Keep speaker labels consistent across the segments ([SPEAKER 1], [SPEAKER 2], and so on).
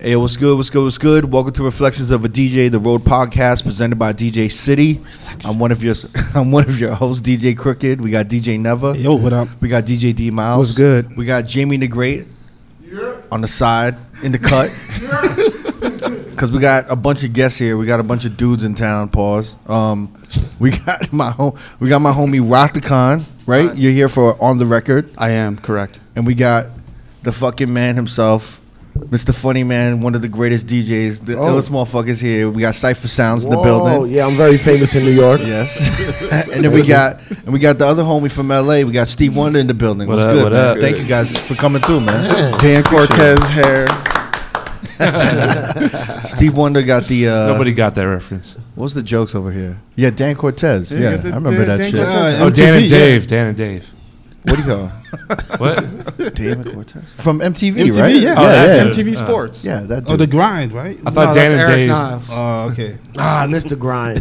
[SPEAKER 1] Hey, what's good? What's good? What's good? Welcome to Reflections of a DJ, the Road Podcast, presented by DJ City. I'm one of your I'm one of your hosts, DJ Crooked. We got DJ Neva.
[SPEAKER 2] Yo, what up?
[SPEAKER 1] We got DJ D Miles.
[SPEAKER 2] What's good?
[SPEAKER 1] We got Jamie the Great on the side in the cut. Cause we got a bunch of guests here. We got a bunch of dudes in town. Pause. Um, we got my home. We got my homie Rock the Con. Right, you're here for on the record,
[SPEAKER 2] I am correct.
[SPEAKER 1] and we got the fucking man himself, Mr. Funny Man, one of the greatest DJs, the illest motherfuckers here. We got Cipher Sounds in the
[SPEAKER 3] Oh,
[SPEAKER 1] building.
[SPEAKER 3] yeah, I'm very famous in New York.
[SPEAKER 1] Yes, and then we got and we got the other homie from LA. We got Steve Wonder in the building.
[SPEAKER 4] What
[SPEAKER 1] What's
[SPEAKER 4] up,
[SPEAKER 1] good,
[SPEAKER 4] what
[SPEAKER 1] man?
[SPEAKER 4] up?
[SPEAKER 1] Thank you guys for coming through, man.
[SPEAKER 2] Dan Cortez hair.
[SPEAKER 1] Steve Wonder got the uh,
[SPEAKER 4] Nobody got that reference.
[SPEAKER 1] What's the jokes over here? Yeah, Dan Cortez. Yeah,
[SPEAKER 2] the-
[SPEAKER 1] I remember
[SPEAKER 2] Dan-
[SPEAKER 1] that
[SPEAKER 2] Dan
[SPEAKER 1] shit.
[SPEAKER 2] Cortez.
[SPEAKER 4] Oh, Dan
[SPEAKER 2] MTV,
[SPEAKER 4] and Dave. Dan and Dave.
[SPEAKER 1] What do you call
[SPEAKER 4] What?
[SPEAKER 1] him? Dan Cortez from MTV,
[SPEAKER 2] MTV,
[SPEAKER 1] right?
[SPEAKER 2] yeah.
[SPEAKER 4] Oh,
[SPEAKER 1] yeah,
[SPEAKER 4] that
[SPEAKER 1] yeah.
[SPEAKER 4] dude.
[SPEAKER 2] MTV
[SPEAKER 4] Uh,
[SPEAKER 2] Sports.
[SPEAKER 1] Yeah, that dude.
[SPEAKER 2] Oh, the grind, right?
[SPEAKER 4] I thought Dan and Dave.
[SPEAKER 2] Oh, okay.
[SPEAKER 3] Ah, Oh, Mr. Grind.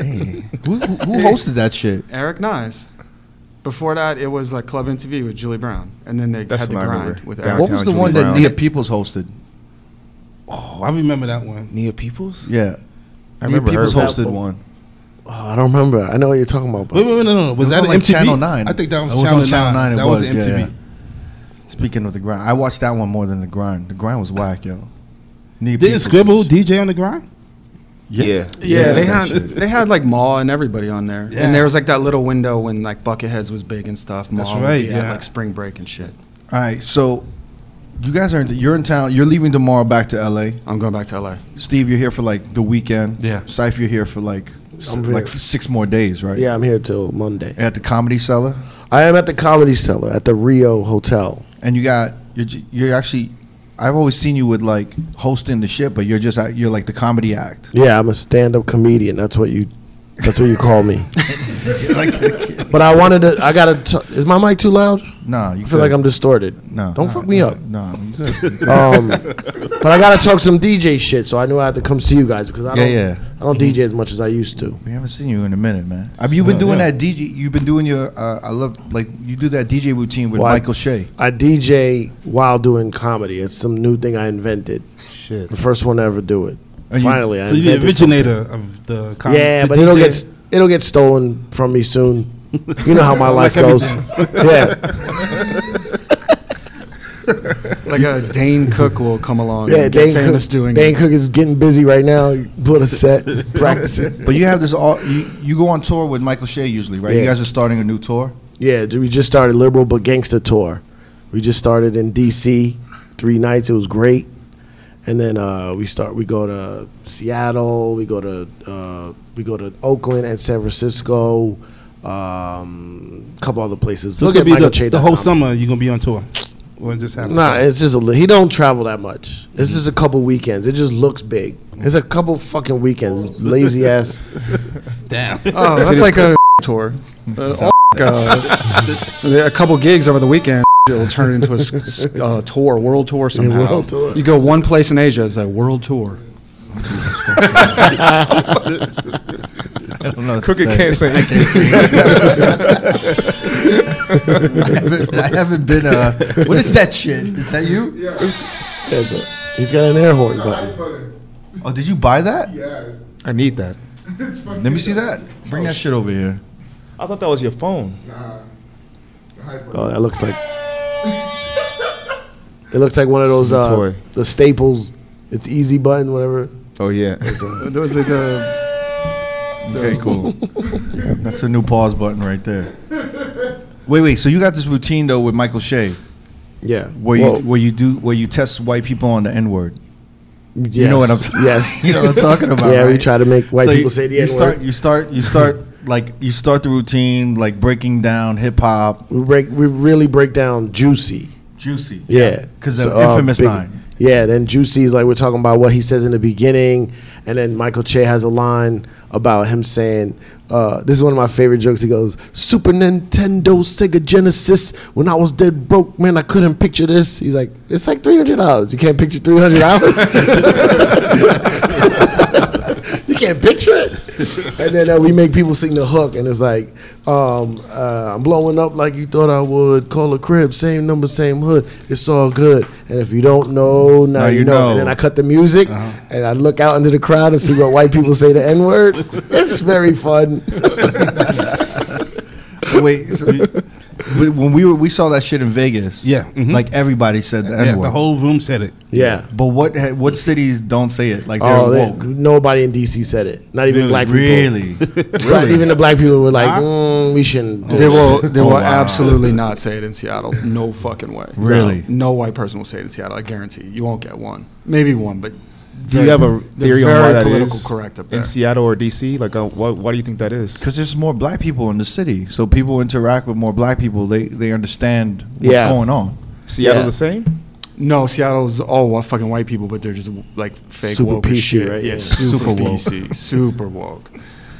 [SPEAKER 1] Hey, who, who who hosted that shit?
[SPEAKER 5] Eric Nice. Before that, it was like Club MTV with Julie Brown, and then they
[SPEAKER 6] That's
[SPEAKER 5] had the
[SPEAKER 6] what I
[SPEAKER 5] grind
[SPEAKER 6] remember.
[SPEAKER 5] with
[SPEAKER 6] Brown.
[SPEAKER 5] Eric.
[SPEAKER 1] What was
[SPEAKER 6] Downtown
[SPEAKER 1] the one
[SPEAKER 6] Julie
[SPEAKER 1] that
[SPEAKER 6] Brown.
[SPEAKER 1] Nia Peoples hosted?
[SPEAKER 2] Oh, I remember that one.
[SPEAKER 6] Nia Peoples?
[SPEAKER 1] Yeah,
[SPEAKER 6] I remember
[SPEAKER 1] Nia
[SPEAKER 6] her.
[SPEAKER 1] Peoples hosted one.
[SPEAKER 3] oh, I don't remember. I know what you're talking about,
[SPEAKER 2] Wait,
[SPEAKER 3] but
[SPEAKER 2] wait, wait, no, no, no. Was
[SPEAKER 1] It
[SPEAKER 2] that
[SPEAKER 1] on,
[SPEAKER 2] an
[SPEAKER 1] like,
[SPEAKER 2] MTV?
[SPEAKER 1] Channel 9.
[SPEAKER 2] I think that was,
[SPEAKER 1] It was
[SPEAKER 2] Channel,
[SPEAKER 1] on Channel
[SPEAKER 2] 9.
[SPEAKER 1] 9, it
[SPEAKER 2] That was,
[SPEAKER 1] was, yeah,
[SPEAKER 2] MTV.
[SPEAKER 1] yeah. Speaking of the grind, I watched that one more than the grind. The grind was whack, yo. Nia
[SPEAKER 2] Didn't
[SPEAKER 1] Peoples
[SPEAKER 2] Scribble
[SPEAKER 1] was-
[SPEAKER 2] DJ on the grind?
[SPEAKER 6] Yeah.
[SPEAKER 5] Yeah,
[SPEAKER 1] Yeah,
[SPEAKER 5] they
[SPEAKER 1] that
[SPEAKER 5] had
[SPEAKER 1] shit.
[SPEAKER 5] they had like Maul and everybody on there,
[SPEAKER 2] Yeah.
[SPEAKER 5] and there was like that little window when like Bucketheads was big and stuff. Maul
[SPEAKER 2] That's
[SPEAKER 5] would
[SPEAKER 2] right,
[SPEAKER 5] be at,
[SPEAKER 2] yeah.
[SPEAKER 5] like Spring Break and shit.
[SPEAKER 1] All right, so you guys are in, you're in town. You're leaving tomorrow back to LA.
[SPEAKER 5] I'm going back to LA.
[SPEAKER 1] Steve, you're here for like the weekend.
[SPEAKER 4] Yeah.
[SPEAKER 1] Scythe, you're here for like s-
[SPEAKER 3] I'm here.
[SPEAKER 1] like six more days, right?
[SPEAKER 3] yeah, I'm here till Monday.
[SPEAKER 1] At the Comedy Cellar,
[SPEAKER 3] I am at the Comedy Cellar at the Rio Hotel.
[SPEAKER 1] and you got you're j- you're actually. I've always seen you with like hosting the shit, but you're just out- you're like the comedy act.
[SPEAKER 3] Yeah, I'm a stand-up comedian. That's what you. That's what you call me.
[SPEAKER 1] like,
[SPEAKER 3] But I wanted to. I gotta. T- is my mic too loud? I
[SPEAKER 1] nah, you
[SPEAKER 3] feel like I'm distorted.
[SPEAKER 1] No,
[SPEAKER 3] Don't
[SPEAKER 1] nah,
[SPEAKER 3] fuck me
[SPEAKER 1] nah,
[SPEAKER 3] up.
[SPEAKER 1] Nah, you good.
[SPEAKER 3] Um, but I gotta talk some DJ shit, so I knew I had to come see you guys because I
[SPEAKER 1] Yeah,
[SPEAKER 3] don't.
[SPEAKER 1] yeah.
[SPEAKER 3] I don't DJ as much as I used to.
[SPEAKER 1] we haven't seen you in a minute, man. Have you been doing that DJ? You've been doing your uh, I love like you do that DJ routine with
[SPEAKER 3] Well, I-
[SPEAKER 1] Michael Shea.
[SPEAKER 3] I DJ while doing comedy. It's some new thing I invented.
[SPEAKER 2] Shit.
[SPEAKER 3] The first one to ever do it.
[SPEAKER 1] you-
[SPEAKER 3] Finally, I
[SPEAKER 2] So you're the
[SPEAKER 3] invented
[SPEAKER 2] originator of the
[SPEAKER 3] something.
[SPEAKER 2] comedy.
[SPEAKER 3] Yeah,
[SPEAKER 2] the
[SPEAKER 3] but it'll
[SPEAKER 2] DJ
[SPEAKER 3] get s- it'll get stolen from me soon. You know how my life goes. Yeah,
[SPEAKER 5] Like a Dane Cook will come along.
[SPEAKER 3] yeah.
[SPEAKER 5] and get
[SPEAKER 3] Dane
[SPEAKER 5] famous
[SPEAKER 3] Cook,
[SPEAKER 5] doing
[SPEAKER 3] Dane
[SPEAKER 5] it.
[SPEAKER 3] Cook is getting busy right now. Put a set, practice it.
[SPEAKER 1] But you have this all you, you go on tour with Michael Shea usually, right? You
[SPEAKER 3] Yeah.
[SPEAKER 1] guys are starting a new tour.
[SPEAKER 3] Yeah, we just started Liberal but Gangsta tour. We just started in D.C. three nights. It was great, and then uh, we start. We go to Seattle. We go to uh, we go to Oakland and San Francisco. Um, a couple other places.
[SPEAKER 2] So it's gonna be the, the whole summer. You're gonna be on tour. Or just have
[SPEAKER 3] Nah, it's just a li- he don't travel that much. It's just a couple weekends. It just looks big. It's a couple fucking weekends. Lazy ass.
[SPEAKER 2] damn.
[SPEAKER 5] Oh, that's like a tour. Uh, all uh, a couple gigs over the weekend. It'll turn into a s- s- uh, tour, world tour somehow.
[SPEAKER 3] world tour.
[SPEAKER 5] You go one place in Asia, it's a world tour.
[SPEAKER 1] I don't know. what to
[SPEAKER 6] Crooked
[SPEAKER 1] say.
[SPEAKER 6] can't say
[SPEAKER 1] I can't say. I haven't- I haven't been. Uh, what is that shit? Is that you?
[SPEAKER 3] That's a- He's got an air horn button.
[SPEAKER 1] Oh, did you buy that?
[SPEAKER 6] I need that.
[SPEAKER 1] Let me see that. Bring that shit over here.
[SPEAKER 6] I thought that was your phone.
[SPEAKER 3] Oh, that looks like. It looks like one of those
[SPEAKER 6] Some
[SPEAKER 3] uh,
[SPEAKER 6] toy.
[SPEAKER 3] the Staples. It's easy button, whatever.
[SPEAKER 6] Oh yeah.
[SPEAKER 5] Those are the
[SPEAKER 1] Okay, cool. That's the new pause button right there. Wait, wait. So you got this routine though with Michael Shea,
[SPEAKER 3] Yeah.
[SPEAKER 1] where
[SPEAKER 3] Whoa.
[SPEAKER 1] you where you do where you test white people on the N word.
[SPEAKER 3] yes.
[SPEAKER 1] You know what I'm. t-
[SPEAKER 3] yes.
[SPEAKER 1] you know what I'm talking about.
[SPEAKER 3] Yeah, we
[SPEAKER 1] right?
[SPEAKER 3] try to make white
[SPEAKER 1] So
[SPEAKER 3] people
[SPEAKER 1] you,
[SPEAKER 3] say the
[SPEAKER 1] you
[SPEAKER 3] N
[SPEAKER 1] start.
[SPEAKER 3] word.
[SPEAKER 1] You start. You start like you start the routine like breaking down hip hop.
[SPEAKER 3] We break. We really break down juicy.
[SPEAKER 1] Juicy.
[SPEAKER 3] Yeah,
[SPEAKER 1] Because the
[SPEAKER 3] uh,
[SPEAKER 1] infamous
[SPEAKER 3] Big-
[SPEAKER 1] nine.
[SPEAKER 3] Yeah, then Juicy is like we're talking about what he says in the beginning, and then Michael Che has a line about him saying, uh, "This is one of my favorite jokes." He goes, "Super Nintendo, Sega Genesis. When I was dead broke, man, I couldn't picture this." He's like, "It's like three hundred dollars. You can't picture three hundred dollars. You can't picture it. And then uh, we make people sing the hook, and it's like, um, uh, I'm blowing up like you thought I would. Call a crib, same number, same hood. It's all good. And if you don't know, now, you, know. And then I cut the music, and I look out into the crowd and see what white people say the N word. It's very fun.
[SPEAKER 1] Wait, so, we- when we were, we saw that shit in Vegas.
[SPEAKER 2] Yeah, mhm.
[SPEAKER 1] like everybody said Mm-hmm. the
[SPEAKER 2] Yeah,
[SPEAKER 1] N-word.
[SPEAKER 2] the whole room said it.
[SPEAKER 3] Yeah.
[SPEAKER 1] but what ha- what cities don't say it? Like they're
[SPEAKER 3] Oh, they-
[SPEAKER 1] woke.
[SPEAKER 3] nobody in DC said it. Not even black people.
[SPEAKER 1] really?
[SPEAKER 3] Black- even the black people were like, mm, we shouldn't. Do
[SPEAKER 5] They
[SPEAKER 3] this.
[SPEAKER 5] will. They
[SPEAKER 1] Oh,
[SPEAKER 5] will
[SPEAKER 1] wow.
[SPEAKER 5] absolutely not say it in Seattle. No fucking way.
[SPEAKER 1] Really?
[SPEAKER 5] No, no white person will say it in Seattle. I guarantee you. You won't get one. Maybe one, but
[SPEAKER 6] Do you have a
[SPEAKER 5] they're
[SPEAKER 6] theory on
[SPEAKER 5] very
[SPEAKER 6] why that
[SPEAKER 5] political
[SPEAKER 6] is
[SPEAKER 5] correct up there.
[SPEAKER 6] in Seattle or DC? Like, uh, why, why do you think that is?
[SPEAKER 1] Because there's more black people in the city, so people interact with more black people. They they understand what's
[SPEAKER 3] Yeah.
[SPEAKER 1] going on.
[SPEAKER 6] Seattle
[SPEAKER 3] Yeah.
[SPEAKER 6] the same?
[SPEAKER 5] No, Seattle's all wa- fucking white people, but they're just like fake
[SPEAKER 3] Super
[SPEAKER 5] woke as
[SPEAKER 3] PC,
[SPEAKER 5] shit.
[SPEAKER 3] right?
[SPEAKER 5] Yeah,
[SPEAKER 3] Yeah.
[SPEAKER 5] super,
[SPEAKER 1] Super woke.
[SPEAKER 5] PC, super woke.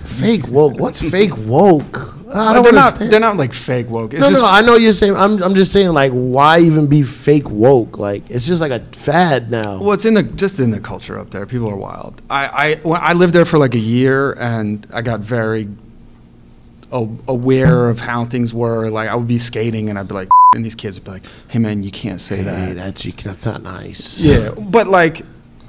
[SPEAKER 3] Fake woke. What's fake woke? I
[SPEAKER 5] Like,
[SPEAKER 3] don't
[SPEAKER 5] they're not.
[SPEAKER 3] understand.
[SPEAKER 5] They're not like fake woke. It's
[SPEAKER 3] no,
[SPEAKER 5] just,
[SPEAKER 3] no, I know you're saying. I'm, I'm just saying, like, why even be fake woke? Like, it's just like a fad now.
[SPEAKER 5] Well, it's in the just in the culture up there. People are wild. I I, when I lived there for like a year, and I got very a- aware of how things were. Like I would be skating, and I'd be like, and these kids would be like, "Hey, man, you can't say
[SPEAKER 3] Hey,
[SPEAKER 5] that."
[SPEAKER 3] that's that's not nice.
[SPEAKER 5] Yeah, but like,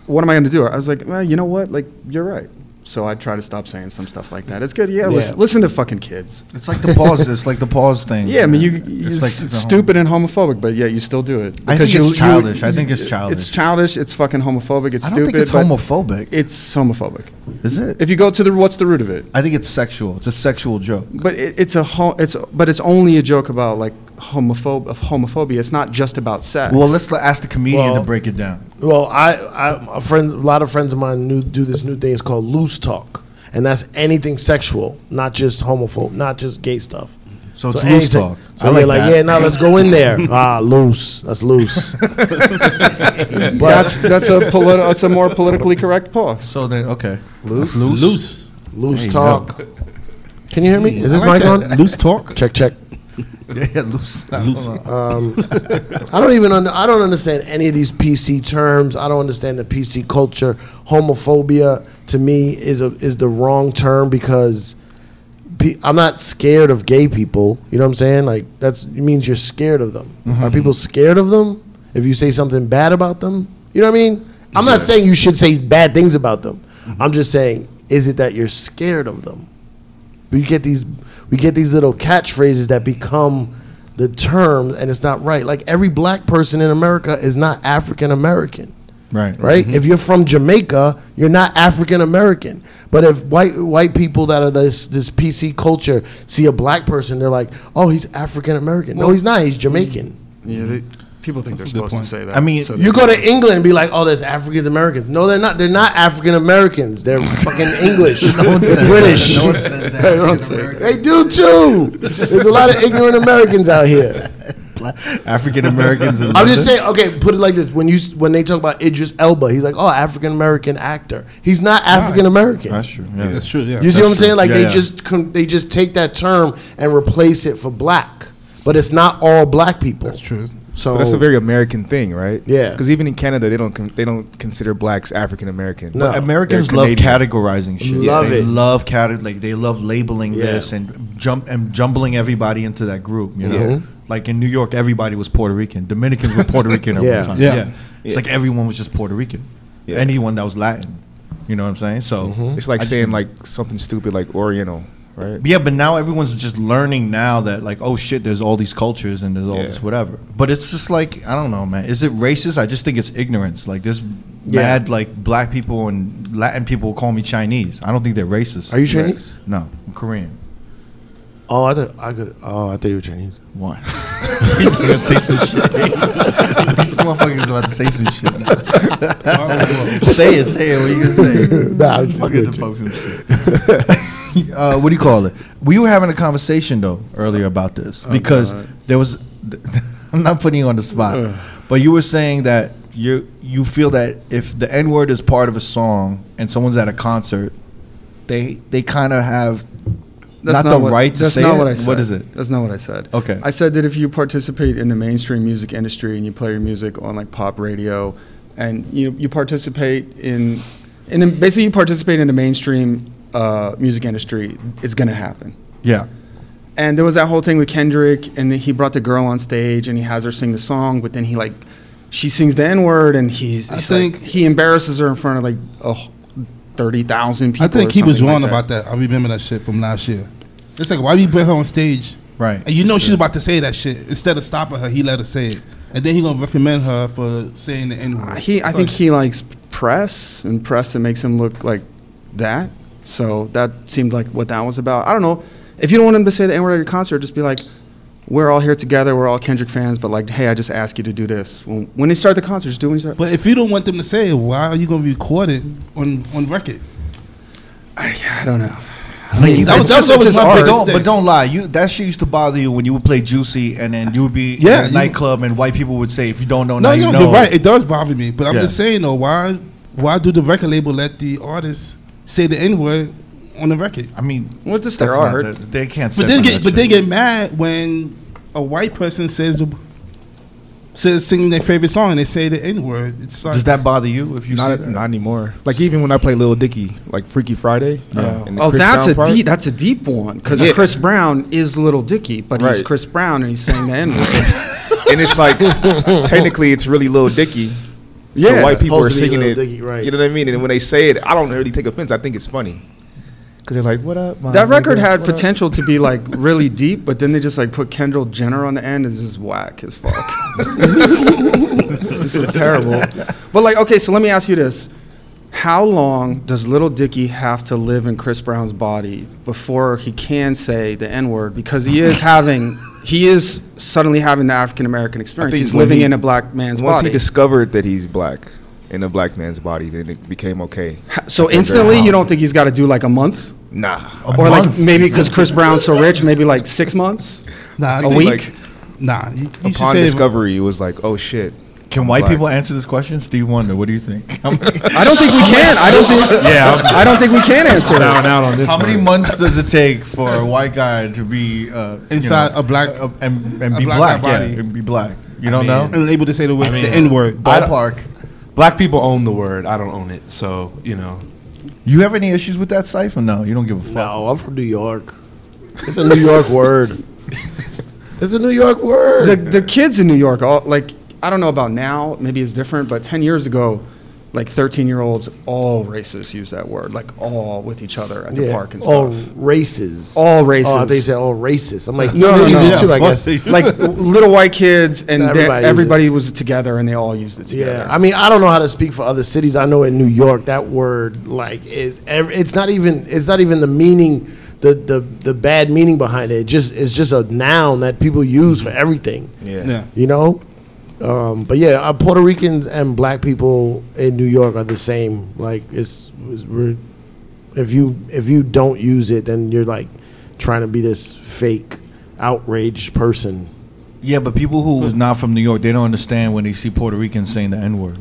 [SPEAKER 5] what am I going to do? I was like, well, you know what? Like, you're right. So I try to stop saying some stuff like that. It's good. Yeah, Listen,
[SPEAKER 3] Yeah.
[SPEAKER 5] listen to fucking kids.
[SPEAKER 1] It's like the pause. it's like the pause thing.
[SPEAKER 5] Yeah, I mean, you,
[SPEAKER 1] It's
[SPEAKER 5] it's,
[SPEAKER 1] like
[SPEAKER 5] it's
[SPEAKER 1] the home-
[SPEAKER 5] stupid and homophobic, but yeah, you still do
[SPEAKER 1] I
[SPEAKER 5] it. Because
[SPEAKER 1] think
[SPEAKER 5] you-
[SPEAKER 1] it's
[SPEAKER 5] you-
[SPEAKER 1] childish. I think it's
[SPEAKER 5] It's
[SPEAKER 1] childish.
[SPEAKER 5] childish. It's fucking homophobic. It's
[SPEAKER 1] I don't
[SPEAKER 5] stupid.
[SPEAKER 1] think it's
[SPEAKER 5] but
[SPEAKER 1] homophobic.
[SPEAKER 5] It's homophobic.
[SPEAKER 1] Is it?
[SPEAKER 5] If you go to the what's the root of it?
[SPEAKER 1] I think it's sexual. It's a sexual joke.
[SPEAKER 5] But it, it's a ho- it's but it's only a joke about like homophob of homophobia. It's not just about sex.
[SPEAKER 1] Well, let's l- ask the comedian to
[SPEAKER 3] Well-
[SPEAKER 1] break it down.
[SPEAKER 3] Well, I, I a friend, a lot of friends of mine new, do this new thing. It's called loose talk, and that's anything sexual, not just homophobe, not just gay stuff.
[SPEAKER 1] So Oh, it's loose
[SPEAKER 3] anything.
[SPEAKER 1] talk.
[SPEAKER 3] So
[SPEAKER 1] I like
[SPEAKER 3] they're like,
[SPEAKER 1] that.
[SPEAKER 3] yeah, now let's go in there. ah, loose. That's loose.
[SPEAKER 5] that's that's a politi- that's a more politically correct pause.
[SPEAKER 1] So then, okay.
[SPEAKER 2] Loose,
[SPEAKER 1] Loose?
[SPEAKER 2] loose,
[SPEAKER 3] Loose
[SPEAKER 1] There you
[SPEAKER 3] talk. Can you hear me? Is this mic on?
[SPEAKER 2] loose talk.
[SPEAKER 3] Check check.
[SPEAKER 1] Yeah, yeah loose.
[SPEAKER 2] Loose.
[SPEAKER 3] Um, I don't even under, I don't understand any of these PC terms. I don't understand the PC culture. Homophobia to me is a is the wrong term because pe- I'm not scared of gay people. You know what I'm saying? Like that's it means you're scared of them. Are people scared of them? If you say something bad about them, you know what I mean? I'm not saying you should say bad things about them. I'm just saying, is it that you're scared of them? we get these we get these little catchphrases that become the term and it's not right like every black person in america is not african american
[SPEAKER 1] Right.
[SPEAKER 3] right if you're from jamaica you're not african american but if white white people that are this this pc culture see a black person they're like oh he's african american no he's not he's
[SPEAKER 1] Mm-hmm.
[SPEAKER 3] jamaican
[SPEAKER 5] Yeah, they, people think
[SPEAKER 2] That's a
[SPEAKER 5] they're
[SPEAKER 2] good
[SPEAKER 5] supposed
[SPEAKER 2] point.
[SPEAKER 5] to say that.
[SPEAKER 1] I mean,
[SPEAKER 5] so they-
[SPEAKER 3] you go to England and be like, "Oh, there's African Americans." No, they're not. They're not African Americans. They're fucking English, British.
[SPEAKER 1] No one says that.
[SPEAKER 3] They do too. There's a lot of ignorant Americans out here.
[SPEAKER 1] African Americans.
[SPEAKER 3] I'm just saying. Okay, put it like this: when you when they talk about Idris Elba, he's like, "Oh, African American actor." He's not African American.
[SPEAKER 1] That's true. Yeah.
[SPEAKER 2] That's true. Yeah,
[SPEAKER 3] You see what I'm
[SPEAKER 1] that's true.
[SPEAKER 3] saying? Like
[SPEAKER 1] Yeah,
[SPEAKER 3] they
[SPEAKER 1] yeah.
[SPEAKER 3] just con- they just take that term and replace it for black, but it's not all black people.
[SPEAKER 2] that's true.
[SPEAKER 3] So
[SPEAKER 6] But that's a very American thing, right?
[SPEAKER 3] Oh. Yeah.
[SPEAKER 6] Because even in Canada, they don't con- they don't consider blacks African American.
[SPEAKER 3] No.
[SPEAKER 1] Americans
[SPEAKER 6] They're
[SPEAKER 1] love
[SPEAKER 6] Canadian.
[SPEAKER 1] categorizing shit.
[SPEAKER 3] Love
[SPEAKER 1] they
[SPEAKER 3] it.
[SPEAKER 1] love cate- like they love labeling
[SPEAKER 3] Yeah.
[SPEAKER 1] this and jump and jumbling everybody into that group. You know,
[SPEAKER 3] Yeah.
[SPEAKER 1] like in New York, everybody was Puerto Rican. Dominicans were Puerto Rican at
[SPEAKER 3] Yeah.
[SPEAKER 1] one time.
[SPEAKER 2] Yeah.
[SPEAKER 1] it's like everyone was just Puerto Rican.
[SPEAKER 6] Yeah. Mm-hmm.
[SPEAKER 1] Anyone that was Latin, you know what I'm saying? So
[SPEAKER 3] Mm-hmm.
[SPEAKER 6] It's like
[SPEAKER 1] I just-
[SPEAKER 6] saying like something stupid like Oriental, right?
[SPEAKER 1] Yeah, but now everyone's just learning now that like, oh shit, there's all these cultures and there's all
[SPEAKER 6] Yeah.
[SPEAKER 1] this whatever. But it's just like I don't know, man. Is it racist? I just think it's ignorance. Like there's
[SPEAKER 3] Yeah.
[SPEAKER 1] mad like black people and Latin people call me Chinese. I don't think they're racist.
[SPEAKER 3] Are you Chinese?
[SPEAKER 1] No, I'm Korean.
[SPEAKER 3] Oh, I thought I could. Oh, I thought you were Chinese.
[SPEAKER 1] Why? He's gonna say some shit. this motherfucker's about to say some shit. Now. say it, say it. What you gonna say?
[SPEAKER 3] nah, I'm just
[SPEAKER 1] Fucking
[SPEAKER 3] fucking
[SPEAKER 1] the folks and shit. uh, what do you call it? We were having a conversation though earlier about this because there was. I'm not putting you on the spot, but you were saying that you you feel that if the N word is part of a song and someone's at a concert, they they kind of have not, the
[SPEAKER 5] what,
[SPEAKER 1] right to
[SPEAKER 5] that's
[SPEAKER 1] say
[SPEAKER 5] not
[SPEAKER 1] it?
[SPEAKER 5] what I said.
[SPEAKER 1] What is it?
[SPEAKER 5] That's not what I said.
[SPEAKER 1] Okay.
[SPEAKER 5] I said that if you participate in the mainstream music industry and you play your music on like pop radio, and you you participate in and then basically you participate in the mainstream uh, music industry, it's gonna happen.
[SPEAKER 1] Yeah.
[SPEAKER 5] And there was that whole thing with Kendrick, and then he brought the girl on stage, and he has her sing the song, but then he like, she sings the N word, and he's,
[SPEAKER 2] I
[SPEAKER 5] he's like-
[SPEAKER 2] think-
[SPEAKER 5] he embarrasses her in front of like oh, thirty thousand people.
[SPEAKER 2] I think
[SPEAKER 5] or
[SPEAKER 2] he was
[SPEAKER 5] something
[SPEAKER 2] wrong
[SPEAKER 5] like
[SPEAKER 2] about that. I remember that shit from last year. It's like why we put her on stage,
[SPEAKER 1] Right.
[SPEAKER 2] And you know she's about to say that shit. Instead of stopping her, he let her say it, and then he gonna reprimand her for saying the N
[SPEAKER 5] Uh,
[SPEAKER 2] word.
[SPEAKER 5] He, I think he likes press and press that makes him look like that. So that seemed like what that was about. I don't know. If you don't want him to say the N word at your concert, just be like, "We're all here together. We're all Kendrick fans." But like, hey, I just asked you to do this. When, when they start the concert, just do when you start.
[SPEAKER 2] But if you don't want them to say it, why are you gonna record it on on record?
[SPEAKER 5] I don't know.
[SPEAKER 2] That was- that's always my
[SPEAKER 1] But
[SPEAKER 2] biggest
[SPEAKER 1] don't,
[SPEAKER 2] thing.
[SPEAKER 1] but don't lie. You that shit used to bother you when you would play Juicy, and then you would be
[SPEAKER 2] Yeah,
[SPEAKER 1] in a
[SPEAKER 2] you-
[SPEAKER 1] nightclub, and white people would say, "If you don't know,
[SPEAKER 2] No,
[SPEAKER 1] now you
[SPEAKER 2] no,
[SPEAKER 1] know."
[SPEAKER 2] you're right. It does bother me, but I'm
[SPEAKER 1] Yeah.
[SPEAKER 2] just saying though, why why do the record label let the artist say the N word on the record?
[SPEAKER 1] I mean,
[SPEAKER 5] What's this
[SPEAKER 1] that's
[SPEAKER 5] there
[SPEAKER 1] not
[SPEAKER 5] are?
[SPEAKER 1] the- they can't.
[SPEAKER 2] But they
[SPEAKER 1] censor
[SPEAKER 2] get
[SPEAKER 1] that
[SPEAKER 2] but they
[SPEAKER 1] shit.
[SPEAKER 2] get mad when a white person says says singing their favorite song and they say the N word. It's like
[SPEAKER 1] Does that bother you if you see
[SPEAKER 6] Not,
[SPEAKER 1] that?
[SPEAKER 6] not anymore. Like even when I play Lil Dicky, like Freaky Friday. uh, and the
[SPEAKER 5] Oh,
[SPEAKER 6] Chris
[SPEAKER 5] that's
[SPEAKER 6] Brown
[SPEAKER 5] a
[SPEAKER 6] part,
[SPEAKER 5] deep. That's a deep one because
[SPEAKER 6] Yeah.
[SPEAKER 5] Chris Brown is Little Dicky, but he's
[SPEAKER 6] Right.
[SPEAKER 5] Chris Brown and he's saying the N word.
[SPEAKER 6] And it's like technically it's really Lil Dicky.
[SPEAKER 5] Yeah.
[SPEAKER 6] so white
[SPEAKER 5] It's
[SPEAKER 6] people are
[SPEAKER 3] supposed to be
[SPEAKER 6] singing
[SPEAKER 3] Lil
[SPEAKER 6] it.
[SPEAKER 3] Dicky, right.
[SPEAKER 6] You know what I mean? And when they say it, I don't really take offense. I think it's funny because they're like, "What up?" My
[SPEAKER 5] that record
[SPEAKER 6] niggas?
[SPEAKER 5] had
[SPEAKER 6] What up?"
[SPEAKER 5] potential to be like really deep, but then they just like put Kendall Jenner on the end. It's just whack as fuck. it's so terrible. But like, okay, so let me ask you this: How long does Little Dicky have to live in Chris Brown's body before he can say the N word? Because he is having, he is suddenly having the African American experience. He's
[SPEAKER 6] when
[SPEAKER 5] living
[SPEAKER 6] he-
[SPEAKER 5] in a black man's
[SPEAKER 6] Once
[SPEAKER 5] body.
[SPEAKER 6] he discovered that he's black in a black man's body, then it became okay.
[SPEAKER 5] so instantly, you don't think he's got to do like a month?
[SPEAKER 6] Nah,
[SPEAKER 1] month?
[SPEAKER 5] Or like maybe because Chris Brown's so rich, maybe like six months.
[SPEAKER 2] nah, I
[SPEAKER 5] a
[SPEAKER 2] think,
[SPEAKER 5] week?
[SPEAKER 2] Like, nah, you, you should
[SPEAKER 6] upon
[SPEAKER 2] say
[SPEAKER 6] discovery, it was like, "Oh shit."
[SPEAKER 1] Can white
[SPEAKER 6] Black.
[SPEAKER 1] people answer this question? Steve Wonder, what do you think? How many,
[SPEAKER 5] I don't think we can. I don't think.
[SPEAKER 4] Yeah, I'm-
[SPEAKER 5] I don't think we can answer
[SPEAKER 4] Down
[SPEAKER 5] that.
[SPEAKER 4] and out on this
[SPEAKER 1] how many
[SPEAKER 4] one.
[SPEAKER 1] months does it take for a white guy to be uh, you
[SPEAKER 2] Inside
[SPEAKER 1] know,
[SPEAKER 2] a black-
[SPEAKER 1] uh, and, and
[SPEAKER 2] a
[SPEAKER 1] be
[SPEAKER 2] black
[SPEAKER 1] black?
[SPEAKER 2] guy
[SPEAKER 1] yeah,
[SPEAKER 2] body.
[SPEAKER 1] and be black. You don't
[SPEAKER 4] mean-
[SPEAKER 1] know
[SPEAKER 2] and able to say the, word
[SPEAKER 4] mean-
[SPEAKER 2] the N word.
[SPEAKER 4] I don't-
[SPEAKER 1] ballpark.
[SPEAKER 4] Black people own the word. I don't own it. So, you know.
[SPEAKER 1] You have any issues with that cipher? No, you don't give a fuck.
[SPEAKER 3] No, I'm from New York. It's a New York word. It's a New York word.
[SPEAKER 5] The, the kids in New York, all, like I don't know about now. Maybe it's different, but ten years ago, like thirteen year olds, all races use that word, like all with each other at the
[SPEAKER 3] Yeah,
[SPEAKER 5] park and
[SPEAKER 3] all
[SPEAKER 5] stuff.
[SPEAKER 3] races.
[SPEAKER 5] All races.
[SPEAKER 3] Oh, they said all races. I'm like,
[SPEAKER 5] No,
[SPEAKER 3] no,
[SPEAKER 5] no,
[SPEAKER 3] no,
[SPEAKER 5] no. Yeah,
[SPEAKER 3] too, I
[SPEAKER 1] of course
[SPEAKER 3] guess.
[SPEAKER 1] they-
[SPEAKER 5] like little white kids, and
[SPEAKER 3] Everybody
[SPEAKER 5] everybody,
[SPEAKER 3] used it.
[SPEAKER 5] everybody was together, and they all used it together.
[SPEAKER 3] Yeah, I mean, I don't know how to speak for other cities. I know in New York, that word like is ev- it's not even it's not even the meaning, the the the bad meaning behind it. It Just it's just a noun that people use for everything.
[SPEAKER 6] Yeah.
[SPEAKER 2] Yeah.
[SPEAKER 3] you know. Um, but yeah, uh, Puerto Ricans and black people in New York are the same. Like it's, it's we're, if you if you don't use it, then you're like trying to be this fake outraged person.
[SPEAKER 1] Yeah, but people who's not from New York, they don't understand when they see Puerto Ricans saying the N word.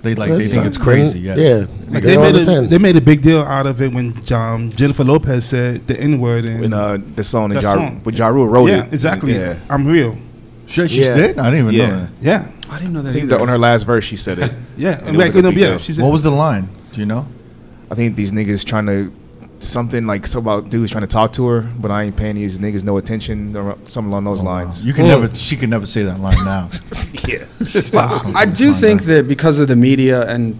[SPEAKER 1] They like they think it's crazy. Yeah,
[SPEAKER 3] yeah.
[SPEAKER 2] Like
[SPEAKER 3] they
[SPEAKER 2] they,
[SPEAKER 3] don't
[SPEAKER 2] made a,
[SPEAKER 3] understand.
[SPEAKER 2] they made a big deal out of it when um, Jennifer Lopez said the N word and
[SPEAKER 6] When uh, the song that
[SPEAKER 2] That
[SPEAKER 6] ja,
[SPEAKER 2] song.
[SPEAKER 6] when ja Rule wrote it.
[SPEAKER 2] yeah, exactly.
[SPEAKER 6] Yeah.
[SPEAKER 2] I'm real.
[SPEAKER 1] She, she
[SPEAKER 3] Yeah.
[SPEAKER 1] did. I didn't even
[SPEAKER 6] Yeah.
[SPEAKER 1] know that.
[SPEAKER 2] Yeah,
[SPEAKER 5] I didn't know that.
[SPEAKER 6] I think that
[SPEAKER 5] either.
[SPEAKER 6] on her last verse she said it.
[SPEAKER 2] yeah.
[SPEAKER 6] And it was
[SPEAKER 2] Like,
[SPEAKER 6] like a
[SPEAKER 2] you know,
[SPEAKER 6] big
[SPEAKER 2] yeah,
[SPEAKER 6] deal.
[SPEAKER 2] she said,
[SPEAKER 1] What was the line? Do you know?
[SPEAKER 6] I think these niggas trying to something like some about dudes trying to talk to her, but I ain't paying these niggas no attention or something along those lines.
[SPEAKER 1] You can
[SPEAKER 3] Mm.
[SPEAKER 1] never. She can never say that line now.
[SPEAKER 5] Well, I do think that because of the media and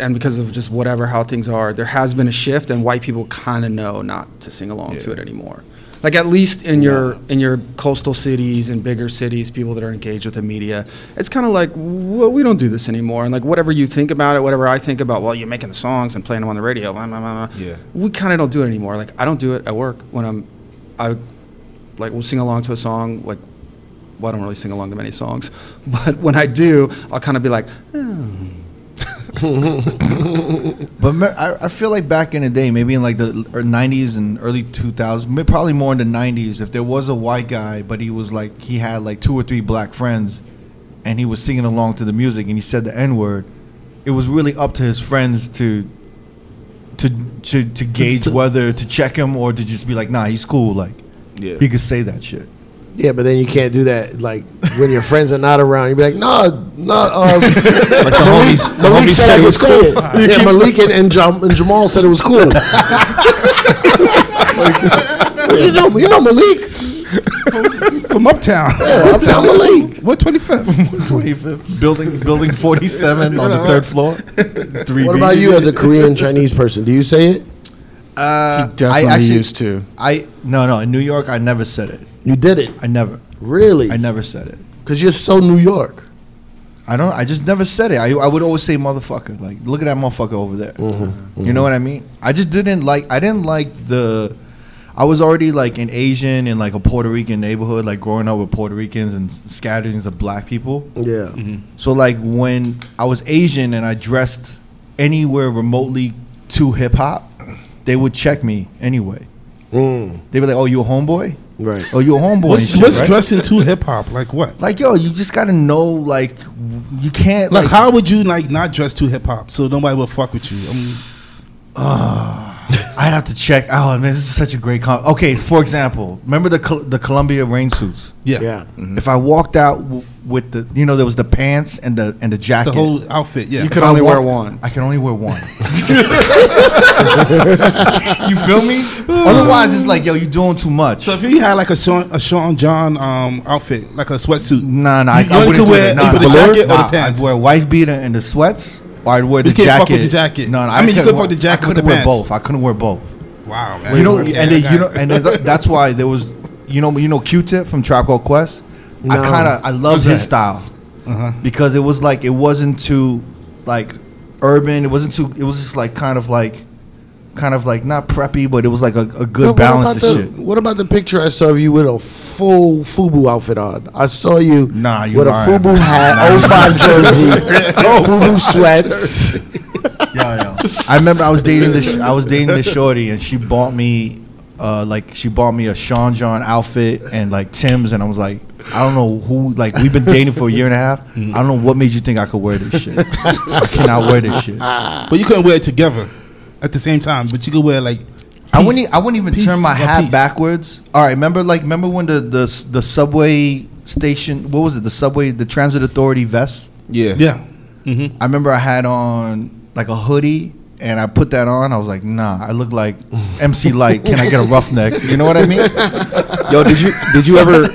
[SPEAKER 5] and because of just whatever how things are, there has been a shift, and white people kind of know not to sing along to it anymore. Like at least in your in your coastal cities and bigger cities, people that are engaged with the media, it's kind of like, well, we don't do this anymore. And like whatever you think about it, whatever I think about, well, you're making the songs and playing them on the radio. Blah, blah, blah, blah.
[SPEAKER 6] Yeah.
[SPEAKER 5] we kind of don't do it anymore. Like I don't do it at work when I'm, I, like we'll sing along to a song like well, I don't really sing along to many songs, but when I do, I'll kind of be like, "Eh."
[SPEAKER 1] But me- I, I feel like back in the day, maybe in like the l- er, 90s and early 2000s, ma- probably more in the 90s, if there was a white guy, but he was like, he had like two or three black friends and he was singing along to the music and he said the N word, it was really up to his friends to. To, to, to gauge whether to check him or to just be like, nah, he's cool. Like,
[SPEAKER 6] Yeah.
[SPEAKER 1] he could say that shit.
[SPEAKER 3] Yeah, but then you can't do that. Like when your friends are not around, you'd be like, "No, no." Uh, like the Malik,
[SPEAKER 1] homies- the
[SPEAKER 3] Malik
[SPEAKER 1] homies
[SPEAKER 3] said it was cool. yeah, Malik and, and, Jam- and Jamal said it was cool. you know, you know Malik.
[SPEAKER 2] from Uptown.
[SPEAKER 3] I'm telling Malik.
[SPEAKER 2] What twenty fifth?
[SPEAKER 1] building building 47 on the third floor. Three
[SPEAKER 3] What
[SPEAKER 1] B.
[SPEAKER 3] about you as a Korean Chinese person? Do you say it?
[SPEAKER 1] Uh,
[SPEAKER 5] Definitely used to.
[SPEAKER 1] I no no in New York I never said it.
[SPEAKER 3] You did it,
[SPEAKER 1] I never.
[SPEAKER 3] really?
[SPEAKER 1] I never said it.
[SPEAKER 3] Because you're so New York.
[SPEAKER 1] I don't. I just never said it. I, I would always say motherfucker. Like look at that motherfucker over there. You know what I mean? I just didn't like. I didn't like the. I was already like an Asian and like a Puerto Rican neighborhood, like growing up with Puerto Ricans and s- scatterings of black people.
[SPEAKER 3] Yeah.
[SPEAKER 1] So like when I was Asian and I dressed anywhere remotely to hip hop, they would check me anyway. They'd be like, "Oh, you a homeboy?
[SPEAKER 3] Mm, Right.
[SPEAKER 1] Oh, you a homeboy?" and
[SPEAKER 2] What's,
[SPEAKER 1] shit,
[SPEAKER 2] what's
[SPEAKER 1] right?
[SPEAKER 2] dressing to hip hop? Like what?
[SPEAKER 1] like, yo, you just gotta know. Like, w- you can't
[SPEAKER 2] Like, how would you like not dress to hip hop so nobody will fuck with you? Um, I mean,
[SPEAKER 1] I'd have to check. Oh man, this is such a great con. Okay, for example, remember the Col- the Columbia rain suits.
[SPEAKER 2] yeah,
[SPEAKER 3] Yeah.
[SPEAKER 1] If I walked out w- with the, you know, there was the pants and the and the jacket.
[SPEAKER 2] the whole outfit. Yeah,
[SPEAKER 5] You
[SPEAKER 1] If
[SPEAKER 5] could
[SPEAKER 1] I
[SPEAKER 5] only wear
[SPEAKER 1] walked-
[SPEAKER 5] one.
[SPEAKER 1] I can only wear one. you feel me? Otherwise, it's like, yo, you doing too much.
[SPEAKER 2] Uh. so if you had like a Sean, a Sean John um, outfit, like a sweatsuit,
[SPEAKER 1] nah, nah, I,
[SPEAKER 2] You
[SPEAKER 1] I
[SPEAKER 2] only
[SPEAKER 1] wouldn't
[SPEAKER 2] could
[SPEAKER 1] do
[SPEAKER 2] wear
[SPEAKER 1] that. Nah,
[SPEAKER 2] either the
[SPEAKER 1] nah,
[SPEAKER 2] jacket or the
[SPEAKER 1] nah,
[SPEAKER 2] pants.
[SPEAKER 1] I'd wear wife beater and the sweats, or I'd wear the
[SPEAKER 2] you can't
[SPEAKER 1] jacket.
[SPEAKER 2] fuck with the jacket.
[SPEAKER 1] No, no,
[SPEAKER 2] I mean, you
[SPEAKER 1] couldn't
[SPEAKER 2] could fuck
[SPEAKER 1] wear-
[SPEAKER 2] the jacket
[SPEAKER 1] I
[SPEAKER 2] with the
[SPEAKER 1] couldn't wear
[SPEAKER 2] pants.
[SPEAKER 1] both. I couldn't wear both.
[SPEAKER 2] wow, man.
[SPEAKER 1] you know,
[SPEAKER 2] Okay,
[SPEAKER 1] and
[SPEAKER 2] I
[SPEAKER 1] then,
[SPEAKER 2] got
[SPEAKER 1] you
[SPEAKER 2] it.
[SPEAKER 1] know, and then th- that's why there was, you know, you know, Q-Tip from Trap Called Quest. I
[SPEAKER 3] No.
[SPEAKER 1] kind of I loved his style
[SPEAKER 2] Uh-huh.
[SPEAKER 1] because it was like it wasn't too like urban. It wasn't too. It was just like kind of like, kind of like not preppy, but it was like a, a good
[SPEAKER 3] But what
[SPEAKER 1] balance of
[SPEAKER 3] about
[SPEAKER 1] shit.
[SPEAKER 3] the, What about the picture I saw of you with a full FUBU outfit on? I saw you
[SPEAKER 1] Nah, you
[SPEAKER 3] with
[SPEAKER 1] lying.
[SPEAKER 3] a FUBU hat, 05 jersey,
[SPEAKER 1] Oh,
[SPEAKER 3] FUBU sweats.
[SPEAKER 1] Yeah, yeah. I remember I was dating this. I was dating this shorty, and she bought me, uh, like she bought me a Sean John outfit and like Tim's, and I was like, I don't know who. Like we've been dating for a year and a half. I don't know what made you think I could wear this shit. I cannot wear this shit. I
[SPEAKER 2] but you couldn't wear it together at the same time. But you could wear like
[SPEAKER 1] wouldn't. e- I wouldn't even
[SPEAKER 2] Peace.
[SPEAKER 1] turn my
[SPEAKER 2] Love
[SPEAKER 1] hat
[SPEAKER 2] peace.
[SPEAKER 1] backwards. All right, remember like remember when the the s- the subway station? What was it? The subway, the transit authority vest.
[SPEAKER 6] Yeah.
[SPEAKER 2] yeah, hmm
[SPEAKER 1] I remember I had on like a hoodie and I put that on. I was like, nah, I look like MC Light. Can I get a roughneck? You know what I mean?
[SPEAKER 6] Yo, did you did you ever?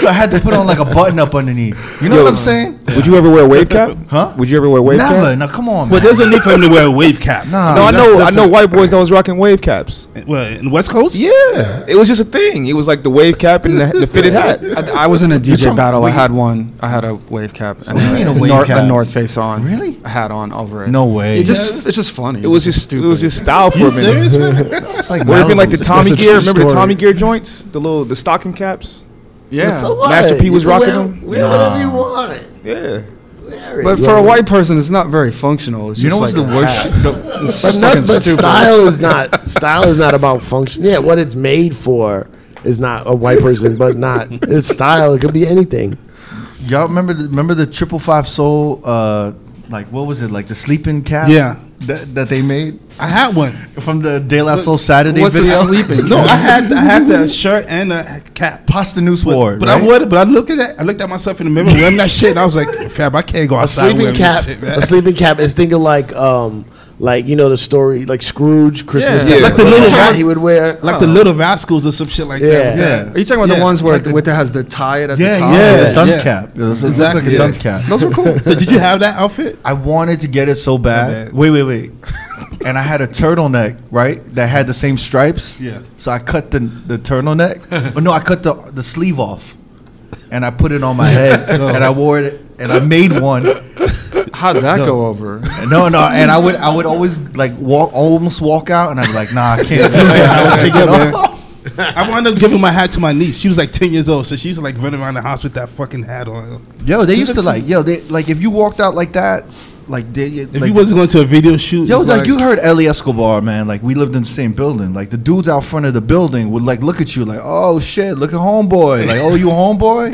[SPEAKER 1] So I had to put on like a button up underneath. You know what I'm saying?
[SPEAKER 6] Would you ever wear a wave cap?
[SPEAKER 1] Huh?
[SPEAKER 6] Would you ever wear a wave
[SPEAKER 1] Never.
[SPEAKER 6] cap?
[SPEAKER 1] Now come on,
[SPEAKER 2] But
[SPEAKER 1] man.
[SPEAKER 2] there's a need for him to wear a wave cap.
[SPEAKER 1] Nah.
[SPEAKER 6] No, I
[SPEAKER 1] that's
[SPEAKER 6] know. I
[SPEAKER 1] different.
[SPEAKER 6] know white boys that was rocking wave caps.
[SPEAKER 2] Well, in the West Coast,
[SPEAKER 6] Yeah, it was just a thing. It was like the wave cap and the, the fitted hat.
[SPEAKER 5] I, I was in a DJ
[SPEAKER 1] talking-
[SPEAKER 5] battle. I
[SPEAKER 1] wait.
[SPEAKER 5] had one. I had a wave cap.
[SPEAKER 1] what
[SPEAKER 5] and
[SPEAKER 1] do you
[SPEAKER 5] I-
[SPEAKER 1] mean a wave
[SPEAKER 5] nor-
[SPEAKER 1] cap?
[SPEAKER 5] A North Face on.
[SPEAKER 1] Really?
[SPEAKER 5] A hat on over it.
[SPEAKER 1] No way.
[SPEAKER 5] It just, it's just funny.
[SPEAKER 6] It was just it was just style for a minute.
[SPEAKER 1] It's like
[SPEAKER 6] Would it been like the
[SPEAKER 1] Malibu.
[SPEAKER 6] Tommy
[SPEAKER 3] That's a
[SPEAKER 6] gear?
[SPEAKER 3] true
[SPEAKER 6] Remember the
[SPEAKER 3] story.
[SPEAKER 6] Tommy gear joints? The little the stocking caps.
[SPEAKER 5] Yeah.
[SPEAKER 3] So what?
[SPEAKER 6] Master P was
[SPEAKER 3] You can
[SPEAKER 6] rocking
[SPEAKER 3] wear-
[SPEAKER 6] them?
[SPEAKER 3] Wear whatever you want.
[SPEAKER 6] Yeah.
[SPEAKER 3] Wear it.
[SPEAKER 5] But for a white person, it's not very functional. It's
[SPEAKER 1] You know what's
[SPEAKER 5] just like
[SPEAKER 1] the
[SPEAKER 5] a
[SPEAKER 1] worst?
[SPEAKER 5] hat.
[SPEAKER 1] Shit? The-
[SPEAKER 5] It's
[SPEAKER 3] but, not,
[SPEAKER 5] fucking
[SPEAKER 3] but
[SPEAKER 5] stupid.
[SPEAKER 3] style is not style is not about function. Yeah, what it's made for is not a white person, but not it's style. It could be anything.
[SPEAKER 1] y'all remember? The, remember the triple five soul? Uh, like what was it? Like the sleeping cap?
[SPEAKER 2] Yeah.
[SPEAKER 1] That, that they made
[SPEAKER 2] I had one.
[SPEAKER 1] from the De La Soul Saturday
[SPEAKER 5] What's the
[SPEAKER 1] video.
[SPEAKER 5] sleeping?
[SPEAKER 2] No, I had I had the shirt and the cap.
[SPEAKER 1] Pasta Noose wore.
[SPEAKER 2] But
[SPEAKER 1] right?
[SPEAKER 2] I would, but I looked at that. I looked at myself in the mirror wearing that shit, and I was like, "Fab, I can't go
[SPEAKER 3] A
[SPEAKER 2] outside
[SPEAKER 3] sleeping
[SPEAKER 2] wearing
[SPEAKER 3] cap.
[SPEAKER 2] this shit, man."
[SPEAKER 3] A sleeping cap is thinking like um like you know the story like Scrooge Christmas.
[SPEAKER 5] Yeah,
[SPEAKER 3] Carol.
[SPEAKER 2] like the little
[SPEAKER 3] hat
[SPEAKER 2] guy-
[SPEAKER 3] he would wear.
[SPEAKER 2] like the little Vascals or some shit like
[SPEAKER 3] Yeah.
[SPEAKER 2] that.
[SPEAKER 1] Yeah.
[SPEAKER 5] Are you talking about
[SPEAKER 2] Yeah,
[SPEAKER 5] the ones where with that has the tie at
[SPEAKER 1] Yeah,
[SPEAKER 5] the top?
[SPEAKER 1] yeah,
[SPEAKER 2] Yeah,
[SPEAKER 1] the dunce
[SPEAKER 2] yeah.
[SPEAKER 1] cap. It was, it looked
[SPEAKER 2] Exactly,
[SPEAKER 1] like a
[SPEAKER 2] yeah.
[SPEAKER 1] dunce cap.
[SPEAKER 5] Those were cool.
[SPEAKER 2] So did you have that outfit?
[SPEAKER 1] I wanted to get it so bad.
[SPEAKER 2] bad.
[SPEAKER 1] Wait, wait, wait. and I had a turtleneck, right? That had the same stripes.
[SPEAKER 2] Yeah.
[SPEAKER 1] So I cut the the turtleneck. but no, I cut the the sleeve off. And I put it on my head. and I wore it and I made one.
[SPEAKER 5] How'd that go over?
[SPEAKER 1] No, no, and I would I would always like walk almost walk out and I'd be like, nah, I can't do it. I would take it off.
[SPEAKER 2] I wound up giving my hat to my niece. She was like ten years old, so she used to like run around the house with that fucking hat on.
[SPEAKER 1] Yo, they used to like yo, they like if you walked out like that, like they
[SPEAKER 2] If
[SPEAKER 1] like,
[SPEAKER 2] you wasn't going to a video shoot,
[SPEAKER 1] Yo,
[SPEAKER 2] it's
[SPEAKER 1] like, you heard Ellie Escobar, man. Like we lived in the same building. Like the dudes out front of the building would like look at you, like, oh shit, look at homeboy. Like, oh, you homeboy?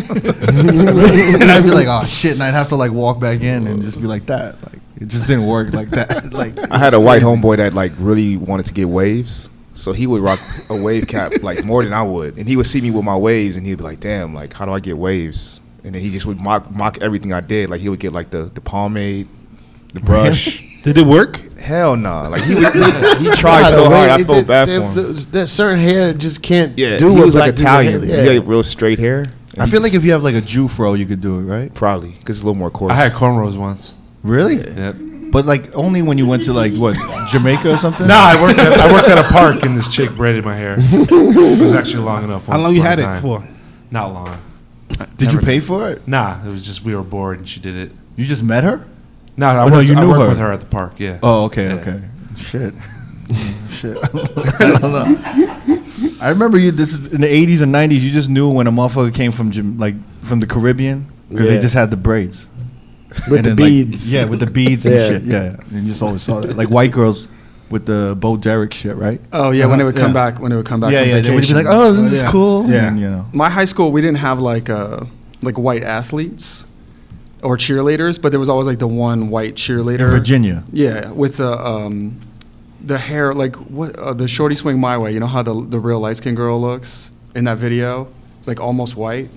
[SPEAKER 1] and I'd be like, oh shit, and I'd have to like walk back in and just be like that. Like it just didn't work like that. Like
[SPEAKER 6] I had a white homeboy that like really wanted to get waves. So he would rock a wave cap like more than I would, and he would see me with my waves, and he'd be like, "Damn, like how do I get waves?" And then he just would mock mock everything I did. Like he would get like the the pomade, the brush.
[SPEAKER 2] Did it work?
[SPEAKER 6] Hell nah. Like he would, he, he tried so hard. I felt bad for him.
[SPEAKER 3] That certain hair just can't
[SPEAKER 6] Yeah,
[SPEAKER 3] do
[SPEAKER 6] he
[SPEAKER 3] what
[SPEAKER 6] was
[SPEAKER 3] black
[SPEAKER 6] like
[SPEAKER 3] people have.
[SPEAKER 6] Italian. He had real straight hair.
[SPEAKER 1] I feel like if you have like a Jew fro, you could do it, right?
[SPEAKER 6] probably because it's a little more coarse.
[SPEAKER 4] I had cornrows once.
[SPEAKER 1] Really?
[SPEAKER 4] Yep.
[SPEAKER 1] But like only when you went to like what Jamaica or something.
[SPEAKER 4] No, I worked. At, I worked at a park, and this chick braided my hair. It was actually long enough.
[SPEAKER 2] How
[SPEAKER 4] once
[SPEAKER 2] long you
[SPEAKER 4] upon a
[SPEAKER 2] had it
[SPEAKER 4] time.
[SPEAKER 2] for?
[SPEAKER 4] Not long.
[SPEAKER 1] Did you
[SPEAKER 4] Never-
[SPEAKER 1] pay for it?
[SPEAKER 4] Nah, it was just we were bored, and she did it.
[SPEAKER 1] You just met her?
[SPEAKER 4] No, I
[SPEAKER 1] Oh, no,
[SPEAKER 4] worked,
[SPEAKER 1] you
[SPEAKER 4] I
[SPEAKER 1] knew
[SPEAKER 4] worked
[SPEAKER 1] her.
[SPEAKER 4] with her at the park. Yeah.
[SPEAKER 1] Oh, okay,
[SPEAKER 4] Yeah.
[SPEAKER 1] okay. Shit. Shit. I don't know. I remember you this is in the 80s and 90s. You just knew when a motherfucker came from Jam- like from the Caribbean because
[SPEAKER 3] Yeah.
[SPEAKER 1] they just had the braids And
[SPEAKER 3] with the
[SPEAKER 1] then, like,
[SPEAKER 3] beads.
[SPEAKER 1] yeah, with the beads and
[SPEAKER 3] Yeah.
[SPEAKER 1] shit. Yeah, and you just always saw that. Like white girls with the Bo Derek shit, right? Uh-huh.
[SPEAKER 5] Oh yeah, when they would come
[SPEAKER 1] Yeah.
[SPEAKER 5] back, when they would come back from
[SPEAKER 1] They would be
[SPEAKER 5] vacation.
[SPEAKER 1] like, "Oh, isn't
[SPEAKER 2] Oh,
[SPEAKER 1] this
[SPEAKER 2] yeah.
[SPEAKER 1] cool?"
[SPEAKER 2] Yeah.
[SPEAKER 1] and, you know.
[SPEAKER 5] my high school we didn't have like uh like white athletes or cheerleaders but there was always like the one white cheerleader
[SPEAKER 1] In Virginia.
[SPEAKER 5] yeah with the um the hair like what uh, the shorty swing my way you know how the the real light skinned girl looks in that video like almost white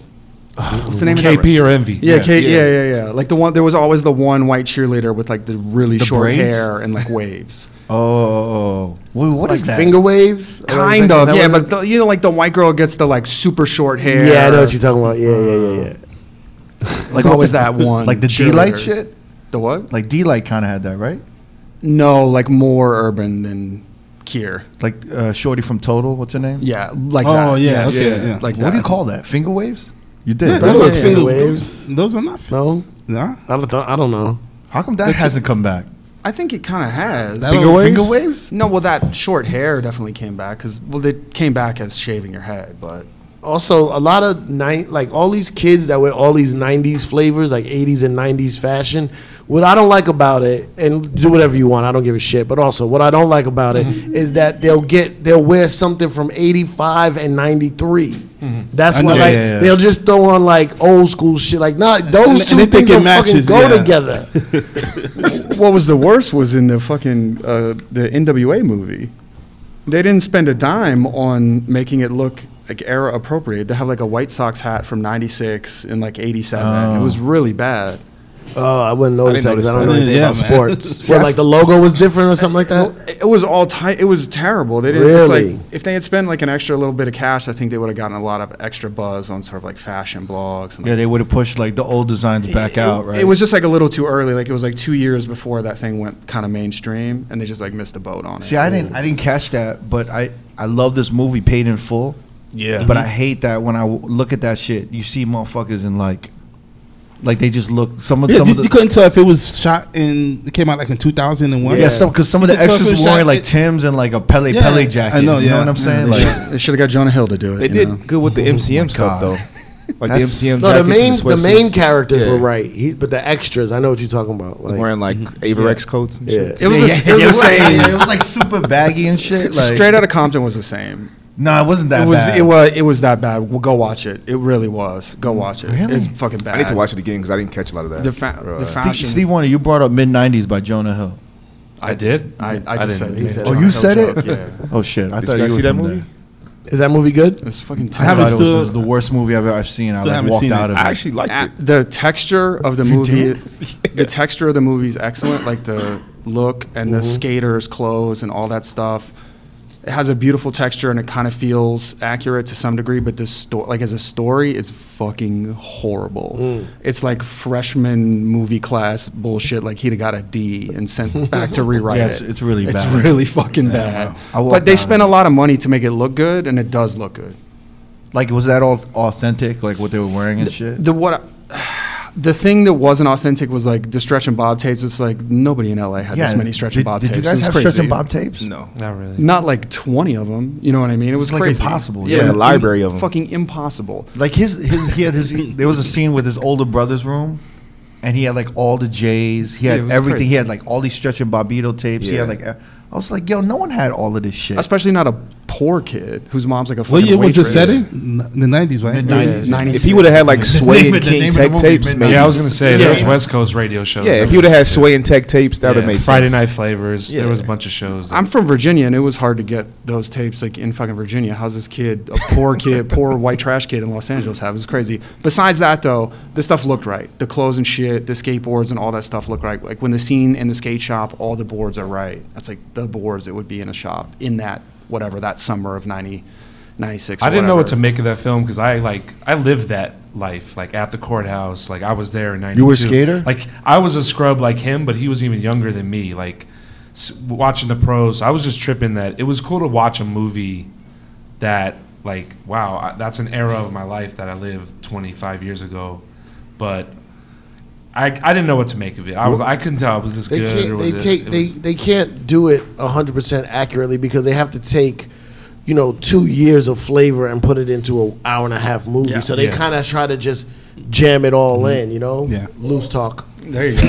[SPEAKER 5] what's the name of that
[SPEAKER 4] KP or Envy.
[SPEAKER 5] yeah, K- yeah, yeah, yeah, Like the one, there was always the one white cheerleader with like the really
[SPEAKER 1] The
[SPEAKER 5] short
[SPEAKER 1] braids?
[SPEAKER 5] hair and like waves.
[SPEAKER 1] Oh, oh, oh. Well, what
[SPEAKER 3] like
[SPEAKER 1] is that?
[SPEAKER 3] finger waves. Or is
[SPEAKER 5] kind
[SPEAKER 3] that- is
[SPEAKER 5] of,
[SPEAKER 3] that
[SPEAKER 5] yeah.
[SPEAKER 3] what
[SPEAKER 5] But the, you know, like the white girl gets the like super short
[SPEAKER 3] it
[SPEAKER 5] hair.
[SPEAKER 3] is? yeah, I know what you're talking about. Yeah, yeah, yeah, yeah.
[SPEAKER 5] Like
[SPEAKER 1] what
[SPEAKER 5] what was
[SPEAKER 1] the-
[SPEAKER 5] that one?
[SPEAKER 1] like the D light
[SPEAKER 5] cheerleader?
[SPEAKER 1] shit.
[SPEAKER 5] The what?
[SPEAKER 1] Like D light kind of had that, right?
[SPEAKER 5] No, like more urban than Kier.
[SPEAKER 1] Like uh, Shorty from Total. What's her name?
[SPEAKER 5] Yeah, like
[SPEAKER 2] Oh,
[SPEAKER 5] that.
[SPEAKER 2] yeah,
[SPEAKER 5] Yes.
[SPEAKER 2] okay, yeah.
[SPEAKER 5] Like
[SPEAKER 1] what do you
[SPEAKER 5] that.
[SPEAKER 1] call that? Finger waves? You
[SPEAKER 2] Yeah,
[SPEAKER 1] did.
[SPEAKER 3] That
[SPEAKER 2] those
[SPEAKER 3] was
[SPEAKER 2] are
[SPEAKER 3] finger
[SPEAKER 2] finger-
[SPEAKER 3] waves.
[SPEAKER 2] Those are not finger.
[SPEAKER 3] Um, No,
[SPEAKER 2] Nah.
[SPEAKER 3] I don't. Th- I don't know.
[SPEAKER 1] How come that hasn't come back?
[SPEAKER 5] I think it kind of has.
[SPEAKER 1] Finger waves? finger waves?
[SPEAKER 5] no, well, that short hair definitely came back because well, they came back as shaving your head, but
[SPEAKER 3] Also, a lot of night like all these kids that wear all these '90s flavors, like '80s and '90s fashion. What I don't like about it, and do whatever you want, I don't give a shit. But also, what I don't like about it is that they'll get they'll wear something from '85 and '93. That's
[SPEAKER 1] I
[SPEAKER 3] why
[SPEAKER 1] know,
[SPEAKER 3] like
[SPEAKER 1] yeah, yeah.
[SPEAKER 3] they'll just throw on like old school shit. Like, nah, those
[SPEAKER 2] and
[SPEAKER 3] two
[SPEAKER 2] they think
[SPEAKER 3] things
[SPEAKER 2] it
[SPEAKER 3] don't
[SPEAKER 2] matches,
[SPEAKER 3] fucking go
[SPEAKER 2] yeah.
[SPEAKER 3] together.
[SPEAKER 5] what was the worst was in the fucking uh, the NWA movie. They didn't spend a dime on making it look like era appropriate. They have like a White Sox hat from '96 and like '87. It was really bad.
[SPEAKER 3] Oh, I wouldn't notice that
[SPEAKER 6] didn't
[SPEAKER 3] because I don't know
[SPEAKER 2] notice
[SPEAKER 3] anything
[SPEAKER 2] that.
[SPEAKER 3] about
[SPEAKER 2] Yeah, man.
[SPEAKER 3] sports. Where like the logo was different or something like that.
[SPEAKER 5] It it was all tight. It was terrible. They didn't. It's
[SPEAKER 3] Uh, Really?
[SPEAKER 5] like if they had spent like an extra little bit of cash, I think they would have gotten a lot of extra buzz on sort of like fashion blogs. And
[SPEAKER 1] Yeah,
[SPEAKER 5] like,
[SPEAKER 1] they would have pushed like the old designs back
[SPEAKER 5] it,
[SPEAKER 1] out, right?
[SPEAKER 5] It was just like a little too early. Like it was like two years before that thing went kind of mainstream, and they just like missed the boat on it.
[SPEAKER 1] See, I didn't, I didn't catch that, but I, I love this movie, Paid in Full.
[SPEAKER 6] yeah,
[SPEAKER 1] But I hate that when I w- look at that shit, you see motherfuckers in like, like they just look. Some of
[SPEAKER 2] Yeah,
[SPEAKER 1] some
[SPEAKER 2] you,
[SPEAKER 1] of the
[SPEAKER 2] you couldn't tell if it was shot in. It came out like in 2001.
[SPEAKER 1] yeah, some because some of
[SPEAKER 2] You
[SPEAKER 1] the
[SPEAKER 2] could tell if
[SPEAKER 1] extras
[SPEAKER 2] it
[SPEAKER 1] were
[SPEAKER 2] was
[SPEAKER 1] wearing
[SPEAKER 2] shot-
[SPEAKER 1] like Tim's and like a Pele
[SPEAKER 2] Yeah,
[SPEAKER 1] Pele jacket.
[SPEAKER 2] I know,
[SPEAKER 1] you know
[SPEAKER 2] yeah.
[SPEAKER 1] what I'm saying?
[SPEAKER 5] They,
[SPEAKER 1] Like,
[SPEAKER 5] should, they should have got Jonah Hill to do it.
[SPEAKER 6] they
[SPEAKER 5] you
[SPEAKER 6] did
[SPEAKER 5] know?
[SPEAKER 6] good with the MCM
[SPEAKER 1] God.
[SPEAKER 6] stuff though. Like the
[SPEAKER 1] That's-
[SPEAKER 6] MCM
[SPEAKER 3] No, the
[SPEAKER 6] jackets
[SPEAKER 3] main
[SPEAKER 6] and
[SPEAKER 3] the main
[SPEAKER 6] sweatsuits.
[SPEAKER 3] characters
[SPEAKER 6] Yeah.
[SPEAKER 3] were right. He, but the extras, I know what you're talking about. Like,
[SPEAKER 6] Wearing like Averex coats and
[SPEAKER 3] yeah.
[SPEAKER 6] shit.
[SPEAKER 5] It was the- it was the same.
[SPEAKER 1] yeah, it was like super baggy and shit. Like,
[SPEAKER 5] Straight out of Compton was the same.
[SPEAKER 1] No, it wasn't that
[SPEAKER 5] It was
[SPEAKER 1] bad.
[SPEAKER 5] it was it was that bad. Well, go watch it. It really was. Go watch it.
[SPEAKER 1] Really?
[SPEAKER 5] It's fucking bad.
[SPEAKER 6] I need to watch it again because I didn't catch a lot of that.
[SPEAKER 5] The fa-
[SPEAKER 6] Bro,
[SPEAKER 5] the
[SPEAKER 6] I-
[SPEAKER 5] fa-
[SPEAKER 1] Steve,
[SPEAKER 5] fashion.
[SPEAKER 1] Steve Warner, you brought up mid '90s by Jonah Hill.
[SPEAKER 4] I did.
[SPEAKER 5] I, I just said,
[SPEAKER 4] didn't.
[SPEAKER 5] it.
[SPEAKER 3] He said
[SPEAKER 1] Oh,
[SPEAKER 5] Jonah
[SPEAKER 1] you
[SPEAKER 5] Hill
[SPEAKER 1] said
[SPEAKER 5] joke,
[SPEAKER 1] it?
[SPEAKER 5] Yeah.
[SPEAKER 1] Oh shit! I
[SPEAKER 6] Did
[SPEAKER 1] thought
[SPEAKER 6] you
[SPEAKER 1] you
[SPEAKER 6] guys
[SPEAKER 1] were
[SPEAKER 6] see that
[SPEAKER 1] from
[SPEAKER 6] movie?
[SPEAKER 1] there.
[SPEAKER 3] Is that movie good?
[SPEAKER 5] It's fucking
[SPEAKER 1] I, thought it
[SPEAKER 2] haven't
[SPEAKER 5] terrible.
[SPEAKER 1] was,
[SPEAKER 2] still-
[SPEAKER 1] it was the worst movie I've ever I've seen.
[SPEAKER 2] Still
[SPEAKER 1] I like,
[SPEAKER 2] haven't
[SPEAKER 1] walked
[SPEAKER 2] seen
[SPEAKER 1] out
[SPEAKER 2] it.
[SPEAKER 1] of it.
[SPEAKER 6] I actually liked it.
[SPEAKER 5] A- The texture of the movie, the texture of the movie is excellent. Like the look and the
[SPEAKER 1] Mm-hmm.
[SPEAKER 5] skaters' clothes and all that stuff. It has a beautiful texture and it kind of feels accurate to some degree. But the story, like as a story, it's fucking horrible.
[SPEAKER 1] Mm.
[SPEAKER 5] It's like freshman movie class bullshit. Like he'd have got a D and sent back to rewrite
[SPEAKER 1] Yeah,
[SPEAKER 5] it.
[SPEAKER 1] it's- it's really
[SPEAKER 5] It's
[SPEAKER 1] bad.
[SPEAKER 5] really fucking bad.
[SPEAKER 1] I walked
[SPEAKER 5] But they
[SPEAKER 1] out
[SPEAKER 5] spent a
[SPEAKER 1] of it.
[SPEAKER 5] lot of money to make it look good, and it does look good.
[SPEAKER 1] Like, was that all authentic? Like what they were wearing and shit.
[SPEAKER 5] The what? I- the thing that wasn't authentic was like the stretch and bob tapes. It's like nobody in LA had this many stretch
[SPEAKER 1] did,
[SPEAKER 5] and bob
[SPEAKER 1] did
[SPEAKER 5] tapes.
[SPEAKER 1] you
[SPEAKER 5] It
[SPEAKER 1] guys
[SPEAKER 5] was
[SPEAKER 1] have
[SPEAKER 5] crazy.
[SPEAKER 1] stretch and bob tapes?
[SPEAKER 6] no,
[SPEAKER 4] Not really.
[SPEAKER 5] Not like twenty of them. You know what I mean? It was
[SPEAKER 1] like
[SPEAKER 5] crazy.
[SPEAKER 1] impossible.
[SPEAKER 6] Yeah,
[SPEAKER 1] Yeah.
[SPEAKER 6] a library of them.
[SPEAKER 5] Fucking impossible.
[SPEAKER 1] Like his, his he had his. There was a scene with his older brother's room, and he had like all the J's. He
[SPEAKER 4] Yeah, it
[SPEAKER 1] had
[SPEAKER 4] was
[SPEAKER 1] everything.
[SPEAKER 4] crazy.
[SPEAKER 1] He had like all these stretching Barbado tapes. He
[SPEAKER 6] Yeah.
[SPEAKER 1] had like. e- I was like, yo, no one had all of this shit.
[SPEAKER 5] especially not a poor kid whose mom's like a
[SPEAKER 2] What
[SPEAKER 5] fucking
[SPEAKER 2] year was the
[SPEAKER 5] waitress.
[SPEAKER 2] setting? N- The nineties, right?
[SPEAKER 5] Yeah, 96.
[SPEAKER 6] If he would have had like Sway
[SPEAKER 1] name
[SPEAKER 6] and
[SPEAKER 1] of the- name
[SPEAKER 6] King
[SPEAKER 1] of the
[SPEAKER 6] Tech
[SPEAKER 1] movie,
[SPEAKER 6] tapes,
[SPEAKER 1] Midnight.
[SPEAKER 6] maybe.
[SPEAKER 4] Yeah, I
[SPEAKER 6] Yeah,
[SPEAKER 4] was gonna say there was West Coast radio shows.
[SPEAKER 6] if he would have had Sway and Tech tapes, that would have
[SPEAKER 4] Yeah,
[SPEAKER 6] made
[SPEAKER 4] Friday
[SPEAKER 6] sense.
[SPEAKER 4] Night Flavors. There was a
[SPEAKER 6] Yeah.
[SPEAKER 4] bunch of shows. that-
[SPEAKER 5] I'm from Virginia, and it was hard to get those tapes like in fucking Virginia. How's this kid, a poor kid, poor white trash kid in Los Angeles, have? It was crazy. Besides that, though, the stuff looked right. The clothes and shit, the skateboards and all that stuff looked right. Like when the scene in the skate shop, all the boards are right. That's like the boards that would be in a shop in that whatever that summer of 90, 96. or
[SPEAKER 4] I didn't know what to
[SPEAKER 5] whatever.
[SPEAKER 4] make of that film because I like I lived that life like at the courthouse. Like I was there in '92.
[SPEAKER 1] were a skater?
[SPEAKER 4] Like I was a scrub like him, but he was even younger than me. Like s- watching the pros, I was just tripping that it was cool to watch a movie that like wow I, that's an era of my life that I lived 25 years ago, but. I, I didn't know what to make of it. I was I couldn't tell was this
[SPEAKER 3] They
[SPEAKER 4] good or
[SPEAKER 3] can't.
[SPEAKER 4] was
[SPEAKER 3] They
[SPEAKER 4] it-
[SPEAKER 3] take.
[SPEAKER 4] it
[SPEAKER 3] They
[SPEAKER 4] was-
[SPEAKER 3] they can't do it hundred percent accurately because they have to take, you know, two years of flavor and put it into an hour and a half movie.
[SPEAKER 5] Yeah.
[SPEAKER 3] So they
[SPEAKER 4] Yeah.
[SPEAKER 3] kind of try to just jam it all in. You know,
[SPEAKER 2] Yeah.
[SPEAKER 3] Loose talk.
[SPEAKER 5] There you go.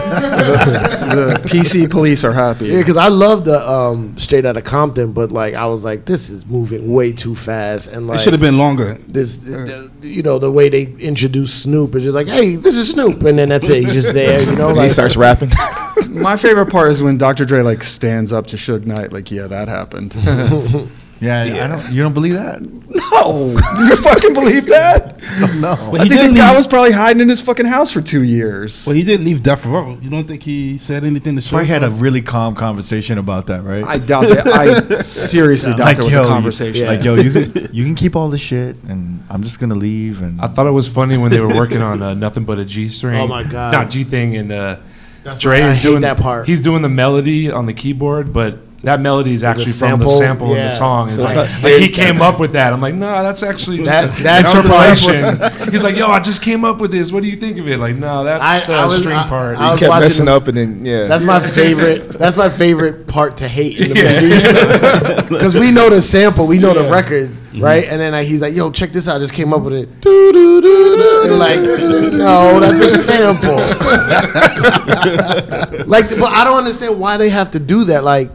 [SPEAKER 5] the PC police are happy.
[SPEAKER 3] Yeah, because I love the um, straight out of Compton, but like I was like, this is moving way too fast, and
[SPEAKER 2] It
[SPEAKER 3] like
[SPEAKER 2] should have been longer.
[SPEAKER 3] this, the- you know, the way they introduce Snoop is just like, hey, this is Snoop, and then that's it, he's just there, you know,
[SPEAKER 6] And he
[SPEAKER 3] like
[SPEAKER 6] starts rapping.
[SPEAKER 5] My favorite part is when Dr. Dre like stands up to Suge Knight. Like, yeah, that happened.
[SPEAKER 1] yeah, I don't. You don't believe that?
[SPEAKER 5] No, do you fucking believe that?
[SPEAKER 1] No.
[SPEAKER 5] I
[SPEAKER 2] he
[SPEAKER 5] think the
[SPEAKER 2] didn't
[SPEAKER 5] guy
[SPEAKER 2] leave-
[SPEAKER 5] was probably hiding in his fucking house for two years.
[SPEAKER 2] Well, he didn't leave Death Row. You don't think he said anything to show?
[SPEAKER 1] Probably had a really calm conversation about that, right?
[SPEAKER 5] I doubt that. I seriously doubt there was
[SPEAKER 1] yo,
[SPEAKER 5] a
[SPEAKER 1] you-
[SPEAKER 5] conversation.
[SPEAKER 1] Like yo, you can, you can keep all this shit, and I'm just gonna leave. And
[SPEAKER 4] I thought it was funny when they were working on uh, nothing but a G string.
[SPEAKER 3] Oh, my God.
[SPEAKER 4] Not G thing and uh,
[SPEAKER 3] That's
[SPEAKER 4] Dre
[SPEAKER 3] what- I
[SPEAKER 4] is
[SPEAKER 3] hate
[SPEAKER 4] doing
[SPEAKER 3] that part.
[SPEAKER 4] He's doing the melody on the keyboard, but that melody is actually from the
[SPEAKER 3] sample?
[SPEAKER 4] sample in
[SPEAKER 3] Yeah.
[SPEAKER 4] the song. It's
[SPEAKER 3] So
[SPEAKER 4] like,
[SPEAKER 3] it's
[SPEAKER 4] like, he came up with that. I'm like, no, that's actually just
[SPEAKER 3] That's-
[SPEAKER 4] a-
[SPEAKER 3] that's
[SPEAKER 4] an
[SPEAKER 3] your
[SPEAKER 4] improvisation." He's like, yo, I just came up with this. What do you think of it? Like, no, that's
[SPEAKER 3] I-
[SPEAKER 4] the
[SPEAKER 3] I was-
[SPEAKER 4] string
[SPEAKER 3] I-
[SPEAKER 4] part.
[SPEAKER 3] I was
[SPEAKER 6] kept
[SPEAKER 3] watching
[SPEAKER 6] messing
[SPEAKER 3] the-
[SPEAKER 6] up, and then yeah.
[SPEAKER 3] That's my favorite. That's my favorite part to hate in the
[SPEAKER 4] Yeah.
[SPEAKER 3] movie because we know the sample, we know the record,
[SPEAKER 6] Mm-hmm.
[SPEAKER 3] right? And then like, he's like, "Yo, check this out! I just came up with it." Doo, doo, doo, doo. And like, no, that's a sample. like, but I don't understand why they have to do that. Like,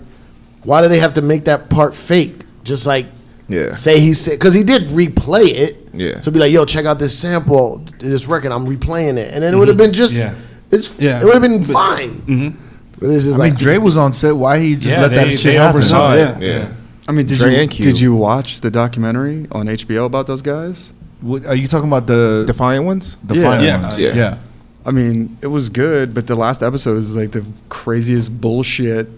[SPEAKER 3] why do they have to make that part fake? Just like,
[SPEAKER 6] Yeah.
[SPEAKER 3] say he said because he did replay it.
[SPEAKER 6] Yeah.
[SPEAKER 3] So be like, "Yo, check out this sample, this record. I'm replaying it," and then it would have been just.
[SPEAKER 4] Yeah.
[SPEAKER 3] It's,
[SPEAKER 2] Yeah.
[SPEAKER 3] It would have been fine. But it's just
[SPEAKER 1] I mean,
[SPEAKER 3] like
[SPEAKER 1] Dre was on set. Why he just
[SPEAKER 4] yeah,
[SPEAKER 1] let
[SPEAKER 4] they,
[SPEAKER 1] that shit
[SPEAKER 4] they
[SPEAKER 1] happen?
[SPEAKER 4] oversaw
[SPEAKER 2] No,
[SPEAKER 4] it.
[SPEAKER 6] yeah.
[SPEAKER 4] Yeah.
[SPEAKER 5] I mean, did
[SPEAKER 6] Dre
[SPEAKER 5] you
[SPEAKER 6] and Q.
[SPEAKER 5] did you watch the documentary on HBO about those guys?
[SPEAKER 1] What- Are you talking about the the,
[SPEAKER 6] Defiant ones.
[SPEAKER 1] the final
[SPEAKER 2] Yeah.
[SPEAKER 1] ones?
[SPEAKER 6] Yeah.
[SPEAKER 1] yeah.
[SPEAKER 5] I mean, it was good, but the last episode is like the craziest bullshit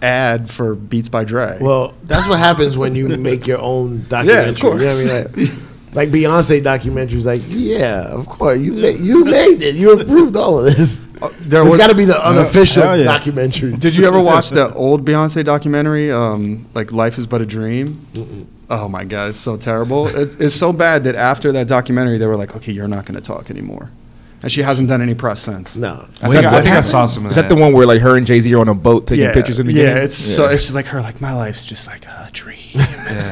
[SPEAKER 5] ad for Beats by Dre.
[SPEAKER 3] Well, that's what happens when you make your own documentary.
[SPEAKER 5] yeah, of
[SPEAKER 3] You
[SPEAKER 5] course.
[SPEAKER 3] know what I mean? Like, like Beyonce documentaries, like, yeah, of course. You made, you made it. You approved all of this.
[SPEAKER 5] Uh, there
[SPEAKER 3] It's
[SPEAKER 5] was
[SPEAKER 3] got to be the unofficial
[SPEAKER 2] hell yeah.
[SPEAKER 3] documentary.
[SPEAKER 5] Did you ever watch the old Beyonce documentary, um, like Life Is But a Dream? Oh my God, it's so terrible. It's, it's so bad that after that documentary, they were like, "Okay, you're not going to talk anymore," and she hasn't done any press since.
[SPEAKER 3] No.
[SPEAKER 4] I think,
[SPEAKER 6] that
[SPEAKER 4] I,
[SPEAKER 6] what
[SPEAKER 4] think I
[SPEAKER 6] happened?
[SPEAKER 4] saw some of
[SPEAKER 6] Is that the one where like her and Jay Z are on a boat taking
[SPEAKER 5] Yeah,
[SPEAKER 6] pictures in the
[SPEAKER 5] yeah,
[SPEAKER 6] beginning?
[SPEAKER 5] it's so it's just like her, like my life's just like a dream,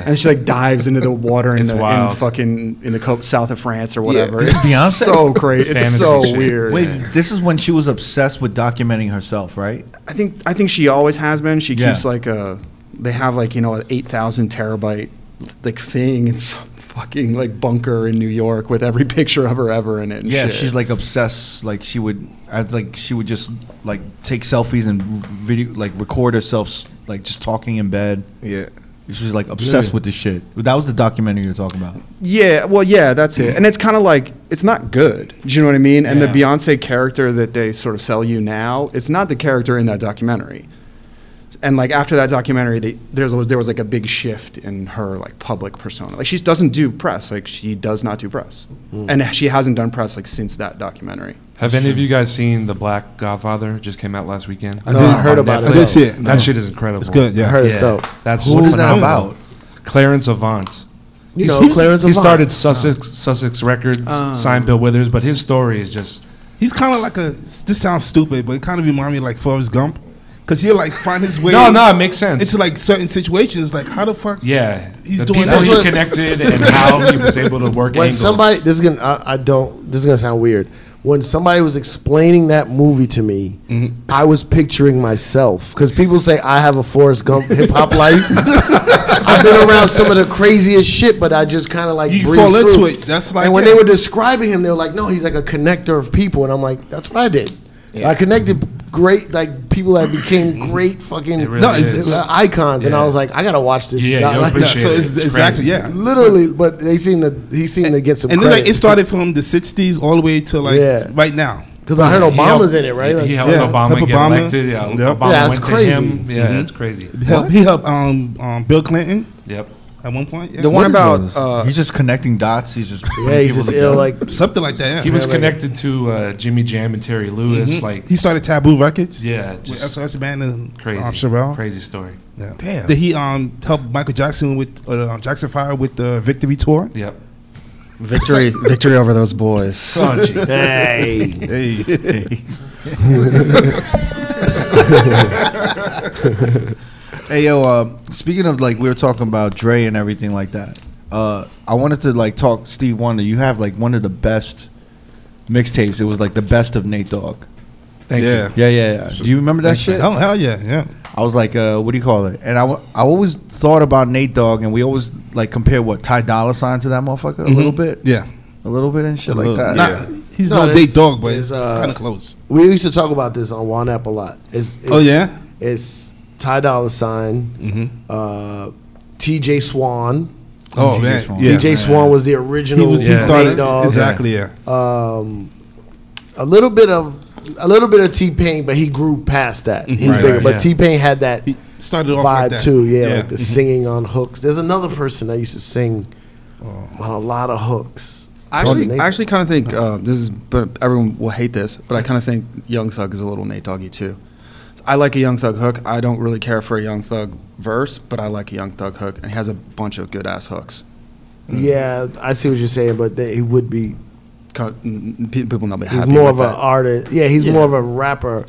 [SPEAKER 5] and she like dives into the water in,
[SPEAKER 4] It's
[SPEAKER 5] the, in
[SPEAKER 4] wild.
[SPEAKER 5] fucking in the co- south of France or whatever.
[SPEAKER 6] This
[SPEAKER 5] It's
[SPEAKER 1] Beyonce?
[SPEAKER 5] so crazy, it's
[SPEAKER 4] Fantasy
[SPEAKER 5] so
[SPEAKER 4] shit.
[SPEAKER 5] weird.
[SPEAKER 1] Wait,
[SPEAKER 4] Yeah.
[SPEAKER 1] this is when she was obsessed with documenting herself, right?
[SPEAKER 5] I think I think she always has been. She
[SPEAKER 1] Yeah.
[SPEAKER 5] keeps like a they have like you know an eight thousand terabyte like thing in some fucking like bunker in New York with every picture of her ever in it. And
[SPEAKER 1] Yeah,
[SPEAKER 5] shit.
[SPEAKER 1] she's like obsessed. Like she would, I like she would just like take selfies and video, like record herself, s- like just talking in bed.
[SPEAKER 6] yeah.
[SPEAKER 1] She's like obsessed with this shit. That was the documentary you're talking about.
[SPEAKER 5] yeah, well, yeah, that's it. And it's kind of like it's not good. Do you know what I mean? And
[SPEAKER 1] Yeah.
[SPEAKER 5] the Beyonce character that they sort of sell you now, it's not the character in that documentary. And like after that documentary, they, there was there was like a big shift in her like public persona. Like she doesn't do press. Like she does not do press, and she hasn't done press like since that documentary.
[SPEAKER 4] Have any of you guys seen The Black Godfather? It just came out last weekend.
[SPEAKER 3] No, I heard
[SPEAKER 4] On
[SPEAKER 3] about it.
[SPEAKER 4] Netflix.
[SPEAKER 2] I did see it.
[SPEAKER 4] That shit is incredible.
[SPEAKER 2] It's good.
[SPEAKER 3] I
[SPEAKER 2] Yeah.
[SPEAKER 3] heard it's dope.
[SPEAKER 4] That's
[SPEAKER 1] What
[SPEAKER 4] just
[SPEAKER 1] is that
[SPEAKER 4] phenomenal.
[SPEAKER 1] about?
[SPEAKER 4] Clarence Avant.
[SPEAKER 3] You
[SPEAKER 4] He's-
[SPEAKER 3] know,
[SPEAKER 4] he's-
[SPEAKER 3] Clarence
[SPEAKER 4] He
[SPEAKER 3] Avant. Oh.
[SPEAKER 4] started Sussex Sussex Records,
[SPEAKER 5] Oh.
[SPEAKER 4] signed Bill Withers, but his story is just
[SPEAKER 2] He's kind of like a. This sounds stupid, but it kind of reminds me like Forrest Gump. because he'll like find his way.
[SPEAKER 4] No, no, it makes sense.
[SPEAKER 2] Into like certain situations, like how the fuck?
[SPEAKER 4] yeah,
[SPEAKER 2] He's
[SPEAKER 4] the
[SPEAKER 2] doing
[SPEAKER 4] people
[SPEAKER 2] that.
[SPEAKER 4] he's connected and how he was able to work
[SPEAKER 3] when
[SPEAKER 4] angles.
[SPEAKER 3] somebody this is gonna I, I don't this is gonna sound weird when somebody was explaining that movie to me
[SPEAKER 2] Mm-hmm.
[SPEAKER 3] i was picturing myself because people say i have a forrest gump hip-hop life i've been around some of the craziest shit but i just kind of like
[SPEAKER 2] You
[SPEAKER 3] breeze
[SPEAKER 2] fall into
[SPEAKER 3] through.
[SPEAKER 2] it. That's like
[SPEAKER 3] and when
[SPEAKER 2] it.
[SPEAKER 3] they were describing him they were like no he's like a connector of people and i'm like that's what i did i connected great like people that
[SPEAKER 2] Mm-hmm.
[SPEAKER 3] became great fucking
[SPEAKER 4] really No, it's- is.
[SPEAKER 3] icons and i
[SPEAKER 4] Yeah.
[SPEAKER 3] was like i gotta watch this
[SPEAKER 4] Yeah,
[SPEAKER 3] guy.
[SPEAKER 4] you'll
[SPEAKER 3] Like,
[SPEAKER 2] Yeah,
[SPEAKER 4] appreciate
[SPEAKER 2] so
[SPEAKER 4] it.
[SPEAKER 2] it's,
[SPEAKER 4] It's
[SPEAKER 2] exactly
[SPEAKER 4] crazy.
[SPEAKER 2] yeah.
[SPEAKER 3] literally but they seem to he seemed to get some
[SPEAKER 2] And then like
[SPEAKER 3] credit.
[SPEAKER 2] it started from the '60s all the way to like
[SPEAKER 3] Yeah.
[SPEAKER 2] right now.
[SPEAKER 3] Because I
[SPEAKER 4] He
[SPEAKER 3] heard
[SPEAKER 4] helped-
[SPEAKER 3] Obama's in it, right?
[SPEAKER 4] He,
[SPEAKER 3] Like,
[SPEAKER 4] he helped
[SPEAKER 2] Yeah,
[SPEAKER 4] Obama
[SPEAKER 2] helped
[SPEAKER 4] get
[SPEAKER 2] Obama.
[SPEAKER 4] elected. Yeah,
[SPEAKER 2] Yep. Mm-hmm.
[SPEAKER 4] Obama
[SPEAKER 3] Yeah, that's
[SPEAKER 4] went to
[SPEAKER 3] crazy.
[SPEAKER 4] him. Yeah, that's crazy.
[SPEAKER 2] Help, he helped um, um, Bill Clinton
[SPEAKER 4] Yep.
[SPEAKER 2] at one point. Yeah.
[SPEAKER 5] The one
[SPEAKER 1] What is
[SPEAKER 5] about,
[SPEAKER 1] this?
[SPEAKER 5] uh,
[SPEAKER 1] he's just connecting dots. He's just
[SPEAKER 3] yeah, he's just ill. Like,
[SPEAKER 2] something like that. Yeah.
[SPEAKER 4] He was
[SPEAKER 3] like-
[SPEAKER 4] connected to uh, Jimmy Jam and Terry
[SPEAKER 3] Mm-hmm.
[SPEAKER 4] Lewis. Like,
[SPEAKER 2] he started Taboo Records.
[SPEAKER 4] yeah,
[SPEAKER 2] With
[SPEAKER 4] just
[SPEAKER 2] SOS Band and
[SPEAKER 4] crazy,
[SPEAKER 2] um, Sherelle.
[SPEAKER 4] crazy story.
[SPEAKER 2] Yeah.
[SPEAKER 1] Damn.
[SPEAKER 2] Did he um help Michael Jackson with uh, um, Jackson Fire with the Victory Tour?
[SPEAKER 4] Yep.
[SPEAKER 5] Victory, victory over those boys.
[SPEAKER 4] Oh, geez.
[SPEAKER 3] hey,
[SPEAKER 1] Hey yo, uh, speaking of like we were talking about Dre and everything like that. Uh, I wanted to like talk Steve Wonder. You have like one of the best mixtapes. It was like the best of Nate Dogg.
[SPEAKER 4] Thank
[SPEAKER 2] Yeah.
[SPEAKER 4] you.
[SPEAKER 1] Yeah, yeah, yeah. Do you remember that shit?
[SPEAKER 2] Oh hell yeah, yeah.
[SPEAKER 1] I was like, uh, what do you call it? And I, w- I always thought about Nate Dogg, and we always like compare what Ty Dolla Sign to that motherfucker a
[SPEAKER 4] Mm-hmm.
[SPEAKER 1] little bit,
[SPEAKER 2] Mm-hmm. Yeah.
[SPEAKER 1] a little bit and shit
[SPEAKER 2] Look,
[SPEAKER 1] like that.
[SPEAKER 2] Nah, he's
[SPEAKER 3] No,
[SPEAKER 2] no,
[SPEAKER 3] this
[SPEAKER 2] date dog, but
[SPEAKER 3] is,
[SPEAKER 2] it's
[SPEAKER 3] uh,
[SPEAKER 2] kind of close.
[SPEAKER 3] we used to talk about this on One App a lot. It's, it's,
[SPEAKER 2] Oh, yeah? Mm-hmm.
[SPEAKER 3] it's Ty Dolla Sign, uh, T.J. Swan.
[SPEAKER 2] Oh
[SPEAKER 1] TJ
[SPEAKER 2] man,
[SPEAKER 1] Swan.
[SPEAKER 2] yeah.
[SPEAKER 3] T.J. Swan was the original.
[SPEAKER 2] he was he
[SPEAKER 3] Nate
[SPEAKER 2] started
[SPEAKER 3] Dogg.
[SPEAKER 2] exactly yeah.
[SPEAKER 3] Um, a little bit of a little bit of T Pain, but he grew past that. He was
[SPEAKER 4] Right,
[SPEAKER 3] bigger,
[SPEAKER 4] right,
[SPEAKER 3] but
[SPEAKER 4] yeah.
[SPEAKER 3] T Pain had that
[SPEAKER 2] He started off
[SPEAKER 3] vibe
[SPEAKER 2] like that.
[SPEAKER 3] too. Yeah, like
[SPEAKER 2] Mhm.
[SPEAKER 3] the singing on hooks. There's another person that used to sing on a lot of hooks.
[SPEAKER 5] I
[SPEAKER 3] Tony
[SPEAKER 5] actually,
[SPEAKER 3] Nate-
[SPEAKER 5] I actually kind of think uh, this is, but everyone will hate this, but I kind of think Young Thug is a little Nate Doggy too. I like a Young Thug hook. I don't really care for a Young Thug verse, but I like a Young Thug hook, and he has a bunch of good ass hooks.
[SPEAKER 3] Yeah, I see what you're saying, but they, he would be.
[SPEAKER 5] Co- n- n- pe- People not be
[SPEAKER 3] He's
[SPEAKER 5] happy.
[SPEAKER 3] more
[SPEAKER 5] with
[SPEAKER 3] of an
[SPEAKER 5] that.
[SPEAKER 3] artist. Yeah, he's
[SPEAKER 5] Yeah.
[SPEAKER 3] more of a rapper.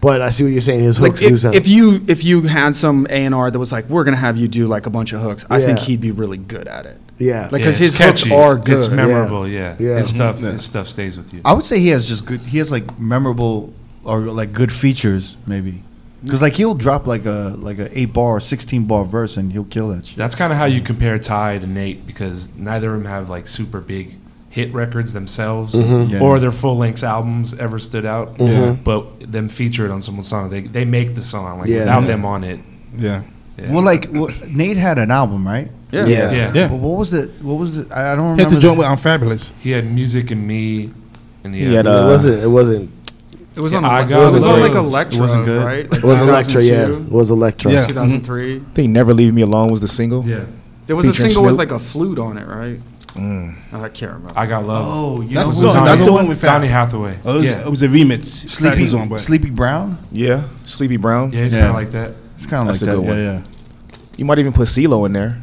[SPEAKER 3] But I see what you're saying. His hooks
[SPEAKER 5] Like
[SPEAKER 3] do
[SPEAKER 5] if,
[SPEAKER 3] sound.
[SPEAKER 5] if you if you had some A and R that was like we're gonna have you do like a bunch of hooks, I think
[SPEAKER 3] Yeah.
[SPEAKER 5] he'd be really good at it.
[SPEAKER 3] yeah,
[SPEAKER 5] Like
[SPEAKER 4] Yeah,
[SPEAKER 5] because
[SPEAKER 4] it's
[SPEAKER 5] his hooks
[SPEAKER 4] catchy.
[SPEAKER 5] are good.
[SPEAKER 4] It's memorable. Yeah.
[SPEAKER 3] Yeah.
[SPEAKER 4] His
[SPEAKER 3] Mhm.
[SPEAKER 4] stuff. His stuff stays with you.
[SPEAKER 1] I would say he has just good. He has like memorable or like good features, maybe. Because like he'll drop like a like a eight bar or sixteen bar verse and he'll kill that shit.
[SPEAKER 4] That's kind of how you compare Ty to Nate because neither of them have like super big hit records themselves
[SPEAKER 1] Yeah.
[SPEAKER 4] or their full length albums ever stood out. But them featured on someone's song, they, they make the song like
[SPEAKER 3] Yeah.
[SPEAKER 4] without them on it.
[SPEAKER 2] Yeah.
[SPEAKER 4] Yeah.
[SPEAKER 1] Well, like wha- Nate had an album, right?
[SPEAKER 5] Yeah.
[SPEAKER 4] yeah.
[SPEAKER 2] Yeah.
[SPEAKER 1] But what was the what was the I I don't
[SPEAKER 2] He had
[SPEAKER 1] remember.
[SPEAKER 2] to join with I'm Fabulous.
[SPEAKER 4] He had music and me in the
[SPEAKER 7] He had
[SPEAKER 4] end.
[SPEAKER 7] a-
[SPEAKER 3] it
[SPEAKER 7] uh,
[SPEAKER 3] wasn't. It wasn't.
[SPEAKER 5] It was
[SPEAKER 4] Yeah,
[SPEAKER 5] on.
[SPEAKER 4] I
[SPEAKER 5] ele-
[SPEAKER 4] got
[SPEAKER 5] it was
[SPEAKER 3] it.
[SPEAKER 5] on
[SPEAKER 4] It
[SPEAKER 5] like
[SPEAKER 4] wasn't
[SPEAKER 5] Electra,
[SPEAKER 1] good.
[SPEAKER 5] right? Like
[SPEAKER 3] It was Electra. Yeah, it
[SPEAKER 5] 2002,
[SPEAKER 3] was Electra.
[SPEAKER 2] Yeah.
[SPEAKER 5] 2003.
[SPEAKER 7] I think "Never Leave Me Alone" was the single.
[SPEAKER 4] yeah.
[SPEAKER 5] There was a
[SPEAKER 7] Featuring
[SPEAKER 5] single with
[SPEAKER 7] Snoop.
[SPEAKER 5] like a flute on it, right?
[SPEAKER 3] Mm.
[SPEAKER 5] I can't remember.
[SPEAKER 4] I got love.
[SPEAKER 1] Oh, you
[SPEAKER 2] That's
[SPEAKER 1] know
[SPEAKER 2] the
[SPEAKER 1] who
[SPEAKER 2] one-
[SPEAKER 1] Donnie-
[SPEAKER 2] that's the
[SPEAKER 1] Donnie-
[SPEAKER 2] one with Fab.
[SPEAKER 4] Donny Hathaway.
[SPEAKER 2] Oh, it was,
[SPEAKER 4] yeah.
[SPEAKER 2] it was a remix. Fab
[SPEAKER 1] Sleepy,
[SPEAKER 2] was on, but
[SPEAKER 1] Sleepy Brown.
[SPEAKER 7] Yeah, Sleepy Brown.
[SPEAKER 4] yeah, he's
[SPEAKER 1] Yeah.
[SPEAKER 4] kind of like that.
[SPEAKER 1] It's kind of like
[SPEAKER 7] That's a
[SPEAKER 1] that.
[SPEAKER 7] good
[SPEAKER 1] Yeah,
[SPEAKER 7] one.
[SPEAKER 1] yeah.
[SPEAKER 7] You might even put CeeLo in there.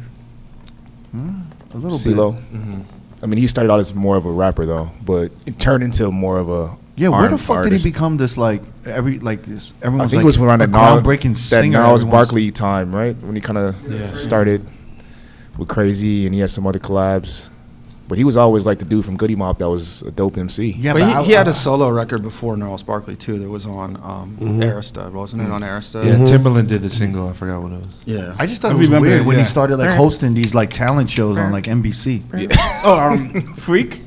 [SPEAKER 1] A little
[SPEAKER 7] CeeLo.
[SPEAKER 1] bit. Mm-hmm.
[SPEAKER 7] I mean, he started out as more of a rapper though, but it turned into more of a
[SPEAKER 1] Yeah, where the
[SPEAKER 7] R&B
[SPEAKER 1] fuck did
[SPEAKER 7] artist.
[SPEAKER 1] he become this like every like this?
[SPEAKER 7] I
[SPEAKER 1] Everyone
[SPEAKER 7] think
[SPEAKER 1] like
[SPEAKER 7] it was around
[SPEAKER 1] a
[SPEAKER 7] that Niles,
[SPEAKER 1] groundbreaking
[SPEAKER 7] that
[SPEAKER 1] singer.
[SPEAKER 7] Niles
[SPEAKER 1] everyone's-
[SPEAKER 7] Barkley time, right? When he kind of
[SPEAKER 4] Yeah.
[SPEAKER 7] started with Crazy, and he had some other collabs. But he was always like the dude from Goody Mob that was a dope MC.
[SPEAKER 1] Yeah,
[SPEAKER 5] but he,
[SPEAKER 1] I-
[SPEAKER 5] he had
[SPEAKER 1] I-
[SPEAKER 5] a solo record before Gnarls Barkley too. That was on um,
[SPEAKER 3] Mm-hmm.
[SPEAKER 5] Arista, wasn't it? On
[SPEAKER 7] Uh,
[SPEAKER 5] Arista.
[SPEAKER 7] Mhm.
[SPEAKER 4] Yeah, Timberland did the single. I forgot what it was.
[SPEAKER 5] Yeah.
[SPEAKER 1] I just thought
[SPEAKER 2] I
[SPEAKER 1] it was
[SPEAKER 2] remember
[SPEAKER 1] weird
[SPEAKER 2] it,
[SPEAKER 1] when he
[SPEAKER 2] yeah.
[SPEAKER 1] started like hosting these like talent shows on like NBC.
[SPEAKER 2] oh, um, Freak.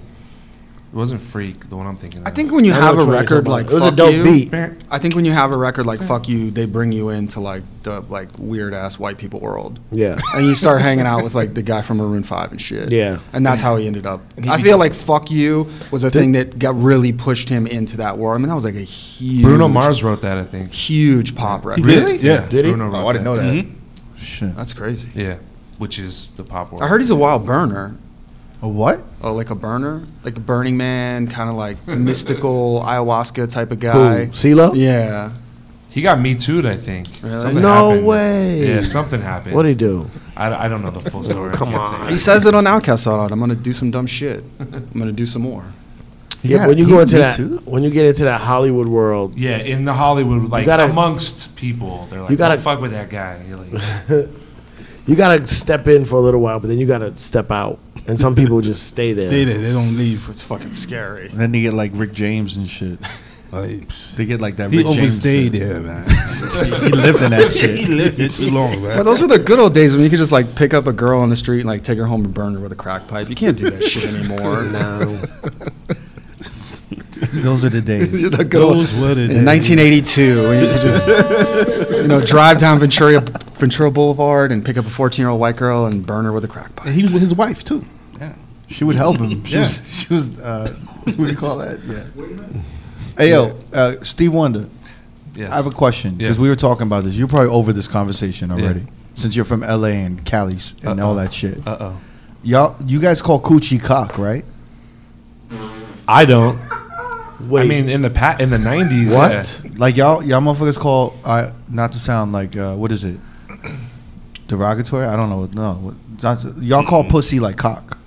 [SPEAKER 4] It wasn't Freak, the one I'm thinking. Of.
[SPEAKER 5] I think when you
[SPEAKER 3] I know
[SPEAKER 5] have
[SPEAKER 3] which
[SPEAKER 5] a
[SPEAKER 3] one you're
[SPEAKER 5] record
[SPEAKER 3] talking
[SPEAKER 5] like
[SPEAKER 3] about. It was a
[SPEAKER 5] Fuck
[SPEAKER 3] dope
[SPEAKER 5] You,
[SPEAKER 3] beat.
[SPEAKER 5] I think when you have a record like Fuck You, they bring you into like the like weird ass white people world.
[SPEAKER 3] Yeah.
[SPEAKER 5] And you start hanging out with like the guy from Maroon Five and shit.
[SPEAKER 3] Yeah.
[SPEAKER 5] And that's how he ended up. I feel like Fuck You was a thing that got really pushed him into that world. I mean, that was like a huge
[SPEAKER 4] Bruno Mars wrote that. I think.
[SPEAKER 5] huge pop record.
[SPEAKER 2] Really? Yeah.
[SPEAKER 3] Did he?
[SPEAKER 4] Bruno
[SPEAKER 7] Oh,
[SPEAKER 4] wrote
[SPEAKER 7] I didn't know that.
[SPEAKER 1] Mm-hmm. Shit.
[SPEAKER 5] That's crazy.
[SPEAKER 4] Yeah, which is the pop world.
[SPEAKER 5] I heard he's a wild burner.
[SPEAKER 1] A what?
[SPEAKER 5] Oh, like a burner, like a Burning Man, kind of like mystical ayahuasca type of guy.
[SPEAKER 3] Who? CeeLo?
[SPEAKER 5] Yeah,
[SPEAKER 4] He got me too. I think.
[SPEAKER 5] Really?
[SPEAKER 4] Something
[SPEAKER 3] No
[SPEAKER 4] happened.
[SPEAKER 3] way.
[SPEAKER 4] Yeah, something happened.
[SPEAKER 3] What did he do?
[SPEAKER 4] I, I don't know the full story. I can't say.
[SPEAKER 5] he says it on Outcast Out. I'm gonna do some dumb shit. I'm gonna do some more.
[SPEAKER 3] Yeah,
[SPEAKER 1] got
[SPEAKER 3] when you
[SPEAKER 1] he
[SPEAKER 3] go into
[SPEAKER 1] Me
[SPEAKER 3] that,
[SPEAKER 1] Too?
[SPEAKER 3] when you get into that Hollywood world,
[SPEAKER 4] Yeah, in the Hollywood, like
[SPEAKER 3] gotta-
[SPEAKER 4] amongst people, they're like,
[SPEAKER 3] you gotta-
[SPEAKER 4] "Don't fuck with that guy." And you're like,
[SPEAKER 3] you gotta step in for a little while, but then you gotta step out. And some people just stay there.
[SPEAKER 2] Stay there. They don't leave. It's fucking.
[SPEAKER 5] Fucking scary.
[SPEAKER 1] And then they get like Rick James and shit.
[SPEAKER 2] Like,
[SPEAKER 1] They get like that.
[SPEAKER 2] he
[SPEAKER 1] Rick
[SPEAKER 2] overstayed
[SPEAKER 1] James
[SPEAKER 2] there, man.
[SPEAKER 1] shit. he lived in that
[SPEAKER 2] he
[SPEAKER 1] shit.
[SPEAKER 2] lived it too long,
[SPEAKER 5] But
[SPEAKER 2] man.
[SPEAKER 5] those were the good old days when you could just like pick up a girl on the street and like take her home and burn her with a crack pipe. You can't do that shit anymore.
[SPEAKER 3] No.
[SPEAKER 1] Those are the days.
[SPEAKER 5] The good old-
[SPEAKER 2] Those were the
[SPEAKER 5] in 1982, when you could just you know drive down Ventura Ventura Boulevard and pick up a 14 year old white girl and burn her with a crack pipe.
[SPEAKER 2] And he was with his wife too. Yeah.
[SPEAKER 1] She would help him. She
[SPEAKER 2] Yeah.
[SPEAKER 1] was. She was. Uh, what do you call that? Yeah. Hey yo, uh, Steve Wonder.
[SPEAKER 4] yes.
[SPEAKER 1] I have a question because
[SPEAKER 4] Yeah.
[SPEAKER 1] we were talking about this. You're probably over this conversation already since you're from LA and Cali s- and all
[SPEAKER 4] Uh-oh.
[SPEAKER 1] that shit.
[SPEAKER 4] Uh oh.
[SPEAKER 1] Y'all, you guys call coochie cock, right?
[SPEAKER 4] I don't.
[SPEAKER 3] Wait,
[SPEAKER 4] I mean, in the pa- in the 90s.
[SPEAKER 1] What? Like y'all, y'all motherfuckers call. Uh, not to sound like uh, what is it? Derogatory? I don't know. No, what- not to- y'all
[SPEAKER 6] Mm-hmm.
[SPEAKER 1] call pussy like cock.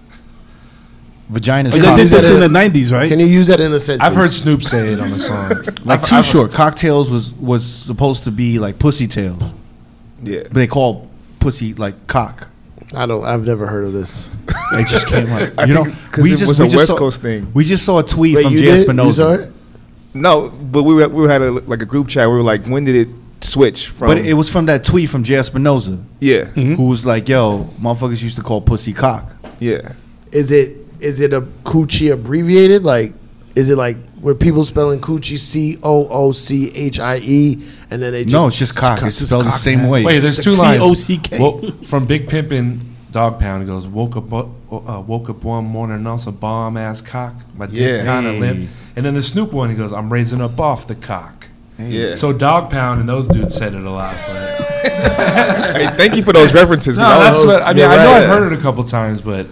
[SPEAKER 1] Vagina's
[SPEAKER 3] Oh,
[SPEAKER 2] But
[SPEAKER 1] cock.
[SPEAKER 2] they did this
[SPEAKER 3] that
[SPEAKER 2] in the
[SPEAKER 3] in-
[SPEAKER 2] 90s, right?
[SPEAKER 3] can you use that in a sentence?
[SPEAKER 4] Yeah. I've heard Snoop say it on the song.
[SPEAKER 1] like too short. Cocktails was was supposed to be like pussy tails,
[SPEAKER 6] Yeah.
[SPEAKER 1] but they call pussy like cock.
[SPEAKER 3] I don't. I've never heard of this.
[SPEAKER 1] It just came up.
[SPEAKER 6] I
[SPEAKER 1] you know,
[SPEAKER 6] think 'cause it was a West Coast thing.
[SPEAKER 1] We just saw a tweet
[SPEAKER 3] Wait,
[SPEAKER 1] from
[SPEAKER 3] you
[SPEAKER 1] Jay
[SPEAKER 3] did? You
[SPEAKER 1] Espinosa.
[SPEAKER 3] saw it?
[SPEAKER 6] No, but we were, we had a, like a group chat. We were like, when did it switch from?
[SPEAKER 1] But it Mm-hmm. was from that tweet from Jay Espinosa,
[SPEAKER 6] yeah,
[SPEAKER 3] Hmm?
[SPEAKER 1] who was like, "Yo, motherfuckers used to call pussy cock."
[SPEAKER 6] yeah.
[SPEAKER 3] Is it is it a coochie abbreviated? Like, is it like where people spelling coochie C O O C H I E and then they just
[SPEAKER 1] No, it's just cock. It's spelled the same way.
[SPEAKER 4] Wait, there's two
[SPEAKER 2] C
[SPEAKER 4] lines.
[SPEAKER 2] O C K.
[SPEAKER 4] Wo- From Big Pimpin' Dog Pound it goes woke up uh, uh, woke up one morning and also bomb ass cock. My dick
[SPEAKER 6] Yeah.
[SPEAKER 4] kind of limp. And then the Snoop one he goes I'm raising up off the cock.
[SPEAKER 6] Yeah.
[SPEAKER 4] So Dog Pound and those dudes said it a lot. But.
[SPEAKER 6] Hey, thank you for those references.
[SPEAKER 4] No,
[SPEAKER 6] because
[SPEAKER 4] that's what I mean.
[SPEAKER 3] you're
[SPEAKER 4] I know
[SPEAKER 6] right.
[SPEAKER 4] I've heard it a couple times, but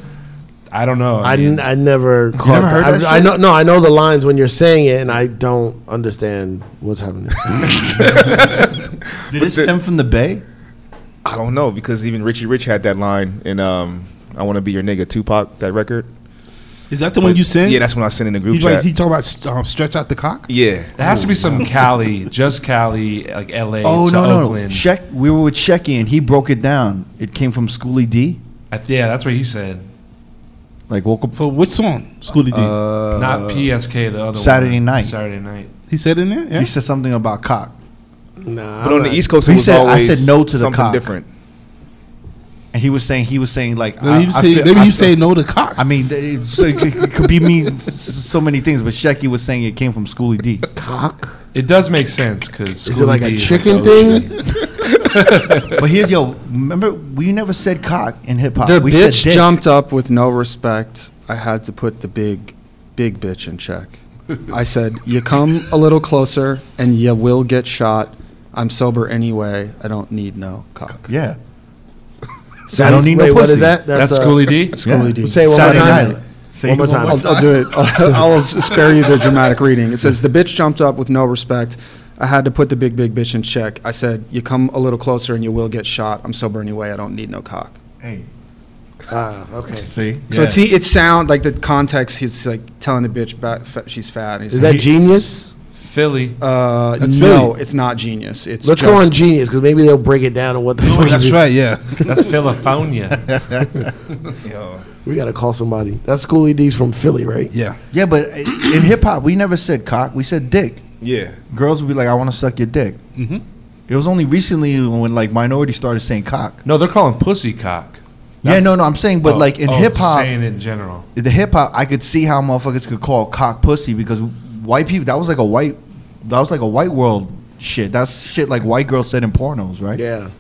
[SPEAKER 4] I don't know.
[SPEAKER 3] I,
[SPEAKER 4] mean,
[SPEAKER 3] n- I never caught
[SPEAKER 1] never heard
[SPEAKER 3] I,
[SPEAKER 1] that
[SPEAKER 3] I
[SPEAKER 1] shit?
[SPEAKER 3] know no, I know the lines when you're saying it and I don't understand what's happening.
[SPEAKER 1] Did it stem from the Bay?
[SPEAKER 6] I don't know because even Richie Rich had that line in um, "I Want to Be Your Nigga" Tupac that record.
[SPEAKER 2] Is that the one you sent?
[SPEAKER 6] Yeah, that's when I sent in the group
[SPEAKER 2] He,
[SPEAKER 6] chat.
[SPEAKER 2] like, he talking about st- um, stretch out the cock.
[SPEAKER 6] yeah,
[SPEAKER 4] there has to be some Cali, just Cali, like L.A.
[SPEAKER 1] Oh
[SPEAKER 4] to
[SPEAKER 1] no, no, no.
[SPEAKER 4] Oakland.
[SPEAKER 1] Sheck, we were with Shecky and he broke it down. It came from Schoolie D.
[SPEAKER 4] I th- yeah, that's what he said.
[SPEAKER 1] Like woke up
[SPEAKER 2] For which song? Schoolie D.
[SPEAKER 1] uh,
[SPEAKER 4] Not PSK, the other
[SPEAKER 1] Saturday
[SPEAKER 4] one.
[SPEAKER 1] night.
[SPEAKER 4] Saturday night.
[SPEAKER 2] he said in there. Yeah.
[SPEAKER 1] He said something about cock,
[SPEAKER 3] nah,
[SPEAKER 6] but
[SPEAKER 3] I'm
[SPEAKER 6] on the
[SPEAKER 3] not-
[SPEAKER 6] East Coast,
[SPEAKER 1] He
[SPEAKER 6] it was
[SPEAKER 1] said- I
[SPEAKER 6] always
[SPEAKER 1] said no to the
[SPEAKER 6] something
[SPEAKER 1] cock.
[SPEAKER 6] different.
[SPEAKER 1] and he was saying he was saying like
[SPEAKER 2] Maybe you, say,
[SPEAKER 1] feel-
[SPEAKER 2] maybe
[SPEAKER 1] I
[SPEAKER 2] you
[SPEAKER 1] feel-
[SPEAKER 2] say no to cock.
[SPEAKER 1] I mean, th- it's- it, it, could be mean s- so many things, but Shecky was saying it came from Schoolie D.
[SPEAKER 3] cock?
[SPEAKER 4] It does make sense because
[SPEAKER 3] Is it like a chicken thing?
[SPEAKER 1] But here's yo, remember we never said cock in hip hop.
[SPEAKER 5] The
[SPEAKER 1] Uh, we said
[SPEAKER 5] bitch
[SPEAKER 1] dick.
[SPEAKER 5] jumped up with no respect. I had to put the big, big bitch in check. I said, "You come a little closer, and you will get shot." I'm sober anyway. I don't need no cock.
[SPEAKER 1] Yeah,
[SPEAKER 3] So
[SPEAKER 1] I don't need no
[SPEAKER 3] wait, What
[SPEAKER 1] pussy.
[SPEAKER 3] is that?
[SPEAKER 4] That's
[SPEAKER 3] uh,
[SPEAKER 4] Schoolie D.
[SPEAKER 3] Schoolie
[SPEAKER 1] Yeah.
[SPEAKER 3] D. Say it one more
[SPEAKER 1] Saturday
[SPEAKER 3] time.
[SPEAKER 1] night. Say
[SPEAKER 3] One more
[SPEAKER 1] it
[SPEAKER 3] time.
[SPEAKER 5] I'll, I'll do it. I'll, I'll s- spare you the dramatic reading. It says, The bitch jumped up with no respect. I had to put the big, big bitch in check. I said, You come a little closer and you will get shot. I'm sober anyway. I don't need no cock.
[SPEAKER 1] Hey,
[SPEAKER 3] Ah, okay.
[SPEAKER 1] see,
[SPEAKER 5] So
[SPEAKER 1] Yeah.
[SPEAKER 5] it, see, it sound like the context, he's like telling the bitch ba- fa- she's fat. and he's
[SPEAKER 3] Is that
[SPEAKER 5] like,
[SPEAKER 3] genius?
[SPEAKER 4] Philly.
[SPEAKER 5] uh,
[SPEAKER 2] That's
[SPEAKER 5] no,
[SPEAKER 2] Philly.
[SPEAKER 5] it's not genius. It's
[SPEAKER 3] Let's
[SPEAKER 5] just,
[SPEAKER 3] go on genius because maybe they'll break it down on what the
[SPEAKER 2] Oh,
[SPEAKER 3] fuck.
[SPEAKER 2] that's
[SPEAKER 3] it-
[SPEAKER 2] right. Yeah.
[SPEAKER 4] That's Philophonia.
[SPEAKER 3] We gotta call somebody. That's Schoolie D's from Philly, right?
[SPEAKER 2] Yeah.
[SPEAKER 1] yeah, but i- in hip hop we never said cock. We said dick.
[SPEAKER 6] Yeah,
[SPEAKER 1] Girls would be like, "I want to suck your dick."
[SPEAKER 4] Mm-hmm.
[SPEAKER 1] It was only recently when like minority started saying cock.
[SPEAKER 4] No, they're calling pussy cock.
[SPEAKER 1] yeah, no, no, I'm saying, but like in
[SPEAKER 4] Oh,
[SPEAKER 1] hip
[SPEAKER 4] just
[SPEAKER 1] hop,
[SPEAKER 4] saying it in general.
[SPEAKER 1] the hip hop, I could see how motherfuckers could call cock pussy because white people. That was like a white. That was like a white world shit. That's shit like white girls said in pornos, right?
[SPEAKER 3] Yeah.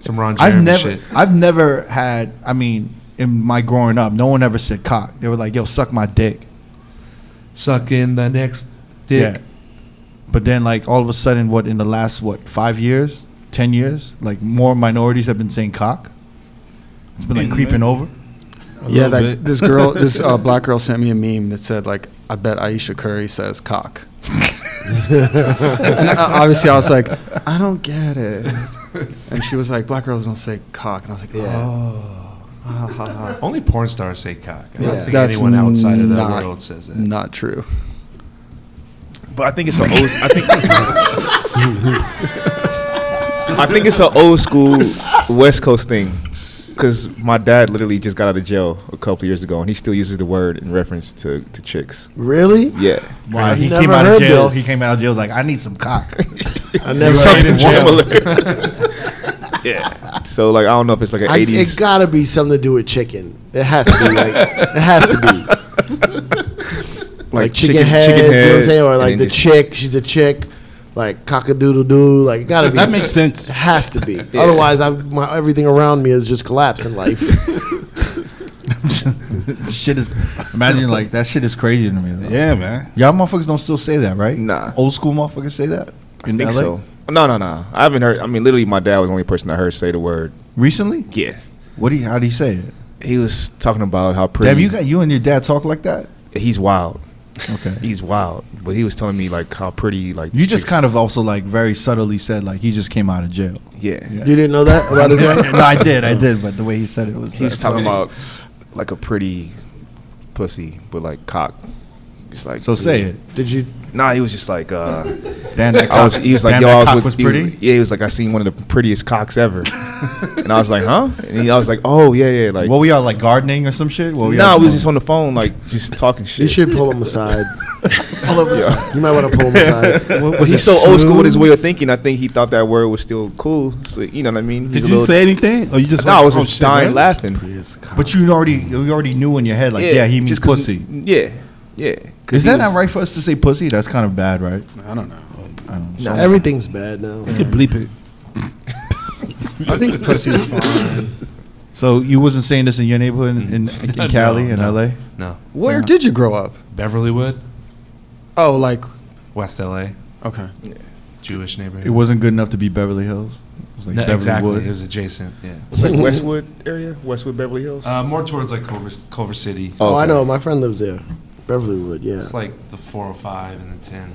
[SPEAKER 4] Some Ron Jeremy
[SPEAKER 1] I've never,
[SPEAKER 4] shit.
[SPEAKER 1] I've never had. I mean, in my growing up, no one ever said cock. They were like, "Yo, suck my dick."
[SPEAKER 4] Suck in the next dick.
[SPEAKER 1] But then, like all of a sudden, what in the last what five years, ten years, like more minorities have been saying cock. It's been like
[SPEAKER 2] Yeah.
[SPEAKER 1] creeping over.
[SPEAKER 5] Yeah,
[SPEAKER 2] little
[SPEAKER 5] that,
[SPEAKER 2] bit.
[SPEAKER 5] this girl, this uh, black girl sent me a meme that said, like, I bet Aisha Curry says cock. and uh, obviously I was like, I don't get it. And she was like, black girls don't say cock. And I was like,
[SPEAKER 3] Yeah.
[SPEAKER 5] oh.
[SPEAKER 4] Only porn stars say cock. I
[SPEAKER 3] Yeah.
[SPEAKER 4] don't think anyone outside of that world says that.
[SPEAKER 5] Not true.
[SPEAKER 6] But I think it's an old. I think. I think it's an old school West Coast thing, because my dad literally just got out of jail a couple years ago, and he still uses the word in reference to, to chicks.
[SPEAKER 3] Really?
[SPEAKER 6] Yeah,
[SPEAKER 1] Wow,
[SPEAKER 3] I've
[SPEAKER 1] he
[SPEAKER 3] never
[SPEAKER 1] came out of
[SPEAKER 3] heard
[SPEAKER 1] jail.
[SPEAKER 3] this.
[SPEAKER 1] He came out of jail. Was like, I need some cock.
[SPEAKER 3] I never.
[SPEAKER 6] something
[SPEAKER 3] heard of it.
[SPEAKER 6] similar. yeah. So like, I don't know if it's like an
[SPEAKER 3] I,
[SPEAKER 6] eighties.
[SPEAKER 3] it gotta be something to do with chicken. It has to be. Like, it has to be. like chicken, head, you know what I'm saying? Or
[SPEAKER 6] and
[SPEAKER 3] like
[SPEAKER 6] then
[SPEAKER 3] the
[SPEAKER 6] just-
[SPEAKER 3] chick, she's a chick, like cockadoodle doo. Like it gotta be.
[SPEAKER 2] That makes sense.
[SPEAKER 3] It has to be. Otherwise, I my everything around me is just collapsing. Life.
[SPEAKER 1] shit is. Imagine like that. Shit is crazy to me. though.
[SPEAKER 2] Yeah, man.
[SPEAKER 1] Y'all motherfuckers don't still say that, right?
[SPEAKER 6] Nah.
[SPEAKER 1] Old school motherfuckers say that in
[SPEAKER 6] I think
[SPEAKER 1] LA
[SPEAKER 6] so. No, no, no. I haven't heard. I mean, literally, my dad was the only person I heard say the word.
[SPEAKER 1] recently.
[SPEAKER 6] Yeah.
[SPEAKER 1] What do you? How do you say it?
[SPEAKER 6] He was talking about how pretty.
[SPEAKER 1] Damn, you got you and your dad talk like that.
[SPEAKER 6] he's wild.
[SPEAKER 1] Okay.
[SPEAKER 6] He's wild. But he was telling me like how pretty like
[SPEAKER 1] You just kind of also like very subtly said like he just came out of jail.
[SPEAKER 6] of yeah.
[SPEAKER 1] Yeah.
[SPEAKER 3] You didn't know that about his wife?
[SPEAKER 1] no, I did, I did, but the way he said it was
[SPEAKER 6] He was
[SPEAKER 1] that's
[SPEAKER 6] talking
[SPEAKER 1] funny.
[SPEAKER 6] about like a pretty pussy with like cock. He's like
[SPEAKER 1] So say it.
[SPEAKER 3] Did you?
[SPEAKER 6] Nah, he was just like uh
[SPEAKER 1] Damn that cock.
[SPEAKER 6] I was he was like
[SPEAKER 1] damn,
[SPEAKER 6] yo
[SPEAKER 1] that
[SPEAKER 6] I was
[SPEAKER 1] cock
[SPEAKER 6] with
[SPEAKER 1] was
[SPEAKER 6] he was-
[SPEAKER 1] pretty.
[SPEAKER 6] yeah, he was like I seen one of the prettiest cocks ever. and I was like, "Huh?" And he, I was like, "Oh, yeah, yeah." Like
[SPEAKER 1] what we all like gardening or some shit? What
[SPEAKER 6] No,
[SPEAKER 1] we
[SPEAKER 6] nah,
[SPEAKER 1] all
[SPEAKER 6] we was
[SPEAKER 1] doing?
[SPEAKER 6] just on the phone like just talking
[SPEAKER 3] You
[SPEAKER 6] shit.
[SPEAKER 3] should pull him aside. pull him aside. You might want to pull him aside.
[SPEAKER 6] But he's so old school with his way of thinking. I think he thought that word was still cool. So, you know what I mean? He's
[SPEAKER 2] Did
[SPEAKER 6] a
[SPEAKER 2] you
[SPEAKER 6] little-
[SPEAKER 2] say anything? Or you just
[SPEAKER 6] No, I
[SPEAKER 2] like,
[SPEAKER 6] was
[SPEAKER 2] oh,
[SPEAKER 6] just
[SPEAKER 2] shit,
[SPEAKER 6] dying
[SPEAKER 2] really?
[SPEAKER 6] laughing.
[SPEAKER 1] But you already you already knew in your head like yeah, he means
[SPEAKER 6] just 'cause-
[SPEAKER 1] pussy.
[SPEAKER 6] Yeah, yeah. 'Cause
[SPEAKER 1] Is
[SPEAKER 6] he
[SPEAKER 1] that
[SPEAKER 6] was-
[SPEAKER 1] not right for us to say pussy? That's kind of bad, right?
[SPEAKER 2] I don't know.
[SPEAKER 1] I don't know.
[SPEAKER 3] So Everything's bad now.
[SPEAKER 2] You could bleep it.
[SPEAKER 5] I think pussy's fine.
[SPEAKER 1] So you wasn't saying this in your neighborhood in, in, in Cali
[SPEAKER 4] no,
[SPEAKER 1] in
[SPEAKER 4] no,
[SPEAKER 1] LA?
[SPEAKER 4] No.
[SPEAKER 5] Where did you grow up?
[SPEAKER 4] Beverlywood,
[SPEAKER 5] Oh, like
[SPEAKER 4] West LA,
[SPEAKER 5] okay.
[SPEAKER 4] Jewish neighborhood.
[SPEAKER 1] It wasn't good enough to be Beverly Hills. It was like
[SPEAKER 4] No,
[SPEAKER 1] Beverly
[SPEAKER 4] exactly.
[SPEAKER 1] Wood.
[SPEAKER 4] It was adjacent. Yeah.
[SPEAKER 6] It's like Westwood area, Westwood Beverly Hills.
[SPEAKER 4] Uh, more towards like Culver, Culver City.
[SPEAKER 3] Oh, I know. My friend lives there, Beverlywood. Yeah.
[SPEAKER 4] It's like the 405 and the 10.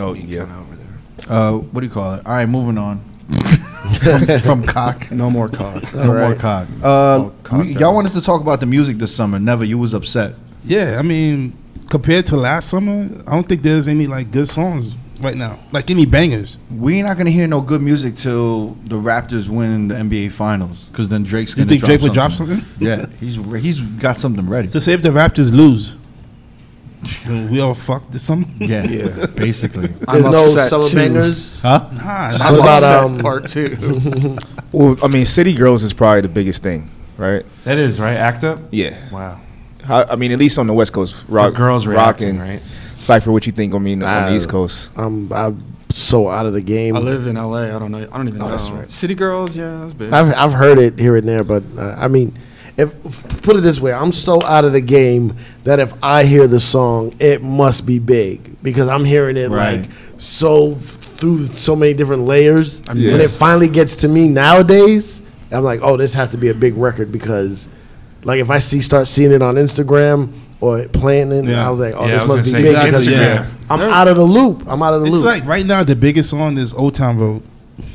[SPEAKER 6] Oh,
[SPEAKER 4] You
[SPEAKER 6] yeah.
[SPEAKER 4] kinda over there.
[SPEAKER 1] Uh, what do you call it? All right, moving on. from, from cock.
[SPEAKER 5] No more cock.
[SPEAKER 1] No more
[SPEAKER 3] right.
[SPEAKER 1] cock. Uh,
[SPEAKER 5] cock
[SPEAKER 1] we- y'all
[SPEAKER 5] down.
[SPEAKER 1] wanted to talk about the music this summer. Never, you was upset.
[SPEAKER 2] Yeah, I mean, compared to last summer, I don't think there's any like good songs right now. Like any bangers.
[SPEAKER 1] We're not gonna hear no good music till the Raptors win the NBA Finals, because then Drake's
[SPEAKER 2] You
[SPEAKER 1] gonna.
[SPEAKER 2] think
[SPEAKER 1] drop
[SPEAKER 2] Drake
[SPEAKER 1] something.
[SPEAKER 2] would drop something?
[SPEAKER 1] Yeah, he's re- he's got something ready.
[SPEAKER 2] To say if the Raptors lose, then we all fucked this summer.
[SPEAKER 1] Yeah, basically.
[SPEAKER 5] I'm
[SPEAKER 3] There's no
[SPEAKER 5] upset
[SPEAKER 3] summer
[SPEAKER 5] too.
[SPEAKER 3] bangers.
[SPEAKER 1] Huh?
[SPEAKER 2] Nah,
[SPEAKER 3] What
[SPEAKER 5] I'm
[SPEAKER 3] about,
[SPEAKER 5] upset
[SPEAKER 3] um,
[SPEAKER 5] part two.
[SPEAKER 6] well, I mean, City Girls is probably the biggest thing, right?
[SPEAKER 4] That is, right? Act Up?
[SPEAKER 6] Yeah.
[SPEAKER 4] Wow.
[SPEAKER 6] How, I mean, at least on the West Coast,
[SPEAKER 4] For
[SPEAKER 6] rock,
[SPEAKER 4] girls
[SPEAKER 6] rock
[SPEAKER 4] reacting,
[SPEAKER 6] and
[SPEAKER 4] right?
[SPEAKER 6] Cipher, what you think? I mean, on
[SPEAKER 3] Uh,
[SPEAKER 6] the East Coast,
[SPEAKER 3] I'm I'm so out of the game.
[SPEAKER 5] I live in LA. I don't know. I don't even
[SPEAKER 8] Oh,
[SPEAKER 5] know.
[SPEAKER 6] that's right.
[SPEAKER 5] City girls, yeah, that's big.
[SPEAKER 3] I've I've heard it here and there, but uh, I mean, if f- put it this way, I'm so out of the game that if I hear the song, it must be big because I'm hearing it
[SPEAKER 1] Right.
[SPEAKER 3] like so f- through so many different layers.
[SPEAKER 5] I mean,
[SPEAKER 3] When it
[SPEAKER 5] yes.
[SPEAKER 3] finally gets to me nowadays, I'm like, oh, this has to be a big record because, like, if I see start seeing it on Instagram or it playing it,
[SPEAKER 2] Yeah.
[SPEAKER 3] I was like,
[SPEAKER 4] Yeah,
[SPEAKER 3] oh,
[SPEAKER 4] I
[SPEAKER 3] this
[SPEAKER 4] was
[SPEAKER 3] must be
[SPEAKER 4] gonna
[SPEAKER 3] big
[SPEAKER 4] say
[SPEAKER 3] because
[SPEAKER 2] Instagram.
[SPEAKER 3] I'm out of the loop. I'm out of the
[SPEAKER 2] it's
[SPEAKER 3] loop.
[SPEAKER 2] like right now the biggest song is Old Town Road.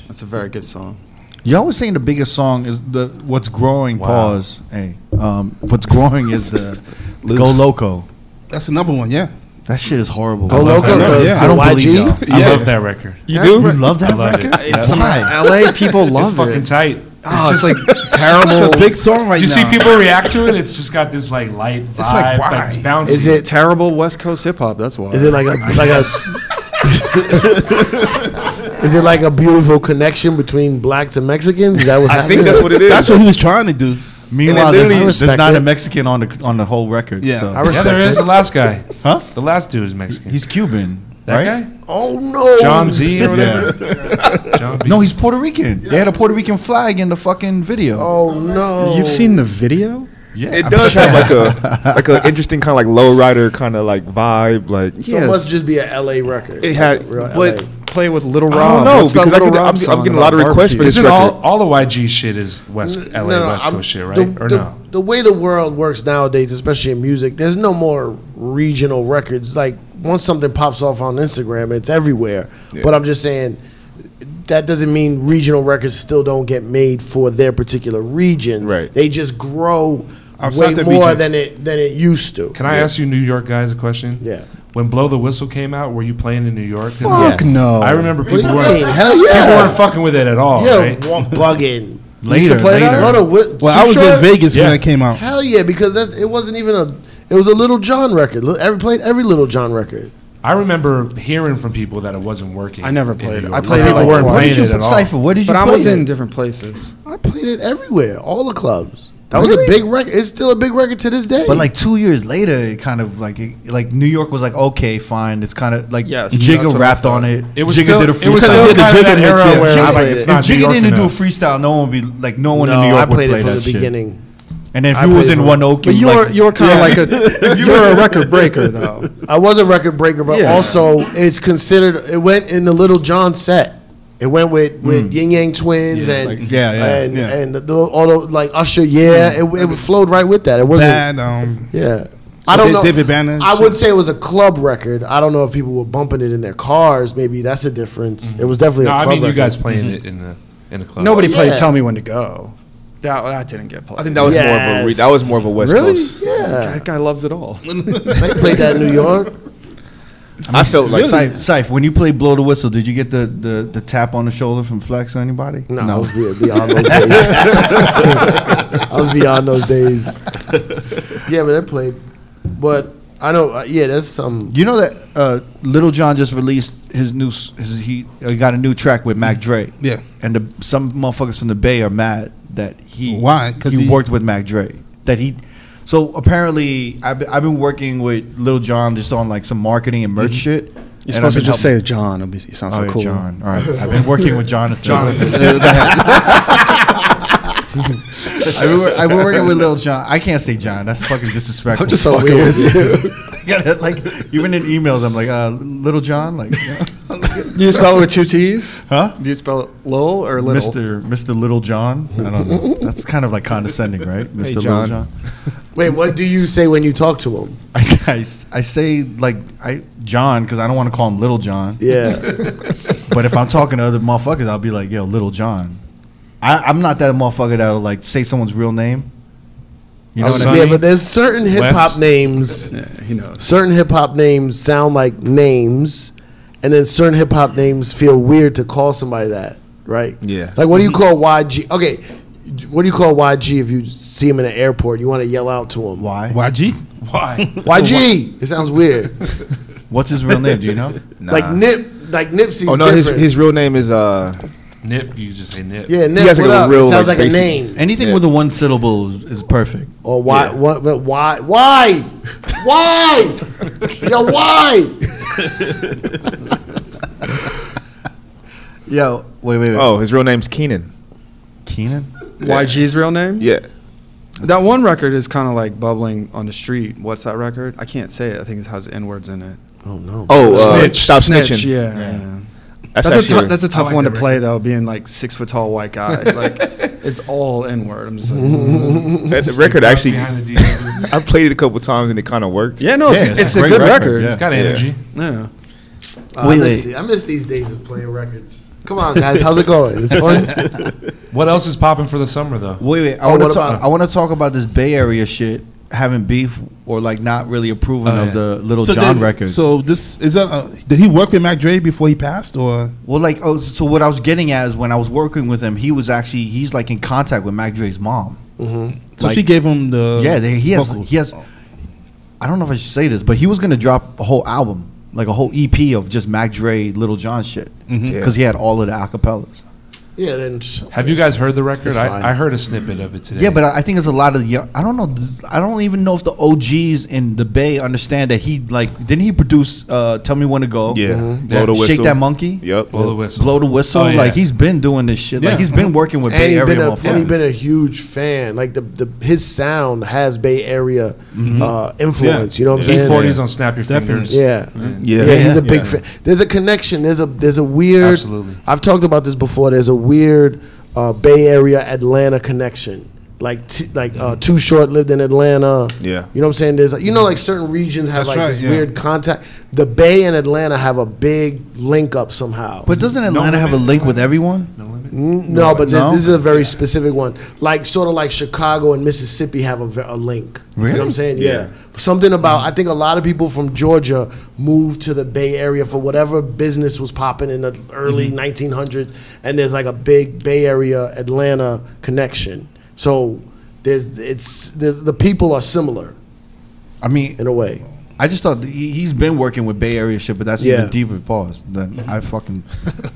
[SPEAKER 5] That's a very good song.
[SPEAKER 1] Y'all was saying the biggest song is the what's growing.
[SPEAKER 4] Wow.
[SPEAKER 1] Pause. Hey, um, what's growing is the Go Loco.
[SPEAKER 2] That's another one, yeah.
[SPEAKER 1] That shit is horrible.
[SPEAKER 3] Go Loco,
[SPEAKER 2] know,
[SPEAKER 3] the-
[SPEAKER 2] yeah.
[SPEAKER 3] the
[SPEAKER 1] I don't
[SPEAKER 3] YG.
[SPEAKER 1] believe y'all.
[SPEAKER 4] I
[SPEAKER 2] Yeah.
[SPEAKER 4] love that record.
[SPEAKER 1] You do? You love
[SPEAKER 4] I
[SPEAKER 1] that
[SPEAKER 4] love
[SPEAKER 1] reckon?
[SPEAKER 4] it. It's,
[SPEAKER 1] Why?
[SPEAKER 5] LA people love
[SPEAKER 4] it's fucking
[SPEAKER 5] it.
[SPEAKER 4] tight.
[SPEAKER 5] oh, it's, like
[SPEAKER 2] It's a
[SPEAKER 5] terrible.
[SPEAKER 2] big song right
[SPEAKER 4] You
[SPEAKER 2] now.
[SPEAKER 4] see people react to it. It's just got this like light vibe
[SPEAKER 2] It's like, why?
[SPEAKER 4] that's bouncy.
[SPEAKER 3] Is it
[SPEAKER 5] terrible West Coast hip hop. That's why.
[SPEAKER 3] Is it like a like a Is it like a beautiful connection between blacks and Mexicans? Is that what's
[SPEAKER 6] I
[SPEAKER 3] happening?
[SPEAKER 6] think that's what it is.
[SPEAKER 2] That's what he was trying to do.
[SPEAKER 1] Meanwhile,
[SPEAKER 3] And it
[SPEAKER 1] there's,
[SPEAKER 3] literally-
[SPEAKER 1] there's not
[SPEAKER 3] I respect it.
[SPEAKER 1] a Mexican on the on the whole record.
[SPEAKER 2] Yeah.
[SPEAKER 1] so.
[SPEAKER 2] I
[SPEAKER 4] Yeah, there is. The last guy.
[SPEAKER 1] Huh?
[SPEAKER 4] The last dude is Mexican.
[SPEAKER 1] He's Cuban,
[SPEAKER 4] that
[SPEAKER 1] right?
[SPEAKER 4] guy?
[SPEAKER 3] Oh no.
[SPEAKER 4] John Z or whatever? John B.
[SPEAKER 1] No, he's Puerto Rican. They had a Puerto Rican flag in the fucking video.
[SPEAKER 3] Oh no.
[SPEAKER 5] You've seen the video?
[SPEAKER 1] yeah.
[SPEAKER 6] it does have like a like an interesting kind of like lowrider kind of like vibe. Like
[SPEAKER 3] So it must just be a LA record.
[SPEAKER 6] it had,
[SPEAKER 3] Real
[SPEAKER 6] but
[SPEAKER 3] LA.
[SPEAKER 5] Play with Little
[SPEAKER 6] I
[SPEAKER 5] Rob.
[SPEAKER 6] don't know
[SPEAKER 5] What's that
[SPEAKER 6] because I
[SPEAKER 5] Little
[SPEAKER 6] could,
[SPEAKER 5] Rob
[SPEAKER 6] I'm,
[SPEAKER 5] song
[SPEAKER 6] I'm getting a lot of
[SPEAKER 5] about
[SPEAKER 6] requests for
[SPEAKER 5] barbecue?
[SPEAKER 6] this
[SPEAKER 4] Isn't
[SPEAKER 6] record.
[SPEAKER 4] all all the YG shit is West LA
[SPEAKER 3] No, no,
[SPEAKER 4] West
[SPEAKER 3] I'm-
[SPEAKER 4] Coast shit, right?
[SPEAKER 3] the-
[SPEAKER 4] or
[SPEAKER 3] the-
[SPEAKER 4] no?
[SPEAKER 3] The way the world works nowadays, especially in music, there's no more regional records. Like once something pops off on Instagram, it's everywhere. But I'm just saying, that doesn't mean regional records still don't get made for their particular regions.
[SPEAKER 6] Right.
[SPEAKER 3] They just grow
[SPEAKER 2] Outside
[SPEAKER 3] way
[SPEAKER 2] the
[SPEAKER 3] more
[SPEAKER 2] region.
[SPEAKER 3] than it than it used to.
[SPEAKER 4] Can I ask you, New York guys, a question?
[SPEAKER 3] Yeah.
[SPEAKER 4] When Blow the Whistle came out, were you playing in New York? 'Cause
[SPEAKER 3] Fuck Yes.
[SPEAKER 1] no.
[SPEAKER 4] I remember
[SPEAKER 3] What do
[SPEAKER 4] people
[SPEAKER 3] you
[SPEAKER 4] weren't,
[SPEAKER 3] mean? Hell
[SPEAKER 4] people
[SPEAKER 3] yeah.
[SPEAKER 4] weren't fucking with it at all,
[SPEAKER 3] yeah,
[SPEAKER 4] right?
[SPEAKER 3] wa- bugging.
[SPEAKER 1] Later, later.
[SPEAKER 3] What a wi-
[SPEAKER 2] Well,
[SPEAKER 3] Too
[SPEAKER 2] I was
[SPEAKER 3] Short?
[SPEAKER 2] in Vegas
[SPEAKER 4] Yeah.
[SPEAKER 2] when that came out.
[SPEAKER 3] Hell yeah, because that's it wasn't even a it was a Little John record. Li- Every played every Little John record.
[SPEAKER 4] I remember hearing from people that it wasn't working.
[SPEAKER 5] I never
[SPEAKER 4] in
[SPEAKER 5] played
[SPEAKER 4] New
[SPEAKER 5] it.
[SPEAKER 4] York.
[SPEAKER 5] I played it
[SPEAKER 4] People
[SPEAKER 5] like
[SPEAKER 4] weren't
[SPEAKER 5] twice.
[SPEAKER 1] Where
[SPEAKER 4] playing
[SPEAKER 1] did you
[SPEAKER 4] it at all.
[SPEAKER 1] cipher? Where did you
[SPEAKER 5] But I
[SPEAKER 1] play
[SPEAKER 5] was
[SPEAKER 1] it?
[SPEAKER 5] in different places.
[SPEAKER 3] I played it everywhere, all the clubs. That was
[SPEAKER 1] Really?
[SPEAKER 3] a big record. It's still a big record to this day.
[SPEAKER 1] But like two years later, it kind of like it, like New York was like okay, fine. It's kind of like
[SPEAKER 5] Yes, that's
[SPEAKER 1] Jigga
[SPEAKER 5] what I
[SPEAKER 1] rapped
[SPEAKER 5] thought.
[SPEAKER 1] on it.
[SPEAKER 4] It was
[SPEAKER 1] Jigga
[SPEAKER 4] still,
[SPEAKER 1] did a
[SPEAKER 4] it
[SPEAKER 1] freestyle.
[SPEAKER 4] was still
[SPEAKER 2] did the
[SPEAKER 4] kind of that
[SPEAKER 2] Jigga mix,
[SPEAKER 4] era
[SPEAKER 2] yeah.
[SPEAKER 4] where
[SPEAKER 1] Jigga
[SPEAKER 4] I was like,
[SPEAKER 1] did-
[SPEAKER 4] it's
[SPEAKER 1] if
[SPEAKER 4] not New
[SPEAKER 1] Jigga
[SPEAKER 4] York
[SPEAKER 1] didn't do
[SPEAKER 4] enough.
[SPEAKER 1] freestyle, no one would be like no one
[SPEAKER 3] no,
[SPEAKER 1] in New
[SPEAKER 3] I
[SPEAKER 1] York would
[SPEAKER 3] played
[SPEAKER 1] play
[SPEAKER 3] it from
[SPEAKER 1] that
[SPEAKER 3] the
[SPEAKER 1] shit.
[SPEAKER 3] beginning.
[SPEAKER 1] And then if
[SPEAKER 3] I
[SPEAKER 1] you was
[SPEAKER 3] played
[SPEAKER 1] in
[SPEAKER 3] it.
[SPEAKER 1] Roanoke,
[SPEAKER 5] But
[SPEAKER 1] you
[SPEAKER 5] you're
[SPEAKER 1] like,
[SPEAKER 5] you're kind of like a you're a record breaker though.
[SPEAKER 3] I was a record breaker, but
[SPEAKER 5] Yeah.
[SPEAKER 3] also it's considered. It went in the Little John set. It went with, with Yin Yang Twins
[SPEAKER 4] Yeah,
[SPEAKER 3] and
[SPEAKER 1] like- Mm. yeah, yeah,
[SPEAKER 3] and
[SPEAKER 1] yeah. Mm.
[SPEAKER 3] and the, all the, like Usher. Yeah, it, it flowed right with that. It wasn't.
[SPEAKER 2] Bad, um,
[SPEAKER 3] Yeah. I don't
[SPEAKER 2] Da-
[SPEAKER 3] know.
[SPEAKER 2] David Banner and
[SPEAKER 3] I
[SPEAKER 2] shit?
[SPEAKER 3] would say it was a club record. I don't know if people were bumping it in their cars. Maybe that's a difference. It was definitely
[SPEAKER 4] No,
[SPEAKER 3] a
[SPEAKER 4] I
[SPEAKER 3] club
[SPEAKER 4] mean you
[SPEAKER 3] record.
[SPEAKER 4] guys playing it in the in the club.
[SPEAKER 5] Nobody played
[SPEAKER 3] yeah.
[SPEAKER 5] Tell Me When to Go. That, that didn't get played.
[SPEAKER 6] I think that was more of a re-
[SPEAKER 3] Yes.
[SPEAKER 6] that was more of a West
[SPEAKER 5] really.
[SPEAKER 6] Coast.
[SPEAKER 3] Yeah.
[SPEAKER 5] That guy loves it all.
[SPEAKER 3] they played that in New York.
[SPEAKER 6] I felt like
[SPEAKER 1] Syph, Syph, when you played blow the whistle, did you get the, the, the tap on the shoulder from Flex or anybody?
[SPEAKER 3] No, I was be- beyond those days. I was beyond those days. Yeah, but they played. But I know. Uh, yeah, that's some.
[SPEAKER 1] You know that uh, Little John just released his new s- his, he uh, got a new track with Mac Dre.
[SPEAKER 2] Yeah.
[SPEAKER 1] and the, some motherfuckers from the Bay are mad that he
[SPEAKER 2] Why? 'Cause
[SPEAKER 1] he,
[SPEAKER 2] he-
[SPEAKER 1] worked with Mac Dre. That he so apparently I've, been- I've been working with Little John just on like some marketing and
[SPEAKER 2] Mm-hmm.
[SPEAKER 1] merch shit.
[SPEAKER 5] You're
[SPEAKER 1] and I've
[SPEAKER 5] supposed to
[SPEAKER 1] been
[SPEAKER 5] just say
[SPEAKER 1] helping-
[SPEAKER 5] it, John. It'll be, it sounds
[SPEAKER 1] Oh,
[SPEAKER 5] so
[SPEAKER 1] yeah,
[SPEAKER 5] cool.
[SPEAKER 1] John. All right, I've been working with Jonathan.
[SPEAKER 4] Jonathan.
[SPEAKER 1] I've been, wor- I've been working with Little John. I can't say John. That's fucking disrespectful.
[SPEAKER 5] I'm just
[SPEAKER 3] So
[SPEAKER 5] fucking
[SPEAKER 3] weird.
[SPEAKER 5] with you.
[SPEAKER 1] Yeah, like even in emails, I'm like uh, Little John, like yeah.
[SPEAKER 5] Do you spell it with two T's?
[SPEAKER 1] Huh?
[SPEAKER 5] Do you spell it Lil or Little?
[SPEAKER 1] Mr. Mr. Little John. I don't know. That's kind of like condescending, right? Mr. Little
[SPEAKER 5] John.
[SPEAKER 1] John.
[SPEAKER 3] Wait, what do you say when you talk to him?
[SPEAKER 1] I, I, I say like I John because I don't want to call him Little John.
[SPEAKER 3] Yeah,
[SPEAKER 1] But if I'm talking to other motherfuckers, I'll be like, yo, Little John. I, I'm not that motherfucker that'll like say someone's real name. You know what I
[SPEAKER 4] Sonny?
[SPEAKER 1] mean?
[SPEAKER 3] yeah. But there's certain hip
[SPEAKER 4] Wes?
[SPEAKER 3] hop names.
[SPEAKER 5] Yeah, he knows.
[SPEAKER 3] certain hip hop names sound like names, and then certain hip hop names feel weird to call somebody that, right?
[SPEAKER 6] Yeah. Mm-hmm.
[SPEAKER 3] Like, what do you call YG? Okay, what do you call YG if you see him in an airport? You want to yell out to him.
[SPEAKER 1] Why?
[SPEAKER 2] YG.
[SPEAKER 4] Why?
[SPEAKER 3] YG. It sounds weird.
[SPEAKER 1] What's his real name? Do you know?
[SPEAKER 6] nah.
[SPEAKER 3] Like Nip. Like Nipsey's
[SPEAKER 6] Oh no, his,
[SPEAKER 3] different.
[SPEAKER 6] his real name is uh
[SPEAKER 4] Nip, you just say nip.
[SPEAKER 3] yeah, Nip.
[SPEAKER 6] has,
[SPEAKER 3] what
[SPEAKER 6] like, a
[SPEAKER 3] up?
[SPEAKER 6] real,
[SPEAKER 3] it sounds
[SPEAKER 6] like,
[SPEAKER 3] like, a
[SPEAKER 6] basic-
[SPEAKER 3] name.
[SPEAKER 1] Anything
[SPEAKER 6] Yeah.
[SPEAKER 1] with a one syllable is, is perfect.
[SPEAKER 3] Or why?
[SPEAKER 6] Yeah.
[SPEAKER 3] What? But why? Why? Why? Yo, why?
[SPEAKER 1] Yo, wait, wait, wait.
[SPEAKER 6] oh his real name's Keenan.
[SPEAKER 1] Keenan?
[SPEAKER 5] YG's real name?
[SPEAKER 6] Yeah,
[SPEAKER 5] That one record is kind of like bubbling on the street. What's that record? I can't say it. I think it has N words in it.
[SPEAKER 3] Oh no.
[SPEAKER 6] Oh, uh,
[SPEAKER 4] Snitch.
[SPEAKER 6] stop
[SPEAKER 5] Snitch,
[SPEAKER 6] snitching.
[SPEAKER 5] Yeah.
[SPEAKER 1] Yeah.
[SPEAKER 5] yeah.
[SPEAKER 6] That's,
[SPEAKER 5] That's, a
[SPEAKER 6] actually-
[SPEAKER 5] tou- that's a tough
[SPEAKER 4] like
[SPEAKER 5] one to
[SPEAKER 4] that
[SPEAKER 5] play though, being like six foot tall white guy. Like it's all N word. I'm just like, mm.
[SPEAKER 6] that record actually.
[SPEAKER 4] Behind the DJ.
[SPEAKER 6] I played it a couple times and it kind of worked.
[SPEAKER 5] yeah, no, it's,
[SPEAKER 1] Yeah,
[SPEAKER 5] it's,
[SPEAKER 1] it's a
[SPEAKER 5] a
[SPEAKER 1] great
[SPEAKER 5] good
[SPEAKER 1] record,
[SPEAKER 5] record.
[SPEAKER 4] It's got
[SPEAKER 6] Yeah.
[SPEAKER 4] energy.
[SPEAKER 5] Yeah.
[SPEAKER 3] Uh, I, miss the- I miss these days of playing records. Come on, guys. How's it going? It's fun.
[SPEAKER 4] What else is popping for the summer though?
[SPEAKER 1] Wait, wait. I
[SPEAKER 3] Oh,
[SPEAKER 1] want to
[SPEAKER 3] what
[SPEAKER 1] talk.
[SPEAKER 3] about-
[SPEAKER 1] I want to talk about this Bay Area shit, having beef or like not really approving
[SPEAKER 4] Oh,
[SPEAKER 1] of
[SPEAKER 4] yeah.
[SPEAKER 1] the Little
[SPEAKER 2] So
[SPEAKER 1] John
[SPEAKER 2] did-
[SPEAKER 1] record. So,
[SPEAKER 2] So this is that. Uh, did he work with Mac Dre before he passed, or
[SPEAKER 1] well, like, oh, so what I was getting at is when I was working with him, he was actually he's like in contact with Mac Dre's mom.
[SPEAKER 2] so
[SPEAKER 1] Like-
[SPEAKER 2] she gave him the?
[SPEAKER 1] yeah, they, he has.
[SPEAKER 2] vocals.
[SPEAKER 1] He has. I don't know if I should say this, but he was gonna drop a whole album, like a whole EP of just Mac Dre, Little John shit, because
[SPEAKER 2] Mm-hmm.
[SPEAKER 1] he had all of the acapellas.
[SPEAKER 3] yeah, then. Sh-
[SPEAKER 4] Have you guys heard the record?
[SPEAKER 3] It's fine.
[SPEAKER 4] I, I heard a snippet of it today.
[SPEAKER 1] Yeah, but I I think it's a lot of the. yo- I don't know. th- I don't even know if the OGs in the Bay understand that he like didn't he produce uh, "Tell Me When to Go"?
[SPEAKER 6] yeah.
[SPEAKER 4] Yeah.
[SPEAKER 6] Blow the
[SPEAKER 1] Shake
[SPEAKER 6] whistle.
[SPEAKER 1] that monkey.
[SPEAKER 6] Yep.
[SPEAKER 4] blow the whistle.
[SPEAKER 1] Blow the whistle.
[SPEAKER 4] Oh, yeah.
[SPEAKER 1] Like he's been doing this shit. Like
[SPEAKER 2] Yeah.
[SPEAKER 1] he's been working with
[SPEAKER 3] and
[SPEAKER 1] Bay
[SPEAKER 3] he's
[SPEAKER 1] Area
[SPEAKER 3] been a, and he
[SPEAKER 1] motherfuckers.
[SPEAKER 3] been a huge fan. Like the, the his sound has Bay Area uh, influence. You know what I'm
[SPEAKER 4] P
[SPEAKER 3] saying?
[SPEAKER 4] E forties on Snap Your Fingers.
[SPEAKER 3] Yeah.
[SPEAKER 6] Yeah.
[SPEAKER 3] yeah, He's a big
[SPEAKER 6] Yeah.
[SPEAKER 3] fan. There's a connection. There's a there's a weird.
[SPEAKER 4] Absolutely.
[SPEAKER 3] I've talked about this before. There's a weird uh, Bay Area Atlanta connection like t- like uh, Too Short lived in Atlanta.
[SPEAKER 6] Yeah.
[SPEAKER 3] you know what I'm saying. There's you know like certain regions have
[SPEAKER 2] That's
[SPEAKER 3] like
[SPEAKER 2] right,
[SPEAKER 3] this
[SPEAKER 2] yeah.
[SPEAKER 3] weird contact. The Bay and Atlanta have a big link up somehow.
[SPEAKER 1] But doesn't Atlanta have a link with everyone?
[SPEAKER 3] N- no, but
[SPEAKER 1] No?
[SPEAKER 3] This, this is a very specific one. Like sort of like Chicago and Mississippi have a, ve- a link. You know what
[SPEAKER 1] Really? Mm.
[SPEAKER 3] I'm saying? Yeah. Something about I think a lot of people from Georgia moved to the Bay Area for whatever business was popping in the early
[SPEAKER 1] Mm-hmm.
[SPEAKER 3] 1900s, and there's like a big Bay Area Atlanta connection. So there's it's there's, the people are similar
[SPEAKER 1] I mean,
[SPEAKER 3] in a way.
[SPEAKER 1] I just thought that he- he's been working with Bay Area shit, but that's
[SPEAKER 3] Yeah.
[SPEAKER 1] even deeper pause than I fucking,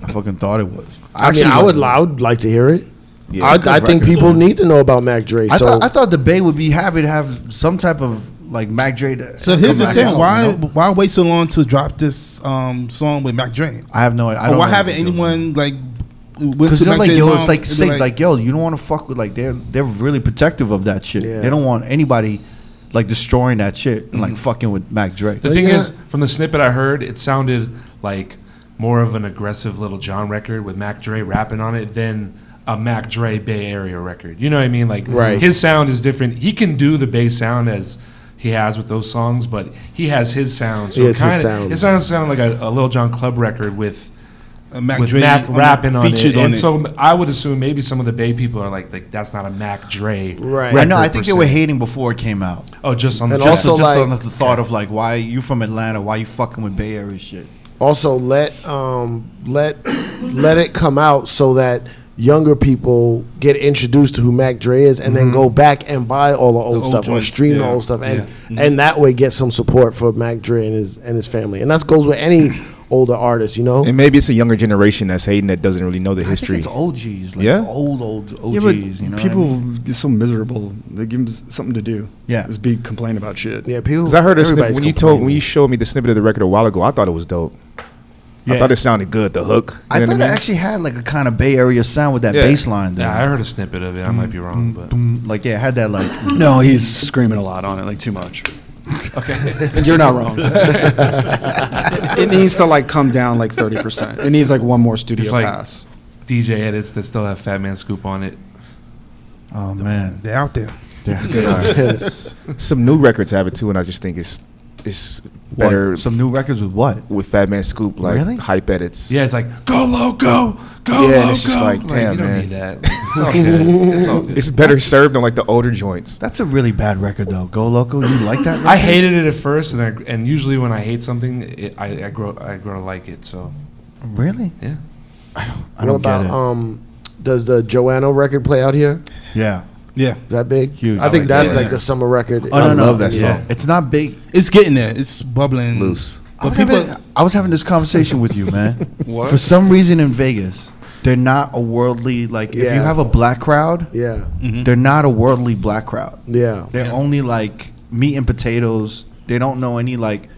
[SPEAKER 1] I fucking thought it was.
[SPEAKER 3] I mean, I would li- I would like to hear it.
[SPEAKER 1] Yeah.
[SPEAKER 3] I,
[SPEAKER 1] It's a good
[SPEAKER 3] I think
[SPEAKER 1] record.
[SPEAKER 3] people need to know about Mac Dre.
[SPEAKER 1] I
[SPEAKER 3] so
[SPEAKER 1] thought I thought the Bay would be happy to have some type of like Mac Dre. to
[SPEAKER 2] So here's
[SPEAKER 1] come back
[SPEAKER 2] the thing:
[SPEAKER 1] out,
[SPEAKER 2] why
[SPEAKER 1] you know?
[SPEAKER 2] why wait so long to drop this um, song with Mac Dre?
[SPEAKER 1] I have no. I
[SPEAKER 2] Or
[SPEAKER 1] don't
[SPEAKER 2] why
[SPEAKER 1] know.
[SPEAKER 2] haven't anyone like went
[SPEAKER 1] Because
[SPEAKER 2] to
[SPEAKER 1] they're
[SPEAKER 2] Mac
[SPEAKER 1] like,
[SPEAKER 2] Dre's
[SPEAKER 1] yo,
[SPEAKER 2] mom
[SPEAKER 1] it's like
[SPEAKER 2] and
[SPEAKER 1] safe.
[SPEAKER 2] like-
[SPEAKER 1] Like, yo, you don't want to fuck with like they're they're really protective of that shit.
[SPEAKER 3] Yeah.
[SPEAKER 1] They don't want anybody like destroying that shit and
[SPEAKER 2] Mm-hmm.
[SPEAKER 1] like fucking with Mac Dre.
[SPEAKER 4] The thing
[SPEAKER 3] you know-
[SPEAKER 4] is, from the snippet I heard, it sounded like more of an aggressive Little John record with Mac Dre rapping on it than a Mac Dre Bay Area record. You know what I mean? Like
[SPEAKER 3] Right.
[SPEAKER 4] his sound is different. He can do the bass sound as he has with those songs, but he has his sound. So
[SPEAKER 3] Yeah,
[SPEAKER 4] it
[SPEAKER 3] it's his
[SPEAKER 4] kind of
[SPEAKER 3] sound.
[SPEAKER 4] it sounds sound like a, a Little John club record with
[SPEAKER 2] a Mac
[SPEAKER 4] with
[SPEAKER 2] Dre
[SPEAKER 4] Mac
[SPEAKER 2] on it,
[SPEAKER 4] rapping on it.
[SPEAKER 2] featured on
[SPEAKER 4] and
[SPEAKER 2] it.
[SPEAKER 4] so I would assume maybe some of the Bay people are like, like that's not a Mac Dre.
[SPEAKER 3] Right.
[SPEAKER 1] I know. I
[SPEAKER 4] record
[SPEAKER 1] think
[SPEAKER 4] per
[SPEAKER 1] they were
[SPEAKER 4] se.
[SPEAKER 1] hating before it came out.
[SPEAKER 4] Oh, just on the
[SPEAKER 3] And
[SPEAKER 1] Just,
[SPEAKER 3] also,
[SPEAKER 1] just
[SPEAKER 3] like-
[SPEAKER 1] on the thought of like, why you from Atlanta? Why you fucking with Bay Area shit?
[SPEAKER 3] also let um, let let it come out so that younger people get introduced to who Mac Dre is, and
[SPEAKER 1] Mm-hmm.
[SPEAKER 3] then go back and buy all the old,
[SPEAKER 2] old
[SPEAKER 3] stuff or
[SPEAKER 2] joints,
[SPEAKER 3] stream the
[SPEAKER 2] yeah.
[SPEAKER 3] old stuff, and and that way get some support for Mac Dre and his and his family, and that goes with any older artist, you know.
[SPEAKER 7] And maybe it's a younger generation that's hating that doesn't really know the
[SPEAKER 1] I think
[SPEAKER 7] history.
[SPEAKER 1] it's OGs, like
[SPEAKER 7] Yeah?
[SPEAKER 1] old old OGs.
[SPEAKER 8] Yeah, but
[SPEAKER 1] you know, what I
[SPEAKER 8] people
[SPEAKER 1] mean?
[SPEAKER 8] get so miserable. They give them something to do.
[SPEAKER 1] Yeah.
[SPEAKER 8] just be complain about shit.
[SPEAKER 3] Yeah, people.
[SPEAKER 7] Because I heard a snippet
[SPEAKER 3] everybody's
[SPEAKER 7] when you told when
[SPEAKER 3] complaining.
[SPEAKER 7] you showed me the snippet of the record a while ago. I thought it was dope. I
[SPEAKER 1] Yeah.
[SPEAKER 7] thought it sounded good. The hook. You
[SPEAKER 1] I
[SPEAKER 7] know
[SPEAKER 1] thought
[SPEAKER 7] what
[SPEAKER 1] it actually had like a kind of Bay Area sound with that
[SPEAKER 7] Yeah.
[SPEAKER 1] bass line. Though.
[SPEAKER 4] Yeah, I heard a snippet of it. I might be wrong, but
[SPEAKER 1] like yeah, it had that like.
[SPEAKER 8] No, he's screaming a lot on it, like too much.
[SPEAKER 5] You're not wrong. it needs to like come down like 30%. It needs like one more studio
[SPEAKER 4] It's like-
[SPEAKER 5] pass.
[SPEAKER 4] DJ edits that still have Fat Man Scoop on it.
[SPEAKER 1] Oh man.
[SPEAKER 2] they're out there.
[SPEAKER 7] Some new records have it too, and I just think it's it's better
[SPEAKER 1] What? Some new records with what?
[SPEAKER 7] with Fat Man Scoop like
[SPEAKER 1] Really? Oh,
[SPEAKER 7] hype edits.
[SPEAKER 4] Yeah, it's like go low, go,
[SPEAKER 7] Yeah,
[SPEAKER 4] go low,
[SPEAKER 7] and it's just
[SPEAKER 4] go.
[SPEAKER 7] like, damn,
[SPEAKER 4] you don't
[SPEAKER 7] man.
[SPEAKER 4] need that. It's all good. It's all good.
[SPEAKER 7] It's better served on like the older joints.
[SPEAKER 1] That's a really bad record though. Go Loco, you like that?
[SPEAKER 4] I hated it at first, and I, and usually when I hate something, it, I I grow I grow to like it. So
[SPEAKER 1] Really?
[SPEAKER 4] yeah,
[SPEAKER 1] I don't
[SPEAKER 3] what about
[SPEAKER 1] get it.
[SPEAKER 3] um? Does the Joanno record play out here?
[SPEAKER 1] yeah.
[SPEAKER 2] Yeah,
[SPEAKER 3] Is that big?
[SPEAKER 1] Huge.
[SPEAKER 3] I think
[SPEAKER 1] I like
[SPEAKER 3] that's
[SPEAKER 1] that.
[SPEAKER 3] like the summer record.
[SPEAKER 1] Oh no, no,
[SPEAKER 7] love that
[SPEAKER 1] yeah.
[SPEAKER 7] song.
[SPEAKER 1] It's not big.
[SPEAKER 2] it's getting there. It's bubbling
[SPEAKER 7] Loose.
[SPEAKER 1] I
[SPEAKER 2] But
[SPEAKER 1] was,
[SPEAKER 2] people,
[SPEAKER 1] having, I was having this conversation with you, man. For some reason in Vegas, they're not a worldly like. If you
[SPEAKER 3] Yeah.
[SPEAKER 1] have a black crowd,
[SPEAKER 3] Yeah, Mm-hmm.
[SPEAKER 1] they're not a worldly black crowd.
[SPEAKER 3] yeah.
[SPEAKER 1] They're only like meat and potatoes. They don't know any like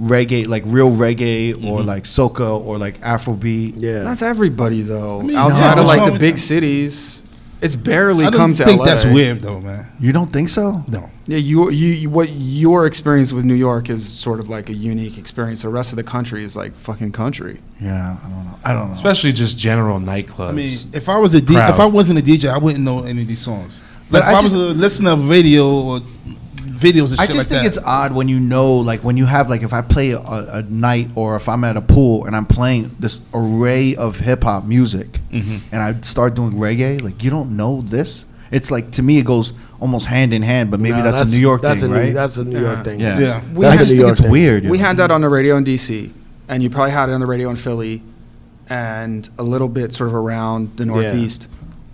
[SPEAKER 1] reggae, like real reggae or like soca or like Afrobeat.
[SPEAKER 3] Mm-hmm. Yeah.
[SPEAKER 5] That's everybody though.
[SPEAKER 2] mean,
[SPEAKER 5] Outside
[SPEAKER 2] no,
[SPEAKER 5] of
[SPEAKER 2] what's
[SPEAKER 5] like
[SPEAKER 2] wrong
[SPEAKER 5] the
[SPEAKER 2] with
[SPEAKER 5] big
[SPEAKER 2] that?
[SPEAKER 5] cities, it's barely
[SPEAKER 2] I
[SPEAKER 5] come
[SPEAKER 2] don't
[SPEAKER 5] to
[SPEAKER 2] think
[SPEAKER 5] LA.
[SPEAKER 2] that's weird though, man.
[SPEAKER 1] You don't think so?
[SPEAKER 2] No,
[SPEAKER 5] Yeah, you, you you- what your experience with New York is sort of like a unique experience. The rest of the country is like fucking country.
[SPEAKER 1] Yeah, I don't know. I don't know.
[SPEAKER 4] especially just general nightclubs.
[SPEAKER 2] I mean, if I was a D-
[SPEAKER 4] Crowd.
[SPEAKER 2] if I wasn't a DJ, I wouldn't know any of these songs.
[SPEAKER 1] But
[SPEAKER 2] Like if
[SPEAKER 1] I
[SPEAKER 2] I,
[SPEAKER 1] just-
[SPEAKER 2] was a listener of radio or videos and
[SPEAKER 1] I
[SPEAKER 2] shit
[SPEAKER 1] just
[SPEAKER 2] like
[SPEAKER 1] think it's
[SPEAKER 2] that.
[SPEAKER 1] odd when you know, like when you have, like if I play a, a night or if I'm at a pool and I'm playing this array of hip hop music,
[SPEAKER 2] Mm-hmm.
[SPEAKER 1] and I start doing reggae, like you don't know this. It's like to me, it goes almost hand in hand, but maybe
[SPEAKER 3] Nah,
[SPEAKER 1] that's, a New York
[SPEAKER 3] that's
[SPEAKER 1] thing,
[SPEAKER 3] a New,
[SPEAKER 1] right? Uh-huh.
[SPEAKER 3] That's a New York thing.
[SPEAKER 1] yeah,
[SPEAKER 2] Yeah.
[SPEAKER 5] We
[SPEAKER 1] I
[SPEAKER 3] That's
[SPEAKER 5] had-
[SPEAKER 3] a
[SPEAKER 1] just
[SPEAKER 3] New
[SPEAKER 1] think
[SPEAKER 3] York
[SPEAKER 1] it's
[SPEAKER 3] thing.
[SPEAKER 1] weird.
[SPEAKER 5] We
[SPEAKER 1] yo.
[SPEAKER 5] had that on the radio in DC, and you probably had it on the radio in Philly, and a little bit sort of around the Northeast.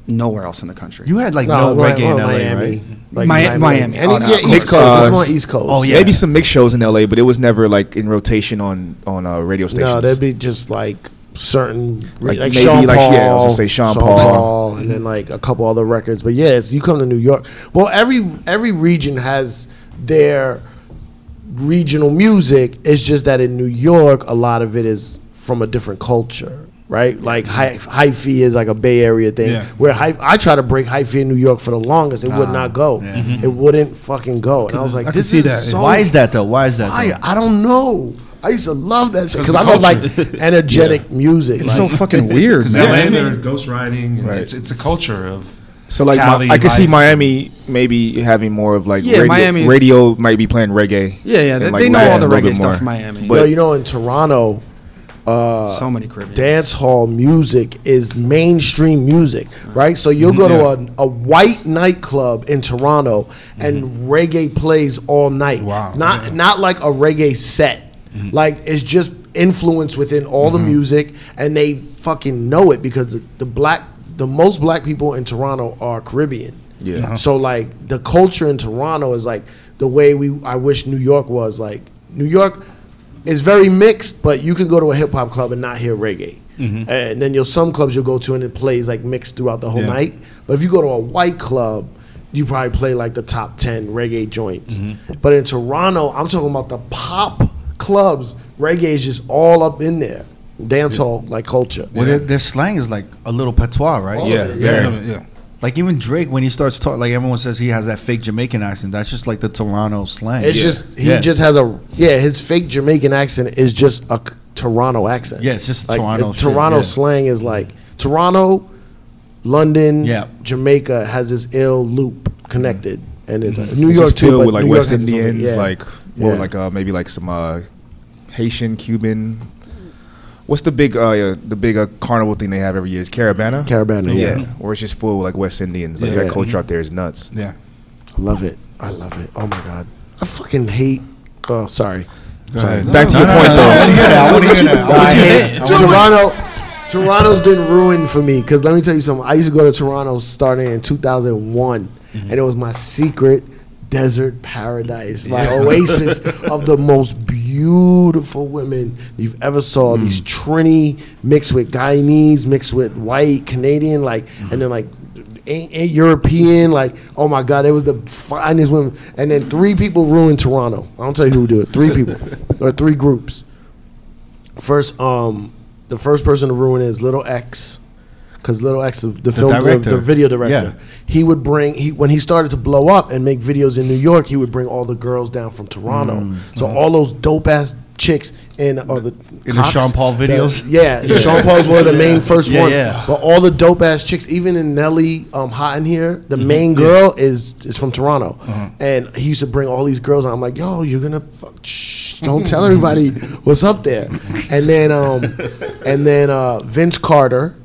[SPEAKER 5] Nowhere else in the country.
[SPEAKER 1] you had like no,
[SPEAKER 3] No, Mi-
[SPEAKER 1] reggae in
[SPEAKER 3] well,
[SPEAKER 1] LA,
[SPEAKER 3] Miami.
[SPEAKER 1] right?
[SPEAKER 3] Like
[SPEAKER 5] Mi- Miami.
[SPEAKER 3] Any,
[SPEAKER 5] Oh, no,
[SPEAKER 3] yeah,
[SPEAKER 5] of
[SPEAKER 3] East
[SPEAKER 5] course.
[SPEAKER 3] Coast. It's
[SPEAKER 7] Uh,
[SPEAKER 3] more East Coast.
[SPEAKER 1] oh, yeah.
[SPEAKER 7] Maybe some mix shows in LA, but it was never like in rotation on on uh, radio stations.
[SPEAKER 3] No, that'd be just like certain
[SPEAKER 7] Like,
[SPEAKER 3] like,
[SPEAKER 7] maybe,
[SPEAKER 3] Sean
[SPEAKER 7] like,
[SPEAKER 3] Paul,
[SPEAKER 7] yeah, I was gonna say Sean Paul.
[SPEAKER 3] and then like a couple other records. But yeah, it's, you come to New York. Well, every every region has their regional music. It's just that in New York, a lot of it is from a different culture, right? Like hi- hyphy is like a Bay Area thing.
[SPEAKER 2] Yeah.
[SPEAKER 3] Where hy- I try to break hyphy in New York for the longest, it would not go. It wouldn't fucking go. And I was like,
[SPEAKER 2] I could
[SPEAKER 3] this
[SPEAKER 2] see
[SPEAKER 3] is
[SPEAKER 2] that.
[SPEAKER 3] so
[SPEAKER 1] Why is that though? Why is that?
[SPEAKER 3] I,
[SPEAKER 1] though?
[SPEAKER 3] I don't know. I used to love that shit because I love like energetic music.
[SPEAKER 5] it's
[SPEAKER 3] like,
[SPEAKER 5] so fucking weird,
[SPEAKER 4] because
[SPEAKER 5] man.
[SPEAKER 4] LA, they're ghost riding. And
[SPEAKER 7] Right.
[SPEAKER 4] It's it's a culture of
[SPEAKER 7] So like,
[SPEAKER 4] Cali
[SPEAKER 7] my, I could see
[SPEAKER 4] life.
[SPEAKER 7] Miami maybe having more of like
[SPEAKER 5] Yeah,
[SPEAKER 7] radio,
[SPEAKER 5] Miami's-
[SPEAKER 7] radio might be playing reggae.
[SPEAKER 5] Yeah, yeah,
[SPEAKER 7] and,
[SPEAKER 5] they,
[SPEAKER 7] like,
[SPEAKER 5] they know
[SPEAKER 7] Latin
[SPEAKER 5] all the
[SPEAKER 7] a little bit
[SPEAKER 5] reggae stuff
[SPEAKER 7] more.
[SPEAKER 5] from Miami.
[SPEAKER 7] But-
[SPEAKER 3] Yo, you know, in Toronto, uh,
[SPEAKER 5] so many Caribbean
[SPEAKER 3] dance hall music is mainstream music, right? So you'll go to a, a white nightclub in Toronto and reggae plays all night.
[SPEAKER 2] Wow.
[SPEAKER 3] Not not like a reggae set. Like it's just influence within all the music and they fucking know it because the, the black the most black people in Toronto are Caribbean.
[SPEAKER 7] Yeah. Uh-huh.
[SPEAKER 3] So like the culture in Toronto is like the way we I wish New York was like New York is very mixed, but you can go to a hip hop club and not hear reggae. And then you'll some clubs you'll go to and it plays like mixed throughout the whole
[SPEAKER 2] Yeah.
[SPEAKER 3] night. But if you go to a white club, you probably play like the top ten reggae joints. But in Toronto, I'm talking about the pop clubs. Reggae is just all up in there. Dancehall like culture.
[SPEAKER 1] Well, their, their slang is like a little patois, right?
[SPEAKER 7] Yeah,
[SPEAKER 2] Yeah.
[SPEAKER 7] yeah.
[SPEAKER 2] yeah.
[SPEAKER 1] Like even Drake, when he starts talking, like everyone says he has that fake Jamaican accent. That's just like the Toronto slang.
[SPEAKER 3] It's
[SPEAKER 1] yeah.
[SPEAKER 3] just he
[SPEAKER 1] Yeah.
[SPEAKER 3] just has a yeah. His fake Jamaican accent is just a c- Toronto accent.
[SPEAKER 1] Yeah, it's just
[SPEAKER 3] like,
[SPEAKER 1] Toronto
[SPEAKER 3] uh,
[SPEAKER 1] shit,
[SPEAKER 3] Toronto
[SPEAKER 1] yeah.
[SPEAKER 3] slang is like Toronto, London,
[SPEAKER 1] Yeah.
[SPEAKER 3] Jamaica has this ill loop connected, and it's uh,
[SPEAKER 1] Mm-hmm.
[SPEAKER 3] New
[SPEAKER 7] It's
[SPEAKER 3] York
[SPEAKER 7] just
[SPEAKER 3] too.
[SPEAKER 7] filled
[SPEAKER 3] But
[SPEAKER 7] with like
[SPEAKER 3] New York
[SPEAKER 7] West
[SPEAKER 3] has its own-
[SPEAKER 7] Indians,
[SPEAKER 3] yeah.
[SPEAKER 7] like more
[SPEAKER 3] Yeah.
[SPEAKER 7] like uh, maybe like some uh, Haitian, Cuban. What's the big uh, uh, the big uh, carnival thing they have every year? Is Caravana?
[SPEAKER 3] Caravana.
[SPEAKER 7] yeah.
[SPEAKER 3] Yeah.
[SPEAKER 7] Or it's just full of like West Indians. Like that
[SPEAKER 3] Yeah. Mm-hmm.
[SPEAKER 7] culture out there is nuts.
[SPEAKER 2] Yeah.
[SPEAKER 3] love it. I love it. Oh my god, I fucking hate. Oh, sorry.
[SPEAKER 7] So, back to your point though.
[SPEAKER 3] I hate- Toronto. Toronto's been ruined for me because let me tell you something. I used to go to Toronto starting in 2001, and it was my secret desert paradise, my oasis of the most beautiful women you've ever saw. These Trini mixed with Guyanese, mixed with white Canadian, like, and then like. a- a- European, like, oh my God, it was the finest women. And then three people ruined Toronto. I don't tell you who do it. Three people, or three groups. First, um, the first person to ruin it is Little X, because Little X, the, the, film, director.
[SPEAKER 1] director.
[SPEAKER 3] The, video director,
[SPEAKER 1] Yeah.
[SPEAKER 3] he would bring he when he started to blow up and make videos in New York, he would bring all the girls down from Toronto.
[SPEAKER 1] Mm.
[SPEAKER 3] So all those dope ass chicks in or the
[SPEAKER 1] Mm-hmm. In the Sean Paul
[SPEAKER 3] the-
[SPEAKER 1] videos?
[SPEAKER 3] yeah, Sean Paul's one of the main first
[SPEAKER 1] Yeah,
[SPEAKER 3] ones.
[SPEAKER 1] yeah.
[SPEAKER 3] But all the dope ass chicks, even in Nelly um, Hot in here, the
[SPEAKER 1] Mm-hmm.
[SPEAKER 3] main girl is is from Toronto,
[SPEAKER 1] Uh-huh.
[SPEAKER 3] and he used to bring all these girls. And I'm like, yo, you're gonna fuck, shh, don't tell everybody what's up there. And then um, and then uh, Vince Carter,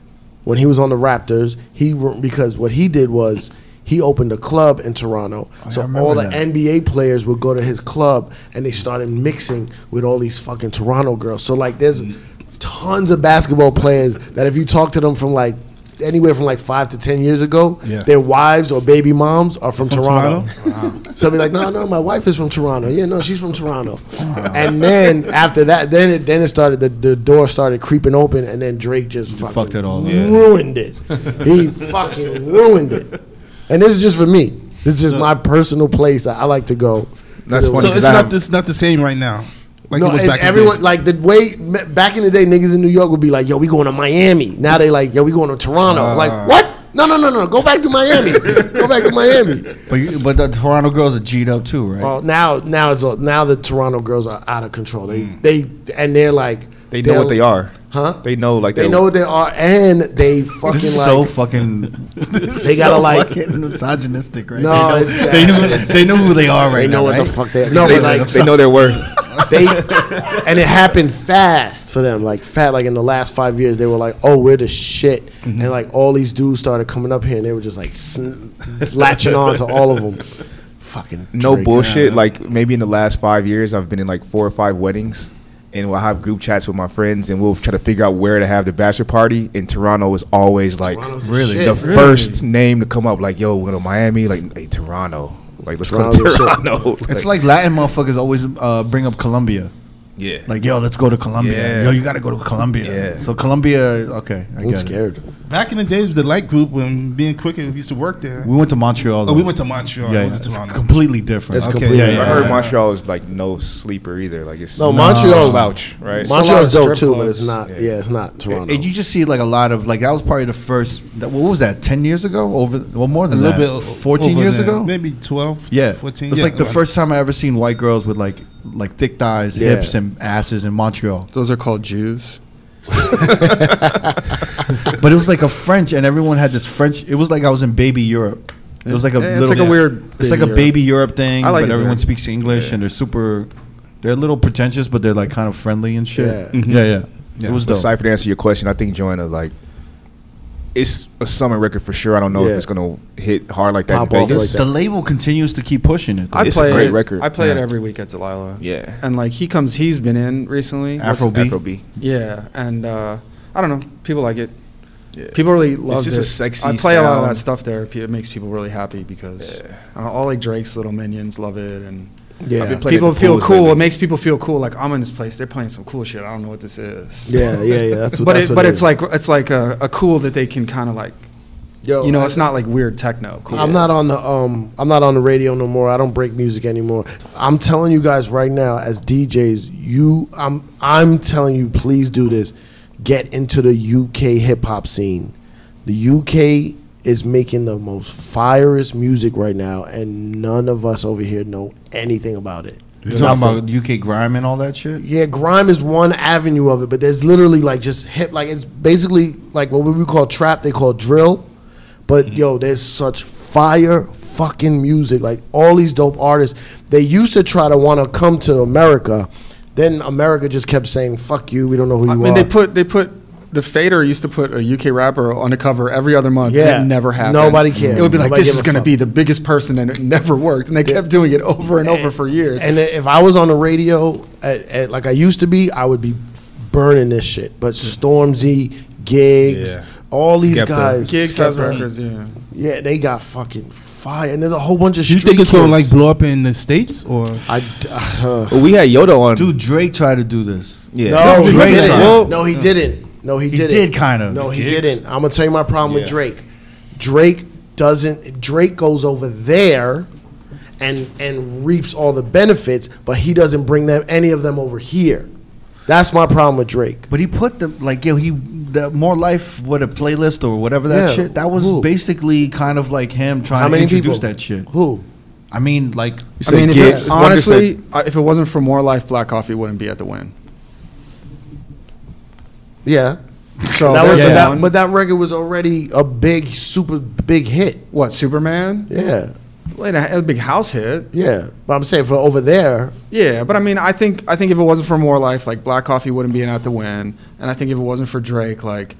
[SPEAKER 3] when he was on the Raptors, he ru- because what he did was. He opened a club in
[SPEAKER 1] Oh,
[SPEAKER 3] Toronto, so all the NBA players would go to his club, and they started mixing with all these fucking Toronto girls. So like, there's tons of basketball players that if you talk to them from like anywhere from like five to ten years ago,
[SPEAKER 2] Yeah.
[SPEAKER 3] their wives or baby moms are from,
[SPEAKER 2] From
[SPEAKER 3] Toronto. so I'd be like, no, no, my wife is from Toronto. Yeah, no, she's from Toronto. and then after that, then it then it started the, the door started creeping open, and then Drake just fucking
[SPEAKER 1] fucked it all up. Yeah.
[SPEAKER 3] ruined it. he fucking ruined it. And this is just for me. This is just my personal place that I like to go.
[SPEAKER 7] That's
[SPEAKER 3] You
[SPEAKER 7] funny
[SPEAKER 3] know,
[SPEAKER 2] So
[SPEAKER 7] 'cause
[SPEAKER 2] it's
[SPEAKER 7] I
[SPEAKER 2] not
[SPEAKER 7] have-
[SPEAKER 2] this not the same right now. Like
[SPEAKER 3] no,
[SPEAKER 2] it was
[SPEAKER 3] and
[SPEAKER 2] back
[SPEAKER 3] everyone
[SPEAKER 2] in the days.
[SPEAKER 3] like the way me- back in the day, niggas in New York would be like, "Yo, we going to Miami." Now they like, "Yo, we going to Toronto." like what? No, no, no, no. Go back to Miami. Go back to Miami.
[SPEAKER 1] But you, but the Toronto girls are G'd up too, right?
[SPEAKER 3] Well, now, now it's all- now the Toronto girls are out of control. They they and they're like
[SPEAKER 7] They know what they are.
[SPEAKER 3] Huh?
[SPEAKER 7] They know like
[SPEAKER 3] They
[SPEAKER 7] they're-
[SPEAKER 3] know what they are, and they fucking
[SPEAKER 1] this is
[SPEAKER 3] like
[SPEAKER 1] so fucking.
[SPEAKER 3] they gotta like
[SPEAKER 1] misogynistic, right?
[SPEAKER 3] No,
[SPEAKER 1] they know,
[SPEAKER 3] it's bad.
[SPEAKER 1] they know they know who they are right
[SPEAKER 3] they
[SPEAKER 1] now.
[SPEAKER 3] know what the
[SPEAKER 1] right?
[SPEAKER 3] fuck they no,
[SPEAKER 7] they,
[SPEAKER 3] but like
[SPEAKER 7] they know their worth.
[SPEAKER 3] they and it happened fast for them like fat like in the last five years they were like oh we're the shit and like all these dudes started coming up here and they were just like sn- latching on to all of them fucking
[SPEAKER 7] no
[SPEAKER 3] Drake.
[SPEAKER 7] bullshit. Like maybe in the last five years, I've been in like four or five weddings, and we'll have group chats with my friends, and we'll try to figure out where to have the bachelor party. And Toronto is always like
[SPEAKER 3] Toronto's the
[SPEAKER 7] really
[SPEAKER 3] shit.
[SPEAKER 7] the
[SPEAKER 3] Really?
[SPEAKER 7] first name to come up. Like, yo, we're to Miami. Like, hey, Toronto. Like, let's go to
[SPEAKER 3] Toronto's the shit.
[SPEAKER 7] Toronto.
[SPEAKER 1] It's like Latin motherfuckers always uh, bring up Colombia.
[SPEAKER 7] yeah,
[SPEAKER 1] Like, yo, let's go to Colombia.
[SPEAKER 7] Yeah.
[SPEAKER 1] Yo, you gotta go to Colombia.
[SPEAKER 7] Yeah.
[SPEAKER 1] So Colombia, okay, I
[SPEAKER 3] I'm
[SPEAKER 1] get it.
[SPEAKER 3] scared
[SPEAKER 2] back in the days, the light group when being quick and we used to work there.
[SPEAKER 1] We went to Montreal.
[SPEAKER 2] oh, we
[SPEAKER 1] though.
[SPEAKER 2] went to Montreal.
[SPEAKER 1] Yeah,
[SPEAKER 2] Yeah,
[SPEAKER 1] yeah.
[SPEAKER 2] was it
[SPEAKER 1] It's
[SPEAKER 2] Toronto?
[SPEAKER 1] completely different.
[SPEAKER 3] It's
[SPEAKER 1] Okay,
[SPEAKER 3] completely
[SPEAKER 1] yeah,
[SPEAKER 7] I
[SPEAKER 1] yeah,
[SPEAKER 3] different.
[SPEAKER 7] heard
[SPEAKER 1] yeah.
[SPEAKER 7] Montreal is like no sleeper either. Like, it's
[SPEAKER 3] no,
[SPEAKER 7] no
[SPEAKER 3] Montreal's
[SPEAKER 7] slouch, right?
[SPEAKER 3] Montreal's
[SPEAKER 5] lot of
[SPEAKER 3] dope
[SPEAKER 5] strip
[SPEAKER 3] too but it's not
[SPEAKER 7] clubs.
[SPEAKER 3] yeah,
[SPEAKER 7] Yeah.
[SPEAKER 3] it's not Toronto
[SPEAKER 1] And you just see like a lot of like that was probably the first. That, what was that? Ten years ago? Over well, more than that.
[SPEAKER 2] o-
[SPEAKER 1] Fourteen
[SPEAKER 2] over
[SPEAKER 1] years
[SPEAKER 2] there.
[SPEAKER 1] ago?
[SPEAKER 2] maybe 12,
[SPEAKER 1] Yeah,
[SPEAKER 2] 14.
[SPEAKER 1] It's
[SPEAKER 2] yeah,
[SPEAKER 1] like the
[SPEAKER 2] around-
[SPEAKER 1] first time I ever seen white girls with like like thick thighs,
[SPEAKER 3] Yeah.
[SPEAKER 1] hips, and asses in Montreal.
[SPEAKER 8] Those are called Jews.
[SPEAKER 1] but it was like a French, and everyone had this French. It was like I was in baby Europe. It was like a
[SPEAKER 5] Yeah, it's
[SPEAKER 1] little,
[SPEAKER 5] like a weird
[SPEAKER 1] It's
[SPEAKER 5] baby
[SPEAKER 1] like a
[SPEAKER 5] Europe.
[SPEAKER 1] baby Europe thing.
[SPEAKER 5] I like
[SPEAKER 1] but
[SPEAKER 5] it
[SPEAKER 1] everyone
[SPEAKER 5] there.
[SPEAKER 1] speaks English, and they're super. They're a little pretentious, but they're like kind of friendly and shit.
[SPEAKER 3] Yeah.
[SPEAKER 1] yeah, yeah. It was
[SPEAKER 6] But
[SPEAKER 1] dope.
[SPEAKER 6] Cypher, to answer your question, I think Joanna like it's a summer record for sure. I don't know
[SPEAKER 3] Yeah.
[SPEAKER 6] if it's gonna hit hard like that
[SPEAKER 3] Pop
[SPEAKER 6] in
[SPEAKER 3] off
[SPEAKER 6] Vegas.
[SPEAKER 3] like that.
[SPEAKER 1] The label continues to keep pushing it. though.
[SPEAKER 6] I It's a play- great record.
[SPEAKER 5] I play it
[SPEAKER 6] Yeah.
[SPEAKER 5] every week at Delilah.
[SPEAKER 6] Yeah.
[SPEAKER 5] And like he comes, he's been in recently.
[SPEAKER 1] Afro-
[SPEAKER 5] What's-
[SPEAKER 1] Afrobeat.
[SPEAKER 6] Afrobeat.
[SPEAKER 5] Yeah, and uh, I don't know. People like it.
[SPEAKER 6] Yeah.
[SPEAKER 5] People really love
[SPEAKER 6] just
[SPEAKER 5] it.
[SPEAKER 6] a sexy
[SPEAKER 5] I play a lot of that
[SPEAKER 6] sound.
[SPEAKER 5] stuff there. Pe- It makes people really happy because
[SPEAKER 6] Yeah.
[SPEAKER 5] I don't know, all like Drake's little minions love it, and
[SPEAKER 6] I've been
[SPEAKER 3] Yeah.
[SPEAKER 6] playing at
[SPEAKER 5] people
[SPEAKER 6] the
[SPEAKER 5] feel
[SPEAKER 6] pools
[SPEAKER 5] cool.
[SPEAKER 6] lately.
[SPEAKER 5] It makes people feel cool. Like I'm in this place. They're playing some cool shit. I don't know what this is.
[SPEAKER 3] Yeah, yeah, yeah. That's what.
[SPEAKER 5] but
[SPEAKER 3] that's
[SPEAKER 5] it,
[SPEAKER 3] what
[SPEAKER 5] but
[SPEAKER 3] it
[SPEAKER 5] it's
[SPEAKER 3] is.
[SPEAKER 5] like it's like a, a cool that they can kind of like
[SPEAKER 3] Yo,
[SPEAKER 5] you know
[SPEAKER 3] I-
[SPEAKER 5] it's not like weird techno cool.
[SPEAKER 3] I'm not on the um I'm not on the radio no more. I don't break music anymore. I'm telling you guys right now as DJs, you I'm I'm telling you please do this. Get into the UK hip hop scene. The UK is making the most firest music right now and none of us over here know anything about it.
[SPEAKER 1] You're talking
[SPEAKER 3] Nothing.
[SPEAKER 1] about UK grime and all that shit.
[SPEAKER 3] Yeah, grime is one avenue of it, but there's literally like just hip, like it's basically like what we would call trap, they call drill. But
[SPEAKER 5] Mm-hmm.
[SPEAKER 3] yo, there's such fire fucking music. Like all these dope artists, they used to try to want to come to America. Then America just kept saying, fuck you, we don't know who you
[SPEAKER 5] I
[SPEAKER 3] are.
[SPEAKER 5] mean they put they put the Fader used to put a UK rapper on the cover every other month.
[SPEAKER 3] Yeah.
[SPEAKER 5] and it never happened.
[SPEAKER 3] Nobody cared.
[SPEAKER 5] It would be like
[SPEAKER 3] Nobody
[SPEAKER 5] this
[SPEAKER 3] gave
[SPEAKER 5] is
[SPEAKER 3] a
[SPEAKER 5] going to
[SPEAKER 3] fuck.
[SPEAKER 5] be the biggest person, and it never worked. And they kept doing it over and over for years.
[SPEAKER 3] And if I was on the radio at, at, like I used to be, I would be burning this shit. But
[SPEAKER 5] Mm.
[SPEAKER 3] Stormzy, Gigs,
[SPEAKER 6] Yeah.
[SPEAKER 3] all these
[SPEAKER 6] Skepta.
[SPEAKER 3] guys.
[SPEAKER 5] Gigs has
[SPEAKER 3] Skepta.
[SPEAKER 5] records, yeah.
[SPEAKER 3] Yeah, they got fucking fire, and there's a whole bunch of.
[SPEAKER 2] Do you
[SPEAKER 3] street
[SPEAKER 2] think it's gonna like
[SPEAKER 3] kids.
[SPEAKER 2] blow up in the states or?
[SPEAKER 3] I, d- uh,
[SPEAKER 6] Well, we had Yoda on.
[SPEAKER 1] Dude, Drake tried to do this.
[SPEAKER 6] yeah.
[SPEAKER 3] no, he
[SPEAKER 1] Drake
[SPEAKER 3] didn't.
[SPEAKER 1] tried.
[SPEAKER 3] no, he didn't. No, he
[SPEAKER 1] He
[SPEAKER 3] didn't.
[SPEAKER 1] did kinda.
[SPEAKER 3] No, he
[SPEAKER 4] Gigs.
[SPEAKER 3] didn't. I'm gonna tell you my problem
[SPEAKER 6] Yeah.
[SPEAKER 3] with Drake. Drake doesn't. Drake goes over there, and and reaps all the benefits, but he doesn't bring them any of them over here. That's my problem with Drake.
[SPEAKER 1] But he put the like yo he the more life what a playlist or whatever that
[SPEAKER 3] Yeah,
[SPEAKER 1] shit that was
[SPEAKER 3] who?
[SPEAKER 1] basically kind of like him trying
[SPEAKER 3] How
[SPEAKER 1] to
[SPEAKER 3] many
[SPEAKER 1] introduce
[SPEAKER 3] people?
[SPEAKER 1] that shit.
[SPEAKER 3] Who?
[SPEAKER 1] I mean like
[SPEAKER 5] I mean, if it-
[SPEAKER 6] Gigs. Wonder
[SPEAKER 5] honestly, I- if it wasn't for More Life, Black Coffee wouldn't be at the win.
[SPEAKER 3] Yeah.
[SPEAKER 5] So
[SPEAKER 3] that was
[SPEAKER 5] there's
[SPEAKER 3] that-
[SPEAKER 5] one.
[SPEAKER 3] but that record was already a big, super big hit.
[SPEAKER 5] what Superman?
[SPEAKER 3] Yeah,
[SPEAKER 5] Like, a, a big house hit.
[SPEAKER 3] yeah. But I'm saying for over there,
[SPEAKER 5] Yeah, but I mean, I think I think if it wasn't for More Life, like Black Coffee wouldn't be an out to win, and I think if it wasn't for Drake, like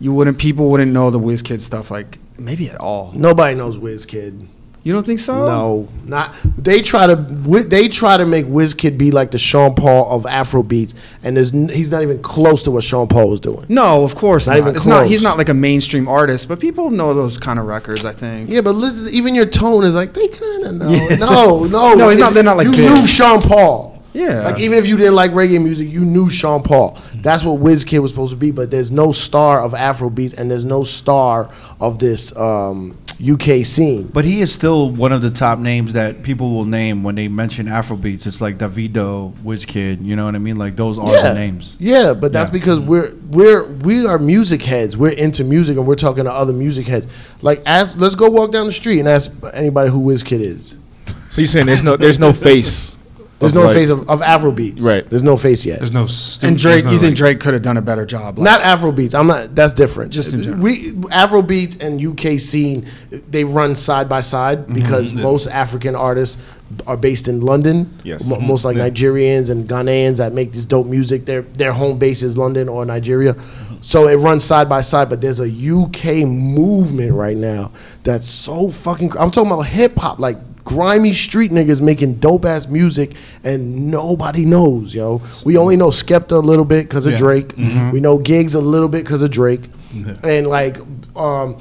[SPEAKER 5] you wouldn't people wouldn't know the WizKid stuff, like maybe at all.
[SPEAKER 3] nobody knows Wizkid.
[SPEAKER 5] You don't think so?
[SPEAKER 3] No, not they try to wi- they try to make Wizkid be like the Sean Paul of Afro beats, and there's n- he's not even close to what Sean Paul was doing.
[SPEAKER 5] no, of course
[SPEAKER 3] Not
[SPEAKER 5] not.
[SPEAKER 3] even
[SPEAKER 5] it's not. He's
[SPEAKER 3] close.
[SPEAKER 5] not like a mainstream artist, but people know those kind of records. I think.
[SPEAKER 3] Yeah, but listen, even your tone is like they kind of know. No,
[SPEAKER 5] No,
[SPEAKER 3] no,
[SPEAKER 5] he's
[SPEAKER 3] it's-
[SPEAKER 5] not- they're not like
[SPEAKER 3] you
[SPEAKER 5] big.
[SPEAKER 3] knew Sean Paul.
[SPEAKER 5] Yeah.
[SPEAKER 3] like even if you didn't like reggae music, you knew Sean Paul. That's what Wizkid was supposed to be. But there's no star of Afro beats, and there's no star of this um, UK scene.
[SPEAKER 1] but he is still one of the top names that people will name when they mention Afrobeats. It's like Davido, Wizkid, you know what I mean? Like those are the names.
[SPEAKER 3] Yeah, but that's
[SPEAKER 1] Yeah.
[SPEAKER 3] because we're we're we are music heads. We're into music and we're talking to other music heads. Like ask let's go walk down the street and ask anybody who Wizkid is.
[SPEAKER 6] So you're saying there's no there's no face.
[SPEAKER 3] There's
[SPEAKER 6] of,
[SPEAKER 3] no
[SPEAKER 6] like-
[SPEAKER 3] face of, of Afrobeats.
[SPEAKER 6] Right.
[SPEAKER 3] There's no face yet.
[SPEAKER 4] There's no stupid.
[SPEAKER 5] And Drake, you think Drake could have done a better job? Like,
[SPEAKER 3] not Afrobeats. I'm not that's different.
[SPEAKER 5] Just in general.
[SPEAKER 3] we Afrobeats and UK scene they run side by side because most African artists are based in London.
[SPEAKER 6] Yes.
[SPEAKER 3] Mo- most like Nigerians and Ghanaians that make this dope music. Their their home base is London or Nigeria. So it runs side by side, but there's a UK movement right now that's so fucking. cr- I'm talking about hip hop, like grimy street niggas making dope ass music, and nobody knows, yo. We only know Skepta a little bit because of
[SPEAKER 1] Yeah.
[SPEAKER 3] Drake. We know Gigs a little bit because of Drake, and like, um,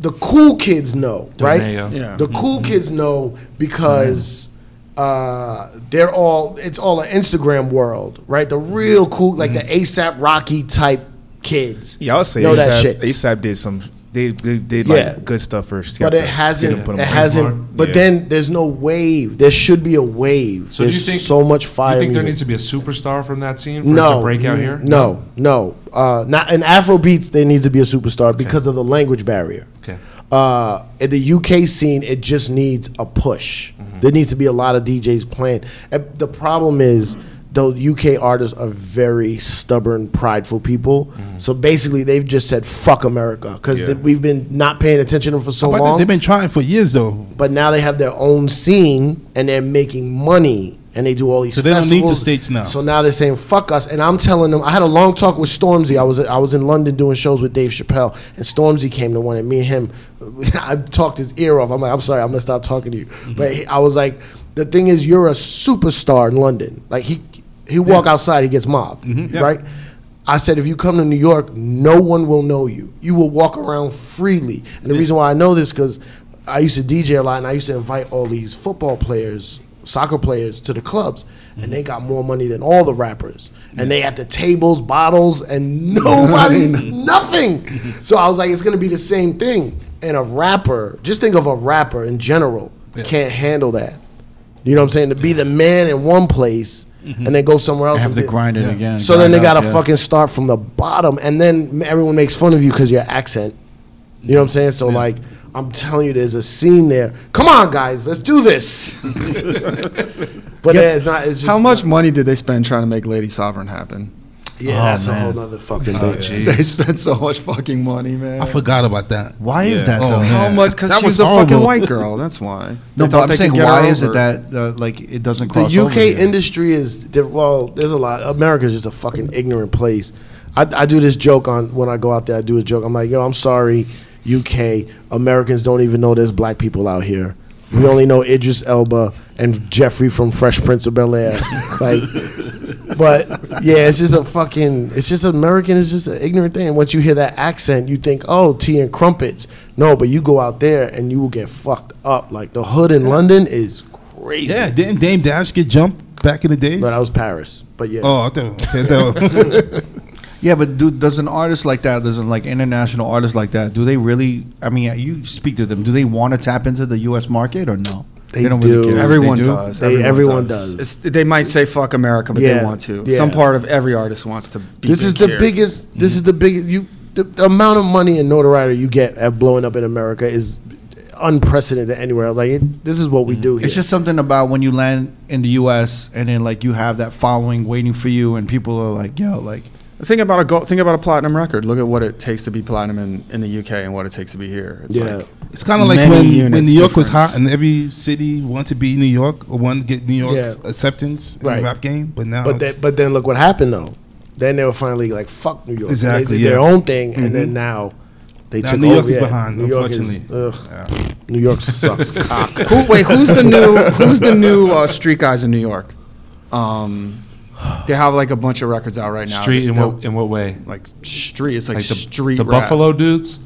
[SPEAKER 3] the cool kids know, right?
[SPEAKER 4] Doneo.
[SPEAKER 5] Yeah.
[SPEAKER 6] Mm-hmm.
[SPEAKER 3] The cool kids know because uh, they're all it's all an Instagram world, right? The real cool, like the ASAP Rocky type kids.
[SPEAKER 6] Mm-hmm. Yeah, I would say
[SPEAKER 3] know
[SPEAKER 6] ASAP,
[SPEAKER 3] that shit.
[SPEAKER 6] ASAP did some they they did
[SPEAKER 3] Yeah.
[SPEAKER 6] like good stuff for Skepta.
[SPEAKER 3] but it
[SPEAKER 6] Didn't
[SPEAKER 3] hasn't.
[SPEAKER 6] put
[SPEAKER 3] It
[SPEAKER 6] him on.
[SPEAKER 3] hasn't. But
[SPEAKER 6] Yeah.
[SPEAKER 3] then there's no wave. There should be a wave.
[SPEAKER 4] So do you
[SPEAKER 3] there's
[SPEAKER 4] think-
[SPEAKER 3] so much fire.
[SPEAKER 4] You think there
[SPEAKER 3] music.
[SPEAKER 4] needs to be a superstar from that scene for
[SPEAKER 3] no
[SPEAKER 4] it to break out here?
[SPEAKER 3] No, no. Uh, not in Afro beats. There needs to be a superstar because of the language barrier.
[SPEAKER 4] Okay.
[SPEAKER 3] uh, in the UK scene, it just needs a push. There needs to be a lot of DJs playing. And the problem is those UK artists are very stubborn, prideful people. So basically, they've just said "fuck America" because we've been not paying attention to them for so
[SPEAKER 2] But
[SPEAKER 3] long.
[SPEAKER 2] they've been trying for years though.
[SPEAKER 3] but now they have their own scene and they're making money and they do all these.
[SPEAKER 2] So they don't need the
[SPEAKER 3] festivals.
[SPEAKER 2] states now.
[SPEAKER 3] So now they're saying "fuck us," and I'm telling them. I had a long talk with Stormzy. I was I was in London doing shows with Dave Chappelle, and Stormzy came to one, and me and him, I talked his ear off. I'm like, I'm sorry, I'm gonna stop talking to you.
[SPEAKER 2] Mm-hmm.
[SPEAKER 3] But he, I was like, the thing is, you're a superstar in London. Like he he walk outside, he gets mobbed,
[SPEAKER 2] Mm-hmm. yeah.
[SPEAKER 3] right? I said, if you come to New York, no one will know you. You will walk around freely. And the reason why I know this because I used to DJ a lot, and I used to invite all these football players, soccer players to the clubs, and they got more money than all the rappers. And they at the tables, bottles, and nobody's nothing. So I was like, it's gonna be the same thing. And a rapper, just think of a rapper in general, can't handle that. You know what I'm saying? To be the man in one place and then go somewhere else.
[SPEAKER 1] I Mm-hmm. have
[SPEAKER 3] and
[SPEAKER 1] to
[SPEAKER 3] be-
[SPEAKER 1] grind it again.
[SPEAKER 3] so then they
[SPEAKER 1] grind
[SPEAKER 3] got
[SPEAKER 1] out,
[SPEAKER 3] to
[SPEAKER 1] yeah.
[SPEAKER 3] fucking start from the bottom, and then everyone makes fun of you because your accent. You know what I'm saying? So like, I'm telling you, there's a scene there. Come on, guys, let's do this. but yeah, it's not. It's just
[SPEAKER 5] How much money did they spend trying to make Lady Sovereign happen?
[SPEAKER 3] Yeah, that's a whole other fucking
[SPEAKER 4] Oh,
[SPEAKER 3] thing.
[SPEAKER 4] gee.
[SPEAKER 5] They spent so much fucking money, man.
[SPEAKER 2] I forgot about that. Oh,
[SPEAKER 9] Why is that though?
[SPEAKER 5] How much? Because
[SPEAKER 2] That
[SPEAKER 5] she
[SPEAKER 2] was
[SPEAKER 5] was a fucking
[SPEAKER 2] horrible.
[SPEAKER 5] white girl. That's why.
[SPEAKER 1] No,
[SPEAKER 5] They thought
[SPEAKER 1] but I'm
[SPEAKER 5] they could
[SPEAKER 1] saying
[SPEAKER 5] get her
[SPEAKER 1] why is it
[SPEAKER 5] over.
[SPEAKER 1] that uh, like it doesn't cross
[SPEAKER 3] The
[SPEAKER 1] over
[SPEAKER 3] UK
[SPEAKER 1] here?
[SPEAKER 3] industry is diff- well. There's a lot. America's just a fucking ignorant place. I, I do this joke on when I go out there. I do a joke. I'm like, yo, I'm sorry, UK Americans don't even know there's black people out here. We only know Idris Elba and Jeffrey from Fresh Prince of Bel Air. like, but yeah, it's just a fucking. It's just American. It's just an ignorant thing. And once you hear that accent, you think, oh, tea and crumpets. No, but you go out there and you will get fucked up. Like the hood in London is crazy.
[SPEAKER 2] Yeah, didn't Dame Dash get jumped back in the days?
[SPEAKER 3] But I was Paris. But yeah.
[SPEAKER 2] oh, I thought, okay, I thought-
[SPEAKER 1] Yeah, but do, does an artist like that, does an like international artist like that, do they really? I mean, you speak to them. Do they want to tap into the U.S. market or no?
[SPEAKER 3] They do.
[SPEAKER 5] Everyone
[SPEAKER 1] They do?
[SPEAKER 5] does.
[SPEAKER 3] They- everyone does.
[SPEAKER 5] It's, they might say fuck America, but
[SPEAKER 3] Yeah,
[SPEAKER 5] they want to.
[SPEAKER 3] yeah.
[SPEAKER 5] Some part of every artist wants to. Be
[SPEAKER 3] this
[SPEAKER 5] big
[SPEAKER 3] is the
[SPEAKER 5] here.
[SPEAKER 3] biggest. This
[SPEAKER 2] Mm-hmm.
[SPEAKER 3] is the biggest. You the, the amount of money and notoriety you get at blowing up in America is unprecedented anywhere. Like it, this is what
[SPEAKER 2] Mm-hmm.
[SPEAKER 3] we do here.
[SPEAKER 1] It's just something about when you land in the U.S. and then like you have that following waiting for you, and people are like, "Yo, like
[SPEAKER 5] Think about a gold, think about a platinum record. Look at what it takes to be platinum in, in the UK and what it takes to be here. It's
[SPEAKER 3] yeah.
[SPEAKER 5] like
[SPEAKER 2] it's kind of like
[SPEAKER 5] Many
[SPEAKER 2] when, when
[SPEAKER 5] units
[SPEAKER 2] New York was hot
[SPEAKER 5] difference.
[SPEAKER 2] and every city wanted to be New York or wanted to get New York
[SPEAKER 3] Yeah.
[SPEAKER 2] acceptance in
[SPEAKER 3] Right.
[SPEAKER 2] the rap game. But now,
[SPEAKER 3] but
[SPEAKER 2] it's-
[SPEAKER 3] that, but then look what happened though. Then they were finally like fuck New York.
[SPEAKER 2] Exactly,
[SPEAKER 3] They did their
[SPEAKER 2] yeah. Mm-hmm.
[SPEAKER 3] own thing, and then now they
[SPEAKER 2] Now
[SPEAKER 3] took
[SPEAKER 2] New York
[SPEAKER 3] over.
[SPEAKER 2] is
[SPEAKER 3] Yeah,
[SPEAKER 2] behind,
[SPEAKER 3] New York is-
[SPEAKER 2] unfortunately.
[SPEAKER 3] ugh. New York sucks. cock.
[SPEAKER 5] who, wait, who's the new who's the new uh, street guys in New York? Um, they have like a bunch of records out right now.
[SPEAKER 4] Street in
[SPEAKER 5] They're-
[SPEAKER 4] what in what way?
[SPEAKER 5] like street. It's like,
[SPEAKER 4] Like the
[SPEAKER 5] street.
[SPEAKER 4] the
[SPEAKER 5] rap.
[SPEAKER 4] Buffalo dudes,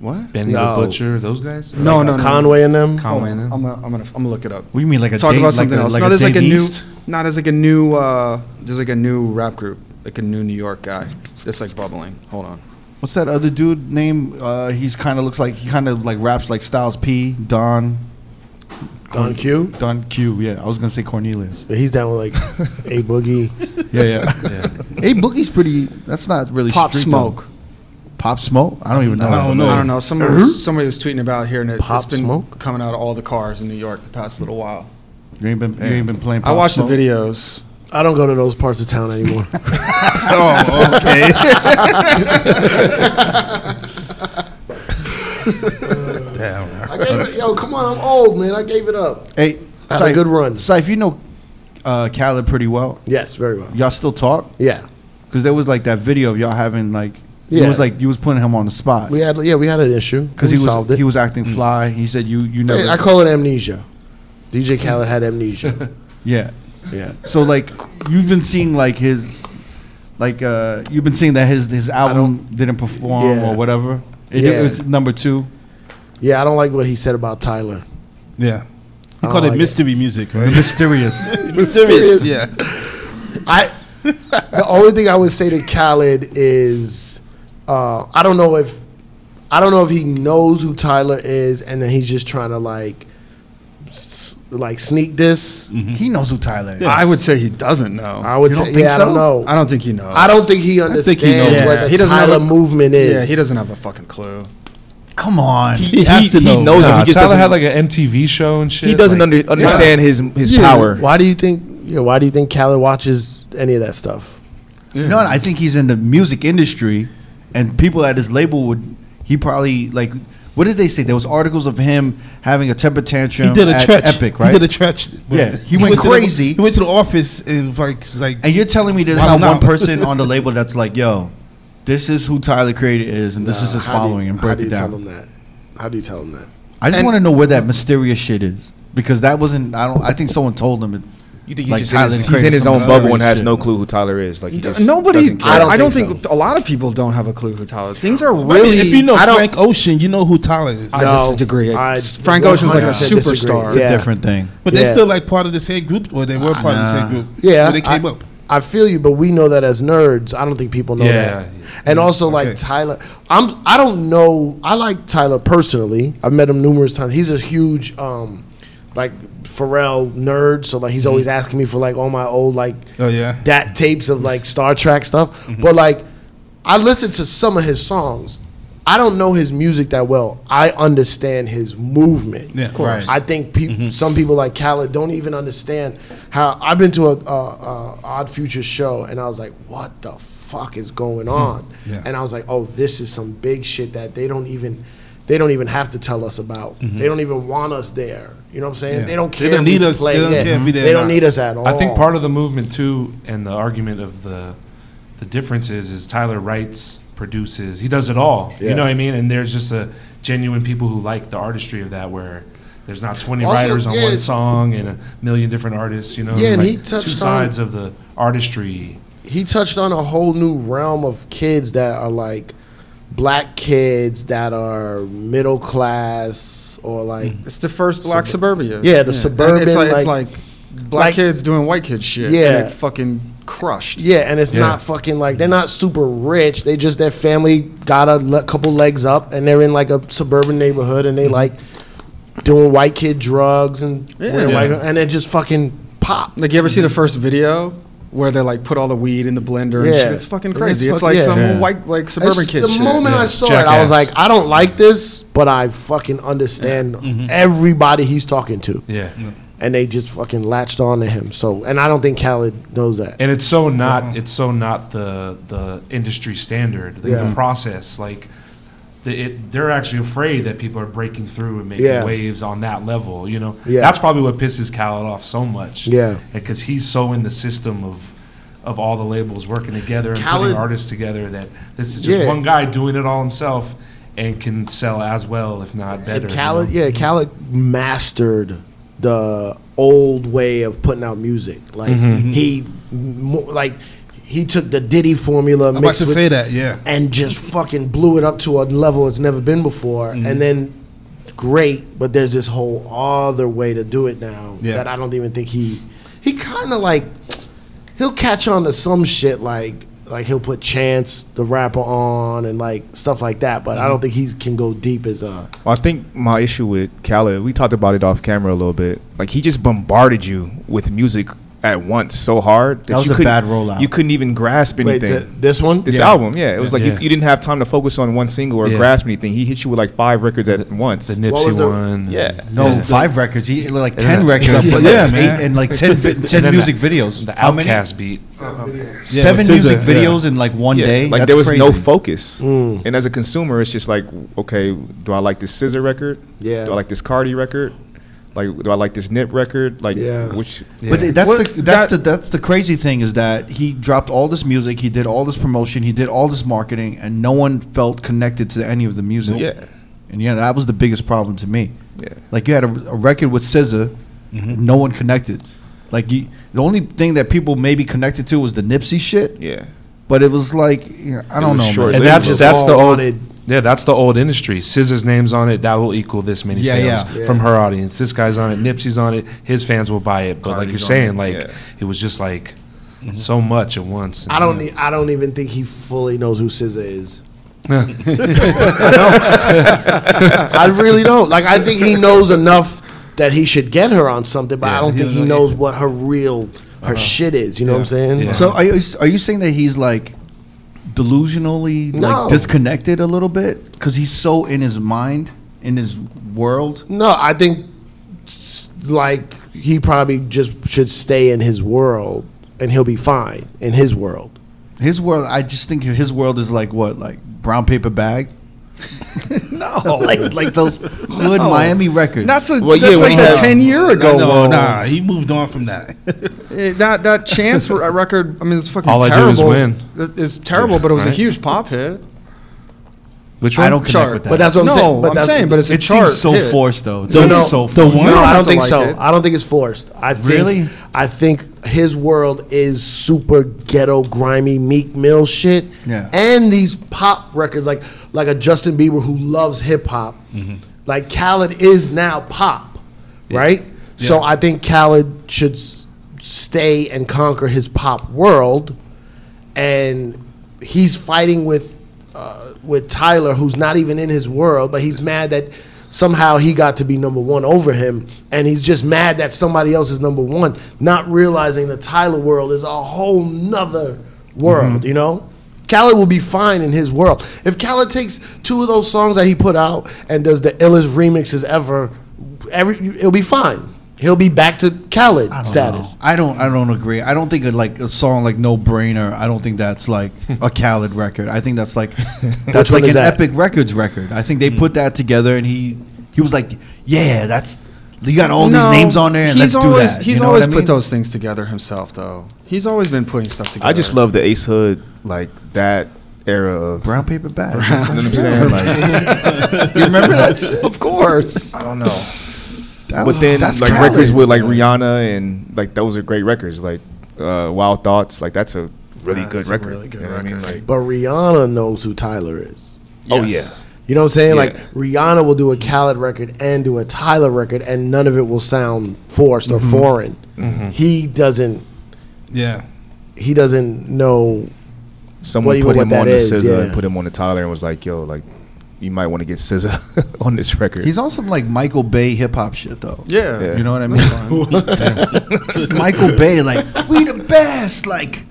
[SPEAKER 5] What?
[SPEAKER 1] Oh,
[SPEAKER 4] Benny
[SPEAKER 3] No.
[SPEAKER 4] the Butcher, those guys.
[SPEAKER 2] Oh,
[SPEAKER 5] No, no, no.
[SPEAKER 3] uh, Conway and them.
[SPEAKER 4] Conway
[SPEAKER 5] Oh, I'm
[SPEAKER 4] and them.
[SPEAKER 5] gonna, I'm gonna, I'm gonna look it up.
[SPEAKER 1] what do you mean like a
[SPEAKER 5] Talk
[SPEAKER 1] Dave-
[SPEAKER 5] about something
[SPEAKER 1] like
[SPEAKER 5] else.
[SPEAKER 1] A, like
[SPEAKER 5] no,
[SPEAKER 1] a
[SPEAKER 5] there's like a
[SPEAKER 1] Dave
[SPEAKER 5] new.
[SPEAKER 1] East?
[SPEAKER 5] No, there's like a new. Uh, there's like a new rap group, like a new New York guy. That's like bubbling. Hold on.
[SPEAKER 1] What's that other dude name? Uh, he's kind of looks like he kind of like raps like Styles P, Don,
[SPEAKER 3] Don Q.
[SPEAKER 1] Don Q. Yeah, I was gonna say Cornelius.
[SPEAKER 3] He's down with like a boogie.
[SPEAKER 1] Yeah, yeah. hey, Boogie's pretty. That's not really
[SPEAKER 5] Pop
[SPEAKER 1] street, though.
[SPEAKER 5] Smoke.
[SPEAKER 1] Pop Smoke. I don't even know.
[SPEAKER 2] I don't know.
[SPEAKER 5] I don't know. Somebody,
[SPEAKER 1] Uh-huh.
[SPEAKER 5] was, somebody was tweeting about here, and it,
[SPEAKER 3] Pop
[SPEAKER 5] has been
[SPEAKER 3] Smoke?
[SPEAKER 5] coming out of all the cars in New York the past little while.
[SPEAKER 1] You ain't been. You ain't been playing. Pop
[SPEAKER 5] I watched
[SPEAKER 1] Smoke?
[SPEAKER 5] the videos.
[SPEAKER 3] I don't go to those parts of town anymore.
[SPEAKER 2] oh, okay.
[SPEAKER 3] I gave it, yo, come on, I'm old, man. I gave it up.
[SPEAKER 1] Hey,
[SPEAKER 3] Had a good run.
[SPEAKER 1] Syfe, you know uh, Khaled pretty well.
[SPEAKER 3] Yes, very well.
[SPEAKER 1] Y'all still talk?
[SPEAKER 3] Yeah.
[SPEAKER 1] Because there was like that video of y'all having like. It
[SPEAKER 3] Yeah.
[SPEAKER 1] was like you was putting him on the spot
[SPEAKER 3] We had yeah, we had an issue.
[SPEAKER 1] because he
[SPEAKER 3] We
[SPEAKER 1] was
[SPEAKER 3] solved it.
[SPEAKER 1] he was acting fly. He said you you never.
[SPEAKER 3] Hey, I call it amnesia. DJ Khaled had amnesia.
[SPEAKER 1] yeah.
[SPEAKER 3] yeah.
[SPEAKER 1] So like you've been seeing like his like uh you've been seeing that his his album didn't perform
[SPEAKER 3] Yeah.
[SPEAKER 1] or whatever. It,
[SPEAKER 3] Yeah.
[SPEAKER 1] it was number two.
[SPEAKER 3] Yeah, I don't like what he said about Tyler.
[SPEAKER 2] yeah. He
[SPEAKER 3] I
[SPEAKER 2] called
[SPEAKER 3] don't
[SPEAKER 2] it
[SPEAKER 3] like
[SPEAKER 2] mystery music, right?
[SPEAKER 1] Mysterious.
[SPEAKER 2] yeah.
[SPEAKER 3] I the only thing I would say to Khaled is uh, I don't know if I don't know if he knows who Tyler is and then he's just trying to like s- like sneak this.
[SPEAKER 1] he knows who Tyler is.
[SPEAKER 5] I would say he doesn't know.
[SPEAKER 3] I would
[SPEAKER 1] You don't
[SPEAKER 3] say
[SPEAKER 1] think
[SPEAKER 3] yeah, I
[SPEAKER 1] so?
[SPEAKER 3] don't know.
[SPEAKER 5] I don't think he knows.
[SPEAKER 3] I don't think he
[SPEAKER 2] think
[SPEAKER 3] understands
[SPEAKER 2] he knows.
[SPEAKER 3] what
[SPEAKER 5] Yeah,
[SPEAKER 3] the
[SPEAKER 5] he doesn't have
[SPEAKER 3] Tyler
[SPEAKER 5] a-
[SPEAKER 3] movement is.
[SPEAKER 5] Yeah, he doesn't have a fucking clue.
[SPEAKER 1] Come on.
[SPEAKER 6] He, he, he
[SPEAKER 3] Oh,
[SPEAKER 6] knows him.
[SPEAKER 4] Nah,
[SPEAKER 6] He just
[SPEAKER 4] Tyler
[SPEAKER 6] doesn't.
[SPEAKER 4] had like an MTV show and shit.
[SPEAKER 6] he doesn't
[SPEAKER 4] like,
[SPEAKER 6] under, understand his his power.
[SPEAKER 3] Why do you think? Yeah, why do you think Khaled watches any of that stuff.
[SPEAKER 1] You know, what? I think he's in the music industry, and people at his label would he probably like. What did they say? There was articles of him having a temper tantrum.
[SPEAKER 2] He did a
[SPEAKER 1] at
[SPEAKER 2] stretch.
[SPEAKER 1] Epic, right?
[SPEAKER 2] He did a stretch.
[SPEAKER 1] Yeah, he went
[SPEAKER 2] to the-
[SPEAKER 1] crazy.
[SPEAKER 2] he went to the office and like like
[SPEAKER 1] and you're telling me there's
[SPEAKER 2] Wow,
[SPEAKER 1] not
[SPEAKER 2] no.
[SPEAKER 1] one person on the label that's like, "Yo, this is who Tyler Creator is, and this is his
[SPEAKER 3] How do you-
[SPEAKER 1] following," and
[SPEAKER 3] how
[SPEAKER 1] break
[SPEAKER 3] do
[SPEAKER 1] it
[SPEAKER 3] you
[SPEAKER 1] down.
[SPEAKER 3] Tell him that. How do you tell him that?
[SPEAKER 1] I just
[SPEAKER 10] And-
[SPEAKER 1] want to know where that mysterious shit is because that wasn't. I don't. I think someone told him. It,
[SPEAKER 11] You think he's
[SPEAKER 1] Like
[SPEAKER 11] just in
[SPEAKER 1] Tyler,
[SPEAKER 11] his, he's
[SPEAKER 1] created
[SPEAKER 11] in his
[SPEAKER 1] some
[SPEAKER 11] own bubble and
[SPEAKER 1] mysterious
[SPEAKER 11] has
[SPEAKER 1] shit.
[SPEAKER 11] no clue who Tyler is? Like he just
[SPEAKER 10] Nobody.
[SPEAKER 11] doesn't care.
[SPEAKER 10] I don't,
[SPEAKER 3] I don't
[SPEAKER 10] think,
[SPEAKER 3] think
[SPEAKER 10] a lot of people don't have a clue who Tyler. Things are
[SPEAKER 2] I mean,
[SPEAKER 10] really.
[SPEAKER 2] if you know
[SPEAKER 10] I don't-
[SPEAKER 2] Frank Ocean, you know who Tyler is.
[SPEAKER 10] I disagree.
[SPEAKER 3] I
[SPEAKER 10] Frank Ocean's like a
[SPEAKER 3] 100% disagree.
[SPEAKER 10] superstar.
[SPEAKER 1] It's
[SPEAKER 3] Yeah.
[SPEAKER 1] a different thing.
[SPEAKER 2] but they're
[SPEAKER 3] yeah.
[SPEAKER 2] still like part of the same group, or they were part of the
[SPEAKER 1] Ah, nah.
[SPEAKER 2] same group.
[SPEAKER 3] Yeah,
[SPEAKER 2] when they came
[SPEAKER 3] I,
[SPEAKER 2] up.
[SPEAKER 3] I feel you, but we know that as nerds. I don't think people know
[SPEAKER 4] Yeah,
[SPEAKER 3] that.
[SPEAKER 4] yeah.
[SPEAKER 3] And also, like
[SPEAKER 2] Okay.
[SPEAKER 3] Tyler, I'm. I don't know. I like Tyler personally. I've met him numerous times. He's a huge, um, like Pharrell nerd. So like, he's always asking me for like all my old like
[SPEAKER 2] Oh yeah, Mm-hmm.
[SPEAKER 3] dat tapes of like Star Trek stuff. But like, I listen to some of his songs. I don't know his music that well. I understand his movement.
[SPEAKER 2] Yeah, Mm-hmm. Of course. right.
[SPEAKER 3] I think peop some people like Khaled don't even understand how. I've been to a, a, a Odd Future show and I was like, what the fuck is going on?
[SPEAKER 2] Mm-hmm. Yeah.
[SPEAKER 3] And I was like, oh, this is some big shit that they don't even. They don't even have to tell us about. They don't even want us there. You know what I'm saying?
[SPEAKER 2] Mm-hmm. Yeah.
[SPEAKER 3] They don't
[SPEAKER 2] They
[SPEAKER 3] care.
[SPEAKER 2] don't
[SPEAKER 3] if we
[SPEAKER 2] need us-
[SPEAKER 3] play.
[SPEAKER 2] they don't
[SPEAKER 3] Yeah.
[SPEAKER 2] care if we there
[SPEAKER 3] They
[SPEAKER 2] or
[SPEAKER 3] don't
[SPEAKER 2] not.
[SPEAKER 3] need us at all.
[SPEAKER 4] I think part of the movement too, and the argument of the the difference is, is Tyler writes, produces, he does it all.
[SPEAKER 3] Yeah.
[SPEAKER 4] You know what I mean? And there's just a genuine people who like the artistry of that, where there's not 20
[SPEAKER 3] Also,
[SPEAKER 4] writers on
[SPEAKER 3] yeah,
[SPEAKER 4] one
[SPEAKER 3] it's-
[SPEAKER 4] song and a million different artists. You know,
[SPEAKER 3] Yeah,
[SPEAKER 4] It's
[SPEAKER 3] and
[SPEAKER 4] like
[SPEAKER 3] he touched
[SPEAKER 4] two
[SPEAKER 3] on-
[SPEAKER 4] sides of the artistry.
[SPEAKER 3] he touched on a whole new realm of kids that are like black kids that are middle class or like
[SPEAKER 5] It's the first black suburbia.
[SPEAKER 3] Yeah, the
[SPEAKER 5] And
[SPEAKER 3] suburban,
[SPEAKER 5] It's like, it's
[SPEAKER 3] like-
[SPEAKER 5] like black
[SPEAKER 3] like-
[SPEAKER 5] kids doing white kid shit.
[SPEAKER 3] Yeah.
[SPEAKER 5] and it fucking crushed.
[SPEAKER 3] yeah and it's
[SPEAKER 4] Yeah.
[SPEAKER 3] not fucking like they're not super rich they just their family got a le- couple legs up and they're in like a suburban neighborhood and they like doing white kid drugs and wearing
[SPEAKER 5] Mm-hmm. Yeah.
[SPEAKER 3] white, and it just fucking pop
[SPEAKER 5] Like you ever see the first video where they like put all the weed in the blender and
[SPEAKER 3] Yeah.
[SPEAKER 5] shit? It's fucking
[SPEAKER 3] It's
[SPEAKER 5] crazy. It's,
[SPEAKER 3] fuck-
[SPEAKER 5] like
[SPEAKER 3] yeah.
[SPEAKER 5] some
[SPEAKER 3] Yeah.
[SPEAKER 5] white like suburban
[SPEAKER 3] It's
[SPEAKER 5] kid
[SPEAKER 3] the
[SPEAKER 5] shit.
[SPEAKER 3] moment I
[SPEAKER 4] Yeah.
[SPEAKER 3] saw it, I was
[SPEAKER 4] Jackass.
[SPEAKER 3] like, I don't like this, but I fucking understand
[SPEAKER 5] Mm-hmm.
[SPEAKER 3] everybody he's talking to.
[SPEAKER 4] Yeah.
[SPEAKER 3] and they just fucking latched on to him. So, and I don't think Khaled knows that.
[SPEAKER 4] and it's so not it's so not the the industry standard like
[SPEAKER 3] Yeah.
[SPEAKER 4] the process like the, it, they're actually afraid that people are breaking through and making
[SPEAKER 3] Yeah.
[SPEAKER 4] waves on that level you know
[SPEAKER 3] Yeah.
[SPEAKER 4] that's probably what pisses Khaled off so much
[SPEAKER 3] Yeah.
[SPEAKER 4] because he's so in the system of of all the labels working together and
[SPEAKER 3] Khaled-
[SPEAKER 4] putting artists together that this is just
[SPEAKER 3] Yeah.
[SPEAKER 4] one guy doing it all himself and can sell as well if not better
[SPEAKER 3] And
[SPEAKER 4] you
[SPEAKER 3] Khaled,
[SPEAKER 4] know?
[SPEAKER 3] yeah, Khaled mastered the old way of putting out music. Like
[SPEAKER 2] Mm-hmm.
[SPEAKER 3] he, mo- like he took the Diddy formula.
[SPEAKER 2] I'm about
[SPEAKER 3] mixed
[SPEAKER 2] to
[SPEAKER 3] with-
[SPEAKER 2] say that. Yeah,
[SPEAKER 3] and just fucking blew it up to a level it's never been before.
[SPEAKER 6] Mm-hmm.
[SPEAKER 3] And then great, but there's this whole other way to do it now
[SPEAKER 2] Yeah.
[SPEAKER 3] that I don't even think he he kind of like he'll catch on to some shit like like he'll put Chance the rapper on and like stuff like that.
[SPEAKER 6] Mm-hmm.
[SPEAKER 3] But I don't think he can go deep as uh
[SPEAKER 6] Well, I think my issue with Khaled, we talked about it off camera a little bit. Like he just bombarded you with music at once so hard that,
[SPEAKER 1] That was
[SPEAKER 6] you
[SPEAKER 1] a
[SPEAKER 6] couldn't-
[SPEAKER 1] bad rollout.
[SPEAKER 6] You couldn't even grasp
[SPEAKER 3] wait
[SPEAKER 6] anything.
[SPEAKER 3] th- this one.
[SPEAKER 6] this
[SPEAKER 1] Yeah.
[SPEAKER 6] album, yeah, it was like
[SPEAKER 4] Yeah.
[SPEAKER 6] You, you didn't have time to focus on one single or
[SPEAKER 4] Yeah.
[SPEAKER 6] grasp anything. He hit you with like five records at once.
[SPEAKER 4] the
[SPEAKER 3] What was
[SPEAKER 4] Nipsey
[SPEAKER 3] the-
[SPEAKER 4] one
[SPEAKER 6] yeah,
[SPEAKER 1] No, five records. He like ten records.
[SPEAKER 2] Yeah,
[SPEAKER 1] yeah,
[SPEAKER 2] yeah, man.
[SPEAKER 1] man. And like 10, vi- 10
[SPEAKER 4] then
[SPEAKER 1] music
[SPEAKER 4] the-
[SPEAKER 1] videos.
[SPEAKER 4] the
[SPEAKER 1] How many?
[SPEAKER 4] Outkast beat
[SPEAKER 1] Seven
[SPEAKER 2] SZA,
[SPEAKER 1] music
[SPEAKER 2] yeah.
[SPEAKER 1] videos in like one
[SPEAKER 6] Yeah,
[SPEAKER 1] day.
[SPEAKER 6] Like
[SPEAKER 1] That's
[SPEAKER 6] there was no
[SPEAKER 1] crazy. Mm.
[SPEAKER 6] focus. And as a consumer, it's just like, okay, do I like this Scissor record?
[SPEAKER 3] Yeah.
[SPEAKER 6] Do I like this Cardi record? Like, do I like this Nip record? Like,
[SPEAKER 3] Yeah.
[SPEAKER 6] which?
[SPEAKER 1] But
[SPEAKER 4] Yeah.
[SPEAKER 1] that's
[SPEAKER 2] What-
[SPEAKER 1] the that's
[SPEAKER 2] that-
[SPEAKER 1] the that's the crazy thing is that he dropped all this music, he did all this promotion, he did all this marketing, and no one felt connected to any of the music.
[SPEAKER 6] Yeah.
[SPEAKER 1] and yeah, that was the biggest problem to me.
[SPEAKER 6] Yeah. Mm-hmm.
[SPEAKER 1] like you had a, a record with SZA, and no one connected. Like you, the only thing that people maybe connected to was the Nipsey shit,
[SPEAKER 6] Yeah.
[SPEAKER 1] but it was like you know, I don't
[SPEAKER 6] was
[SPEAKER 1] know.
[SPEAKER 6] short.
[SPEAKER 1] man.
[SPEAKER 4] and that's
[SPEAKER 3] Just
[SPEAKER 4] that's the
[SPEAKER 3] all
[SPEAKER 4] old
[SPEAKER 3] wanted-
[SPEAKER 4] yeah that's the old industry. Scissor's name's on it. That will equal this many
[SPEAKER 1] Yeah, yeah.
[SPEAKER 4] sales from her audience. This guy's on it. Nipsey's on it. His fans will buy it. But like you're
[SPEAKER 6] Cardi's on
[SPEAKER 4] saying,
[SPEAKER 6] it,
[SPEAKER 4] like
[SPEAKER 6] yeah.
[SPEAKER 4] it was just like so much at once.
[SPEAKER 3] I don't. e- I don't even think he fully knows who SZA is. I don't. I really don't. Like I think he knows enough that he should get her on something, but I don't
[SPEAKER 2] he
[SPEAKER 3] think he
[SPEAKER 2] doesn't-
[SPEAKER 3] knows what her real her shit is. You know what I'm saying?
[SPEAKER 4] Yeah.
[SPEAKER 1] So are you, are you saying that he's like delusionally
[SPEAKER 3] No.
[SPEAKER 1] like disconnected a little bit because he's so in his mind in his world?
[SPEAKER 3] No, I think s- like he probably just should stay in his world and he'll be fine in his world.
[SPEAKER 1] His world, I just think his world is like what, like brown paper bag. no, like like those hood Miami records.
[SPEAKER 5] That's a
[SPEAKER 6] Well, yeah,
[SPEAKER 5] that's
[SPEAKER 6] when
[SPEAKER 5] like
[SPEAKER 6] he
[SPEAKER 5] the
[SPEAKER 6] had-
[SPEAKER 5] ten year ago
[SPEAKER 2] no,
[SPEAKER 5] one.
[SPEAKER 2] nah, he moved on from that.
[SPEAKER 5] Eh, That that chance r- record. I mean, it's fucking
[SPEAKER 4] All I
[SPEAKER 5] terrible.
[SPEAKER 4] Do Is Win.
[SPEAKER 5] It- It's terrible, but it was a
[SPEAKER 4] Right.
[SPEAKER 5] huge pop hit.
[SPEAKER 4] Which one?
[SPEAKER 1] I don't connect
[SPEAKER 5] Chart.
[SPEAKER 1] with that.
[SPEAKER 3] But that's what I'm
[SPEAKER 5] no,
[SPEAKER 3] saying. But
[SPEAKER 5] I'm
[SPEAKER 3] that's-
[SPEAKER 5] saying, but it's a
[SPEAKER 1] it
[SPEAKER 5] chart.
[SPEAKER 1] seems so
[SPEAKER 5] hit.
[SPEAKER 1] forced though. It
[SPEAKER 3] No,
[SPEAKER 1] seems
[SPEAKER 3] no,
[SPEAKER 1] so
[SPEAKER 3] the
[SPEAKER 1] forced.
[SPEAKER 3] one. No,
[SPEAKER 5] don't
[SPEAKER 3] I
[SPEAKER 5] have
[SPEAKER 3] don't
[SPEAKER 5] to
[SPEAKER 3] think
[SPEAKER 5] like
[SPEAKER 3] so.
[SPEAKER 5] it.
[SPEAKER 3] I don't think it's forced. I think,
[SPEAKER 1] Really?
[SPEAKER 3] I think his world is super ghetto, grimy, Meek Mill shit.
[SPEAKER 1] Yeah.
[SPEAKER 3] And these pop records, like like a Justin Bieber who loves hip hop. Like Khaled is now pop, right? So I think Khaled should s- stay and conquer his pop world, and he's fighting with uh, with Tyler, who's not even in his world, but he's mad that somehow he got to be number one over him, and he's just mad that somebody else is number one, not realizing the Tyler world is a whole nother world, you know? Khaled will be fine in his world. If Khaled takes two of those songs that he put out and does the illest remixes ever, every it'll be fine. He'll be back to Khaled
[SPEAKER 1] I don't
[SPEAKER 3] status.
[SPEAKER 1] know. I don't. I don't agree. I don't think a, like a song like No Brainer. I don't think that's like a Khaled record. I think that's like that's
[SPEAKER 3] one
[SPEAKER 1] like
[SPEAKER 3] is
[SPEAKER 1] an
[SPEAKER 3] that?
[SPEAKER 1] Epic Records record. I think they
[SPEAKER 6] Hmm.
[SPEAKER 1] put that together, and he he was like, yeah, that's you got all
[SPEAKER 5] No,
[SPEAKER 1] these names on there, and
[SPEAKER 5] he's
[SPEAKER 1] let's
[SPEAKER 5] always,
[SPEAKER 1] do that.
[SPEAKER 5] He's
[SPEAKER 1] You know
[SPEAKER 5] always
[SPEAKER 1] what I mean?
[SPEAKER 5] put those things together himself, though. He's always been putting stuff together.
[SPEAKER 6] I just love the Ace Hood like that era of.
[SPEAKER 1] brown paper bag.
[SPEAKER 6] You know what I'm saying? Like,
[SPEAKER 1] you remember that?
[SPEAKER 6] of course. I don't know.
[SPEAKER 1] That
[SPEAKER 6] But
[SPEAKER 1] was-
[SPEAKER 6] then
[SPEAKER 1] that's
[SPEAKER 6] like
[SPEAKER 1] Khaled.
[SPEAKER 6] records with like Rihanna and like those are great records. Like uh, Wild Thoughts, like that's a really good record. you know what I mean? Like,
[SPEAKER 3] But Rihanna knows who Tyler is.
[SPEAKER 6] Oh
[SPEAKER 3] You know what I'm saying?
[SPEAKER 6] Yeah.
[SPEAKER 3] Like Rihanna will do a Khaled record and do a Tyler record, and none of it will sound forced
[SPEAKER 1] Mm-hmm.
[SPEAKER 3] or foreign. He doesn't.
[SPEAKER 2] yeah.
[SPEAKER 3] He doesn't know.
[SPEAKER 6] yeah, someone
[SPEAKER 3] What do you-
[SPEAKER 6] put
[SPEAKER 3] what
[SPEAKER 6] him
[SPEAKER 3] that
[SPEAKER 6] on the
[SPEAKER 3] is,
[SPEAKER 6] SZA and
[SPEAKER 3] yeah.
[SPEAKER 6] put him on the Tyler and was like, "Yo, like you might want to get SZA on this record."
[SPEAKER 1] He's on some like Michael Bay hip hop shit though.
[SPEAKER 5] Yeah.
[SPEAKER 6] Yeah.
[SPEAKER 1] You know what I mean? This is Michael Bay, like we the best, like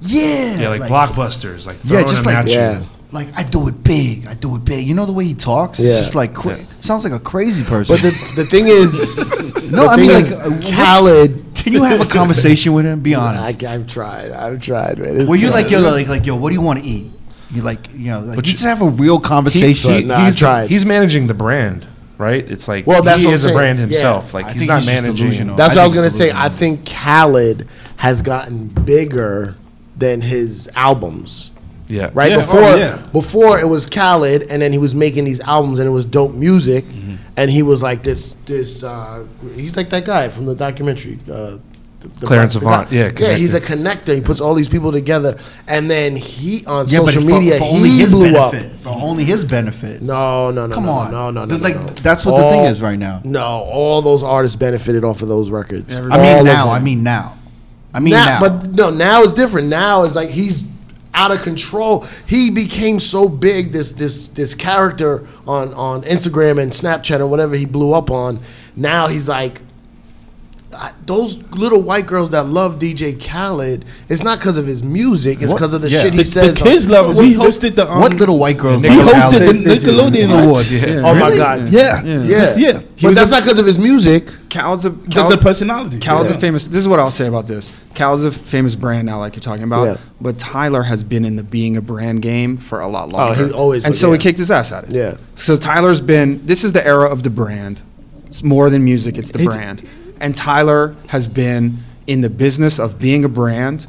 [SPEAKER 1] yeah,
[SPEAKER 4] Yeah, like, blockbusters, like throwing
[SPEAKER 1] Yeah, just
[SPEAKER 4] them
[SPEAKER 1] like
[SPEAKER 4] at
[SPEAKER 3] yeah.
[SPEAKER 4] you.
[SPEAKER 1] like I do it big, I do it big. You know the way he talks, it's
[SPEAKER 3] Yeah.
[SPEAKER 1] just like cra- sounds like a crazy person.
[SPEAKER 3] But the the thing is,
[SPEAKER 1] No,
[SPEAKER 3] the
[SPEAKER 1] I mean,
[SPEAKER 3] thing
[SPEAKER 1] like,
[SPEAKER 3] is,
[SPEAKER 1] uh, what-
[SPEAKER 3] Khaled.
[SPEAKER 1] Can you have a conversation with him? Be
[SPEAKER 3] I,
[SPEAKER 1] honest.
[SPEAKER 3] I've tried. I've tried. Man. It's
[SPEAKER 1] Were you
[SPEAKER 3] not-
[SPEAKER 1] like yo, like like yo, what do you want to eat? You like you know, like
[SPEAKER 4] But
[SPEAKER 1] you
[SPEAKER 4] you-
[SPEAKER 1] just have a real conversation.
[SPEAKER 3] But
[SPEAKER 4] He-
[SPEAKER 3] nah, I
[SPEAKER 4] he's,
[SPEAKER 3] tried.
[SPEAKER 4] he's managing the brand, right? It's like
[SPEAKER 3] Well, that's
[SPEAKER 4] he
[SPEAKER 3] what I'm
[SPEAKER 4] is a
[SPEAKER 3] saying.
[SPEAKER 4] brand
[SPEAKER 3] Yeah.
[SPEAKER 4] himself. Like
[SPEAKER 1] I
[SPEAKER 4] he's
[SPEAKER 1] think
[SPEAKER 4] not
[SPEAKER 1] he's just
[SPEAKER 4] managing.
[SPEAKER 1] delusional.
[SPEAKER 3] That's
[SPEAKER 1] I
[SPEAKER 3] what I was
[SPEAKER 1] think
[SPEAKER 3] gonna
[SPEAKER 1] it's
[SPEAKER 3] say.
[SPEAKER 1] delusional.
[SPEAKER 3] I think Khaled has gotten bigger than his albums.
[SPEAKER 4] Yeah,
[SPEAKER 3] right?
[SPEAKER 2] Yeah, oh,
[SPEAKER 3] before
[SPEAKER 2] yeah.
[SPEAKER 3] before it was Khaled, and then he was making these albums, and it was dope music, and he was like this this uh, he's like that guy from the documentary. Uh, the- the-
[SPEAKER 4] Clarence
[SPEAKER 3] the
[SPEAKER 4] Avant,
[SPEAKER 3] guy-
[SPEAKER 4] yeah,
[SPEAKER 3] yeah, he's a
[SPEAKER 4] connected.
[SPEAKER 3] connector. He puts all these people together, and then he on
[SPEAKER 1] Yeah,
[SPEAKER 3] social
[SPEAKER 1] but for-
[SPEAKER 3] media
[SPEAKER 1] for
[SPEAKER 3] he blew
[SPEAKER 1] benefit,
[SPEAKER 3] up.
[SPEAKER 1] for only his benefit.
[SPEAKER 3] No, no, no,
[SPEAKER 1] Come
[SPEAKER 3] no,
[SPEAKER 1] on.
[SPEAKER 3] no, no, no,
[SPEAKER 1] Th-
[SPEAKER 3] no,
[SPEAKER 1] like,
[SPEAKER 3] no.
[SPEAKER 1] that's what the thing is right now.
[SPEAKER 3] No, all those artists benefited off of those records.
[SPEAKER 1] I
[SPEAKER 3] All
[SPEAKER 1] mean
[SPEAKER 3] of
[SPEAKER 1] now.
[SPEAKER 3] them.
[SPEAKER 1] I mean now. I mean
[SPEAKER 3] Now-
[SPEAKER 1] now.
[SPEAKER 3] But no, now it's different. Now it's like he's out of control. He became so big this this this character on on Instagram and Snapchat or whatever he blew up on. Now he's like I- those little white girls that love DJ Khaled. It's not because of his music. It's
[SPEAKER 1] What?
[SPEAKER 3] because of the
[SPEAKER 1] Yeah.
[SPEAKER 3] shit he
[SPEAKER 2] The,
[SPEAKER 3] says.
[SPEAKER 2] the kids
[SPEAKER 3] on-
[SPEAKER 2] love it. We
[SPEAKER 3] What-
[SPEAKER 2] hosted the um,
[SPEAKER 1] what little white girls?
[SPEAKER 2] We
[SPEAKER 1] like
[SPEAKER 2] hosted the
[SPEAKER 1] Khaled?
[SPEAKER 2] Nickelodeon Awards. Yeah.
[SPEAKER 3] Oh my
[SPEAKER 1] Really?
[SPEAKER 3] god!
[SPEAKER 2] Yeah.
[SPEAKER 3] Yeah.
[SPEAKER 2] This year.
[SPEAKER 3] But that's not because of his music.
[SPEAKER 5] Cal's a
[SPEAKER 2] Because of the personality.
[SPEAKER 5] Cal's
[SPEAKER 2] Yeah.
[SPEAKER 5] a famous. This is what I'll say about this. Cal's a famous brand now, like you're talking about.
[SPEAKER 3] Yeah.
[SPEAKER 5] But Tyler has been in the being a brand game for a lot
[SPEAKER 3] Oh,
[SPEAKER 5] longer.
[SPEAKER 3] he always
[SPEAKER 5] And
[SPEAKER 3] was,
[SPEAKER 5] so he
[SPEAKER 3] yeah.
[SPEAKER 5] kicked his ass at it.
[SPEAKER 3] Yeah.
[SPEAKER 5] So Tyler's been. This is the era of the brand. It's more than music. It's the
[SPEAKER 2] It's-
[SPEAKER 5] brand. And Tyler has been in the business of being a brand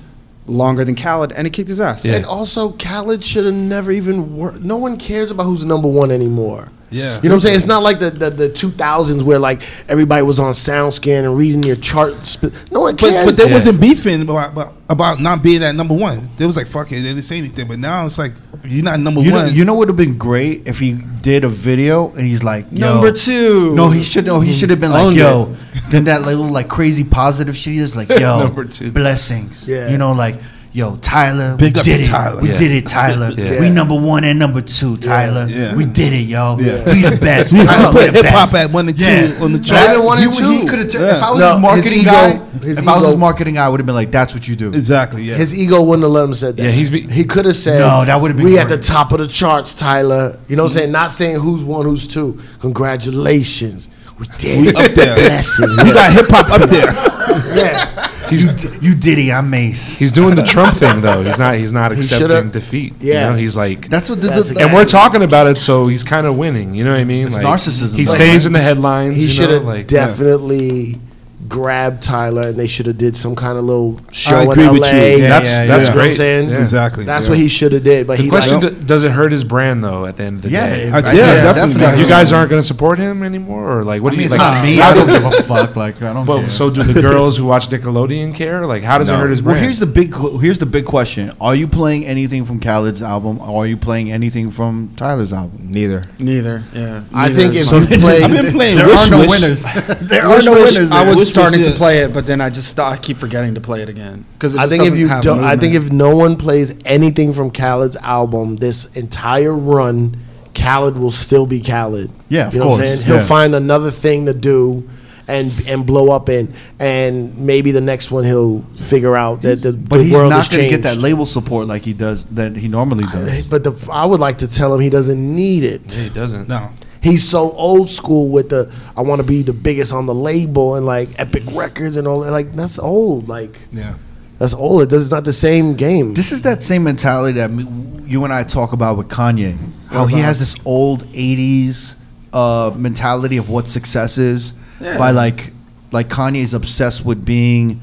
[SPEAKER 5] longer than Khaled, and he kicked his ass.
[SPEAKER 4] Yeah.
[SPEAKER 3] And also, Khaled should have never even worked. No one cares about who's number one anymore.
[SPEAKER 2] Yeah.
[SPEAKER 3] You know what I'm saying? It's not like the, the, the 2000s where like everybody was on SoundScan and reading your chart. Sp- no one
[SPEAKER 2] But,
[SPEAKER 3] cares.
[SPEAKER 2] but they
[SPEAKER 4] Yeah.
[SPEAKER 2] wasn't beefing about, about about not being at number one. They was like, fuck it, they didn't say anything. But now it's like, you're not number
[SPEAKER 1] You know,
[SPEAKER 2] one.
[SPEAKER 1] you know what would have been great if he did a video and he's like yo-
[SPEAKER 5] Number two.
[SPEAKER 1] No, he should. No, he should have been like,
[SPEAKER 5] Owned
[SPEAKER 1] yo. Then that little like crazy positive shit. He's like, yo,
[SPEAKER 4] Number two.
[SPEAKER 1] blessings.
[SPEAKER 3] Yeah.
[SPEAKER 1] You know, like, yo, Tyler,
[SPEAKER 2] Big
[SPEAKER 1] we
[SPEAKER 2] up
[SPEAKER 1] did
[SPEAKER 2] to
[SPEAKER 1] it.
[SPEAKER 2] Tyler.
[SPEAKER 1] We
[SPEAKER 4] Yeah.
[SPEAKER 1] did it, Tyler.
[SPEAKER 4] Yeah.
[SPEAKER 1] We number one and number two, Tyler.
[SPEAKER 2] Yeah.
[SPEAKER 1] We did it, yo. We the best.
[SPEAKER 2] Tyler
[SPEAKER 1] Tyler, we
[SPEAKER 2] put
[SPEAKER 1] the
[SPEAKER 2] hip hop
[SPEAKER 1] best.
[SPEAKER 2] at one and two on the
[SPEAKER 1] That's-
[SPEAKER 2] charts.
[SPEAKER 3] one and
[SPEAKER 1] he-
[SPEAKER 3] two.
[SPEAKER 1] He could have. turned If I was
[SPEAKER 3] No,
[SPEAKER 1] his
[SPEAKER 3] his
[SPEAKER 1] marketing
[SPEAKER 3] ego-
[SPEAKER 1] guy,
[SPEAKER 3] his
[SPEAKER 1] if I was
[SPEAKER 3] ego-
[SPEAKER 1] his marketing guy, I would have been like, that's what you do.
[SPEAKER 2] Exactly. Yeah.
[SPEAKER 3] his ego wouldn't have let him said that.
[SPEAKER 4] Yeah, he's be-
[SPEAKER 3] he could have said,
[SPEAKER 1] No, that would've been
[SPEAKER 3] We at the
[SPEAKER 1] great.
[SPEAKER 3] top of the charts, Tyler." You
[SPEAKER 2] Mm-hmm.
[SPEAKER 3] know what I'm saying? Not saying who's one, who's two. Congratulations, we did.
[SPEAKER 2] we
[SPEAKER 3] it.
[SPEAKER 2] up there.
[SPEAKER 3] Blessing.
[SPEAKER 2] we got hip hop up there.
[SPEAKER 3] yeah.
[SPEAKER 4] He's
[SPEAKER 1] You Diddy, I'm Mace.
[SPEAKER 4] he's doing the Trump thing though. He's not he's not accepting
[SPEAKER 3] should've-
[SPEAKER 4] defeat.
[SPEAKER 3] Yeah.
[SPEAKER 4] You know, he's like
[SPEAKER 1] That's what the,
[SPEAKER 3] That's
[SPEAKER 1] the,
[SPEAKER 3] exactly-
[SPEAKER 4] and we're talking about it, so he's kind of winning. You know what I mean?
[SPEAKER 1] It's narcissism,
[SPEAKER 4] He
[SPEAKER 1] though.
[SPEAKER 4] stays in the headlines.
[SPEAKER 3] He
[SPEAKER 4] you
[SPEAKER 3] should
[SPEAKER 4] know,
[SPEAKER 3] have
[SPEAKER 4] like
[SPEAKER 3] definitely grabbed Tyler, and they should have did some kind of little show
[SPEAKER 2] agree
[SPEAKER 3] in
[SPEAKER 2] with
[SPEAKER 3] LA.
[SPEAKER 2] you. Yeah,
[SPEAKER 4] That's- that's
[SPEAKER 3] You know what I'm
[SPEAKER 4] great.
[SPEAKER 3] saying?
[SPEAKER 4] Yeah.
[SPEAKER 2] Exactly.
[SPEAKER 3] That's
[SPEAKER 2] yeah.
[SPEAKER 3] what he should have did. But
[SPEAKER 4] The
[SPEAKER 3] he
[SPEAKER 4] question:
[SPEAKER 3] like,
[SPEAKER 4] d- Does it hurt his brand though? At the end of the day,
[SPEAKER 1] yeah,
[SPEAKER 2] I- yeah, definitely.
[SPEAKER 4] you guys aren't going to support him anymore, or like what
[SPEAKER 1] I
[SPEAKER 4] do
[SPEAKER 1] mean,
[SPEAKER 4] you
[SPEAKER 1] it's
[SPEAKER 4] like?
[SPEAKER 1] not me. I don't give a fuck. Like I don't.
[SPEAKER 4] But
[SPEAKER 1] care.
[SPEAKER 4] so do the girls who watch Nickelodeon care? Like how does it hurt his brand?
[SPEAKER 1] Well, here's the big qu- here's the big question: Are you playing anything from Khaled's album? Or are you playing anything from Tyler's album?
[SPEAKER 6] Neither.
[SPEAKER 5] Neither. Yeah.
[SPEAKER 3] I
[SPEAKER 5] Neither
[SPEAKER 3] think
[SPEAKER 5] is
[SPEAKER 3] if
[SPEAKER 5] fine.
[SPEAKER 3] you play,
[SPEAKER 2] I've been playing
[SPEAKER 1] There
[SPEAKER 2] Wish
[SPEAKER 1] are no
[SPEAKER 2] Wish.
[SPEAKER 1] winners. there are
[SPEAKER 5] Wish
[SPEAKER 1] no
[SPEAKER 5] Wish,
[SPEAKER 1] winners.
[SPEAKER 5] I
[SPEAKER 1] there.
[SPEAKER 5] was
[SPEAKER 2] Wish Wish,
[SPEAKER 5] starting
[SPEAKER 2] yeah.
[SPEAKER 5] to play it, but then I just sta- I keep forgetting to play it again because
[SPEAKER 3] I think if you don't, I think if no one plays anything from Khaled's album this entire run, Khaled will still be Khaled.
[SPEAKER 1] Yeah, of
[SPEAKER 3] you know What I'm
[SPEAKER 1] course,
[SPEAKER 3] saying? He'll
[SPEAKER 1] yeah.
[SPEAKER 3] find another thing to do. And, and blow up in and maybe the next one he'll figure out that the,
[SPEAKER 1] but
[SPEAKER 3] the
[SPEAKER 1] he's
[SPEAKER 3] world
[SPEAKER 1] not
[SPEAKER 3] has
[SPEAKER 1] going to get that
[SPEAKER 3] changed.
[SPEAKER 1] label support like he does that he normally does.
[SPEAKER 3] But the, I would like to tell him he doesn't need
[SPEAKER 4] he
[SPEAKER 3] it.
[SPEAKER 4] doesn't.
[SPEAKER 2] No.
[SPEAKER 3] He's so old school with the I want to be the biggest on the label and like Epic Records and all that. Like that's old. Like
[SPEAKER 2] Yeah.
[SPEAKER 3] that's old. It does, it's not the same game.
[SPEAKER 1] This is that same mentality that me, you and I talk about with Kanye. How he has this old '80s uh, mentality of what success is. By like, like Kanye's obsessed with being,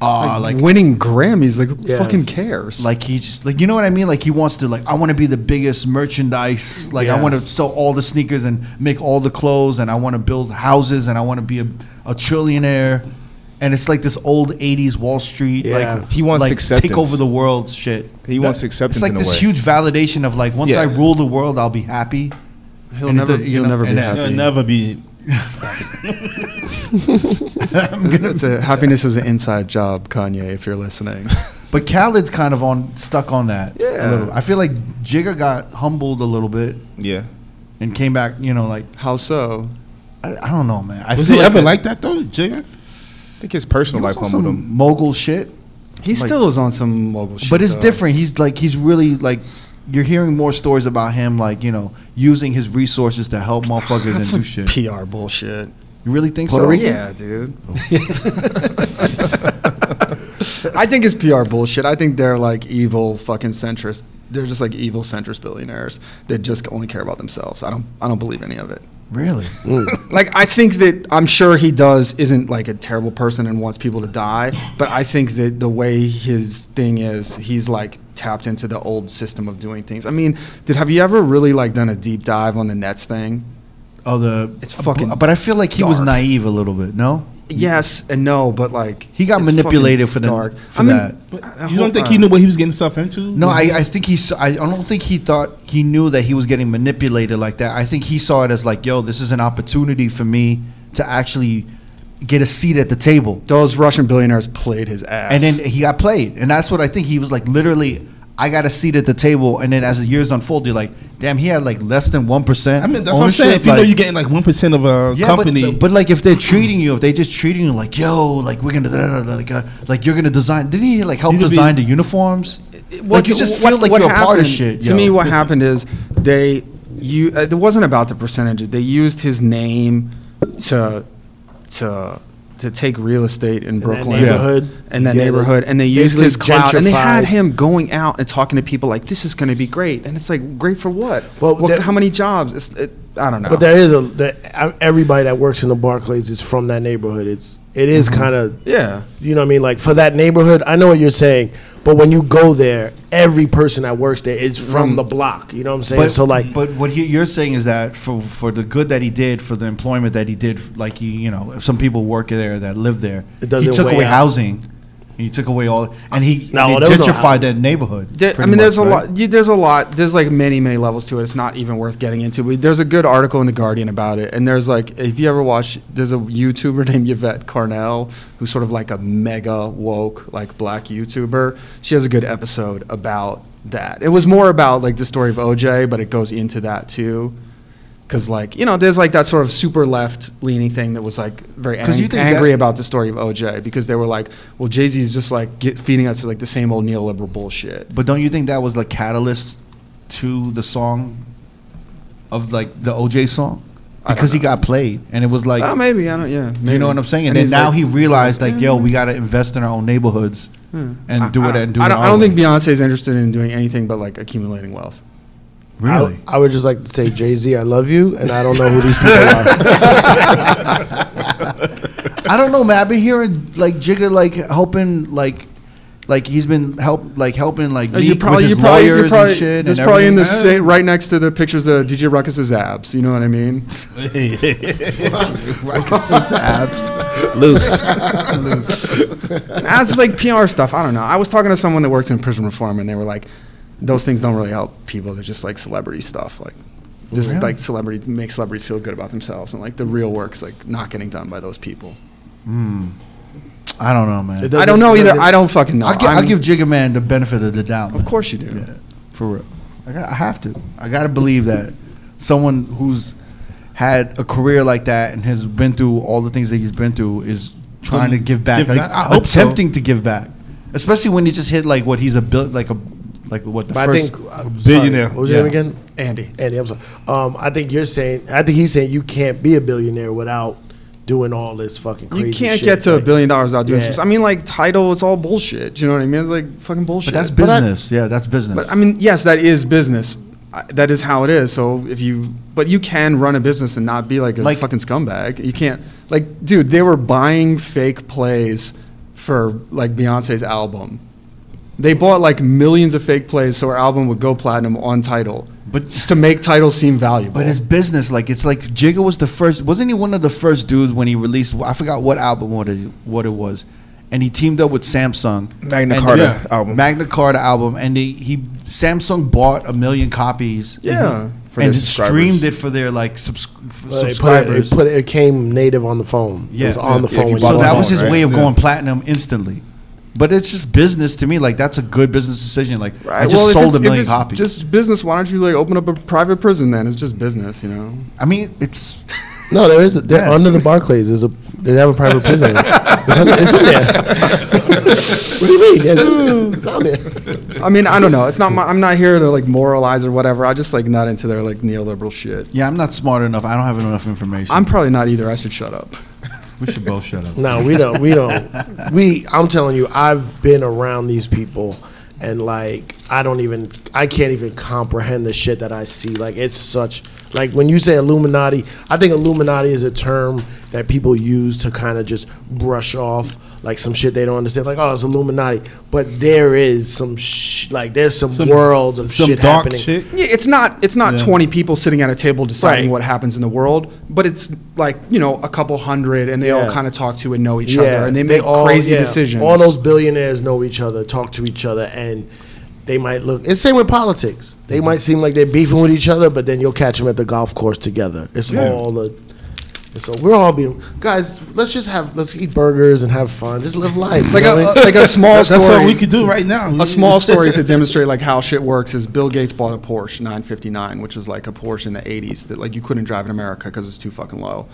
[SPEAKER 1] uh, like
[SPEAKER 5] winning Grammys, like who
[SPEAKER 3] Yeah.
[SPEAKER 5] fucking cares?
[SPEAKER 1] Like he just like you know what I mean? Like he wants to like I want to be the biggest merchandise. Like I
[SPEAKER 5] Yeah.
[SPEAKER 1] want to sell all the sneakers and make all the clothes and I want to build houses and I want to be a, a trillionaire. And it's like this old '80s Wall Street.
[SPEAKER 3] Yeah.
[SPEAKER 1] Like
[SPEAKER 6] He wants
[SPEAKER 1] like
[SPEAKER 6] acceptance.
[SPEAKER 1] take over the world shit.
[SPEAKER 6] He wants acceptance
[SPEAKER 1] It's like
[SPEAKER 6] in a
[SPEAKER 1] this
[SPEAKER 6] way.
[SPEAKER 1] huge validation of like once I
[SPEAKER 6] Yeah.
[SPEAKER 1] rule the world, I'll be happy.
[SPEAKER 5] he'll
[SPEAKER 1] and it
[SPEAKER 5] never,
[SPEAKER 1] do- you
[SPEAKER 5] he'll
[SPEAKER 1] know,
[SPEAKER 5] never be
[SPEAKER 1] and, uh,
[SPEAKER 5] happy.
[SPEAKER 2] It'll never be.
[SPEAKER 5] It's a, happiness is an inside job, Kanye. If you're listening,
[SPEAKER 1] But Khaled's kind of on stuck on that. a
[SPEAKER 5] Yeah.
[SPEAKER 1] little. I feel like Jigga got humbled a little bit
[SPEAKER 6] Yeah.
[SPEAKER 1] and came back. You know, like
[SPEAKER 5] how so?
[SPEAKER 1] I, I don't know, man. I
[SPEAKER 2] Was
[SPEAKER 1] feel
[SPEAKER 2] he
[SPEAKER 1] like
[SPEAKER 2] ever
[SPEAKER 1] that-
[SPEAKER 2] like that though, Jigga?
[SPEAKER 6] I think his personal life
[SPEAKER 1] It's on
[SPEAKER 6] humbled
[SPEAKER 1] some
[SPEAKER 6] him.
[SPEAKER 1] mogul shit,
[SPEAKER 5] He still is on some mobile shit,
[SPEAKER 1] but it's
[SPEAKER 5] though.
[SPEAKER 1] different. He's like he's really like you're hearing more stories about him, like you know, using his resources to help motherfuckers
[SPEAKER 5] That's
[SPEAKER 1] and do
[SPEAKER 5] some
[SPEAKER 1] shit.
[SPEAKER 5] PR bullshit.
[SPEAKER 1] you really think
[SPEAKER 3] Puerto
[SPEAKER 1] so?
[SPEAKER 3] Rican?
[SPEAKER 5] Yeah, dude. I think it's PR bullshit. I think they're like evil fucking centrist. They're just like evil centrist billionaires that just only care about themselves. I don't. I don't believe any of it.
[SPEAKER 1] Really?
[SPEAKER 5] Like I think that I'm sure he does isn't like a terrible person and wants people to die, but I think that the way his thing is, he's like tapped into the old system of doing things. I mean, dude, have you ever really like done a deep dive on the Nets thing?
[SPEAKER 1] Oh, the
[SPEAKER 5] It's fucking
[SPEAKER 1] But I feel like he was
[SPEAKER 5] dark.
[SPEAKER 1] naive a little bit. No,
[SPEAKER 5] Yes and no, but like
[SPEAKER 1] He got
[SPEAKER 5] it's
[SPEAKER 1] manipulated
[SPEAKER 5] fucking
[SPEAKER 1] for the-
[SPEAKER 5] dark.
[SPEAKER 1] for that.
[SPEAKER 2] But
[SPEAKER 5] I
[SPEAKER 2] you
[SPEAKER 5] hope
[SPEAKER 2] don't think he
[SPEAKER 5] not.
[SPEAKER 2] knew what he was getting himself into?
[SPEAKER 1] no. I, I think he. s- I I don't think he thought he knew that he was getting manipulated like that. I think he saw it as like, yo, this is an opportunity for me to actually get a seat at the table.
[SPEAKER 5] Those Russian billionaires played his ass.
[SPEAKER 1] And then he got played. And that's what I think. He was like, literally, I got a seat at the table. And then as the years unfold, you're like, damn, he had like less than 1%.
[SPEAKER 2] I mean, that's what I'm saying. If you know you're getting like one percent of a
[SPEAKER 1] yeah,
[SPEAKER 2] company,
[SPEAKER 1] But, but like if they're treating you, if they just treating you like, yo, like we're gonna, da- da- da- da- like, uh, like you're gonna design. Did he like help
[SPEAKER 2] You'd be-
[SPEAKER 1] design the uniforms? like you just feel like you're a part of shit.
[SPEAKER 5] To
[SPEAKER 1] yo.
[SPEAKER 5] me, what happened is they you uh, it wasn't about the percentages. They used his name to to to take real estate in Brooklyn
[SPEAKER 3] neighborhood.
[SPEAKER 5] and that
[SPEAKER 3] Yeah,
[SPEAKER 5] neighborhood,
[SPEAKER 3] they
[SPEAKER 5] and they used
[SPEAKER 3] basically
[SPEAKER 5] his clout, and they had
[SPEAKER 3] gentrified.
[SPEAKER 5] him going out and talking to people like, "This is going to be great," and it's like, "Great for what?
[SPEAKER 3] Well,
[SPEAKER 5] What-
[SPEAKER 3] that-
[SPEAKER 5] how many jobs? It's, it, I don't know."
[SPEAKER 3] But there is a there, everybody that works in the Barclays is from that neighborhood. It's it
[SPEAKER 1] Mm-hmm.
[SPEAKER 3] kind of
[SPEAKER 5] yeah,
[SPEAKER 3] you know what I mean like for that neighborhood. I know what you're saying, but when you go there, every person that works there is from the block. You know what I'm saying?
[SPEAKER 1] Mm. But
[SPEAKER 3] so like
[SPEAKER 1] but what he, you're saying is that for for the good that he did, for the employment that he did, like he, you know, some people work there that live there.
[SPEAKER 3] It doesn't
[SPEAKER 1] he took
[SPEAKER 3] weigh
[SPEAKER 1] away
[SPEAKER 3] out.
[SPEAKER 1] housing. He took away all, and he,
[SPEAKER 3] No,
[SPEAKER 1] and
[SPEAKER 3] there
[SPEAKER 1] he
[SPEAKER 3] was no housing.
[SPEAKER 1] gentrified that neighborhood.
[SPEAKER 5] There, I
[SPEAKER 1] pretty
[SPEAKER 5] mean,
[SPEAKER 1] much,
[SPEAKER 5] there's a
[SPEAKER 1] right?
[SPEAKER 5] lot. You, there's a lot. There's like many, many levels to it. It's not even worth getting into. But there's a good article in the Guardian about it. And there's like, if you ever watch, there's a YouTuber named Yvette Carnell who's sort of like a mega woke, like black YouTuber. She has a good episode about that. It was more about like the story of OJ, but it goes into that too. Because like you know, there's like that sort of super left leaning thing that was like very
[SPEAKER 1] 'Cause
[SPEAKER 5] ang-
[SPEAKER 1] you think that-
[SPEAKER 5] angry about the story of OJ because they were like, well, Jay Z is just like get, feeding us like the same old neoliberal bullshit.
[SPEAKER 1] But don't you think that was like catalyst to the song of like the OJ song?
[SPEAKER 5] I don't
[SPEAKER 1] because he
[SPEAKER 5] know.
[SPEAKER 1] got played, and it was like,
[SPEAKER 5] Oh, maybe I don't. Yeah.
[SPEAKER 1] do you know what I'm saying? And, then now he realized, like, yo, we got to invest in our own neighborhoods and do it and do
[SPEAKER 5] "Mm." Hmm. I
[SPEAKER 1] it.
[SPEAKER 5] don't, I
[SPEAKER 1] our
[SPEAKER 5] don't
[SPEAKER 1] way.
[SPEAKER 5] think Beyonce is interested in doing anything but like accumulating wealth.
[SPEAKER 1] really.
[SPEAKER 3] I, I would just like to say, Jay Z, I love you, and I don't know who these people are.
[SPEAKER 1] I don't know, man. I've been hearing like Jigga like helping like like he's been help like helping like
[SPEAKER 5] Uh, you
[SPEAKER 1] Meek
[SPEAKER 5] probably,
[SPEAKER 1] with
[SPEAKER 5] you
[SPEAKER 1] his
[SPEAKER 5] probably, you
[SPEAKER 1] lawyers
[SPEAKER 5] probably,
[SPEAKER 1] and shit.
[SPEAKER 5] it's
[SPEAKER 1] and
[SPEAKER 5] probably in the
[SPEAKER 1] everything.
[SPEAKER 5] same, right next to the pictures of DJ Ruckus's abs. You know what I mean?
[SPEAKER 1] Ruckus's abs.
[SPEAKER 6] Loose.
[SPEAKER 5] That's like PR stuff. I don't know. I was talking to someone that works in prison reform, and they were like, "Those things don't really help people. They're just like celebrity stuff. Like, just like celebrity make celebrities feel good about themselves, and like the real work's like not getting done by those people.
[SPEAKER 1] I don't know, man.
[SPEAKER 3] It
[SPEAKER 5] I
[SPEAKER 3] doesn't-
[SPEAKER 5] don't know
[SPEAKER 3] it
[SPEAKER 5] either.
[SPEAKER 3] doesn't-
[SPEAKER 5] I don't fucking know.
[SPEAKER 1] I'll, gi- I'll
[SPEAKER 5] I'm-
[SPEAKER 1] give Jigga man the benefit of the doubt.
[SPEAKER 5] Of course you do.
[SPEAKER 1] Yeah, for real. I, got, I have to. I got to believe that someone who's had a career like that and has been through all the things that he's been through is trying to give back,
[SPEAKER 2] Give
[SPEAKER 1] like
[SPEAKER 2] back? I hope so.
[SPEAKER 1] attempting to give back, especially when you just hit like what he's a bil- like a like what the
[SPEAKER 3] But I
[SPEAKER 1] first
[SPEAKER 3] think uh,
[SPEAKER 2] billionaire.
[SPEAKER 3] Sorry, what was your
[SPEAKER 1] Yeah.
[SPEAKER 3] name again?
[SPEAKER 5] Andy.
[SPEAKER 3] Andy, I'm sorry. Um, I think you're saying. I think he's saying you can't be a billionaire without doing all this fucking. Crazy
[SPEAKER 5] You can't
[SPEAKER 3] shit,
[SPEAKER 5] get to a
[SPEAKER 3] like-
[SPEAKER 5] billion dollars without doing
[SPEAKER 3] Yeah.
[SPEAKER 5] some. I mean, like title, it's all bullshit. Do you know what I mean? It's like fucking bullshit.
[SPEAKER 1] But that's
[SPEAKER 3] But I-
[SPEAKER 1] business. yeah, that's business.
[SPEAKER 5] But I mean, yes, that is business. I- That is how it is. So if you, but you can run a business and not be like a
[SPEAKER 1] Like-
[SPEAKER 5] fucking scumbag. You can't, like, dude, they were buying fake plays for like Beyonce's album. They bought like millions of fake plays so her album would go platinum on title,
[SPEAKER 1] But-
[SPEAKER 5] just to make title seem valuable.
[SPEAKER 1] But it's business. Like it's like Jigga was the first. Wasn't he one of the first dudes when he released? I forgot what album what it, what it was, and he teamed up with Samsung
[SPEAKER 6] Magna
[SPEAKER 1] and-
[SPEAKER 6] Carta album.
[SPEAKER 1] Magna Carta album, and he, he Samsung bought a million copies.
[SPEAKER 5] Yeah.
[SPEAKER 6] For
[SPEAKER 1] and
[SPEAKER 6] their
[SPEAKER 1] streamed
[SPEAKER 6] subscribers.
[SPEAKER 1] it for their like subs- for
[SPEAKER 3] Well, it put it-
[SPEAKER 1] subscribers.
[SPEAKER 3] It, put it, it came native on the phone.
[SPEAKER 1] Yeah.
[SPEAKER 3] it was on the
[SPEAKER 6] Yeah, if
[SPEAKER 3] phone.
[SPEAKER 6] you
[SPEAKER 3] when
[SPEAKER 6] bought
[SPEAKER 1] so
[SPEAKER 3] you
[SPEAKER 6] it
[SPEAKER 1] that
[SPEAKER 3] bought
[SPEAKER 1] was
[SPEAKER 3] it.
[SPEAKER 1] his
[SPEAKER 6] right?
[SPEAKER 1] way of
[SPEAKER 6] Yeah.
[SPEAKER 1] going platinum instantly. But it's just business to me. Like that's a good business decision. Like I
[SPEAKER 5] Right,
[SPEAKER 1] just
[SPEAKER 5] well, if
[SPEAKER 1] sold
[SPEAKER 5] it's-
[SPEAKER 1] a
[SPEAKER 5] if
[SPEAKER 1] million
[SPEAKER 5] it's
[SPEAKER 1] copies.
[SPEAKER 5] Just business. Why don't you like open up a private prison then? It's just business, you know.
[SPEAKER 1] I mean, it's
[SPEAKER 3] No, there is. A, there-
[SPEAKER 1] Yeah.
[SPEAKER 3] Under the Barclays, there's a. They have a private prison. it's, under, it's in there. what do you mean? It's, it's on there.
[SPEAKER 5] I mean, I don't know. It's not. My, I'm not here to like moralize or whatever. I just like not into their like neoliberal shit.
[SPEAKER 1] yeah. I'm not smart enough. I don't have enough information.
[SPEAKER 5] I'm probably not either. I should shut up.
[SPEAKER 1] we should both shut up.
[SPEAKER 3] No, we don't. We don't. We. I'm telling you, I've been around these people, and like, I don't even. I can't even comprehend the shit that I see. Like, it's such. Like when you say Illuminati, I think Illuminati is a term that people use to kind of just brush off like some shit they don't understand. Like, oh, it's Illuminati, but there is some sh- like there's some,
[SPEAKER 2] Some-
[SPEAKER 3] worlds of
[SPEAKER 2] Some
[SPEAKER 3] shit
[SPEAKER 2] dark
[SPEAKER 3] happening.
[SPEAKER 2] shit.
[SPEAKER 5] Yeah, it's not. It's not 20 people sitting at a table deciding
[SPEAKER 3] Right.
[SPEAKER 5] what happens in the world, but it's like you know a couple hundred, and they all
[SPEAKER 3] Yeah.
[SPEAKER 5] kind of talk to and know each other, and they make
[SPEAKER 3] all-
[SPEAKER 5] crazy
[SPEAKER 3] yeah,
[SPEAKER 5] decisions.
[SPEAKER 3] All those billionaires know each other, talk to each other, and they might look. It's same with politics. They might seem like they're beefing with each other, but then you'll catch them at the golf course together. It's all the. and So we're all being guys. Let's just have let's eat burgers and have fun. Just live life. you
[SPEAKER 5] like
[SPEAKER 3] know what I
[SPEAKER 5] a,
[SPEAKER 3] mean?
[SPEAKER 5] a- like a small
[SPEAKER 2] That's
[SPEAKER 5] story.
[SPEAKER 2] what we could do right now.
[SPEAKER 5] a small story to demonstrate like how shit works is Bill Gates bought a Porsche 959, which was like a Porsche in the 80s that like you couldn't drive in America because it's too fucking low.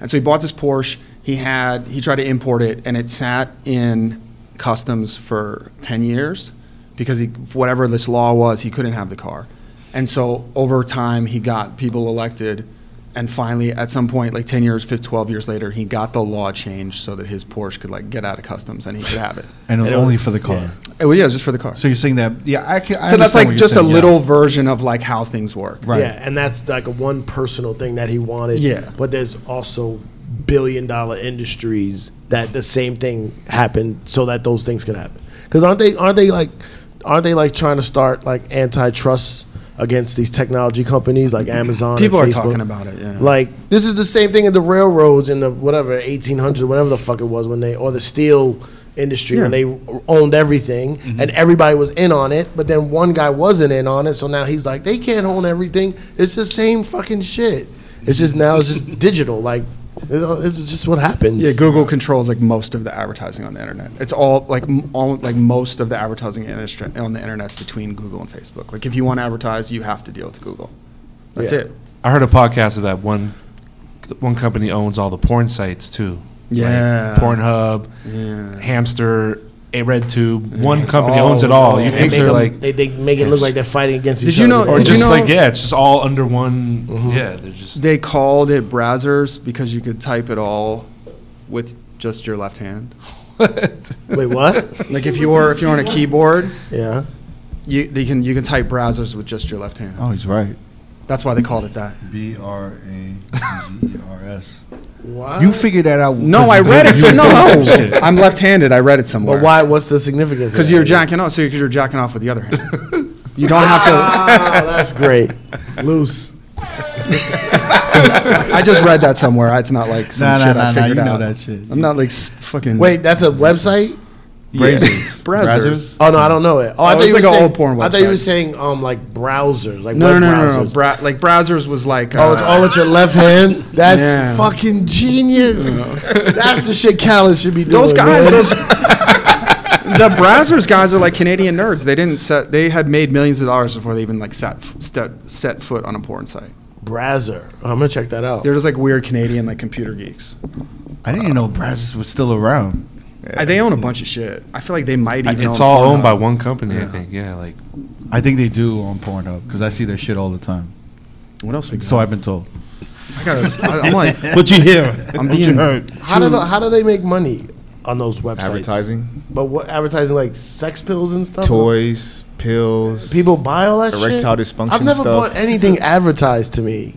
[SPEAKER 5] And so he bought this Porsche. He had he tried to import it, and it sat in customs for 10 years because he whatever this law was, he couldn't have the car. And so over time, he got people elected. And finally, at some point, like 10 years, 15, 12 years later, he got the law changed so that his Porsche could like get out of customs and he could have it.
[SPEAKER 1] And it was
[SPEAKER 3] And it
[SPEAKER 1] only
[SPEAKER 3] was-
[SPEAKER 1] for the car.
[SPEAKER 3] yeah.
[SPEAKER 5] Eh, Well, yeah, it was just for the car.
[SPEAKER 1] So you're saying that? Yeah, I can. I
[SPEAKER 5] So
[SPEAKER 1] understand
[SPEAKER 5] that's like
[SPEAKER 1] what
[SPEAKER 5] just
[SPEAKER 1] you're
[SPEAKER 5] a
[SPEAKER 1] saying,
[SPEAKER 5] little
[SPEAKER 1] Yeah.
[SPEAKER 5] version of like how things work.
[SPEAKER 1] Right.
[SPEAKER 3] Yeah, and that's like a one personal thing that he wanted.
[SPEAKER 5] Yeah.
[SPEAKER 3] But there's also billion dollar industries that the same thing happened so that those things could happen. Because aren't they aren't they like aren't they like trying to start like antitrust against these technology companies like Amazon? and
[SPEAKER 5] People are
[SPEAKER 3] Facebook?
[SPEAKER 5] talking about it, yeah.
[SPEAKER 3] Like this is the same thing at the railroads in the whatever 1800s, whatever the fuck it was when they or the steel industry when they owned everything
[SPEAKER 4] Mm-hmm.
[SPEAKER 3] and everybody was in on it, but then one guy wasn't in on it, so now he's like they can't own everything. It's the same fucking shit. It's just now it's just digital. Like you know, it's just what happens.
[SPEAKER 5] Yeah, Google controls like most of the advertising on the internet. It's all like m- all like most of the advertising industry on the internet's between Google and Facebook. Like if you want to advertise, you have to deal with Google. That's
[SPEAKER 3] Yeah.
[SPEAKER 5] it.
[SPEAKER 4] I heard a podcast of that one. One company owns all the porn sites too. Like
[SPEAKER 5] Yeah.
[SPEAKER 4] Pornhub,
[SPEAKER 5] Yeah.
[SPEAKER 4] Hamster, a red tube. One company owns it all. You think
[SPEAKER 3] make
[SPEAKER 4] they're
[SPEAKER 3] them-
[SPEAKER 4] like,
[SPEAKER 3] they, they make it look like they're fighting against each
[SPEAKER 5] you
[SPEAKER 3] other.
[SPEAKER 5] know-
[SPEAKER 3] but
[SPEAKER 4] or
[SPEAKER 5] Did
[SPEAKER 3] they're
[SPEAKER 4] just
[SPEAKER 5] know-
[SPEAKER 4] like, yeah, it's just all under one. Yeah, they're just.
[SPEAKER 5] They called it browsers because you could type it all with just your left hand.
[SPEAKER 3] not. Wait, what?
[SPEAKER 5] Like if you were if you're on a keyboard,
[SPEAKER 3] yeah.
[SPEAKER 5] you they can you can type browsers with just your left hand.
[SPEAKER 12] Oh, he's right.
[SPEAKER 5] That's why they called it that.
[SPEAKER 1] B R A G E R S.
[SPEAKER 3] Wow.
[SPEAKER 1] You figured that out.
[SPEAKER 5] No, I read it. No, I'm left-handed. I read it somewhere.
[SPEAKER 3] But why? What's the significance? of
[SPEAKER 5] Because
[SPEAKER 3] that?
[SPEAKER 5] you're jacking off. So because you're jacking off with the other hand. You don't have to.
[SPEAKER 3] Ah, that's great. Loose.
[SPEAKER 5] I just read that somewhere. It's not like some
[SPEAKER 1] Nah, nah,
[SPEAKER 5] shit
[SPEAKER 1] nah,
[SPEAKER 5] I
[SPEAKER 1] nah. You
[SPEAKER 5] figured
[SPEAKER 1] know
[SPEAKER 5] out.
[SPEAKER 1] that shit.
[SPEAKER 5] I'm not like s- fucking.
[SPEAKER 3] Wait, that's a website.
[SPEAKER 1] Brazers.
[SPEAKER 5] browsers.
[SPEAKER 3] Oh no, I don't know it. Oh, I
[SPEAKER 5] Oh,
[SPEAKER 3] thought
[SPEAKER 5] it's
[SPEAKER 3] you were
[SPEAKER 5] like an
[SPEAKER 3] saying.
[SPEAKER 5] old porn
[SPEAKER 3] I thought you were
[SPEAKER 5] website.
[SPEAKER 3] saying um like browsers, like
[SPEAKER 5] No, no,
[SPEAKER 3] web
[SPEAKER 5] no,
[SPEAKER 3] browsers.
[SPEAKER 5] no, no. Bra- like browsers was like. Uh,
[SPEAKER 3] Oh, it's all with your left hand. That's
[SPEAKER 5] Yeah.
[SPEAKER 3] fucking genius. That's the shit Callan should be doing.
[SPEAKER 5] those guys.
[SPEAKER 3] man.
[SPEAKER 5] Those, the browsers guys are like Canadian nerds. They didn't set. They had made millions of dollars before they even like set set, set foot on a porn site.
[SPEAKER 3] browser. Oh, I'm gonna check that out.
[SPEAKER 5] They're just like weird Canadian like computer geeks.
[SPEAKER 1] I didn't even know Brazos was still around.
[SPEAKER 5] Uh, they own a bunch of shit. I feel like they might even.
[SPEAKER 4] It's
[SPEAKER 5] own
[SPEAKER 4] all owned
[SPEAKER 5] Pornhub.
[SPEAKER 4] by one company, I think. Yeah, like
[SPEAKER 1] I think they do on Pornhub because I see their shit all the time.
[SPEAKER 5] What else? We got?
[SPEAKER 1] So I've been told.
[SPEAKER 5] I gotta, s- I- I'm like,
[SPEAKER 1] What you hear?
[SPEAKER 5] I'm being
[SPEAKER 3] how do how do they make money on those websites?
[SPEAKER 6] Advertising,
[SPEAKER 3] But what advertising like sex pills and stuff?
[SPEAKER 6] toys, pills.
[SPEAKER 3] People buy all that shit.
[SPEAKER 6] Erectile dysfunction
[SPEAKER 3] I've never
[SPEAKER 6] stuff.
[SPEAKER 3] bought anything advertised to me.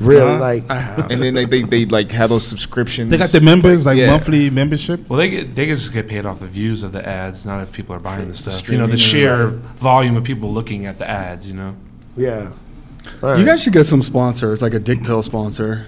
[SPEAKER 3] Really, like
[SPEAKER 5] I have.
[SPEAKER 6] and then they, they they like have those subscriptions.
[SPEAKER 2] They got the members like
[SPEAKER 6] Yeah.
[SPEAKER 2] monthly membership.
[SPEAKER 4] Well, they get they just get paid off the views of the ads, not if people are buying the stuff. You know, the sheer volume of people looking at the ads. You know,
[SPEAKER 3] yeah. All right.
[SPEAKER 5] You guys should get some sponsors, like a dick pill sponsor.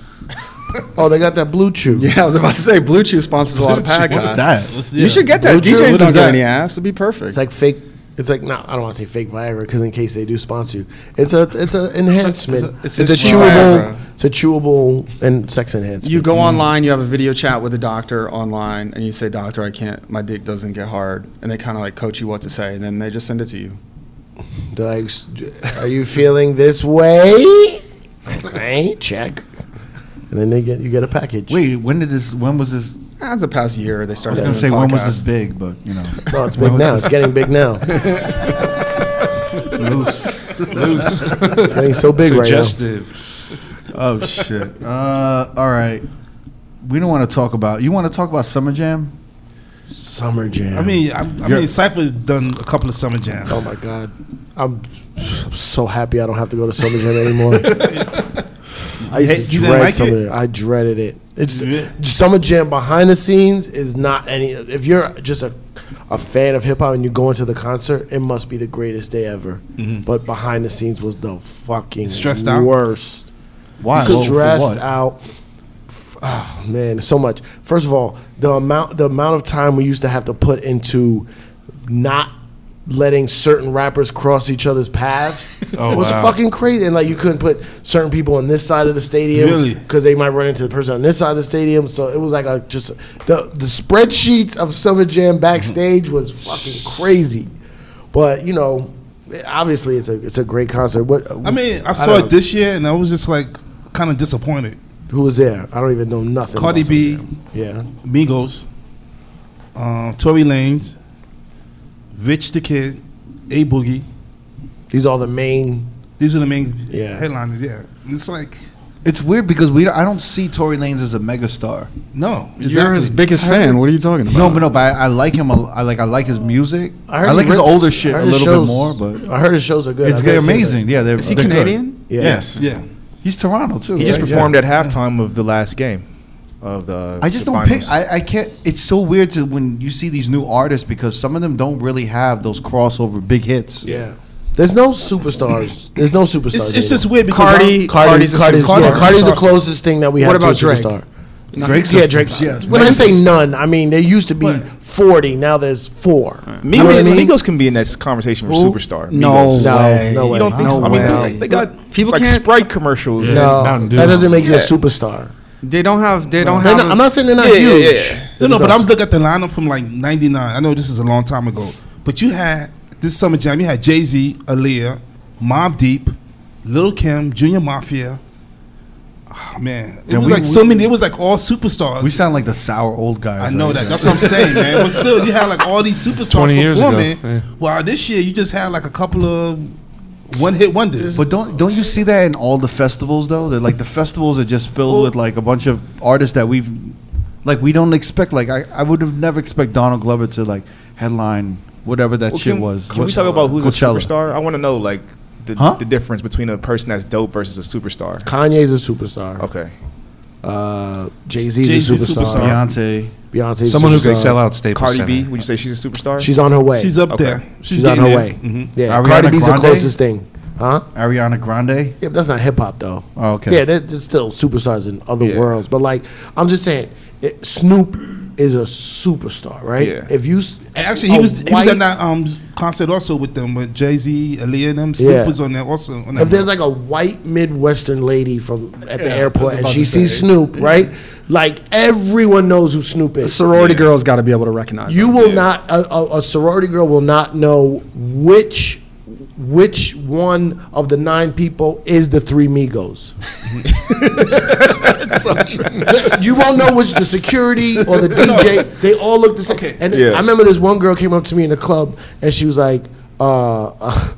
[SPEAKER 3] oh, they got that blue chew.
[SPEAKER 5] Yeah, I was about to say Blue Chew sponsors a lot of podcasts.
[SPEAKER 1] What's that? What's- yeah.
[SPEAKER 5] You should get that.
[SPEAKER 3] Blue Chew?
[SPEAKER 5] DJs
[SPEAKER 3] What
[SPEAKER 5] don't
[SPEAKER 3] is
[SPEAKER 5] get
[SPEAKER 3] that?
[SPEAKER 5] any ass. It'd be perfect.
[SPEAKER 3] It's like fake. It's like not. I don't want to say fake Viagra because in case they do sponsor you, it's a it's an enhancement. It's
[SPEAKER 5] It's
[SPEAKER 3] a,
[SPEAKER 5] a- it's a
[SPEAKER 3] chewable.
[SPEAKER 5] Viagra.
[SPEAKER 3] It's a chewable and sex enhancement.
[SPEAKER 5] you go online, you have a video chat with a doctor online, and you say, "Doctor, I can't. My dick doesn't get hard," and they kind of like coach you what to say, and then they just send it to you.
[SPEAKER 3] They're like, "S- are you feeling this way? Okay, check. And then they get you get a package.
[SPEAKER 1] Wait, when did this? When was this?
[SPEAKER 5] As the past year, they
[SPEAKER 1] I was
[SPEAKER 5] started.
[SPEAKER 1] gonna
[SPEAKER 5] doing
[SPEAKER 1] say when was
[SPEAKER 5] podcasts.
[SPEAKER 1] this big, but you know,
[SPEAKER 3] no, it's big now. It's getting big now.
[SPEAKER 1] loose.
[SPEAKER 3] It's getting so big right now.
[SPEAKER 4] suggestive.
[SPEAKER 1] Oh shit. Uh, all right. We don't want to talk about. You want to talk about Summer Jam?
[SPEAKER 3] Summer jam.
[SPEAKER 2] I mean, I, I mean, Cypher's done a couple of summer jams.
[SPEAKER 3] oh my god, I'm, I'm so happy I don't have to go to summer jam anymore. I
[SPEAKER 2] You
[SPEAKER 3] used
[SPEAKER 2] hate- you didn't
[SPEAKER 3] to dread
[SPEAKER 2] like
[SPEAKER 3] summer.
[SPEAKER 2] it?
[SPEAKER 3] Jam. I dreaded it. It's
[SPEAKER 2] Yeah.
[SPEAKER 3] summer jam behind the scenes is not any. If you're just a a fan of hip hop and you go into the concert, it must be the greatest day ever. But behind the scenes was the fucking
[SPEAKER 2] Mm-hmm. Stressed out?
[SPEAKER 3] worst.
[SPEAKER 1] Why?
[SPEAKER 3] You
[SPEAKER 1] Well, for
[SPEAKER 3] stressed
[SPEAKER 1] what?
[SPEAKER 3] out. F- Oh man, so much. First of all, the amount the amount of time we used to have to put into not letting certain rappers cross each other's paths
[SPEAKER 4] Oh,
[SPEAKER 3] was
[SPEAKER 4] wow.
[SPEAKER 3] fucking crazy. And like you couldn't put certain people on this side of the stadium
[SPEAKER 2] Really?
[SPEAKER 3] because they might run into the person on this side of the stadium. So it was like a just the the spreadsheets of Summer Jam backstage was fucking crazy. But you know, obviously it's a it's a great concert. What
[SPEAKER 2] I mean, I
[SPEAKER 3] don't
[SPEAKER 2] saw
[SPEAKER 3] know.
[SPEAKER 2] it this year, and I was just like kind of disappointed.
[SPEAKER 3] Who was there? I don't even know nothing.
[SPEAKER 2] Cardi
[SPEAKER 3] about
[SPEAKER 2] B.
[SPEAKER 3] Summer Jam. Yeah.
[SPEAKER 2] Migos, um, Tory Lanez, Rich the Kid, A Boogie.
[SPEAKER 3] These are the main.
[SPEAKER 2] These are the main
[SPEAKER 3] Yeah.
[SPEAKER 2] headliners. Yeah, it's like
[SPEAKER 1] It's weird because we. I don't see Tory Lanez as a megastar.
[SPEAKER 2] no,
[SPEAKER 5] You're his biggest fan. What are you talking about?
[SPEAKER 1] No, but no, but I, I like him. A, I like. I like his music. I,
[SPEAKER 3] heard
[SPEAKER 1] like
[SPEAKER 3] he
[SPEAKER 1] his
[SPEAKER 3] rips-
[SPEAKER 1] older
[SPEAKER 3] I
[SPEAKER 1] shit
[SPEAKER 3] heard
[SPEAKER 1] a
[SPEAKER 3] his
[SPEAKER 1] little
[SPEAKER 3] shows-
[SPEAKER 1] bit more, but
[SPEAKER 3] I heard his shows are good.
[SPEAKER 1] it's
[SPEAKER 3] I've never
[SPEAKER 1] they're
[SPEAKER 3] seen them.
[SPEAKER 1] amazing. Yeah, they're.
[SPEAKER 5] Is he
[SPEAKER 1] they're good.
[SPEAKER 5] Canadian?
[SPEAKER 3] Yeah.
[SPEAKER 6] Yes.
[SPEAKER 2] Yeah,
[SPEAKER 1] He's Toronto too.
[SPEAKER 6] He just
[SPEAKER 1] right? Yeah.
[SPEAKER 6] performed at halftime of the last game of the.
[SPEAKER 1] I just
[SPEAKER 6] the
[SPEAKER 1] don't pick.
[SPEAKER 6] finals.
[SPEAKER 1] I, I can't. It's so weird to when you see these new artists because some of them don't really have those crossover big hits.
[SPEAKER 3] Yeah. There's no superstars. There's no
[SPEAKER 2] it's,
[SPEAKER 3] superstars.
[SPEAKER 2] it's
[SPEAKER 3] anymore.
[SPEAKER 2] just weird because
[SPEAKER 5] Cardi,
[SPEAKER 2] I'm-
[SPEAKER 5] Cardi's, a
[SPEAKER 3] Cardi's,
[SPEAKER 5] superstar.
[SPEAKER 3] yeah, Cardi's the
[SPEAKER 5] Superstar.
[SPEAKER 3] closest thing that we have
[SPEAKER 5] about
[SPEAKER 3] to a
[SPEAKER 5] Drake?
[SPEAKER 3] superstar.
[SPEAKER 1] Drake's
[SPEAKER 3] yeah,
[SPEAKER 1] a-
[SPEAKER 3] Drake.
[SPEAKER 1] Yes,
[SPEAKER 3] When I say none, I mean there used to be 40. Now there's four. You know what
[SPEAKER 6] Migos,
[SPEAKER 3] I mean?
[SPEAKER 6] Migos can be in this conversation for superstar.
[SPEAKER 5] No,
[SPEAKER 6] Migos.
[SPEAKER 3] No, no way.
[SPEAKER 6] you don't think?
[SPEAKER 3] no
[SPEAKER 6] so? I mean,
[SPEAKER 3] way.
[SPEAKER 6] they, they got
[SPEAKER 5] People
[SPEAKER 6] people like
[SPEAKER 5] can't-
[SPEAKER 6] Sprite commercials.
[SPEAKER 4] Yeah.
[SPEAKER 3] No,
[SPEAKER 4] Mountain Dew.
[SPEAKER 3] that doesn't make you a
[SPEAKER 6] Yeah.
[SPEAKER 3] superstar.
[SPEAKER 5] They don't have. They don't
[SPEAKER 3] They're
[SPEAKER 5] have.
[SPEAKER 3] not-
[SPEAKER 5] a-
[SPEAKER 3] I'm not saying they're not
[SPEAKER 6] Yeah, yeah,
[SPEAKER 3] huge.
[SPEAKER 6] yeah, yeah.
[SPEAKER 2] No, no,
[SPEAKER 3] They're
[SPEAKER 2] but I'm
[SPEAKER 3] just-
[SPEAKER 2] looking at the lineup from like '99. I know this is a long time ago, but you had this summer jam. You had Jay Z, Aaliyah, Mob Deep, Little Kim, Junior Mafia. Oh man, it
[SPEAKER 13] Then
[SPEAKER 2] was
[SPEAKER 13] we-
[SPEAKER 2] like so many. It was like all superstars.
[SPEAKER 13] We sound like the sour old guys.
[SPEAKER 2] I
[SPEAKER 13] right
[SPEAKER 2] know that.
[SPEAKER 13] now.
[SPEAKER 2] That's what I'm saying, man. But still, you had like all these superstars
[SPEAKER 4] 20 years ago.
[SPEAKER 2] performing. While this year, you just had like a couple of one-hit wonders.
[SPEAKER 1] But don't don't you see that in all the festivals though? That like the festivals are just filled with like a bunch of artists that we've like we don't expect. Like I, I would have never expect Donald Glover to like headline whatever that
[SPEAKER 6] Well,
[SPEAKER 1] shit
[SPEAKER 6] can,
[SPEAKER 1] was.
[SPEAKER 6] Can we talk about who's
[SPEAKER 1] Coachella.
[SPEAKER 6] a superstar? I want to know like the,
[SPEAKER 1] Huh?
[SPEAKER 6] the difference between a person that's dope versus a superstar.
[SPEAKER 3] Kanye's a superstar.
[SPEAKER 6] Okay.
[SPEAKER 3] Uh, Jay Z's a
[SPEAKER 2] Jay-Z's
[SPEAKER 3] superstar.
[SPEAKER 2] superstar.
[SPEAKER 1] Beyonce.
[SPEAKER 3] Beyonce's
[SPEAKER 4] Someone who
[SPEAKER 3] superstar.
[SPEAKER 4] can sell out Staples
[SPEAKER 6] Cardi
[SPEAKER 4] Center.
[SPEAKER 6] B, would you say she's a superstar?
[SPEAKER 3] uh, She's on her way.
[SPEAKER 2] She's up
[SPEAKER 6] Okay.
[SPEAKER 2] there.
[SPEAKER 3] She's on her
[SPEAKER 2] getting
[SPEAKER 3] way.
[SPEAKER 2] there. Mhm.
[SPEAKER 3] Yeah,
[SPEAKER 1] Ariana
[SPEAKER 3] Cardi B's
[SPEAKER 1] Grande?
[SPEAKER 3] the closest thing. Huh?
[SPEAKER 1] Ariana Grande.
[SPEAKER 3] Yeah, but that's not hip hop though.
[SPEAKER 1] Oh, okay.
[SPEAKER 3] Yeah, they're, they're still superstars in other worlds. But like, I'm just saying, it, Snoop is a superstar, right?
[SPEAKER 6] Yeah.
[SPEAKER 3] If you s-
[SPEAKER 2] And Actually, he
[SPEAKER 3] a
[SPEAKER 2] was he was
[SPEAKER 3] white-
[SPEAKER 2] at that um concert also with them with Jay Z, Aaliyah, and them. Snoop
[SPEAKER 3] Yeah.
[SPEAKER 2] was on there also. On that
[SPEAKER 3] If there's like a white Midwestern lady from at the airport and
[SPEAKER 5] about
[SPEAKER 3] she
[SPEAKER 5] to
[SPEAKER 3] sees
[SPEAKER 5] say.
[SPEAKER 3] Snoop, right? Like everyone knows who Snoop
[SPEAKER 5] The
[SPEAKER 3] is.
[SPEAKER 5] sorority girls got to be able to recognize.
[SPEAKER 3] You
[SPEAKER 5] them.
[SPEAKER 3] will not a, a, a sorority girl will not know which which one of the nine people is the three Migos. The- you won't know which the security or the DJ. They all look the same. And I remember this one girl came up to me in the club and she was like, uh, uh,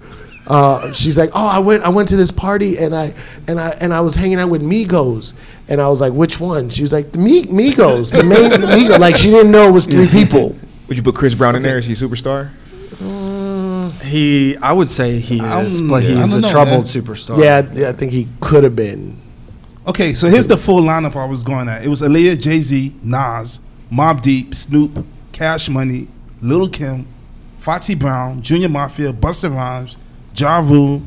[SPEAKER 3] uh, she's like, oh, I went, I went to this party and I and I and I was hanging out with Migos and I was like, which one? She was like, the Mi- Migos, the main the Migos. Like she didn't know it was three people.
[SPEAKER 6] would you put Chris Brown in there? Is he a superstar?
[SPEAKER 5] He, I would say he
[SPEAKER 2] I
[SPEAKER 5] is,
[SPEAKER 6] Mm,
[SPEAKER 2] don't-
[SPEAKER 5] but
[SPEAKER 2] I
[SPEAKER 5] he's
[SPEAKER 2] don't
[SPEAKER 5] a
[SPEAKER 2] know, man.
[SPEAKER 5] troubled superstar.
[SPEAKER 3] Yeah, I, th- I think he could have been.
[SPEAKER 2] Okay, so here's the full lineup I was going at. It was Aaliyah, Jay Z, Nas, Mob Deep, Snoop, Cash Money, Little Kim, Foxy Brown, Junior Mafia, Busta Rhymes, Ja Rule,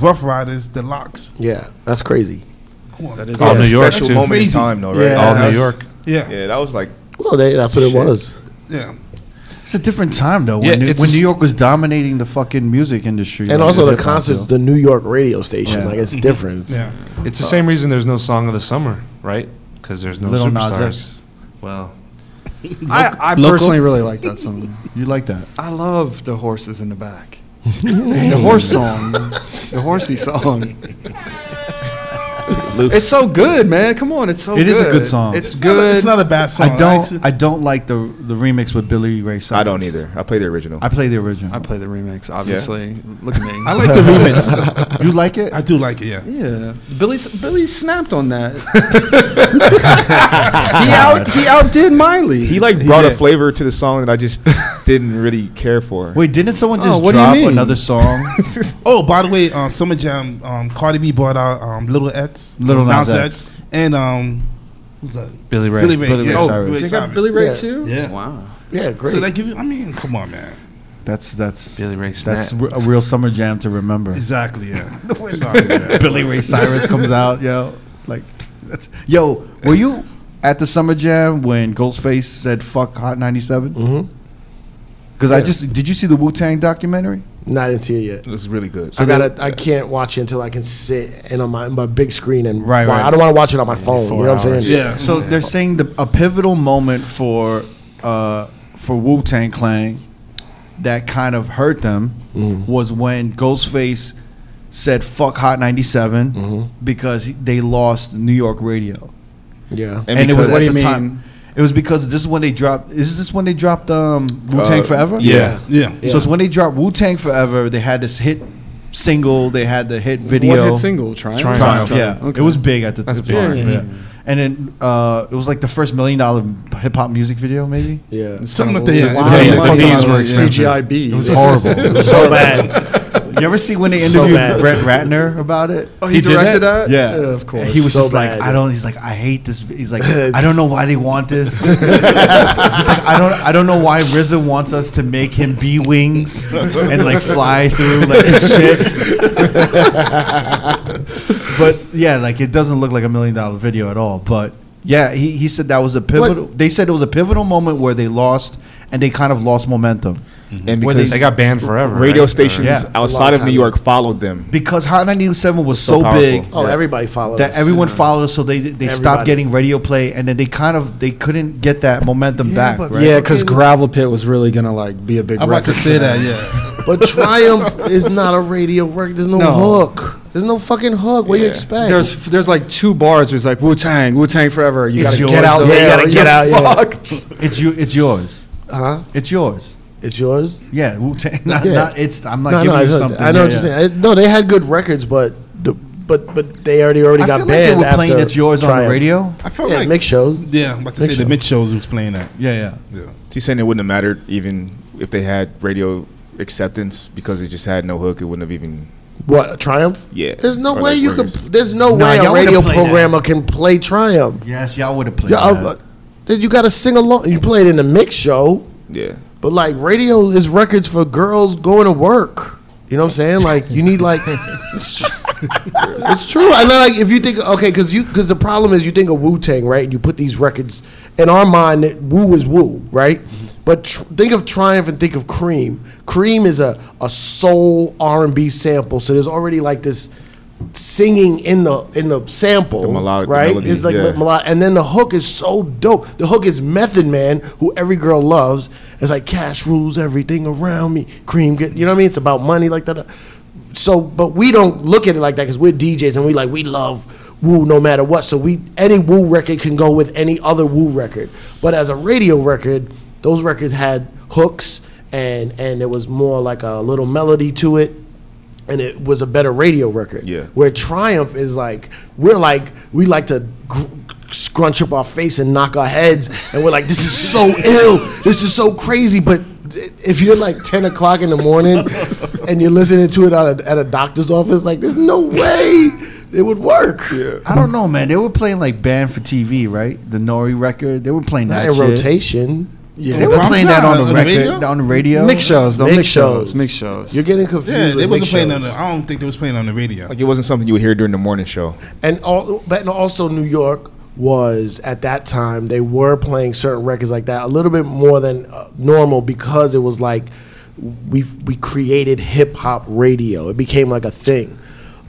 [SPEAKER 2] Rough Riders, The Locks.
[SPEAKER 3] Yeah, that's crazy.
[SPEAKER 5] That is
[SPEAKER 4] All
[SPEAKER 5] a
[SPEAKER 4] New York,
[SPEAKER 6] Special
[SPEAKER 4] too.
[SPEAKER 6] moment
[SPEAKER 2] Crazy.
[SPEAKER 6] in time, though, right?
[SPEAKER 5] Yeah.
[SPEAKER 4] All
[SPEAKER 5] That was-
[SPEAKER 4] New York.
[SPEAKER 2] Yeah, yeah.
[SPEAKER 6] Yeah, that was like
[SPEAKER 3] Well, they, that's what it was.
[SPEAKER 1] It's a different time though. When,
[SPEAKER 4] Yeah,
[SPEAKER 1] New,
[SPEAKER 4] it's
[SPEAKER 1] when
[SPEAKER 4] a
[SPEAKER 1] New
[SPEAKER 4] s-
[SPEAKER 1] York was dominating the fucking music industry,
[SPEAKER 3] And
[SPEAKER 1] like,
[SPEAKER 3] also the
[SPEAKER 1] hip-hop,
[SPEAKER 3] concerts,
[SPEAKER 1] too.
[SPEAKER 3] the New York radio station,
[SPEAKER 1] Yeah.
[SPEAKER 3] like it's different.
[SPEAKER 4] It's the same reason there's no song of the summer, right? Because there's no
[SPEAKER 1] Little Nas
[SPEAKER 4] superstars.
[SPEAKER 1] X.
[SPEAKER 4] Well,
[SPEAKER 5] I, I
[SPEAKER 1] Local?
[SPEAKER 5] personally really like that song.
[SPEAKER 1] You like that?
[SPEAKER 5] I love the horses in the back. the horse song, the horsey song. It's so good, man. Come on, it's so.
[SPEAKER 1] It is a good song.
[SPEAKER 5] It's,
[SPEAKER 2] It's
[SPEAKER 5] good.
[SPEAKER 2] Not a, it's not a bad song.
[SPEAKER 1] I don't.
[SPEAKER 2] actually-
[SPEAKER 1] I don't like the the remix with Billy Ray. Cyrus.
[SPEAKER 6] I don't either. I play the original.
[SPEAKER 1] I play the original.
[SPEAKER 5] I play the remix, obviously. Look at me.
[SPEAKER 2] I like the remix.
[SPEAKER 1] you like it?
[SPEAKER 2] I do like it. Yeah.
[SPEAKER 5] yeah, Billy. Billy snapped on that. he out. He outdid Miley.
[SPEAKER 6] he like brought
[SPEAKER 2] Yeah.
[SPEAKER 6] a flavor to the song that I just didn't really care for.
[SPEAKER 1] Wait, didn't someone just
[SPEAKER 5] Oh, what do you
[SPEAKER 1] drop
[SPEAKER 5] mean?
[SPEAKER 1] another song?
[SPEAKER 2] Oh, by the way, um, Summer Jam, um, Cardi B bought out um, Little X,
[SPEAKER 1] Lil Nas X.
[SPEAKER 2] and um, who's that?
[SPEAKER 4] Billy Ray.
[SPEAKER 2] Billy Ray.
[SPEAKER 1] Billy Ray
[SPEAKER 2] yeah. Oh,
[SPEAKER 1] Cyrus.
[SPEAKER 2] Billy
[SPEAKER 5] They got
[SPEAKER 2] Cyrus.
[SPEAKER 5] Billy Ray
[SPEAKER 3] Yeah.
[SPEAKER 5] too.
[SPEAKER 2] Yeah.
[SPEAKER 5] Wow.
[SPEAKER 3] Yeah, great.
[SPEAKER 2] So like, you, I mean, come on, man.
[SPEAKER 1] that's that's
[SPEAKER 4] Billy Ray
[SPEAKER 1] that's
[SPEAKER 4] Snap.
[SPEAKER 1] r- a real summer jam to remember.
[SPEAKER 2] Exactly. Yeah. Sorry, man.
[SPEAKER 1] Billy Ray Cyrus comes out, yo, like that's yo. Were you at the summer jam when Ghostface said "fuck Hot 97"?
[SPEAKER 3] Mhm.
[SPEAKER 1] Because I just did you see the Wu Tang documentary?
[SPEAKER 3] Not into it yet.
[SPEAKER 6] It was really good.
[SPEAKER 3] I gotta. I can't watch it until I can sit and on my, my big screen and.
[SPEAKER 1] Right,
[SPEAKER 3] wa-
[SPEAKER 1] right.
[SPEAKER 3] I don't want to watch it on my phone. You know what I'm saying?
[SPEAKER 1] Yeah. So they're saying the, a pivotal moment for uh, for Wu Tang Clan that kind of hurt them
[SPEAKER 6] Mm-hmm.
[SPEAKER 1] was when Ghostface said "fuck Hot 97"
[SPEAKER 6] Mm-hmm.
[SPEAKER 1] because they lost New York radio,
[SPEAKER 3] Yeah.
[SPEAKER 6] And
[SPEAKER 1] it was
[SPEAKER 6] because-
[SPEAKER 1] at
[SPEAKER 6] What do
[SPEAKER 1] the
[SPEAKER 6] you
[SPEAKER 1] time. It was because this is when they dropped. Is this when they dropped um, Wu Tang
[SPEAKER 6] Uh,
[SPEAKER 1] Forever?
[SPEAKER 6] Yeah.
[SPEAKER 2] yeah.
[SPEAKER 1] So it's when they dropped Wu Tang Forever. They had this hit single. They had the hit video.
[SPEAKER 5] One hit single. Triumph.
[SPEAKER 4] Triumph.
[SPEAKER 1] Triumph,
[SPEAKER 5] Triumph,
[SPEAKER 1] yeah.
[SPEAKER 5] okay.
[SPEAKER 1] It was big at the
[SPEAKER 4] That's
[SPEAKER 1] time.
[SPEAKER 4] big.
[SPEAKER 1] Yeah,
[SPEAKER 5] Yeah.
[SPEAKER 1] And then uh, it was like the first million dollar hip hop music video, maybe.
[SPEAKER 3] Yeah.
[SPEAKER 2] Something like that. Yeah.
[SPEAKER 3] Wow.
[SPEAKER 2] Yeah, yeah,
[SPEAKER 4] Wow.
[SPEAKER 2] yeah.
[SPEAKER 4] Bees were
[SPEAKER 5] CGI bees.
[SPEAKER 1] It was horrible.
[SPEAKER 3] so bad.
[SPEAKER 1] you ever see when they
[SPEAKER 3] So
[SPEAKER 1] interviewed
[SPEAKER 3] bad.
[SPEAKER 1] Brett Ratner about it?
[SPEAKER 5] Oh, he,
[SPEAKER 4] He did
[SPEAKER 5] directed
[SPEAKER 4] that?
[SPEAKER 5] that.
[SPEAKER 1] Yeah.
[SPEAKER 5] of course.
[SPEAKER 1] And he was
[SPEAKER 3] So
[SPEAKER 1] just
[SPEAKER 3] bad.
[SPEAKER 1] like, I don't. He's like, I hate this. vi-" He's like, I don't know why they want this. he's like, I don't. I don't know why RZA wants us to make him be wings and like fly through like his shit. but yeah, like it doesn't look like a million dollar video at all. But yeah, he, he said that was a pivotal. They said it was a pivotal moment where they lost and they kind of lost momentum.
[SPEAKER 6] And
[SPEAKER 1] When
[SPEAKER 6] because
[SPEAKER 4] They got banned forever.
[SPEAKER 6] radio
[SPEAKER 4] right?
[SPEAKER 6] stations
[SPEAKER 1] Yeah. A
[SPEAKER 3] long
[SPEAKER 6] outside of
[SPEAKER 3] time
[SPEAKER 6] New York followed them.
[SPEAKER 1] Because Hot 97 was
[SPEAKER 6] So
[SPEAKER 1] so, big
[SPEAKER 6] powerful.
[SPEAKER 3] Oh, everybody followed.
[SPEAKER 1] that
[SPEAKER 3] us.
[SPEAKER 1] everyone followed us, so they they stopped
[SPEAKER 3] Everybody.
[SPEAKER 1] getting radio play, and then they kind of they couldn't get that momentum back.
[SPEAKER 2] but-
[SPEAKER 1] right?
[SPEAKER 5] Yeah, because Gravel Pit was really gonna like be a big.
[SPEAKER 2] I'm about to
[SPEAKER 5] record.
[SPEAKER 2] say that. Yeah.
[SPEAKER 3] But Triumph is not a radio record. There's no,
[SPEAKER 5] No.
[SPEAKER 3] hook. There's no fucking hook. What do you expect?
[SPEAKER 5] There's there's like two bars where it's like Wu Tang, Wu Tang forever. You
[SPEAKER 14] It's
[SPEAKER 5] gotta
[SPEAKER 14] yours.
[SPEAKER 5] get out
[SPEAKER 14] Yeah, you
[SPEAKER 5] there.
[SPEAKER 3] gotta get
[SPEAKER 5] You're
[SPEAKER 3] out, yeah.
[SPEAKER 5] fucked.
[SPEAKER 14] It's you. It's yours.
[SPEAKER 3] huh?
[SPEAKER 14] It's yours.
[SPEAKER 3] It's yours.
[SPEAKER 14] Yeah, Wu Tang. Not,
[SPEAKER 3] Yeah.
[SPEAKER 14] not- it's. I'm not
[SPEAKER 3] no,
[SPEAKER 14] giving
[SPEAKER 3] no, I
[SPEAKER 14] you
[SPEAKER 3] know-
[SPEAKER 14] something.
[SPEAKER 3] I know
[SPEAKER 14] yeah,
[SPEAKER 3] what you're
[SPEAKER 14] yeah.
[SPEAKER 3] saying. I- no, they had good records, but the, but but they already already
[SPEAKER 14] I
[SPEAKER 3] got
[SPEAKER 14] feel like they
[SPEAKER 3] banned.
[SPEAKER 14] were playing
[SPEAKER 3] after
[SPEAKER 14] "It's Yours" on the
[SPEAKER 3] Triumph.
[SPEAKER 14] radio.
[SPEAKER 2] I felt
[SPEAKER 3] yeah,
[SPEAKER 2] like
[SPEAKER 3] mix shows.
[SPEAKER 2] yeah, I'm about to
[SPEAKER 3] Big
[SPEAKER 2] say the
[SPEAKER 3] show.
[SPEAKER 2] mid shows was playing that.
[SPEAKER 14] Yeah, yeah.
[SPEAKER 2] Yeah.
[SPEAKER 6] He's saying it wouldn't have mattered even if they had radio acceptance because it just had no hook. It wouldn't have even.
[SPEAKER 3] What Triumph?
[SPEAKER 6] Yeah.
[SPEAKER 3] There's no
[SPEAKER 6] Or
[SPEAKER 3] way
[SPEAKER 6] like
[SPEAKER 3] you could.
[SPEAKER 6] Records.
[SPEAKER 3] There's no
[SPEAKER 14] Nah,
[SPEAKER 3] way a
[SPEAKER 14] y'all
[SPEAKER 3] radio
[SPEAKER 14] would've played that.
[SPEAKER 3] programmer can play Triumph.
[SPEAKER 14] Yes, y'all would have played.
[SPEAKER 3] Yeah, uh,
[SPEAKER 14] that.
[SPEAKER 3] uh, then you got to sing along. You play it in the mix show,
[SPEAKER 6] Yeah.
[SPEAKER 3] but like radio is records for girls going to work. You know what I'm saying? Like you need like. it's true. I mean, like if you think okay, because you because the problem is you think of Wu Tang, right? And you put these records in our mind. that Wu is Wu, right? But tr- think of Triumph and think of Cream. Cream is a a soul R and B sample, so there's already like this singing in the in the sample,
[SPEAKER 6] The melodic- the
[SPEAKER 3] right?
[SPEAKER 6] melody,
[SPEAKER 3] it's like
[SPEAKER 6] yeah.
[SPEAKER 3] me- melodic, and then the hook is so dope. The hook is Method Man, who every girl loves. It's like cash rules everything around me. Cream, get you know what I mean? It's about money, like that. So, but we don't look at it like that because we're DJs and we like we love Woo no matter what. So we any Woo record can go with any other Woo record. But as a radio record, those records had hooks and and it was more like a little melody to it, and it was a better radio record.
[SPEAKER 6] Yeah.
[SPEAKER 3] Where Triumph is like we're like we like to. Gr- scrunch up our face and knock our heads and we're like this is so ill this is so crazy but if you're like 10 o'clock in the morning and you're listening to it at a, at a doctor's office like there's no way it would work
[SPEAKER 1] I don't know, man. They were playing like band for TV, right? The Nori record. They were playing
[SPEAKER 3] not
[SPEAKER 1] that
[SPEAKER 3] in
[SPEAKER 1] shit.
[SPEAKER 3] rotation
[SPEAKER 5] Yeah.
[SPEAKER 1] They were
[SPEAKER 2] Prom-
[SPEAKER 1] playing that
[SPEAKER 2] nah,
[SPEAKER 1] on the
[SPEAKER 2] on the
[SPEAKER 1] record,
[SPEAKER 2] radio?
[SPEAKER 1] on the radio.
[SPEAKER 5] Mix shows, though.
[SPEAKER 3] Mix
[SPEAKER 5] Mix, shows.
[SPEAKER 3] shows.
[SPEAKER 5] Mix shows.
[SPEAKER 3] you're getting confused
[SPEAKER 2] Yeah,
[SPEAKER 3] with
[SPEAKER 2] they wasn't
[SPEAKER 3] mix
[SPEAKER 2] playing
[SPEAKER 3] shows.
[SPEAKER 2] on the. I don't think they was playing on the radio.
[SPEAKER 6] Like it wasn't something you would hear during the morning show.
[SPEAKER 3] and all, but and also New York was at that time they were playing certain records like that a little bit more than uh, normal because it was like we we created hip hop radio. It became like a thing.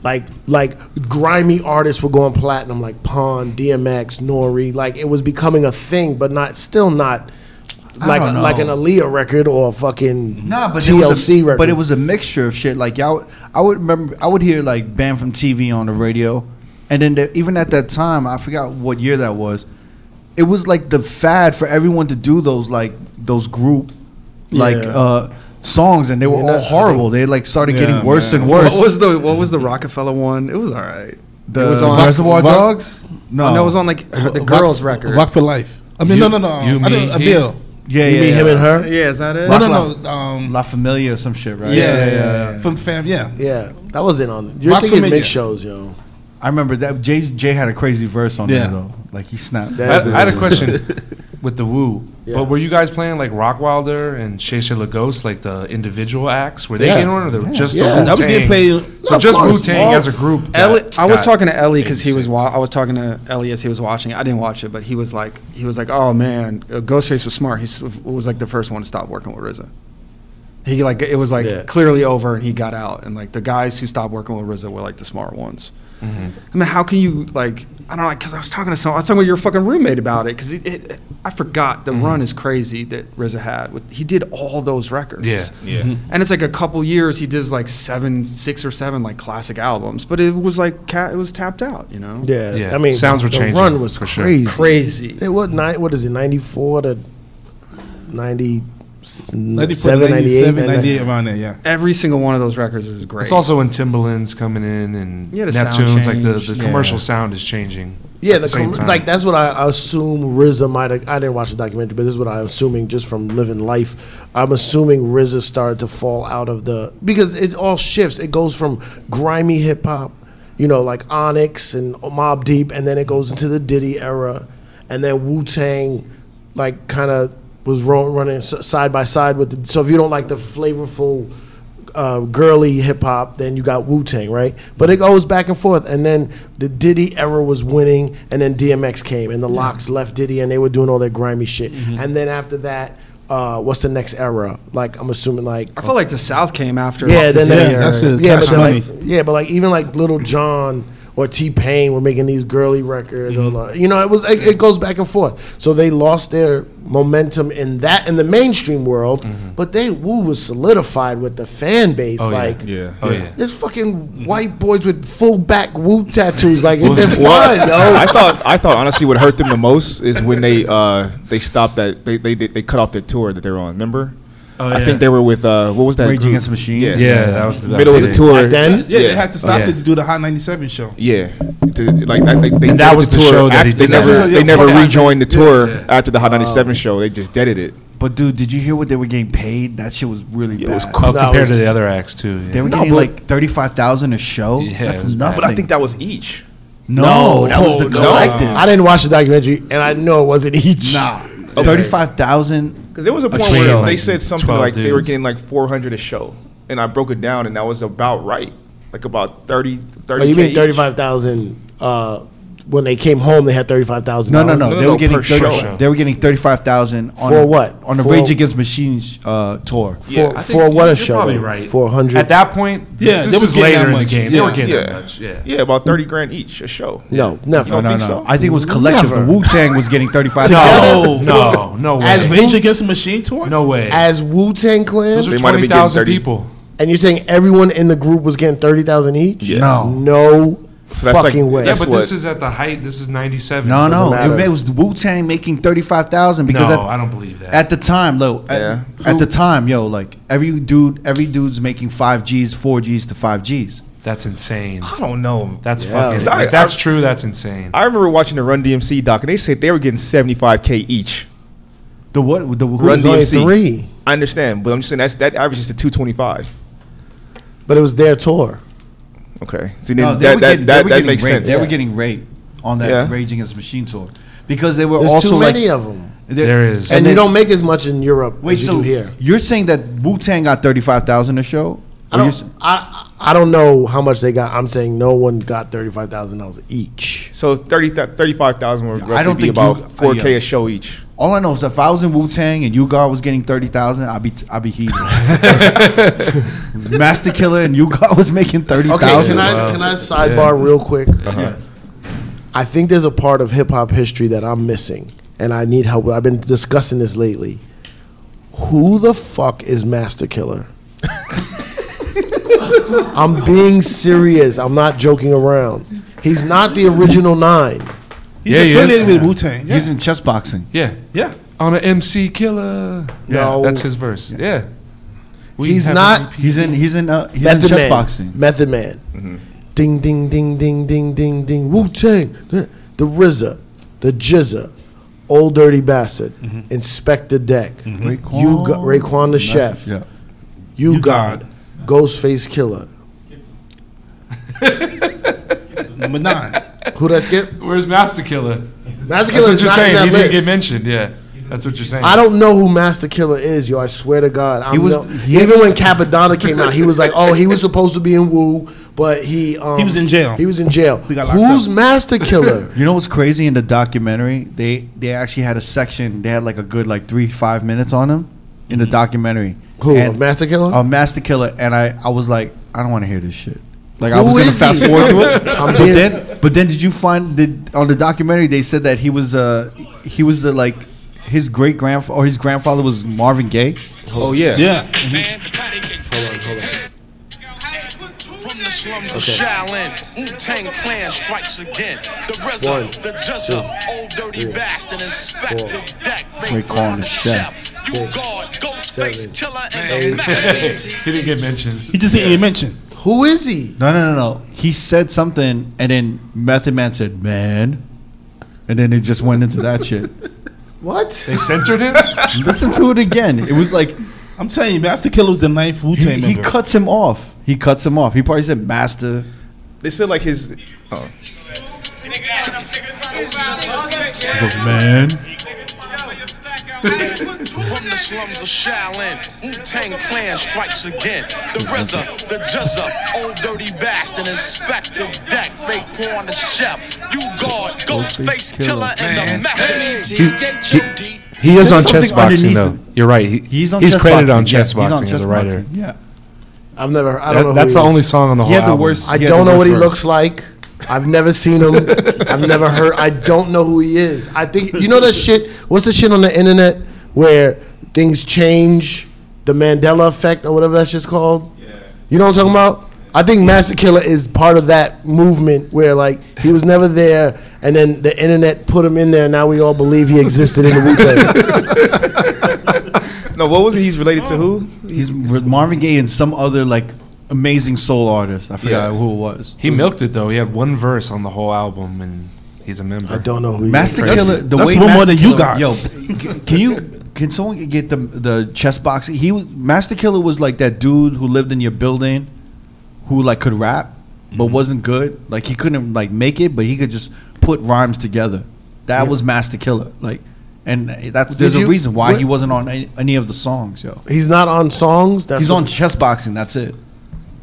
[SPEAKER 3] Like like grimy artists were going platinum like Pond, DMX, Nori. Like it was becoming a thing, but not still not like
[SPEAKER 1] don't know.
[SPEAKER 3] like an Aaliyah record or a fucking
[SPEAKER 1] Nah, but
[SPEAKER 3] TLC
[SPEAKER 1] it was a,
[SPEAKER 3] record.
[SPEAKER 1] But it was a mixture of shit. Like y'all, I would remember. I would hear like band from TV on the radio, and then the, even at that time, I forgot what year that was. It was like the fad for everyone to do those like those group like
[SPEAKER 5] Yeah.
[SPEAKER 1] uh songs, and they were
[SPEAKER 3] Yeah,
[SPEAKER 1] all
[SPEAKER 3] that's-
[SPEAKER 1] horrible. They like started
[SPEAKER 2] Yeah,
[SPEAKER 1] getting worse
[SPEAKER 2] man.
[SPEAKER 1] and worse.
[SPEAKER 5] what was the What was the Rockefeller one? It was all right.
[SPEAKER 1] the
[SPEAKER 5] it was on-
[SPEAKER 1] Reservoir
[SPEAKER 5] Vo-
[SPEAKER 1] Dogs?
[SPEAKER 5] No, it was on like her- the girls' record.
[SPEAKER 2] Rock for Life. I mean, no,
[SPEAKER 4] You-
[SPEAKER 2] no, no.
[SPEAKER 4] you,
[SPEAKER 2] I
[SPEAKER 4] me,
[SPEAKER 2] don't, a
[SPEAKER 4] he.
[SPEAKER 2] bill.
[SPEAKER 1] yeah,
[SPEAKER 3] you
[SPEAKER 1] yeah,
[SPEAKER 3] mean
[SPEAKER 1] yeah.
[SPEAKER 3] him and her?
[SPEAKER 5] Yeah, is that it?
[SPEAKER 2] No, no, no. Um,
[SPEAKER 1] La Familia, or some shit, right?
[SPEAKER 2] yeah, yeah, yeah, From fam, yeah.
[SPEAKER 3] Yeah, that wasn't on. You're
[SPEAKER 2] Rock
[SPEAKER 3] thinking
[SPEAKER 2] Familia.
[SPEAKER 3] mix shows, yo.
[SPEAKER 1] I remember that. Jay Jay had a crazy verse on
[SPEAKER 2] Yeah.
[SPEAKER 1] there though. Like he snapped.
[SPEAKER 4] I,
[SPEAKER 3] That's
[SPEAKER 4] I had
[SPEAKER 3] it.
[SPEAKER 4] a question with the Woo.
[SPEAKER 3] Yeah.
[SPEAKER 4] But were you guys playing like Rockwilder and Shay Shay LaGhost, like the individual acts? Were they
[SPEAKER 3] Yeah.
[SPEAKER 4] in order? Or they were just
[SPEAKER 3] Yeah.
[SPEAKER 4] the Wu
[SPEAKER 2] That was getting played.
[SPEAKER 4] So
[SPEAKER 3] Of
[SPEAKER 4] just
[SPEAKER 3] course.
[SPEAKER 4] Wu Tang as a group.
[SPEAKER 5] Ellie,
[SPEAKER 4] that
[SPEAKER 5] I was
[SPEAKER 4] got
[SPEAKER 5] talking to Ellie because he was.
[SPEAKER 4] 86.
[SPEAKER 5] Wa- I was talking to Ellie as he was watching. it. I didn't watch it, but he was like, he was like, oh man, uh, Ghostface was smart. He s- was like the first one to stop working with RZA. He like it was like
[SPEAKER 3] Yeah.
[SPEAKER 5] clearly over, and he got out. And like the guys who stopped working with RZA were like the smart ones.
[SPEAKER 4] Mm-hmm.
[SPEAKER 5] I mean, how can you like? I don't know, because I was talking to some. I was talking with your fucking roommate about it because it, it, I forgot
[SPEAKER 4] Mm-hmm.
[SPEAKER 5] the run is crazy that RZA had. With, he did all those records.
[SPEAKER 4] Yeah.
[SPEAKER 6] Yeah.
[SPEAKER 3] Mm-hmm.
[SPEAKER 5] And it's like a couple years he does like seven, six or seven like classic albums, but it was like ca- it was tapped out, you know.
[SPEAKER 3] Yeah,
[SPEAKER 4] Yeah,
[SPEAKER 3] I mean,
[SPEAKER 4] sounds were
[SPEAKER 3] the
[SPEAKER 4] changing,
[SPEAKER 3] run was
[SPEAKER 4] for sure.
[SPEAKER 3] crazy.
[SPEAKER 5] Crazy.
[SPEAKER 3] It was nine. What is it? Ninety four to 90,
[SPEAKER 2] 94,
[SPEAKER 3] 97, 98,
[SPEAKER 2] 97, 98, around there, yeah.
[SPEAKER 5] Every single one of those records is great.
[SPEAKER 4] It's also when Timbaland's coming in and
[SPEAKER 5] Yeah, the sound
[SPEAKER 4] Neptune's like the,
[SPEAKER 5] change.
[SPEAKER 4] the commercial sound is changing.
[SPEAKER 3] Yeah,
[SPEAKER 4] at
[SPEAKER 3] the
[SPEAKER 4] same
[SPEAKER 3] com-
[SPEAKER 4] time.
[SPEAKER 3] like that's what I assume RZA might. have I didn't watch the documentary, but this is what I'm assuming just from living life. I'm assuming RZA started to fall out of the because it all shifts. It goes from grimy hip hop, you know, like Onyx and Mob Deep, and then it goes into the Diddy era, and then Wu Tang, like kind of was ro- running s- side by side with. The, so if you don't like the flavorful uh, girly hip hop, then you got Wu Tang, right? But it goes back and forth. And then the Diddy era was winning, and then DMX came, and the Locks left Diddy, and they were doing all that grimy shit. And then after that, uh, what's the next era? Like I'm assuming like
[SPEAKER 5] I felt like the South came after.
[SPEAKER 3] yeah,
[SPEAKER 5] the
[SPEAKER 3] then
[SPEAKER 5] Diddy
[SPEAKER 3] they-
[SPEAKER 5] era.
[SPEAKER 2] that's it.
[SPEAKER 3] yeah, but
[SPEAKER 2] Cash
[SPEAKER 3] then
[SPEAKER 2] Money.
[SPEAKER 3] like, yeah, but like even like Little John or T Pain were making these girly records, or like, you know, it was it, it goes back and forth. So they lost their momentum in that in the mainstream world, but they Wu was solidified with the fan base.
[SPEAKER 4] Oh, yeah.
[SPEAKER 3] like,
[SPEAKER 6] Yeah.
[SPEAKER 4] Oh yeah.
[SPEAKER 3] there's fucking white boys with full back Wu tattoos. Like, that's
[SPEAKER 6] Well,
[SPEAKER 3] fine, yo.
[SPEAKER 6] I thought I thought honestly what hurt them the most is when they uh they stopped that they they, they cut off their tour that they were on. Remember?
[SPEAKER 4] Oh,
[SPEAKER 6] I
[SPEAKER 4] yeah.
[SPEAKER 6] think they were with uh what was that?
[SPEAKER 15] Rage
[SPEAKER 6] group?
[SPEAKER 15] Against the Machine?
[SPEAKER 6] Yeah.
[SPEAKER 4] Yeah, that was the
[SPEAKER 6] Middle of the
[SPEAKER 4] big-
[SPEAKER 6] tour.
[SPEAKER 3] Back then,
[SPEAKER 2] Yeah,
[SPEAKER 6] Yeah.
[SPEAKER 2] they had to stop
[SPEAKER 4] Yeah.
[SPEAKER 2] it to do the Hot 97 show.
[SPEAKER 6] Yeah, to, like I think they
[SPEAKER 4] And that
[SPEAKER 6] did
[SPEAKER 4] was the show that
[SPEAKER 6] after-
[SPEAKER 4] he
[SPEAKER 6] they
[SPEAKER 4] did
[SPEAKER 6] never
[SPEAKER 2] that.
[SPEAKER 6] they
[SPEAKER 2] Yeah,
[SPEAKER 6] never
[SPEAKER 2] fuck that.
[SPEAKER 6] rejoined the tour
[SPEAKER 4] Yeah.
[SPEAKER 6] after the Hot 97 show. They just deaded it.
[SPEAKER 1] But dude, did you hear what they were getting paid? That shit was really bad.
[SPEAKER 6] it was
[SPEAKER 4] Oh,
[SPEAKER 3] That
[SPEAKER 4] compared
[SPEAKER 3] was-
[SPEAKER 4] to the other acts too. yeah.
[SPEAKER 1] They were
[SPEAKER 6] No,
[SPEAKER 1] getting
[SPEAKER 6] but-
[SPEAKER 1] like thirty-five thousand a show.
[SPEAKER 4] Yeah,
[SPEAKER 1] That's
[SPEAKER 4] it was bad.
[SPEAKER 1] nothing.
[SPEAKER 6] But I think that was each.
[SPEAKER 1] no, that was the
[SPEAKER 6] no,
[SPEAKER 1] collective.
[SPEAKER 3] I didn't watch the documentary, and I know it wasn't each.
[SPEAKER 1] Nah, thirty-five thousand.
[SPEAKER 6] Because there was a point
[SPEAKER 4] Between,
[SPEAKER 6] where
[SPEAKER 4] like,
[SPEAKER 6] they said something
[SPEAKER 4] 12
[SPEAKER 6] like they were
[SPEAKER 4] dudes.
[SPEAKER 6] getting like 400 a show, and I broke it down, and that was about right, like about 30, 30
[SPEAKER 3] Oh, you mean
[SPEAKER 6] each.
[SPEAKER 3] thirty-five thousand? Uh, when they came home, they had thirty-five thousand.
[SPEAKER 1] No, no, no.
[SPEAKER 6] No, no,
[SPEAKER 1] they
[SPEAKER 6] no,
[SPEAKER 1] were getting
[SPEAKER 6] per show.
[SPEAKER 1] 30 they were getting thirty-five thousand on
[SPEAKER 3] For what?
[SPEAKER 1] on the
[SPEAKER 3] For-
[SPEAKER 1] Rage Against Machines uh, tour.
[SPEAKER 6] Yeah,
[SPEAKER 3] For,
[SPEAKER 6] I
[SPEAKER 4] think
[SPEAKER 3] for
[SPEAKER 4] you-
[SPEAKER 3] what a
[SPEAKER 4] you're
[SPEAKER 3] show?
[SPEAKER 4] Probably right.
[SPEAKER 3] Four hundred.
[SPEAKER 4] At that point,
[SPEAKER 2] Yeah,
[SPEAKER 4] this,
[SPEAKER 2] they was
[SPEAKER 4] this was
[SPEAKER 2] getting
[SPEAKER 4] later
[SPEAKER 2] that
[SPEAKER 4] in the
[SPEAKER 2] much.
[SPEAKER 4] game. They
[SPEAKER 2] Yeah.
[SPEAKER 4] were getting that
[SPEAKER 6] yeah,
[SPEAKER 4] much. Yeah.
[SPEAKER 6] yeah, about 30 grand each a show.
[SPEAKER 3] no, never.
[SPEAKER 6] don't
[SPEAKER 1] No,
[SPEAKER 6] think
[SPEAKER 1] no.
[SPEAKER 6] so?
[SPEAKER 1] I think it was collective.
[SPEAKER 3] Never.
[SPEAKER 1] The Wu Tang was getting thirty-five thousand.
[SPEAKER 4] No, no, no way.
[SPEAKER 3] As
[SPEAKER 2] Rage Against the Machine tour?
[SPEAKER 4] no way.
[SPEAKER 3] As Wu Tang Clan,
[SPEAKER 4] Those are
[SPEAKER 6] They might have
[SPEAKER 4] twenty
[SPEAKER 6] been getting
[SPEAKER 4] thousand
[SPEAKER 6] 30.
[SPEAKER 4] people.
[SPEAKER 3] and you're saying everyone in the group was getting thirty thousand each?
[SPEAKER 6] Yeah.
[SPEAKER 1] No,
[SPEAKER 3] No
[SPEAKER 6] So that's like-
[SPEAKER 3] fucking way.
[SPEAKER 4] Yeah,
[SPEAKER 6] That's
[SPEAKER 4] but
[SPEAKER 6] what-
[SPEAKER 4] this is at the height. This is ninety-seven.
[SPEAKER 1] no, no.
[SPEAKER 3] matter.
[SPEAKER 1] It, was Wu Tang making thirty-five thousand because
[SPEAKER 4] no.
[SPEAKER 1] at-
[SPEAKER 4] I don't believe that.
[SPEAKER 1] at the time, though, at,
[SPEAKER 6] Yeah.
[SPEAKER 1] at the time, yo, like every dude, every dude's making five G's, four G's to five G's.
[SPEAKER 4] That's insane.
[SPEAKER 6] I don't know.
[SPEAKER 4] That's
[SPEAKER 6] Cause
[SPEAKER 4] fucking.
[SPEAKER 6] I-
[SPEAKER 4] if that's
[SPEAKER 6] I-
[SPEAKER 4] true, that's insane.
[SPEAKER 6] I remember watching the Run DMC doc, and they said they were getting 75k each.
[SPEAKER 1] The what? The who
[SPEAKER 6] Run
[SPEAKER 3] It was only
[SPEAKER 6] DMC.
[SPEAKER 3] three,
[SPEAKER 6] I understand, but I'm just saying that's that averages to 225.
[SPEAKER 3] but it was their tour.
[SPEAKER 6] Okay, see, then
[SPEAKER 1] No, they
[SPEAKER 6] that
[SPEAKER 1] were getting-
[SPEAKER 6] that,
[SPEAKER 1] they
[SPEAKER 6] that,
[SPEAKER 1] were
[SPEAKER 6] that
[SPEAKER 1] getting
[SPEAKER 6] makes
[SPEAKER 1] raped.
[SPEAKER 6] sense.
[SPEAKER 1] They were getting raped on that
[SPEAKER 6] Yeah.
[SPEAKER 1] Rage Against the Machine tour because they were
[SPEAKER 3] There's
[SPEAKER 1] also
[SPEAKER 3] too
[SPEAKER 1] like
[SPEAKER 3] many of them,
[SPEAKER 1] they're-
[SPEAKER 4] There is.
[SPEAKER 3] and,
[SPEAKER 1] and
[SPEAKER 3] you
[SPEAKER 1] then-
[SPEAKER 3] don't make as much in Europe
[SPEAKER 1] Wait,
[SPEAKER 3] as you
[SPEAKER 1] so
[SPEAKER 3] do here.
[SPEAKER 1] you're saying that Wu Tang got thirty five thousand a show?
[SPEAKER 3] I
[SPEAKER 1] Or you're
[SPEAKER 3] don't,
[SPEAKER 1] s-
[SPEAKER 3] I, I don't know how much they got. I'm saying no one got thirty-five thousand dollars each.
[SPEAKER 6] so 30 35,000 would roughly
[SPEAKER 1] I don't
[SPEAKER 6] be
[SPEAKER 1] think
[SPEAKER 6] about
[SPEAKER 1] you- uh,
[SPEAKER 6] 4k
[SPEAKER 1] yeah.
[SPEAKER 6] a show each.
[SPEAKER 1] all I know is if I was in Wu Tang and Yugar was getting thirty thousand, I'd be t- I'd be heated. Master Killer and Yugar was making thirty
[SPEAKER 3] Okay,
[SPEAKER 1] thousand.
[SPEAKER 3] can I can I sidebar real quick? I think there's a part of hip hop history that I'm missing, and I need help. with. I've been discussing this lately. Who the fuck is Master Killer? I'm being serious. I'm not joking around. He's not the original nine.
[SPEAKER 2] He's
[SPEAKER 4] Yeah, he is.
[SPEAKER 2] affiliated with Wu Tang. Yeah.
[SPEAKER 1] He's in chess boxing.
[SPEAKER 4] yeah,
[SPEAKER 2] yeah.
[SPEAKER 4] on an MC killer.
[SPEAKER 3] No.
[SPEAKER 4] that's his verse. Yeah, We
[SPEAKER 3] He's
[SPEAKER 4] have
[SPEAKER 3] not-
[SPEAKER 4] a VP.
[SPEAKER 1] He's in he's in uh, he's in
[SPEAKER 3] Method
[SPEAKER 1] chess
[SPEAKER 3] Man.
[SPEAKER 1] boxing.
[SPEAKER 3] Method Man. Ding ding ding ding ding ding ding. Wu Tang. The, the RZA, the Jizza, Old Dirty Bastard, Inspector Deck,
[SPEAKER 1] Raekwon.
[SPEAKER 3] You got Raekwon the Chef,
[SPEAKER 1] Yeah.
[SPEAKER 3] You,
[SPEAKER 2] You
[SPEAKER 3] God,
[SPEAKER 2] God.
[SPEAKER 3] Ghostface Killer.
[SPEAKER 2] Number nine.
[SPEAKER 3] Who that skip?
[SPEAKER 4] Where's Master Killer?
[SPEAKER 3] Master
[SPEAKER 4] That's
[SPEAKER 3] Killer
[SPEAKER 4] what
[SPEAKER 3] is
[SPEAKER 4] you're
[SPEAKER 3] not in
[SPEAKER 4] saying.
[SPEAKER 3] that
[SPEAKER 4] He didn't get
[SPEAKER 3] list.
[SPEAKER 4] mentioned. Yeah, that's what you're saying.
[SPEAKER 3] I don't know who Master Killer is, yo. I swear to God, I'm
[SPEAKER 1] was-
[SPEAKER 3] no-
[SPEAKER 1] he-
[SPEAKER 3] even when Capadonna came out, he was like, "Oh, he was supposed to be in Wu, but he um,
[SPEAKER 2] He was in jail.
[SPEAKER 3] He was in jail.
[SPEAKER 2] He got locked
[SPEAKER 3] Who's
[SPEAKER 2] up.
[SPEAKER 3] Master Killer?
[SPEAKER 1] You know what's crazy in the documentary? They they actually had a section. They had like a good like three five minutes on him in the documentary.
[SPEAKER 3] Mm-hmm. Who
[SPEAKER 1] And- um,
[SPEAKER 3] of Master Killer?
[SPEAKER 1] Of Master Killer, and I I was like I don't want to hear this shit. Like I was
[SPEAKER 3] Who
[SPEAKER 1] gonna
[SPEAKER 3] is
[SPEAKER 1] fast
[SPEAKER 3] he?
[SPEAKER 1] forward to it.
[SPEAKER 3] I'm
[SPEAKER 1] but
[SPEAKER 3] being-
[SPEAKER 1] then but then did you find did on the documentary they said that he was uh he was the like his great grandfather or his grandfather was Marvin Gaye.
[SPEAKER 6] Oh yeah.
[SPEAKER 2] Yeah.
[SPEAKER 16] From the slums of Shaolin, Wu Tang Clan strikes again. The RZA,
[SPEAKER 3] One,
[SPEAKER 16] the Jizza, old dirty bastard, inspect the deck.
[SPEAKER 1] They calling the chef.
[SPEAKER 16] You guard, Ghostface
[SPEAKER 3] seven,
[SPEAKER 16] Killer, and the Master.
[SPEAKER 4] He didn't get mentioned.
[SPEAKER 2] He just didn't even mention.
[SPEAKER 3] who is he?
[SPEAKER 1] No no no no. He said something, and then Method Man said man, and then it just went into that shit.
[SPEAKER 3] What?
[SPEAKER 4] They censored him.
[SPEAKER 1] Listen to it again. It was like.
[SPEAKER 2] I'm telling you, Master Killer was the ninth Wu Tang
[SPEAKER 1] he, he
[SPEAKER 2] member.
[SPEAKER 1] cuts him off. He cuts him off. He probably said master.
[SPEAKER 6] They said like his
[SPEAKER 1] Man.
[SPEAKER 16] From the slums of Shaolin, Wu Tang Clan strikes again. The RZA, the Jizza, old dirty bastard, Inspector Deck, fake corn, the chef. You guard, Ghostface Killer, and the Master.
[SPEAKER 4] he, he is
[SPEAKER 1] said
[SPEAKER 4] on
[SPEAKER 1] something
[SPEAKER 4] chess boxing
[SPEAKER 1] underneath
[SPEAKER 4] though.
[SPEAKER 1] him.
[SPEAKER 4] You're right. He,
[SPEAKER 1] He's on
[SPEAKER 4] He's
[SPEAKER 1] chess
[SPEAKER 4] credited
[SPEAKER 1] boxing.
[SPEAKER 4] on chess
[SPEAKER 1] Yeah, he's on
[SPEAKER 4] boxing as
[SPEAKER 1] chess
[SPEAKER 4] a writer.
[SPEAKER 1] boxing. Yeah.
[SPEAKER 3] I've never. I
[SPEAKER 4] That-
[SPEAKER 3] don't know.
[SPEAKER 4] that's
[SPEAKER 3] who
[SPEAKER 4] the
[SPEAKER 3] he
[SPEAKER 4] only
[SPEAKER 3] is.
[SPEAKER 4] song on the
[SPEAKER 1] He
[SPEAKER 4] whole
[SPEAKER 1] had the
[SPEAKER 4] album.
[SPEAKER 1] worst-
[SPEAKER 3] I
[SPEAKER 1] he had
[SPEAKER 3] don't
[SPEAKER 1] the
[SPEAKER 3] know what
[SPEAKER 1] worst
[SPEAKER 3] he
[SPEAKER 1] verse.
[SPEAKER 3] looks like. I've never seen him. I've never heard. I don't know who he is. I think you know that shit. What's the shit on the internet where things change, the Mandela effect or whatever that shit's called? You know what I'm talking about? I think Master Killer is part of that movement where like he was never there, and then the internet put him in there. And now we all believe he existed in the Wu Tang.
[SPEAKER 6] No, what was it? He's related to who?
[SPEAKER 1] He's with Marvin Gaye and some other like amazing soul artist. I forgot
[SPEAKER 6] Yeah.
[SPEAKER 1] who it was.
[SPEAKER 4] He milked it though. He had one verse on the whole album, and he's a member.
[SPEAKER 3] I don't know who. he
[SPEAKER 1] Master
[SPEAKER 3] is.
[SPEAKER 1] Killer. The
[SPEAKER 2] that's
[SPEAKER 1] way
[SPEAKER 2] one more
[SPEAKER 1] Master
[SPEAKER 2] than you
[SPEAKER 1] Killer-
[SPEAKER 2] got.
[SPEAKER 1] Yo, c- can you? Can someone get the the chess box? He was- Master Killer was like that dude who lived in your building, who like could rap, but wasn't good. Like he couldn't like make it, but he could just put rhymes together. That was Master Killer. Like, and that's there's
[SPEAKER 3] you-
[SPEAKER 1] a reason why he
[SPEAKER 3] what-
[SPEAKER 1] wasn't on any, any of the songs, yo.
[SPEAKER 3] He's not on songs. That's
[SPEAKER 1] He's
[SPEAKER 3] what-
[SPEAKER 1] on chess boxing. That's it.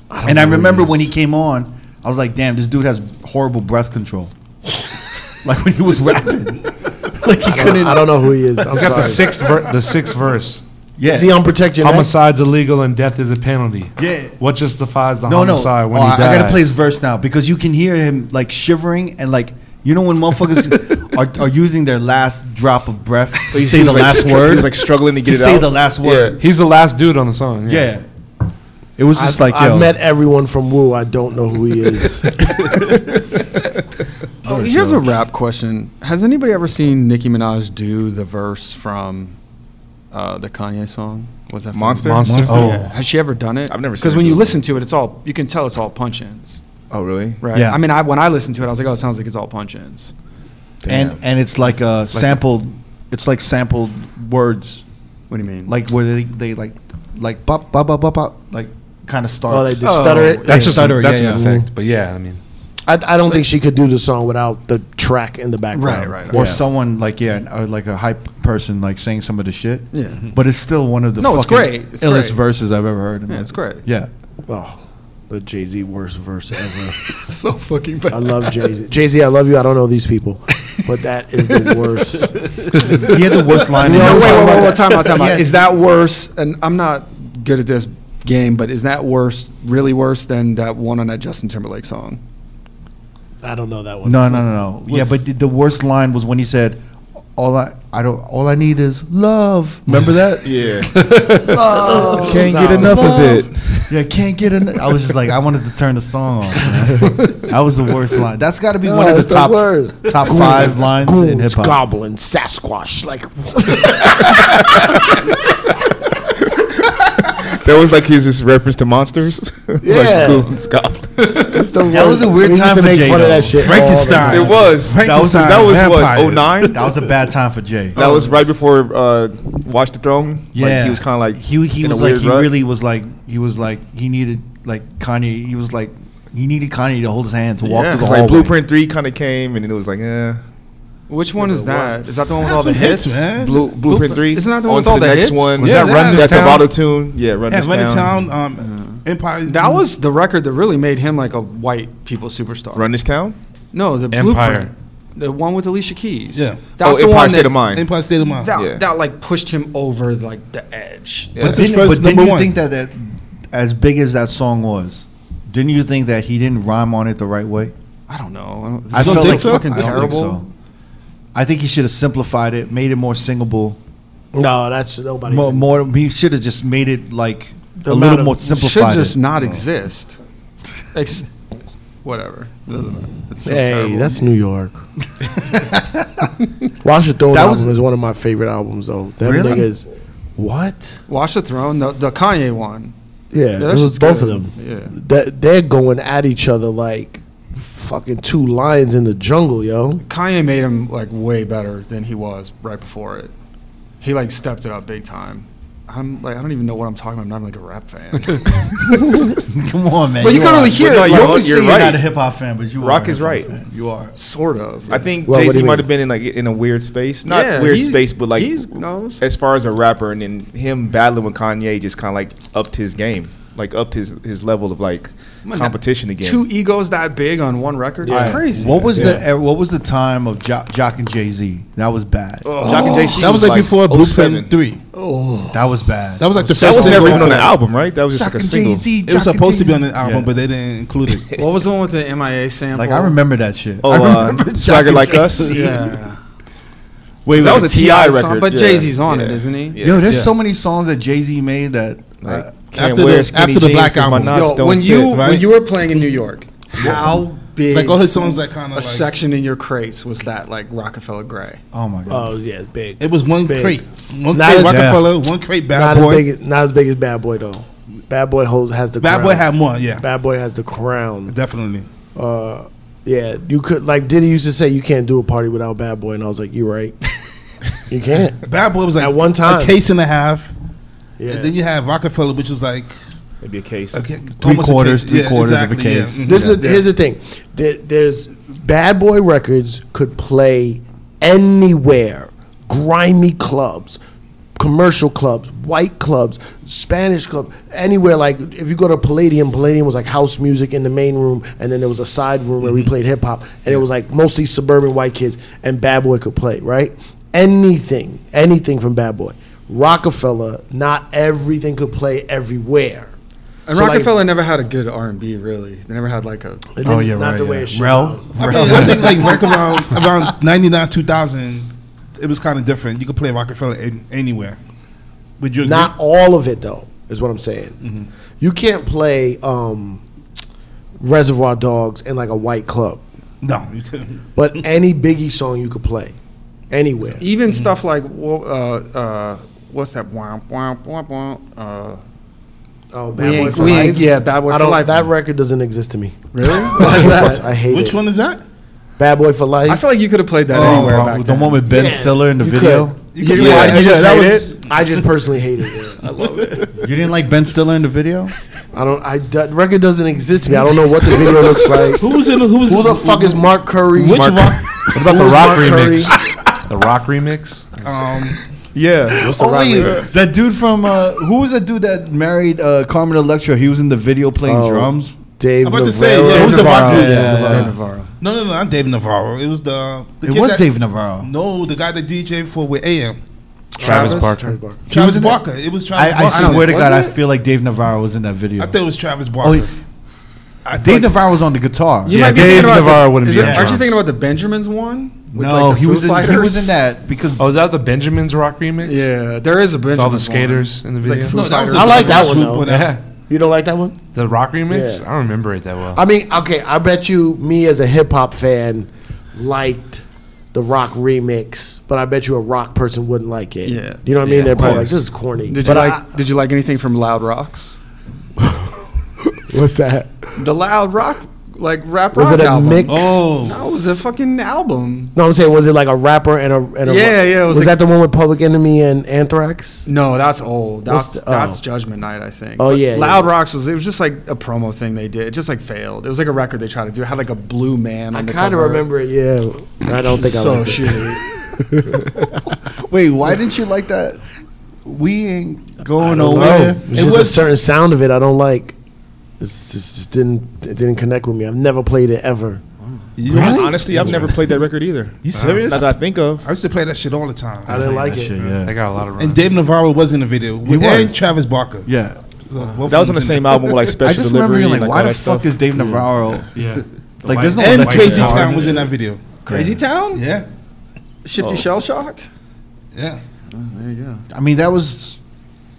[SPEAKER 3] don't
[SPEAKER 1] and I
[SPEAKER 3] know who he
[SPEAKER 1] remember
[SPEAKER 3] is.
[SPEAKER 1] when he came on, I was like, "Damn, this dude has horrible breath control." like when he was rapping, like he
[SPEAKER 3] I don't,
[SPEAKER 1] couldn't.
[SPEAKER 3] I don't know who he is. I'm
[SPEAKER 4] He's got the
[SPEAKER 3] sorry.
[SPEAKER 4] sixth ver- the sixth verse.
[SPEAKER 1] Yeah.
[SPEAKER 3] Is he on Protect Your Neck?
[SPEAKER 4] Homicide's illegal and death is a penalty.
[SPEAKER 1] Yeah.
[SPEAKER 4] What justifies the
[SPEAKER 1] no, no.
[SPEAKER 4] homicide when
[SPEAKER 1] Oh,
[SPEAKER 4] he
[SPEAKER 1] I, I
[SPEAKER 4] dies?
[SPEAKER 1] gotta play his verse now because you can hear him like shivering and like you know when motherfuckers are, are using their last drop of breath to say the last word.
[SPEAKER 6] He was like struggling to
[SPEAKER 1] to
[SPEAKER 6] get it
[SPEAKER 1] say
[SPEAKER 6] out.
[SPEAKER 1] the last word.
[SPEAKER 4] He's the last dude on the song.
[SPEAKER 1] Yeah. It was just
[SPEAKER 3] I've,
[SPEAKER 1] like yo.
[SPEAKER 3] I've met everyone from Wu. I don't know who he is.
[SPEAKER 5] Oh, here's a rap question. Has anybody ever seen Nicki Minaj do the verse from uh, the Kanye song? Was that from-
[SPEAKER 6] Monster?
[SPEAKER 4] Monster.
[SPEAKER 1] Oh.
[SPEAKER 5] Yeah. Has she ever done it?
[SPEAKER 6] I've never seen
[SPEAKER 5] Because
[SPEAKER 6] her
[SPEAKER 5] when
[SPEAKER 6] do
[SPEAKER 5] you
[SPEAKER 6] it.
[SPEAKER 5] listen to it, it's all you can tell it's all punch ins,
[SPEAKER 6] Oh, really?
[SPEAKER 5] right?
[SPEAKER 1] Yeah.
[SPEAKER 5] I mean, I when I listened to it, I was like, oh, it sounds like it's all punch ins.
[SPEAKER 1] and and it's like a sampled. It's like sampled words.
[SPEAKER 5] What do you mean?
[SPEAKER 1] like where they, they like like bop bop bop bop bop like kind of starts.
[SPEAKER 3] oh, they just stutter it.
[SPEAKER 4] That's
[SPEAKER 1] Yeah,
[SPEAKER 4] just
[SPEAKER 1] stutter,
[SPEAKER 4] that's
[SPEAKER 1] yeah,
[SPEAKER 4] an
[SPEAKER 1] yeah.
[SPEAKER 4] effect. But yeah, I mean,
[SPEAKER 3] I, I don't think she could do the song without the track in the background.
[SPEAKER 5] Right, right.
[SPEAKER 1] or
[SPEAKER 5] Yeah.
[SPEAKER 1] someone like yeah, an- uh, like a hype person like saying some of the shit.
[SPEAKER 5] Yeah.
[SPEAKER 1] but it's still one of the
[SPEAKER 5] No, it's
[SPEAKER 1] fucking
[SPEAKER 5] great. It's
[SPEAKER 1] illest
[SPEAKER 5] great.
[SPEAKER 1] verses I've ever heard. in
[SPEAKER 5] Yeah,
[SPEAKER 1] my-
[SPEAKER 5] it's great.
[SPEAKER 1] Yeah,
[SPEAKER 3] Oh, the Jay Z worst verse ever.
[SPEAKER 5] so fucking bad.
[SPEAKER 3] I love Jay Z. Jay Z, I love you. I don't know these people, but that is the worst.
[SPEAKER 1] he had the worst line. in
[SPEAKER 5] No,
[SPEAKER 1] the
[SPEAKER 5] wait,
[SPEAKER 1] song.
[SPEAKER 5] wait, wait, wait, time out, time
[SPEAKER 1] Yeah.
[SPEAKER 5] out. Is that worse? And I'm not good at this game, but is that worse, really worse than that one on that Justin Timberlake song?
[SPEAKER 3] I don't know that one.
[SPEAKER 1] No, no, no, no. Yeah, but the- the worst line was when he said, "All I, I don't, all I need is love." Remember that?
[SPEAKER 6] Yeah.
[SPEAKER 1] Love.
[SPEAKER 6] Can't get enough of it.
[SPEAKER 1] Yeah, can't get enough. I was just like, I wanted to turn the song on. man. that was the worst line. That's got to be
[SPEAKER 3] No,
[SPEAKER 1] one of the
[SPEAKER 3] it's the
[SPEAKER 1] top
[SPEAKER 3] worst.
[SPEAKER 1] top five lines in hip
[SPEAKER 3] Goons,
[SPEAKER 1] hop.
[SPEAKER 3] goblins, Sasquatch. Like,
[SPEAKER 6] That was like his his reference to monsters.
[SPEAKER 3] Yeah.
[SPEAKER 6] like, goons, goblins.
[SPEAKER 3] it's the
[SPEAKER 1] That was a weird
[SPEAKER 3] We used
[SPEAKER 1] time
[SPEAKER 3] to
[SPEAKER 1] for
[SPEAKER 3] make
[SPEAKER 1] Jay,
[SPEAKER 3] fun of
[SPEAKER 1] though.
[SPEAKER 3] that shit. all the
[SPEAKER 2] Frankenstein.
[SPEAKER 3] time.
[SPEAKER 6] it was. That was, that was what, 09?
[SPEAKER 1] That was a bad time for Jay.
[SPEAKER 6] That was right before uh, Watch the Throne. Like, he was kind of like
[SPEAKER 1] he he
[SPEAKER 6] in a
[SPEAKER 1] was like
[SPEAKER 6] weird
[SPEAKER 1] he
[SPEAKER 6] rut.
[SPEAKER 1] really was like he was like he needed like Kanye. He was like he needed Kanye to hold his hand to walk
[SPEAKER 6] Yeah,
[SPEAKER 1] through
[SPEAKER 6] 'cause,
[SPEAKER 1] the
[SPEAKER 6] like
[SPEAKER 1] hallway.
[SPEAKER 6] Blueprint Three kind of came, and then it was like, eh.
[SPEAKER 5] Which one is that? Is that the one with all
[SPEAKER 2] some
[SPEAKER 5] the hits?
[SPEAKER 2] hits, man.
[SPEAKER 6] Blue, Blueprint Three.
[SPEAKER 5] Isn't that the
[SPEAKER 6] on
[SPEAKER 5] one with
[SPEAKER 6] to
[SPEAKER 5] all the
[SPEAKER 6] next
[SPEAKER 5] hits?
[SPEAKER 6] one?
[SPEAKER 2] Was Yeah, that Run that- This
[SPEAKER 6] that
[SPEAKER 2] Town?
[SPEAKER 6] Auto Tune? Yeah, Run
[SPEAKER 2] Yeah,
[SPEAKER 6] This
[SPEAKER 2] Run the
[SPEAKER 6] Town.
[SPEAKER 2] Town, um, Empire.
[SPEAKER 5] That was the record that really made him like a white people superstar.
[SPEAKER 6] Run This Town.
[SPEAKER 5] No, the
[SPEAKER 4] Empire.
[SPEAKER 5] blueprint. The one with Alicia Keys.
[SPEAKER 2] Yeah.
[SPEAKER 5] That was
[SPEAKER 6] oh,
[SPEAKER 5] the
[SPEAKER 6] Empire
[SPEAKER 5] one
[SPEAKER 6] State
[SPEAKER 5] that,
[SPEAKER 6] of Mind.
[SPEAKER 2] Empire State of Mind.
[SPEAKER 5] That,
[SPEAKER 6] Yeah.
[SPEAKER 5] that like pushed him over like the edge.
[SPEAKER 6] Yeah.
[SPEAKER 2] That's his
[SPEAKER 1] Didn't,
[SPEAKER 2] first
[SPEAKER 1] but didn't
[SPEAKER 2] number
[SPEAKER 1] you
[SPEAKER 2] one.
[SPEAKER 1] think that, that as big as that song was, didn't you think that he didn't rhyme on it the right way?
[SPEAKER 5] I don't know. I,
[SPEAKER 1] I
[SPEAKER 5] don't, this
[SPEAKER 1] felt
[SPEAKER 5] is
[SPEAKER 1] like
[SPEAKER 2] so?
[SPEAKER 1] fucking
[SPEAKER 5] fucking
[SPEAKER 1] I don't think
[SPEAKER 5] terrible.
[SPEAKER 1] so. I think he should have simplified it, made it more singable.
[SPEAKER 3] No, that's nobody.
[SPEAKER 1] More,
[SPEAKER 3] More,
[SPEAKER 1] more he should have just made it like
[SPEAKER 3] The
[SPEAKER 1] a
[SPEAKER 3] amount
[SPEAKER 1] little
[SPEAKER 3] of-
[SPEAKER 1] more
[SPEAKER 5] should
[SPEAKER 1] simplified.
[SPEAKER 5] just
[SPEAKER 1] it.
[SPEAKER 5] not
[SPEAKER 6] Oh.
[SPEAKER 5] exist. Ex- whatever. Doesn't matter. It's so
[SPEAKER 3] hey,
[SPEAKER 5] terrible.
[SPEAKER 3] that's New York. Watch the Throne
[SPEAKER 1] That was-
[SPEAKER 3] album is one of my favorite albums, though. That
[SPEAKER 1] Really?
[SPEAKER 3] niggas, what?
[SPEAKER 5] Watch the Throne, the, the Kanye one.
[SPEAKER 3] Yeah,
[SPEAKER 5] that
[SPEAKER 3] it was
[SPEAKER 5] shit's
[SPEAKER 3] both
[SPEAKER 5] good.
[SPEAKER 3] of them.
[SPEAKER 5] Yeah.
[SPEAKER 3] That they're going at each other like fucking two lions in the jungle, yo.
[SPEAKER 5] Kanye made him like way better than he was right before it. He like stepped it up big time. I'm like I don't even know what I'm talking about. I'm not like a rap fan.
[SPEAKER 1] Come on, man.
[SPEAKER 5] But you can only hear it. like,
[SPEAKER 6] But no, you're-
[SPEAKER 1] You can say
[SPEAKER 6] you're
[SPEAKER 1] you're
[SPEAKER 6] right.
[SPEAKER 1] not a hip hop fan, but you are.
[SPEAKER 6] Rock
[SPEAKER 1] a
[SPEAKER 6] is
[SPEAKER 1] hip-hop
[SPEAKER 6] right.
[SPEAKER 1] fan. You are.
[SPEAKER 5] sort of.
[SPEAKER 6] I think
[SPEAKER 3] Well, what
[SPEAKER 6] Jay
[SPEAKER 3] do
[SPEAKER 6] Z
[SPEAKER 3] you
[SPEAKER 6] might
[SPEAKER 3] mean?
[SPEAKER 6] have been in like in a weird space, not
[SPEAKER 5] Yeah,
[SPEAKER 6] weird
[SPEAKER 5] he-
[SPEAKER 6] space, but like
[SPEAKER 5] he's- no, it's-
[SPEAKER 6] as far as a rapper, and then him battling with Kanye just kind of like upped his game.
[SPEAKER 7] like upped his his level of like competition again.
[SPEAKER 8] Two egos that big on one record? It's
[SPEAKER 1] All right.
[SPEAKER 8] crazy.
[SPEAKER 1] What was the eh, what was the time of jo- Jock and Jay Z? That was bad.
[SPEAKER 7] Jock and JC
[SPEAKER 2] That was like before
[SPEAKER 6] oh
[SPEAKER 2] Blueprint
[SPEAKER 7] 07.
[SPEAKER 2] Three.
[SPEAKER 1] That was bad.
[SPEAKER 2] That was like the
[SPEAKER 7] That
[SPEAKER 2] first
[SPEAKER 7] was never
[SPEAKER 2] single.
[SPEAKER 7] even on the
[SPEAKER 2] off
[SPEAKER 7] album, right? That was just like
[SPEAKER 1] Jock
[SPEAKER 7] a
[SPEAKER 1] and
[SPEAKER 7] single.
[SPEAKER 1] Jay-Z,
[SPEAKER 2] of- It was
[SPEAKER 1] Jock and
[SPEAKER 2] supposed to be on
[SPEAKER 1] Jay-Z.
[SPEAKER 2] the album, but they didn't include it.
[SPEAKER 8] What was the one with the MIA sample?
[SPEAKER 1] Like I remember that shit.
[SPEAKER 7] Oh, uh,
[SPEAKER 1] Jock
[SPEAKER 7] Swagger
[SPEAKER 1] and
[SPEAKER 7] Like Us.
[SPEAKER 1] Jay-Z.
[SPEAKER 8] Yeah.
[SPEAKER 7] Wait, that was a TI
[SPEAKER 8] T.I.
[SPEAKER 7] record,
[SPEAKER 8] song, but
[SPEAKER 7] yeah.
[SPEAKER 8] Jay Z's on it,
[SPEAKER 7] Yeah.
[SPEAKER 8] isn't he?
[SPEAKER 1] Yo, there's so many songs that Jay Z made that. uh,
[SPEAKER 7] Can't
[SPEAKER 2] After
[SPEAKER 7] wear
[SPEAKER 2] the-
[SPEAKER 7] skinny
[SPEAKER 2] after the
[SPEAKER 7] jeans
[SPEAKER 2] Black
[SPEAKER 7] 'cause my
[SPEAKER 2] Album.
[SPEAKER 7] knots
[SPEAKER 8] Yo,
[SPEAKER 7] don't
[SPEAKER 8] when you
[SPEAKER 7] fit,
[SPEAKER 8] when
[SPEAKER 7] right?
[SPEAKER 8] you were playing in New York, how big
[SPEAKER 2] Like all his songs that kind of
[SPEAKER 8] a
[SPEAKER 2] like.
[SPEAKER 8] section in your crates was that like Rockefeller Gray?
[SPEAKER 1] oh my
[SPEAKER 2] uh,
[SPEAKER 1] god.
[SPEAKER 3] Oh yeah, it's big.
[SPEAKER 2] It was one
[SPEAKER 3] Big.
[SPEAKER 2] crate. One
[SPEAKER 3] Not
[SPEAKER 2] crate
[SPEAKER 3] as-
[SPEAKER 2] Rockefeller, one crate Bad
[SPEAKER 3] not
[SPEAKER 2] Boy.
[SPEAKER 3] as big. Not as big as Bad Boy though. Bad Boy holds has the
[SPEAKER 2] Bad
[SPEAKER 3] crown.
[SPEAKER 2] Boy had more, yeah.
[SPEAKER 3] Bad Boy has the crown.
[SPEAKER 2] Definitely.
[SPEAKER 3] Uh, yeah, you could like Diddy used to say you can't do a party without Bad Boy, and I was like, you're right. you can't.
[SPEAKER 2] Bad Boy was like
[SPEAKER 3] At one time.
[SPEAKER 2] a case and a half.
[SPEAKER 3] Yeah.
[SPEAKER 2] And then you had Rockefeller, which was like
[SPEAKER 7] Maybe a case.
[SPEAKER 2] a ca-
[SPEAKER 1] Three
[SPEAKER 2] almost a
[SPEAKER 1] quarters,
[SPEAKER 2] case.
[SPEAKER 1] three quarters of a
[SPEAKER 2] exactly, yeah.
[SPEAKER 1] case.
[SPEAKER 2] Mhm.
[SPEAKER 3] This is here's the thing. There, there's Bad Boy Records could play anywhere, grimy clubs, commercial clubs, white clubs, Spanish club, anywhere. Like if you go to Palladium, Palladium was like house music in the main room, and then there was a side room where we
[SPEAKER 1] Mm-hmm.
[SPEAKER 3] played hip hop, and it was like mostly suburban white kids, and Bad Boy could play right. Anything, anything from Bad Boy. Rockefeller, not everything could play everywhere.
[SPEAKER 8] And
[SPEAKER 3] So, like-
[SPEAKER 8] Rockefeller never had a good R and B really. They never had like a
[SPEAKER 3] It
[SPEAKER 1] Oh
[SPEAKER 3] didn't-
[SPEAKER 1] yeah,
[SPEAKER 3] not
[SPEAKER 1] right.
[SPEAKER 3] the
[SPEAKER 1] yeah.
[SPEAKER 3] way it should
[SPEAKER 1] Rel.
[SPEAKER 2] I mean, I think like back around around ninety nine two thousand, it was kind of different. You could play Rockefeller an- anywhere. Would you agree?
[SPEAKER 3] Not all of it, though, is what I'm saying. You can't play um, Reservoir Dogs in like a white club,
[SPEAKER 2] No, you couldn't.
[SPEAKER 3] but any Biggie song you could play anywhere.
[SPEAKER 8] even stuff like wo- uh, uh, what's that? Womp, womp, womp, womp. Uh,
[SPEAKER 3] Oh,
[SPEAKER 8] Bad We Boy ain't- for we ain't- Life? yeah, Bad Boy
[SPEAKER 3] I
[SPEAKER 8] for
[SPEAKER 3] don't,
[SPEAKER 8] Life.
[SPEAKER 3] That record doesn't exist to me.
[SPEAKER 8] really? What's that?
[SPEAKER 3] I hate
[SPEAKER 2] Which
[SPEAKER 3] it.
[SPEAKER 2] one is that?
[SPEAKER 3] Bad Boy for Life.
[SPEAKER 8] I feel like you could have played that anywhere
[SPEAKER 1] Oh,
[SPEAKER 8] back
[SPEAKER 1] the
[SPEAKER 8] then.
[SPEAKER 1] one with Ben
[SPEAKER 3] Yeah,
[SPEAKER 1] Stiller in the
[SPEAKER 3] you
[SPEAKER 1] video.
[SPEAKER 3] could.
[SPEAKER 8] you, could-
[SPEAKER 2] Yeah,
[SPEAKER 8] why, you
[SPEAKER 2] I
[SPEAKER 8] just
[SPEAKER 2] just- that
[SPEAKER 8] hate
[SPEAKER 2] was-
[SPEAKER 8] it.
[SPEAKER 3] I just personally hate it. yeah.
[SPEAKER 1] You didn't like Ben Stiller in the video?
[SPEAKER 3] I don't. I that record doesn't exist to me. I don't know what the video looks like.
[SPEAKER 2] Who was in? Who was
[SPEAKER 3] Who the fuck is Mark Curry?
[SPEAKER 2] Which
[SPEAKER 3] Mark,
[SPEAKER 2] rock?
[SPEAKER 4] What about the rock
[SPEAKER 3] Mark Curry?
[SPEAKER 4] remix? The rock remix?
[SPEAKER 2] Um,
[SPEAKER 7] yeah.
[SPEAKER 3] What's the rock remix?
[SPEAKER 1] That dude from uh, who was that dude that married uh, Carmen Electra? He was in the video playing
[SPEAKER 3] Oh.
[SPEAKER 1] drums.
[SPEAKER 3] Dave
[SPEAKER 2] I'm about to say,
[SPEAKER 3] Navarro.
[SPEAKER 2] yeah, who's the rock
[SPEAKER 8] Navarro,
[SPEAKER 2] dude?
[SPEAKER 8] yeah,
[SPEAKER 1] Yeah.
[SPEAKER 8] Dave Navarro.
[SPEAKER 2] No, no, no, not Dave Navarro. It was the. the
[SPEAKER 1] It
[SPEAKER 2] kid
[SPEAKER 1] was
[SPEAKER 2] that-
[SPEAKER 1] Dave Navarro.
[SPEAKER 2] No, the guy that DJ for with AM.
[SPEAKER 4] Travis, Barker.
[SPEAKER 3] Sorry, Mark.
[SPEAKER 2] Travis
[SPEAKER 1] in it?
[SPEAKER 2] Barker. It was Travis
[SPEAKER 1] I, I
[SPEAKER 2] Barker.
[SPEAKER 1] swear to
[SPEAKER 8] Was
[SPEAKER 1] God, I
[SPEAKER 8] it?
[SPEAKER 1] feel like Dave Navarro was in that video.
[SPEAKER 2] I thought it was Travis Barker.
[SPEAKER 1] oh, he- Dave Navarro was on the guitar.
[SPEAKER 8] You
[SPEAKER 4] Yeah,
[SPEAKER 8] might be
[SPEAKER 4] Dave
[SPEAKER 8] thinking about
[SPEAKER 4] Navarro
[SPEAKER 8] the,
[SPEAKER 4] wouldn't
[SPEAKER 8] is
[SPEAKER 4] be
[SPEAKER 8] it-
[SPEAKER 4] on
[SPEAKER 8] Aren't you
[SPEAKER 4] drums.
[SPEAKER 8] thinking about the Benjamins one? With,
[SPEAKER 1] no,
[SPEAKER 8] like, the
[SPEAKER 1] he
[SPEAKER 8] Foo
[SPEAKER 1] was in, he was
[SPEAKER 8] Fighters?
[SPEAKER 1] in that because
[SPEAKER 4] Oh, is that the Benjamin's rock remix?
[SPEAKER 8] Yeah, there is a Benjamins
[SPEAKER 4] With all the
[SPEAKER 8] one.
[SPEAKER 4] skaters in the video?
[SPEAKER 8] Foo-
[SPEAKER 2] that was
[SPEAKER 3] I
[SPEAKER 2] a-
[SPEAKER 3] like that one,
[SPEAKER 2] Swoop
[SPEAKER 3] though.
[SPEAKER 2] put out.
[SPEAKER 4] yeah.
[SPEAKER 3] You don't like that one?
[SPEAKER 4] The rock remix?
[SPEAKER 3] Yeah.
[SPEAKER 4] I don't remember it that well.
[SPEAKER 3] I mean, okay, I bet you me as a hip hop fan liked the rock remix, but I bet you a rock person wouldn't like it.
[SPEAKER 8] Yeah.
[SPEAKER 3] You know what I mean?
[SPEAKER 4] Yeah,
[SPEAKER 3] They're
[SPEAKER 4] of
[SPEAKER 3] probably like,
[SPEAKER 4] course.
[SPEAKER 3] this is corny.
[SPEAKER 8] Did you
[SPEAKER 3] But
[SPEAKER 8] like?
[SPEAKER 3] I-
[SPEAKER 8] did you like anything from Loud Rocks?
[SPEAKER 3] what's that?
[SPEAKER 8] The Loud Rock, like rap
[SPEAKER 3] Was
[SPEAKER 8] rock
[SPEAKER 3] it a
[SPEAKER 8] album.
[SPEAKER 3] mix?
[SPEAKER 2] Oh.
[SPEAKER 8] No, it was a fucking album.
[SPEAKER 3] No, I'm saying, was it like a rapper and a. And a
[SPEAKER 8] Yeah, yeah, it
[SPEAKER 3] was
[SPEAKER 8] was like-
[SPEAKER 3] that the one with Public Enemy and Anthrax?
[SPEAKER 8] No, that's old.
[SPEAKER 3] What's
[SPEAKER 8] That's
[SPEAKER 3] the- oh.
[SPEAKER 8] that's Judgment Night, I think.
[SPEAKER 3] Oh, yeah,
[SPEAKER 8] Loud
[SPEAKER 3] yeah.
[SPEAKER 8] Rocks was it was just like a promo thing they did. It just like failed. It was like a record they tried to do. It had like a blue man.
[SPEAKER 3] I
[SPEAKER 8] on the
[SPEAKER 3] kind of
[SPEAKER 8] cover.
[SPEAKER 3] remember it, yeah. I don't think I
[SPEAKER 8] So
[SPEAKER 3] liked it.
[SPEAKER 8] shitty.
[SPEAKER 1] wait, why didn't you like that? We ain't going
[SPEAKER 3] No,
[SPEAKER 1] nowhere.
[SPEAKER 3] it's just a certain sound of it I don't like. It's just, just didn't it didn't connect with me. I've never played it ever.
[SPEAKER 7] You know, Honestly, I've never played that record either.
[SPEAKER 2] You serious?
[SPEAKER 7] Not that I think of.
[SPEAKER 2] I used to play that shit all the time.
[SPEAKER 3] I didn't like
[SPEAKER 1] that
[SPEAKER 3] it.
[SPEAKER 1] shit, yeah.
[SPEAKER 4] they got a lot of
[SPEAKER 2] and
[SPEAKER 4] rock.
[SPEAKER 2] Dave Navarro was in the video. With, And
[SPEAKER 1] was.
[SPEAKER 2] Travis Barker.
[SPEAKER 1] yeah.
[SPEAKER 2] Both
[SPEAKER 7] That was
[SPEAKER 2] of
[SPEAKER 7] on
[SPEAKER 2] them
[SPEAKER 7] the
[SPEAKER 2] was in
[SPEAKER 7] same
[SPEAKER 2] there.
[SPEAKER 7] album with like
[SPEAKER 1] I
[SPEAKER 7] Special
[SPEAKER 1] just remember
[SPEAKER 7] Delivery.
[SPEAKER 1] being
[SPEAKER 7] and
[SPEAKER 1] like,
[SPEAKER 7] all
[SPEAKER 1] why the
[SPEAKER 7] that stuff.
[SPEAKER 1] fuck is Dave Navarro?
[SPEAKER 4] Yeah.
[SPEAKER 1] Like, there's no
[SPEAKER 4] white-
[SPEAKER 2] And
[SPEAKER 1] Like
[SPEAKER 2] Crazy
[SPEAKER 1] that.
[SPEAKER 2] Town was in that video.
[SPEAKER 8] Crazy Town,
[SPEAKER 2] Yeah.
[SPEAKER 8] Shifty Shell Shock.
[SPEAKER 2] Yeah.
[SPEAKER 8] There you go.
[SPEAKER 1] I mean, that was,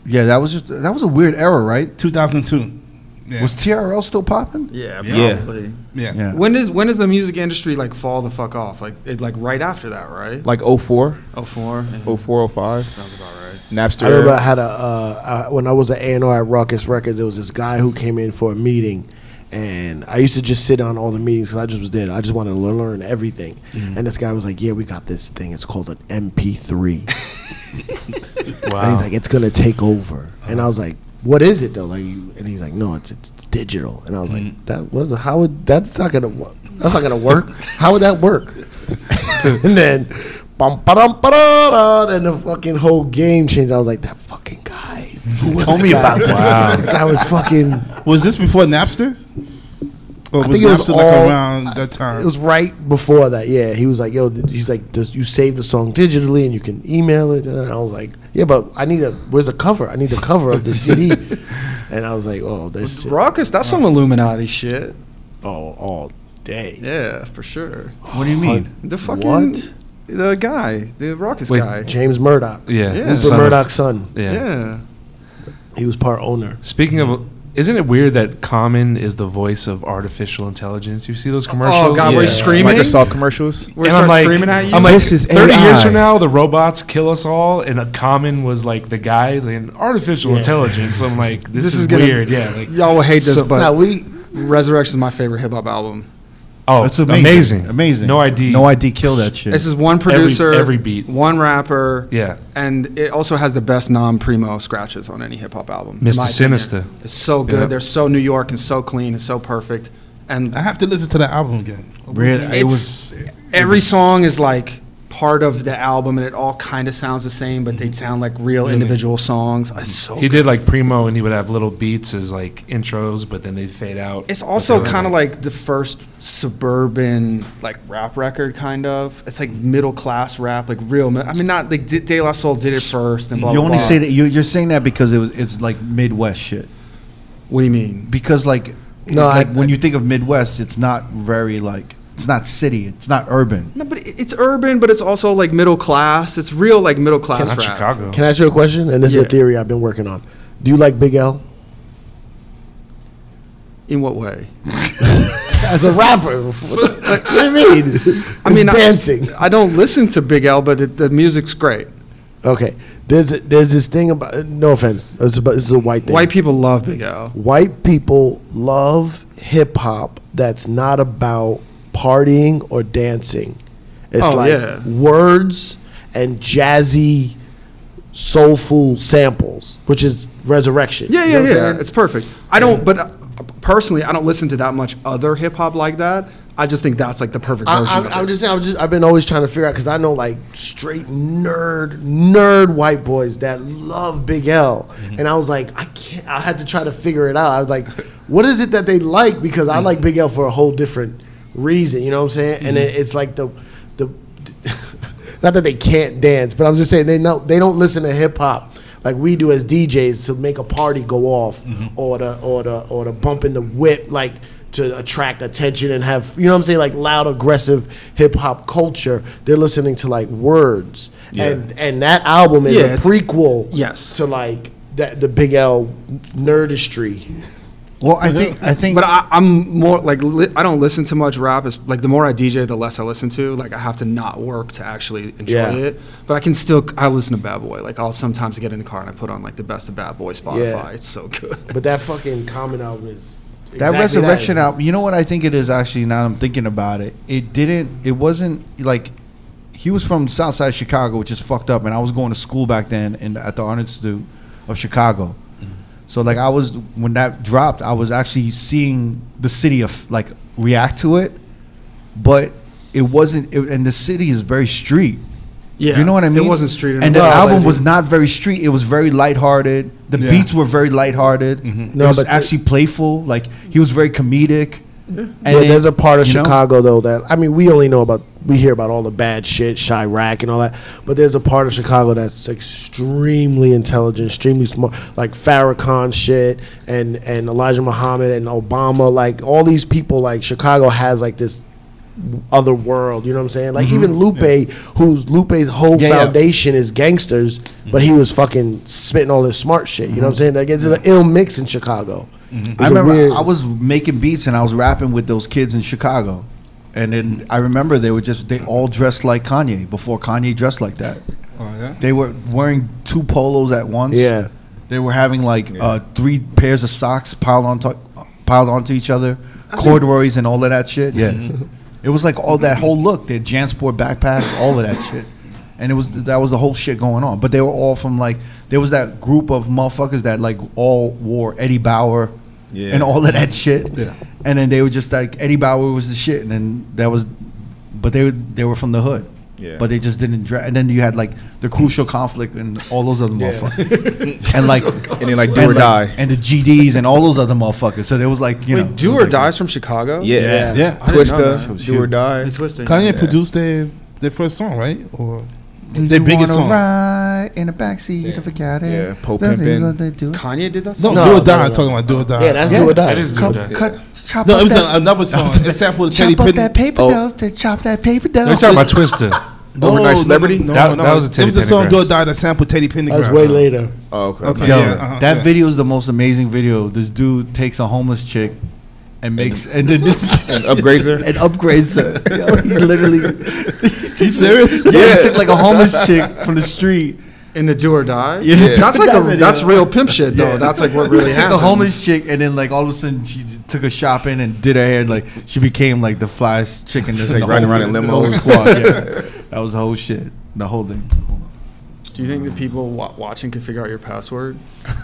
[SPEAKER 1] yeah, that was just that was a weird era, right?
[SPEAKER 2] 2002. Yeah.
[SPEAKER 1] Was TRL still popping?
[SPEAKER 8] Yeah,
[SPEAKER 7] Yeah.
[SPEAKER 8] probably.
[SPEAKER 2] yeah.
[SPEAKER 1] Yeah.
[SPEAKER 8] When does when does the music industry like fall the fuck off? Like it like right after that, right?
[SPEAKER 7] Like 04,
[SPEAKER 8] Oh four. yeah.
[SPEAKER 7] 04, 05.
[SPEAKER 8] Sounds about right.
[SPEAKER 7] Napster.
[SPEAKER 3] I remember I had a uh, I, when I was an A and R at Ruckus Records. There was this guy who came in for a meeting, and I used to just sit on all the meetings because I just was there. I just wanted to learn everything. And this guy was like, "Yeah, we got this thing. It's called an MP3." And he's like, "It's gonna take over." And I was like, "What is it though?" Like, you, and he's like, "No, it's, it's digital." And I was
[SPEAKER 1] Mm.
[SPEAKER 3] like, "That what? How would that's not gonna wo- that's not gonna work? how would that work?" and then bum, ba-dum, ba-da-da, and the fucking whole game changed. I was like, that fucking guy.
[SPEAKER 1] Tell me about this.
[SPEAKER 3] and I was fucking.
[SPEAKER 2] Was this before Napster? Or was
[SPEAKER 3] I think it was
[SPEAKER 2] Napster like
[SPEAKER 3] all-
[SPEAKER 2] around that time?
[SPEAKER 3] It was right before that. Yeah, he was like, "Yo," th- he's like, Does, "You save the song digitally and you can email it." And I was like, "Yeah, but I need a where's the cover? I need the cover of the CD." and I was like, "Oh, this shit-
[SPEAKER 5] Ruckus, that's some Illuminati shit.
[SPEAKER 3] oh all day."
[SPEAKER 5] Yeah, for sure.
[SPEAKER 1] What do you mean?
[SPEAKER 5] The fucking
[SPEAKER 3] What?
[SPEAKER 5] the guy, the Ruckus
[SPEAKER 4] Wait,
[SPEAKER 5] guy.
[SPEAKER 3] James Murdoch,
[SPEAKER 4] Yeah.
[SPEAKER 5] Yeah.
[SPEAKER 3] Rupert
[SPEAKER 4] son of-
[SPEAKER 3] Murdoch's son.
[SPEAKER 4] yeah.
[SPEAKER 5] yeah.
[SPEAKER 3] He was part owner.
[SPEAKER 4] Speaking of, isn't it weird that Common is the voice of artificial intelligence? You see those commercials?
[SPEAKER 5] Oh god, we're
[SPEAKER 4] Yeah.
[SPEAKER 5] screaming.
[SPEAKER 8] Microsoft commercials.
[SPEAKER 5] We're
[SPEAKER 4] And
[SPEAKER 5] start
[SPEAKER 4] I'm like,
[SPEAKER 5] screaming at you.
[SPEAKER 4] I'm like,
[SPEAKER 17] This is
[SPEAKER 4] 30 years
[SPEAKER 17] AI.
[SPEAKER 4] from now, the robots kill us all, and a common was like the guy in artificial intelligence. I'm like, this, is,
[SPEAKER 5] gonna-
[SPEAKER 4] weird. Yeah. Like,
[SPEAKER 5] y'all will hate this,
[SPEAKER 3] So-
[SPEAKER 5] but
[SPEAKER 3] now we
[SPEAKER 5] Resurrection is my favorite hip hop album.
[SPEAKER 4] oh,
[SPEAKER 1] That's
[SPEAKER 4] amazing.
[SPEAKER 1] amazing. Amazing.
[SPEAKER 4] No ID.
[SPEAKER 1] No ID. Kill that shit.
[SPEAKER 5] This is one producer,
[SPEAKER 4] every beat.
[SPEAKER 5] one rapper,
[SPEAKER 4] Yeah.
[SPEAKER 5] and it also has the best non-primo scratches on any hip hop album. in
[SPEAKER 4] Mr.
[SPEAKER 5] my opinion.
[SPEAKER 4] Sinister.
[SPEAKER 5] It's so good.
[SPEAKER 4] Yeah.
[SPEAKER 5] They're so New York and so clean and so perfect. And
[SPEAKER 2] I have to listen to that album again.
[SPEAKER 1] Really, it
[SPEAKER 5] It's-
[SPEAKER 1] was.
[SPEAKER 5] every song is like part of the album, and it all kind of sounds the same, but
[SPEAKER 3] Mm-hmm.
[SPEAKER 5] they sound like real individual songs. It's so
[SPEAKER 4] He
[SPEAKER 5] good.
[SPEAKER 4] did like primo, and he would have little beats as like intros, but then they fade out.
[SPEAKER 5] It's also kind of like the first suburban like rap record, kind of. It's like middle class rap, like real. mi- I mean, not like De, De La Soul did it first, and blah.
[SPEAKER 1] You
[SPEAKER 5] blah,
[SPEAKER 1] only
[SPEAKER 5] blah.
[SPEAKER 1] say that you- you're saying that because it was. It's like Midwest shit.
[SPEAKER 5] What do you mean?
[SPEAKER 1] Because like,
[SPEAKER 3] No,
[SPEAKER 1] like
[SPEAKER 3] I-
[SPEAKER 1] when you think of Midwest, it's not very like. It's not city. It's not urban.
[SPEAKER 5] No, but it- it's urban, but it's also like middle class. It's real like middle class
[SPEAKER 4] not
[SPEAKER 5] rap.
[SPEAKER 4] Chicago.
[SPEAKER 3] Can I ask you a question? And this is
[SPEAKER 5] Yeah.
[SPEAKER 3] a theory I've been working on. Do you like Big L
[SPEAKER 5] In what way?
[SPEAKER 3] as a rapper? what do you mean? I mean
[SPEAKER 5] mean, I-
[SPEAKER 3] dancing.
[SPEAKER 5] I don't listen to Big L, but it, the music's great.
[SPEAKER 3] okay, there's there's this thing about. No offense, it's about, this is a white thing.
[SPEAKER 5] White people love Big L.
[SPEAKER 3] white people love hip hop that's not about partying or dancing. It's
[SPEAKER 5] Oh,
[SPEAKER 3] like
[SPEAKER 5] yeah.
[SPEAKER 3] words and jazzy, soulful samples, which is resurrection.
[SPEAKER 5] Yeah,
[SPEAKER 3] You
[SPEAKER 5] yeah,
[SPEAKER 3] know what I'm
[SPEAKER 5] yeah.
[SPEAKER 3] saying?
[SPEAKER 5] It's perfect. I don't, but uh, personally, I don't listen to that much other hip hop like that. I just think that's like the perfect version.
[SPEAKER 3] I,
[SPEAKER 5] of it.
[SPEAKER 3] I, I'm just saying, I'm just, I've been always trying to figure out because I know like straight nerd, nerd white boys that love Big L,
[SPEAKER 5] Mm-hmm.
[SPEAKER 3] and I was like, I can't. I had to try to figure it out. I was like, what is it that they like? Because
[SPEAKER 5] Mm-hmm.
[SPEAKER 3] I like Big L for a whole different reason. You know what I'm saying? And
[SPEAKER 5] Mm-hmm.
[SPEAKER 3] it, it's like the, the, not that they can't dance, but I'm just saying they know they don't listen to hip hop. Like we do as DJs to make a party go off,
[SPEAKER 5] Mm-hmm.
[SPEAKER 3] or the or the or the bump in the whip, like to attract attention and have you know what I'm saying like loud aggressive hip hop culture. They're listening to like words and and that album is
[SPEAKER 5] Yeah,
[SPEAKER 3] a
[SPEAKER 5] it's-
[SPEAKER 3] prequel
[SPEAKER 5] Yes.
[SPEAKER 3] to like that the Big L nerdistry.
[SPEAKER 1] Well, I think I think
[SPEAKER 5] But I, I'm more like li- I don't listen to much rap. It's like the more I DJ, the less I listen to. Like I have to not work to actually enjoy
[SPEAKER 3] Yeah.
[SPEAKER 5] it. But I can still I listen to Bad Boy. Like I'll sometimes get in the car and I put on like the best of Bad Boy Spotify.
[SPEAKER 3] Yeah.
[SPEAKER 5] It's so good.
[SPEAKER 3] But that fucking common album is
[SPEAKER 1] that
[SPEAKER 3] exactly
[SPEAKER 1] resurrection album. You know what I think it is actually. Now that I'm thinking about it. It didn't. It wasn't like he was from Southside Chicago, which is fucked up. And I was going to school back then in, at the Art Institute of Chicago.
[SPEAKER 5] Mm-hmm.
[SPEAKER 1] So like I was when that dropped, I was actually seeing the city of like react to it, but it wasn't. It, and the city is very street.
[SPEAKER 5] Yeah,
[SPEAKER 1] Do you know what I mean?
[SPEAKER 5] It wasn't street
[SPEAKER 1] And the
[SPEAKER 5] enough.
[SPEAKER 1] album
[SPEAKER 5] But-
[SPEAKER 1] was not very street. It was very lighthearted. The
[SPEAKER 2] Yeah.
[SPEAKER 1] beats were very lighthearted.
[SPEAKER 5] Mm-hmm.
[SPEAKER 3] No,
[SPEAKER 1] it was
[SPEAKER 3] but the-
[SPEAKER 1] actually playful. Like he was very comedic. And
[SPEAKER 3] yeah, there's a part of
[SPEAKER 1] you know?
[SPEAKER 3] Chicago though that I mean, we only know about we hear about all the bad shit, Chirac and all that, but there's a part of Chicago that's extremely intelligent, extremely smart, like Farrakhan shit and and Elijah Muhammad and Obama, like all these people. Like Chicago has like this other world, you know what I'm saying? Like even Lupe, whose Lupe's whole
[SPEAKER 1] Mm-hmm. Yeah, yeah.
[SPEAKER 3] foundation is gangsters, but he was fucking spitting all this smart shit. You know what
[SPEAKER 1] Mm-hmm.
[SPEAKER 3] I'm saying? Like it's an ill mix in Chicago. It's
[SPEAKER 1] I
[SPEAKER 3] a
[SPEAKER 1] remember
[SPEAKER 3] weird-
[SPEAKER 1] I was making beats and I was rapping with those kids in Chicago, and then I remember they were just they all dressed like Kanye before Kanye dressed like that.
[SPEAKER 2] Oh, yeah?
[SPEAKER 1] They were wearing two polos at once.
[SPEAKER 3] Yeah.
[SPEAKER 1] They were having like uh, three pairs of socks piled on top, piled onto each other, corduroys and all of that shit. Yeah. it was like all that whole look. They had JanSport backpacks, all of that shit. And it was that was the whole shit going on. But they were all from like there was that group of motherfuckers that like all wore Eddie Bauer
[SPEAKER 8] Yeah.
[SPEAKER 1] and all of that shit.
[SPEAKER 2] Yeah.
[SPEAKER 1] And then they were just like Eddie Bauer was the shit and then that was but they were they were from the hood.
[SPEAKER 6] Yeah.
[SPEAKER 1] But they just didn't dra- and then you had like the crucial conflict and all those other motherfuckers. and like
[SPEAKER 6] And then like do or
[SPEAKER 1] and, like,
[SPEAKER 6] die.
[SPEAKER 1] and the GDs and all those other motherfuckers. So there was like, you know,
[SPEAKER 5] Wait,
[SPEAKER 1] it
[SPEAKER 5] Do
[SPEAKER 1] was
[SPEAKER 5] or
[SPEAKER 1] like-
[SPEAKER 5] Die's from Chicago?
[SPEAKER 6] Yeah.
[SPEAKER 2] Yeah.
[SPEAKER 5] I didn't know
[SPEAKER 6] Twista,
[SPEAKER 5] that.
[SPEAKER 6] do or die.
[SPEAKER 5] Twisted.
[SPEAKER 2] Kanye produced their their first song, right? Or
[SPEAKER 1] Do
[SPEAKER 2] their
[SPEAKER 1] you
[SPEAKER 2] biggest
[SPEAKER 1] wanna
[SPEAKER 2] song.
[SPEAKER 1] Ride in the backseat of a Cadillac?
[SPEAKER 6] Yeah, Pope
[SPEAKER 1] That's
[SPEAKER 6] Pimpin'.
[SPEAKER 1] what they do.
[SPEAKER 5] Kanye did that
[SPEAKER 2] No,
[SPEAKER 5] song?
[SPEAKER 3] No,
[SPEAKER 2] do
[SPEAKER 3] no,
[SPEAKER 2] or die.
[SPEAKER 3] no.
[SPEAKER 2] I'm talking about do or die.
[SPEAKER 3] Yeah, that's
[SPEAKER 1] Yeah.
[SPEAKER 3] do or
[SPEAKER 4] It
[SPEAKER 3] die.
[SPEAKER 4] is
[SPEAKER 1] Cut,
[SPEAKER 4] Dude or Die.
[SPEAKER 1] cut, chop
[SPEAKER 2] no,
[SPEAKER 1] up
[SPEAKER 2] it was
[SPEAKER 1] that,
[SPEAKER 2] an- another song. It sampled Teddy
[SPEAKER 1] chop up
[SPEAKER 2] Penny.
[SPEAKER 1] that paper
[SPEAKER 6] Oh.
[SPEAKER 1] dough. They chop that paper dough.
[SPEAKER 4] They're talking about Twista.
[SPEAKER 2] No,
[SPEAKER 6] Overnight
[SPEAKER 2] no, no,
[SPEAKER 6] Celebrity?
[SPEAKER 2] No,
[SPEAKER 4] That-
[SPEAKER 2] no,
[SPEAKER 4] that was a
[SPEAKER 2] It
[SPEAKER 4] Teddy
[SPEAKER 2] was the song
[SPEAKER 4] Pendergrass.
[SPEAKER 2] "Do or Die" that sampled Teddy Pendergrass.
[SPEAKER 3] That's way later.
[SPEAKER 6] Oh, okay.
[SPEAKER 2] Okay,
[SPEAKER 1] Yo,
[SPEAKER 2] yeah, uh-huh,
[SPEAKER 1] that
[SPEAKER 2] yeah.
[SPEAKER 1] video is the most amazing video. This dude takes a homeless chick and makes and then
[SPEAKER 6] And upgrades her.
[SPEAKER 1] and upgrades her. Yo, he literally. you
[SPEAKER 6] serious?
[SPEAKER 1] Yeah,
[SPEAKER 6] Yeah.
[SPEAKER 1] he took like a homeless chick from the street.
[SPEAKER 5] In the Do or Die?
[SPEAKER 1] Yeah.
[SPEAKER 5] That's like
[SPEAKER 1] That
[SPEAKER 5] a,
[SPEAKER 1] video.
[SPEAKER 5] that's real pimp shit though. That's like what really
[SPEAKER 1] He took
[SPEAKER 5] happened.
[SPEAKER 1] a homeless chick and then like all of a sudden she j- took a shopping and did her hair. Like she became like the flyest chick in the
[SPEAKER 6] like
[SPEAKER 1] the
[SPEAKER 6] riding
[SPEAKER 1] whole-
[SPEAKER 6] around in
[SPEAKER 1] the
[SPEAKER 6] limos.
[SPEAKER 1] whole squad. Yeah. That was the whole shit. The whole thing.
[SPEAKER 5] Do you think the people wa- watching can figure out your password?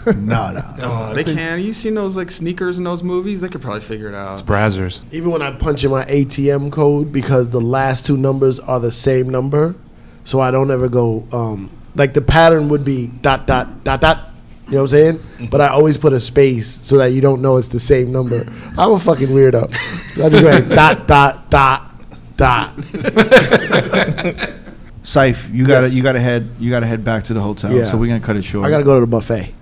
[SPEAKER 1] Nah, nah.
[SPEAKER 3] Uh,
[SPEAKER 5] Oh, they can. You seen those like sneakers in those movies? They could probably figure it out.
[SPEAKER 4] It's Brazzers.
[SPEAKER 3] Even when I punch in my ATM code because the last two numbers are the same number, so I don't ever go um, like the pattern would be dot dot dot dot. You know what I'm
[SPEAKER 4] Mm-hmm.
[SPEAKER 3] saying? But I always put a space so that you don't know it's the same number. I'm a fucking weirdo. I just go like dot dot dot dot.
[SPEAKER 1] Saif, you gotta
[SPEAKER 3] Yes.
[SPEAKER 1] you gotta head you gotta head back to the hotel.
[SPEAKER 3] Yeah.
[SPEAKER 1] So we're gonna cut it short.
[SPEAKER 3] I gotta go to the buffet.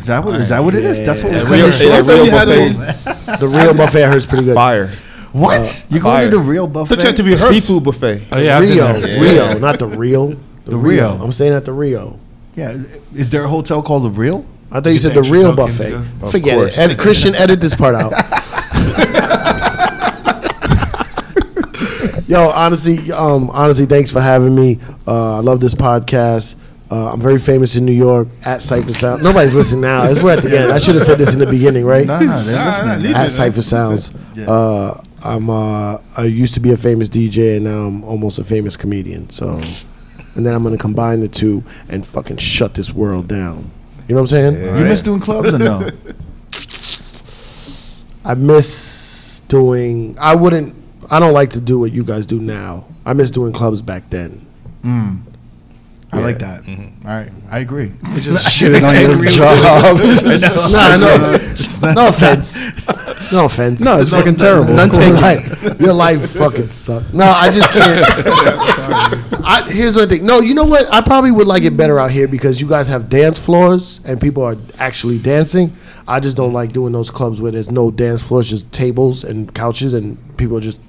[SPEAKER 1] Is that what is that what it is? That's what
[SPEAKER 4] Yeah,
[SPEAKER 1] we're cutting
[SPEAKER 4] real-
[SPEAKER 1] it
[SPEAKER 4] yeah,
[SPEAKER 1] short.
[SPEAKER 2] real buffet.
[SPEAKER 3] The real buffet hurts pretty good.
[SPEAKER 6] Fire.
[SPEAKER 1] What? You're going to
[SPEAKER 6] fire.
[SPEAKER 1] the real
[SPEAKER 2] Thought you had
[SPEAKER 1] buffet?
[SPEAKER 2] to be rehearsed.
[SPEAKER 6] Seafood buffet.
[SPEAKER 4] Oh yeah, I've been
[SPEAKER 3] Rio,
[SPEAKER 4] there.
[SPEAKER 3] Rio, not the real. The,
[SPEAKER 1] Rio.
[SPEAKER 3] I'm saying at the Rio.
[SPEAKER 1] Yeah. Is there a hotel called the Real?
[SPEAKER 3] I thought you, said the
[SPEAKER 4] think
[SPEAKER 3] real
[SPEAKER 4] Chicago can
[SPEAKER 3] buffet.
[SPEAKER 4] do
[SPEAKER 3] Forget it. Ed, Christian, edit this part out. Yo, honestly, um, honestly, thanks for having me. Uh, I love this podcast. Uh, I'm very famous in New York at Cypher Sound. Nobody's listening now. It's- We're at the end. I should have said this in the beginning, right?
[SPEAKER 1] No, no, they're
[SPEAKER 2] nah,
[SPEAKER 1] listening.
[SPEAKER 2] leave
[SPEAKER 3] at
[SPEAKER 2] it.
[SPEAKER 3] Cipher Sounds. Uh, I'm uh, I used to be a famous DJ and now I'm almost a famous comedian. So, and then I'm gonna combine the two and fucking shut this world down. You know what I'm saying?
[SPEAKER 1] You miss doing clubs or no?
[SPEAKER 3] I miss doing. I wouldn't. I don't like to do what you guys do now. I miss doing clubs back then.
[SPEAKER 1] I like that. All right, I agree.
[SPEAKER 3] Just shitting on your job. no, no, no offense. No offense. No,
[SPEAKER 5] it's fucking terrible.
[SPEAKER 3] None taken. Your life fucking sucks. No, I just can't. I, here's my thing. No, you know what? I probably would like it better out here because you guys have dance floors and people are actually dancing. I just don't like doing those clubs where there's no dance floors, just tables and couches and people are just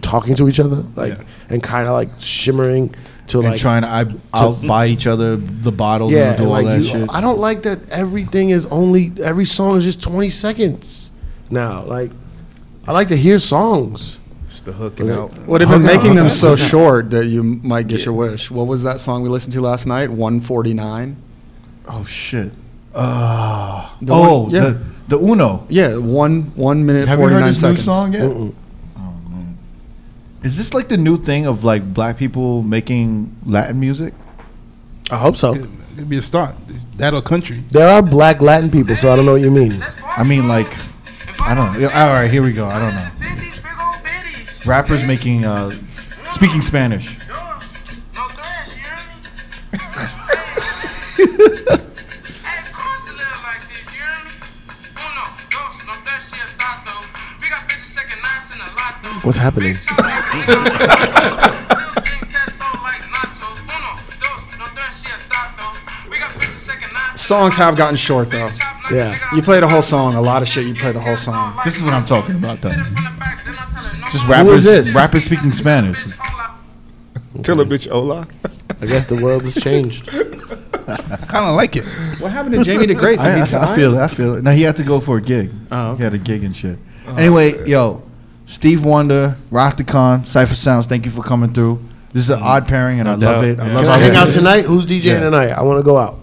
[SPEAKER 3] talking to each other, like and kind of like shimmering to
[SPEAKER 1] And
[SPEAKER 3] like
[SPEAKER 1] trying to I, out buy each other the bottles
[SPEAKER 3] yeah,
[SPEAKER 1] and do
[SPEAKER 3] and,
[SPEAKER 1] all
[SPEAKER 3] like
[SPEAKER 1] that
[SPEAKER 3] you,
[SPEAKER 1] shit.
[SPEAKER 3] I don't like that everything is only every song is just twenty seconds now. Like I like to hear songs.
[SPEAKER 6] It's the hook and out.
[SPEAKER 5] What if I'm making them so short that you might get your wish? What was that song we listened to last night? 149?
[SPEAKER 1] oh shit. Uh,
[SPEAKER 5] The
[SPEAKER 1] oh,
[SPEAKER 5] one- yeah.
[SPEAKER 1] the, the Uno.
[SPEAKER 5] Yeah, one one minute
[SPEAKER 1] Have you
[SPEAKER 5] 49
[SPEAKER 1] heard this
[SPEAKER 5] seconds.
[SPEAKER 1] new song yet? Oh,
[SPEAKER 3] Mm-mm.
[SPEAKER 1] Is this like the new thing of like black people making Latin music?
[SPEAKER 3] I hope so.
[SPEAKER 2] It'd be a start. It's that or country.
[SPEAKER 3] There are black Latin people, so I don't know what you mean.
[SPEAKER 1] I mean, like, I don't know. Yeah, All right, here we go. I don't know. Rappers making, uh, speaking Spanish.
[SPEAKER 3] What's happening?
[SPEAKER 5] Songs have gotten short though.
[SPEAKER 3] Yeah.
[SPEAKER 5] You played a whole song, a lot of shit. You played the whole song.
[SPEAKER 1] This is what I'm talking about, though. Just
[SPEAKER 3] is
[SPEAKER 1] rappers,
[SPEAKER 3] this?
[SPEAKER 1] rappers speaking Spanish.
[SPEAKER 6] Tell a bitch hola.
[SPEAKER 3] I guess the world has changed.
[SPEAKER 2] I kind of like it.
[SPEAKER 5] What happened to Jamie the Great? Did
[SPEAKER 1] I,
[SPEAKER 5] he
[SPEAKER 1] I,
[SPEAKER 5] die?
[SPEAKER 1] I feel it. I feel it. Now he had to go for a gig.
[SPEAKER 5] Oh, okay.
[SPEAKER 1] He had a gig and shit. anyway, yo, Steve Wonder, Rock the Con, Cypher Sounds. Thank you for coming through. This is an odd pairing, and I love it. I love
[SPEAKER 3] Can
[SPEAKER 1] how
[SPEAKER 3] I hang
[SPEAKER 1] we-
[SPEAKER 3] out tonight? Who's DJing
[SPEAKER 1] Yeah.
[SPEAKER 3] tonight? I want to go out.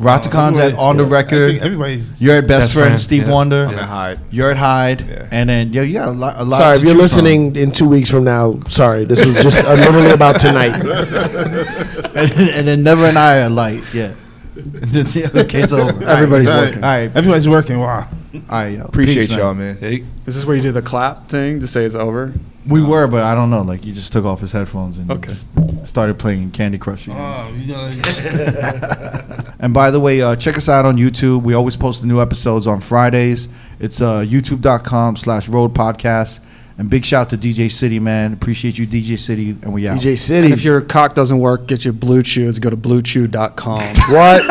[SPEAKER 1] Rock the Con's at on the
[SPEAKER 2] I think
[SPEAKER 1] record.
[SPEAKER 2] everybody's.
[SPEAKER 1] You're at best,
[SPEAKER 4] Best
[SPEAKER 1] friend,
[SPEAKER 4] Friend,
[SPEAKER 1] Steve
[SPEAKER 4] yeah.
[SPEAKER 1] Wonder.
[SPEAKER 6] And hide.
[SPEAKER 1] You're at Hyde,
[SPEAKER 6] Yeah.
[SPEAKER 1] and then yo, you got a lot. A lot
[SPEAKER 3] Sorry,
[SPEAKER 1] to
[SPEAKER 3] if you're
[SPEAKER 1] choose from.
[SPEAKER 3] listening in two weeks from now, sorry. This was just uh, literally about tonight.
[SPEAKER 1] and, and then Never and I are light. Yeah, And then, yeah, okay, it's over.
[SPEAKER 5] Everybody's
[SPEAKER 1] All right.
[SPEAKER 5] working.
[SPEAKER 1] All right,
[SPEAKER 2] Everybody's working. Wow.
[SPEAKER 18] All right, yo.
[SPEAKER 6] Appreciate
[SPEAKER 18] Peace, man.
[SPEAKER 6] y'all, man.
[SPEAKER 19] Hey,
[SPEAKER 5] Is this where you do the clap thing to say it's over?
[SPEAKER 1] We were, but I don't know. Like you just took off his headphones and just started playing Candy Crush. Again.
[SPEAKER 2] Oh, you gotta-
[SPEAKER 1] And by the way, uh, check us out on YouTube. We always post the new episodes on Fridays. It's uh, youtube.com slash road podcast. And big shout to DJ City, man. Appreciate you, DJ City. And we out.
[SPEAKER 3] DJ
[SPEAKER 5] And if
[SPEAKER 3] City.
[SPEAKER 5] your cock doesn't work, get your blue chews. Go to bluechew.com.
[SPEAKER 3] What?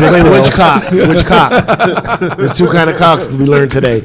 [SPEAKER 3] Wait, which cock? Which cock? There's two kind of cocks we learned today.